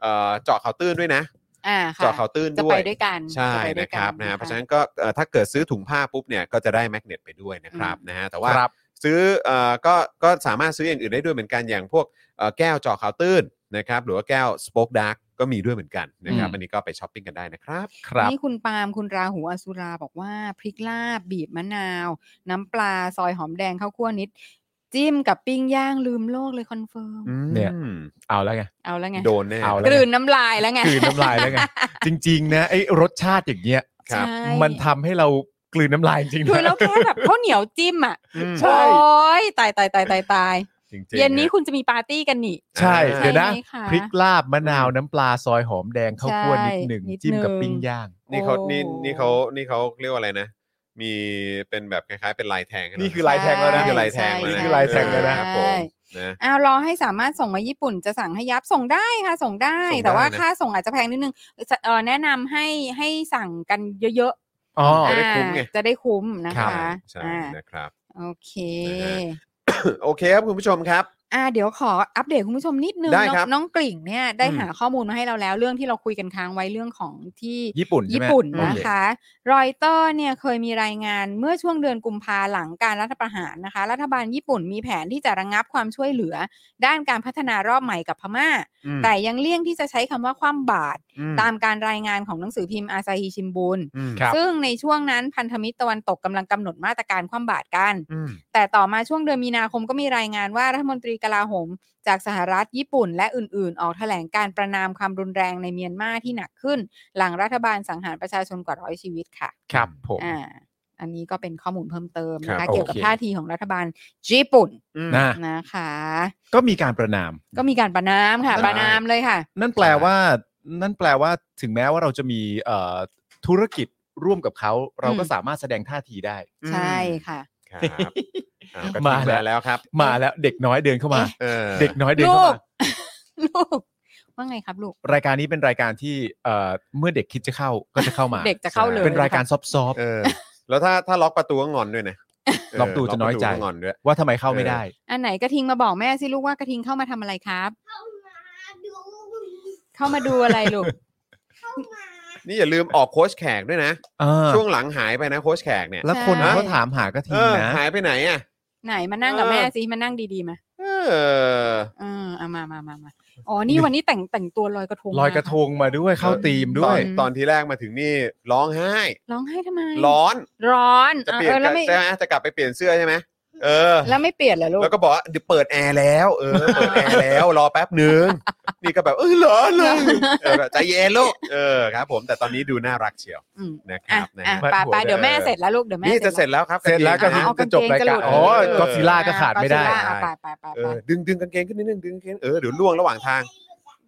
A: เอ่อเจาะข่าวตื้นด้วยนะ
C: อ่าค่ะ
A: เจาะข่าวตื้น
C: จะ
A: ด้วย
C: ไปด้วยกัน
A: ใช่
C: จไปด้ว
A: นะ
C: ย
A: ค
C: กั
A: รับนะเพราะฉะ
C: ค
A: นั้นก็เอ่อถ้าเกิดซื้อถุงผ้าปุ๊บเนี่ยก็จะได้แมกเนตไปด้วยนะครับนะฮะแต่ว่า
D: ครับ
A: ซื้อเอ่อก็ก็สามารถซื้ออย่างอื่นได้ด้วยเหมือนกันอย่างพวกเอ่อแก้วเจาะข่าวตื้นนะครับหรือว่าแก้ว Spoke Dark ก็มีด้วยเหมือนกันนะครับ
D: อืม
A: อันนี้ก็ไปช้อปปิ้งกันได้นะครับ
D: ครับ
C: นี่คุณปาล์มคุณราหูอสุราบอกว่า พริกลาบ บีบมะนาว น้ำปลาซอยหอมแดงข้าวคั่วนิด จิ้มกับปิ้งย่างลืมโลกเลยคอนเฟิร์ม
D: เนี่ย
A: อืม
D: เอาแล้วไง
C: เอาแล้วไง
A: โดนแน่
D: เอาแล้
C: ก
D: ว
C: ลืนน้ำลายแล้วไง
D: กลืนน้ำลายแล้วไง จริง ๆ นะไอ้รสชาติอย่างเงี้ย
A: ครับ
C: ใช่
D: มันทำให้เรากลืนน้ำลายจริงๆ
C: คือเรา
D: นะ
C: แค่แบบข้าวเหนียวจิ้มอ่ะ
A: อืม
D: ใช่
C: โอ้ยตายตายตายตายตาย
A: จริงๆ
C: เย็นนี้
A: ฮะ
C: คุณจะมีปาร์ตี้กันนี่
D: ใช่
A: ใช่
D: เดี๋ยวนะ
C: ไหมคะ
D: พริกลาบมะนาวน้ำปลาซอยหอมแดงข้าวคั่วนิดหนึ่ง
C: ใช่นิด
D: จิ้มกับ
C: หนึ่ง
D: ปิ้งย่าง
A: นี่เขา
C: โอ้
A: นี่นี่เขานี่เขาเรียกว่าอะไรนะ มีเป็นแบบคล้ายๆเป็นลายแทงให้เรา
D: นี่คือลายแทงแล้วนะ
A: นี่คือลายแท
C: ใช่
A: งแล้ว
D: นี่
A: นะ
D: คือลายแทงแล้วนะ
A: ครับผ
C: ใช่
A: มนะ
C: อ้าวรอให้สามารถส่งมาญี่ปุ่นจะสั่งให้ยับส่งได้ค่ะ ส่งได้
A: ส่งได้
C: แต่ว่า
A: นะ
C: ค่าส่งอาจจะแพงนิดนึงเอ่อแนะนำให้ให้สั่งกันเยอะๆ
D: อ๋อ
A: จะได้คุ้มไง
C: อ่าจะได้คุ้มนะ
D: รั
C: คะ
D: บ
A: ใช่ใช่
C: อ่า
A: นะครับ
C: โอเค
A: นะฮะ โอเคครับคุณผู้ชมครับ
C: อ่าเดี๋ยวขออัปเดตคุณผู้ชมนิดนึง
A: ได้
C: น้อง
A: ครับ
C: น้องกลิ่งเนี่ยได้
A: อืม
C: หาข้อมูลมาให้เราแล้วเรื่องที่เราคุยกันค้างไว้เรื่องของที่
D: ญี่ปุ่นใช่
C: ญี่
D: ไหม
C: ปุ่น
A: อืม
C: นะคะ รอยเตอร์เนี่ยเคยมีรายงานเมื่อช่วงเดือนกุมภาหลังการรัฐประหารนะคะ รัฐบาลญี่ปุ่นมีแผนที่จะระงงับความช่วยเหลือ ด้านการพัฒนารอบใหม่กับพม่า
A: อืม
C: แต่ยังเลี่ยงที่จะใช้คำว่าคว่ำบาตร
A: อืม
C: ตามการรายงานของหนังสือพิมพ์อาซาฮิชิมบุน
A: อืม
D: ครับ
C: ซึ่งในช่วงนั้นพันธมิตรตะวันตกกำลังกำหนดมาตรการคว่ำบาตรกัน
A: อืม
C: แต่ต่อมาช่วงเดือนมีนาคมก็มีรายงานว่ารัฐมนตรีกลาโหม จากสหรัฐญี่ปุ่น และอื่นๆ ออกแถลงการประนามความรุนแรงในเมียนมาที่หนักขึ้น หลังรัฐบาลสังหารประชาชนกว่าร้อยชีวิตค่ะ
D: ครับผม
C: อ่าอันนี้ก็เป็นข้อมูลเพิ่มเติม
A: ค
C: นะ
A: รั
C: คะ
A: บ
C: เกี่ยวกับ
D: โอเค
C: ท่าทีของรัฐบาลญี่ปุ่น
A: อืม
D: นะ
C: นะคะ
D: ก็มีการประนาม
C: ก็มีการประนามค่ะ
A: ได้
C: ประนามเลยค่ะ
D: นั่นแปลว่า นั่นแปลว่าถึงแม้ว่าเราจะมีเอ่อธุรกิจร่วมกับเขา เราก็
C: อืม
D: สามารถแสดงท่าทีได้
A: อืม
C: ใช่ค่ะ
A: ครับอ่ะก็
D: มา
A: ถึง
D: แล้
A: มา
D: ว
A: แล้วครับ
D: มาแล้วเด็กน้อยเดินเข้ามา
A: เออ
D: เด็กน้อยเดิน
C: ลู
D: เข้าก มา
C: ลูก ว่าไงครับลูก
D: รายการนี้เป็นรายการที่เอ่อเมื่อเด็กคิดจะเข้าก็จะเข้ามา
C: เด็กจะเข้าเลย
D: เป็นรายการซอฟ
A: เออ แล้วถ้าถ้าล็อกประตูก็งอนด้วยนะเ
D: ล็อกประตูจะน้อยใจ
A: ล็กประตูก็งอนด้วย
D: ๆว่าทำไมเข้าไม่ได้
C: อันไหนกระทิงมาบอกแม่สิลูกว่ากระทิงเข้ามาทำอะไรครับ
E: เข้ามาดู
C: เข้ามาดูอะไรลูก
E: เข้ามา
A: นี่อย่าลืมออกโค้ชแขกด้วยนะ
D: เออ
A: ช่วงหลังหายไปนะโค้ชแขกเนี่ย
D: แล้วคน
C: ใช่
D: ก็ถามหากระทิ
A: เอง อ
D: นะ
A: หายไปไหนอ่ะ
C: ไหนมานั่งกับ
A: เออ
C: แม่สิมานั่งดีๆมา
A: เออ
C: เออเอามามามามาอ๋อ นี่วันนี้แต่งแต่งตัวลอยกระทง
D: ลอยกระทงมาด้วยเข้า
A: เออ
D: ธีมด้
A: ต
D: ว
A: อย นตอนที่แรกมาถึงนี่ร้องไห้
C: ร้องไห้ทำไม
A: ร้อน
C: ร้อน
A: จะ
C: อ่ะ
A: เปลี่ยน
C: เออแล้วไม่
A: ใช่ไหมจะกลับไปเปลี่ยนเสื้อใช่ไหม เออ
C: แล้วไม่เปลี่ยนเหรอลูก
A: แล้วก็บอกว่าเดี๋ยวเปิดแอร์แล้วเออเปิดแอร์แล้วรอแป๊บหนึงนี่ก็แบบเออเหรอเหรอเออใจเย็นลูกเออครับ ผมแต่ตอนนี้ดูน่ารักเชียว
C: อืม
A: นะค
C: อ่ะ
A: รับนะ
C: อ่ะ
A: ฮะ
C: ไปไปเดี๋ยวแม่เสร็จแล้วลูกเดี๋ยวแม่
A: นี่จะเสร็จแล้วครับ
D: เสร็จแล้วก็
A: กาง
D: คื
A: เก
D: อ
A: งนะ
C: า
D: จะจบรายการ
C: เอากางเกงจะหลุด
D: อ๋อก็ซีล่าก็ขาดไม่ได้
C: อ่ะเอาไปไปไป
A: เอ
C: ไป
A: อดึงดึงกางเกงขึ้นนิดนึงดึงกางเกงเออเดี๋ยวล่วงระหว่างทาง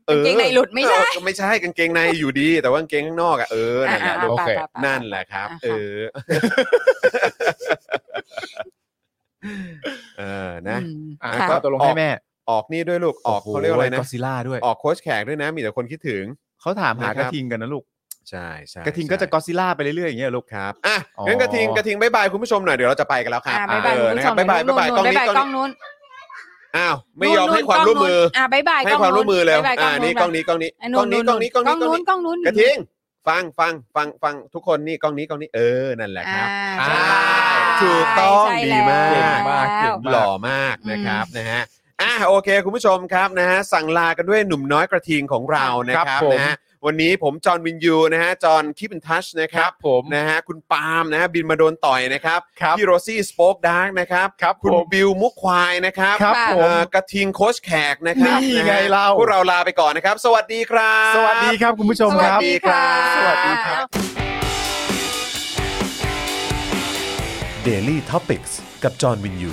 C: กางเกงในหลุดไม่ใช่
A: เออก็ไม่ใช่กางเกงในอยู่ดี แต่ว่ากางเกงข้างนอกอ่ะเออนั่นแหละ
C: อ่ะ
A: ลูก
D: โอเค
C: ไปไปไป
A: นั่นแหละครับ
C: อ่ะค่ะ
A: เออเออนะ
C: อืม
D: อ่ะ
C: ค่ะ
D: ก็ตกลงให้แม่
A: ออกนี่ด้วยลูกออกเขาเรียกว่าอะไรนะ
D: ก็ซีล่าด้วย
A: ออกโค้ชแขกด้วยนะ มีแต่คนคิดถึง
D: เขาถามหา
A: นะค
D: ก
A: รับ
D: ระทิงกันนะลูก
A: ใช่ใช่
D: กระทิงก็จะก็ซีล่าไปเรื่อยๆอย่างเงี้ยลูก
A: ครับอ่ะ
D: อ๋อ
A: งั้นกระทิงกระทิงบายบายคุณผู้ชมหน่อยเดี๋ยวเราจะไปกันแล้วครับ
C: อ่ะบ๊ายบาย
A: เอ
C: คุ
A: อ
C: ณ
A: นะ
C: ผู้
A: ครับบายบา
C: ชม
A: ยบายบายกล้องนี้
C: บ๊ายบาย
A: กล้
C: กล้
A: อ
C: อง ง
A: นี้
C: นู้น
A: อ้าวไม่ยอมให้ความร่วมมือ
C: อ่ะบ๊ายบาย
A: ให้ความร่วมมือแล้ว
C: บ๊ายบย
A: อ่านี่กล้องนี้กล้องนี้
C: ะ
A: กล้องนี้กล้องนี้กล้องนี้กล้อง
C: นู้
A: นี้
C: นกล้องนู้น
A: กระทิงฟังฟังฟังฟังทุกคนนี่กล้องนี้กล้องนี้เออนั่นแหละครับ
C: อ่า
A: อ่า
C: ใช่
A: ถูกต้อง
C: ใช่
A: ดีมาก
C: แล้ว
D: เก่งมากเก่ง
A: หล่อมากนะครับนะฮะอ่ะโอเค คุณผู้ชมครับนะฮะสั่งลากันด้วยหนุ่มน้อยกระทิงของเรานะค
D: ครั
A: รับบ
D: ผม
A: นะฮะวันนี้ผมจอห์นวินยูนะฮะจอห์นคีปินทัชนะค
D: ค
A: รั
D: รับ บผม
A: นะฮะคุณปาล์มนะฮะบินมาโดนต่อยนะครับ
D: ครับ
A: พี่โรซี่สป็อกดาร์กนะครับ
D: ครับ
A: คุณ
D: ผม
A: บิวมุกควายนะครับ
D: ครับ
C: ค่ะ
D: ผม
A: เอ่อกระทิงโค้ชแขกนะครับ
D: นี่
A: ะฮะ
D: ไงเรา
A: พวกเราลาไปก่อนนะครับ สวัสดีครับ
D: สวัสดีครับคุณผู้ชมครั
A: ส
D: บ
A: วัสดีครับ
C: สวัสดีครับ
A: Daily Topics กับจอห์นวินยู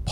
A: พ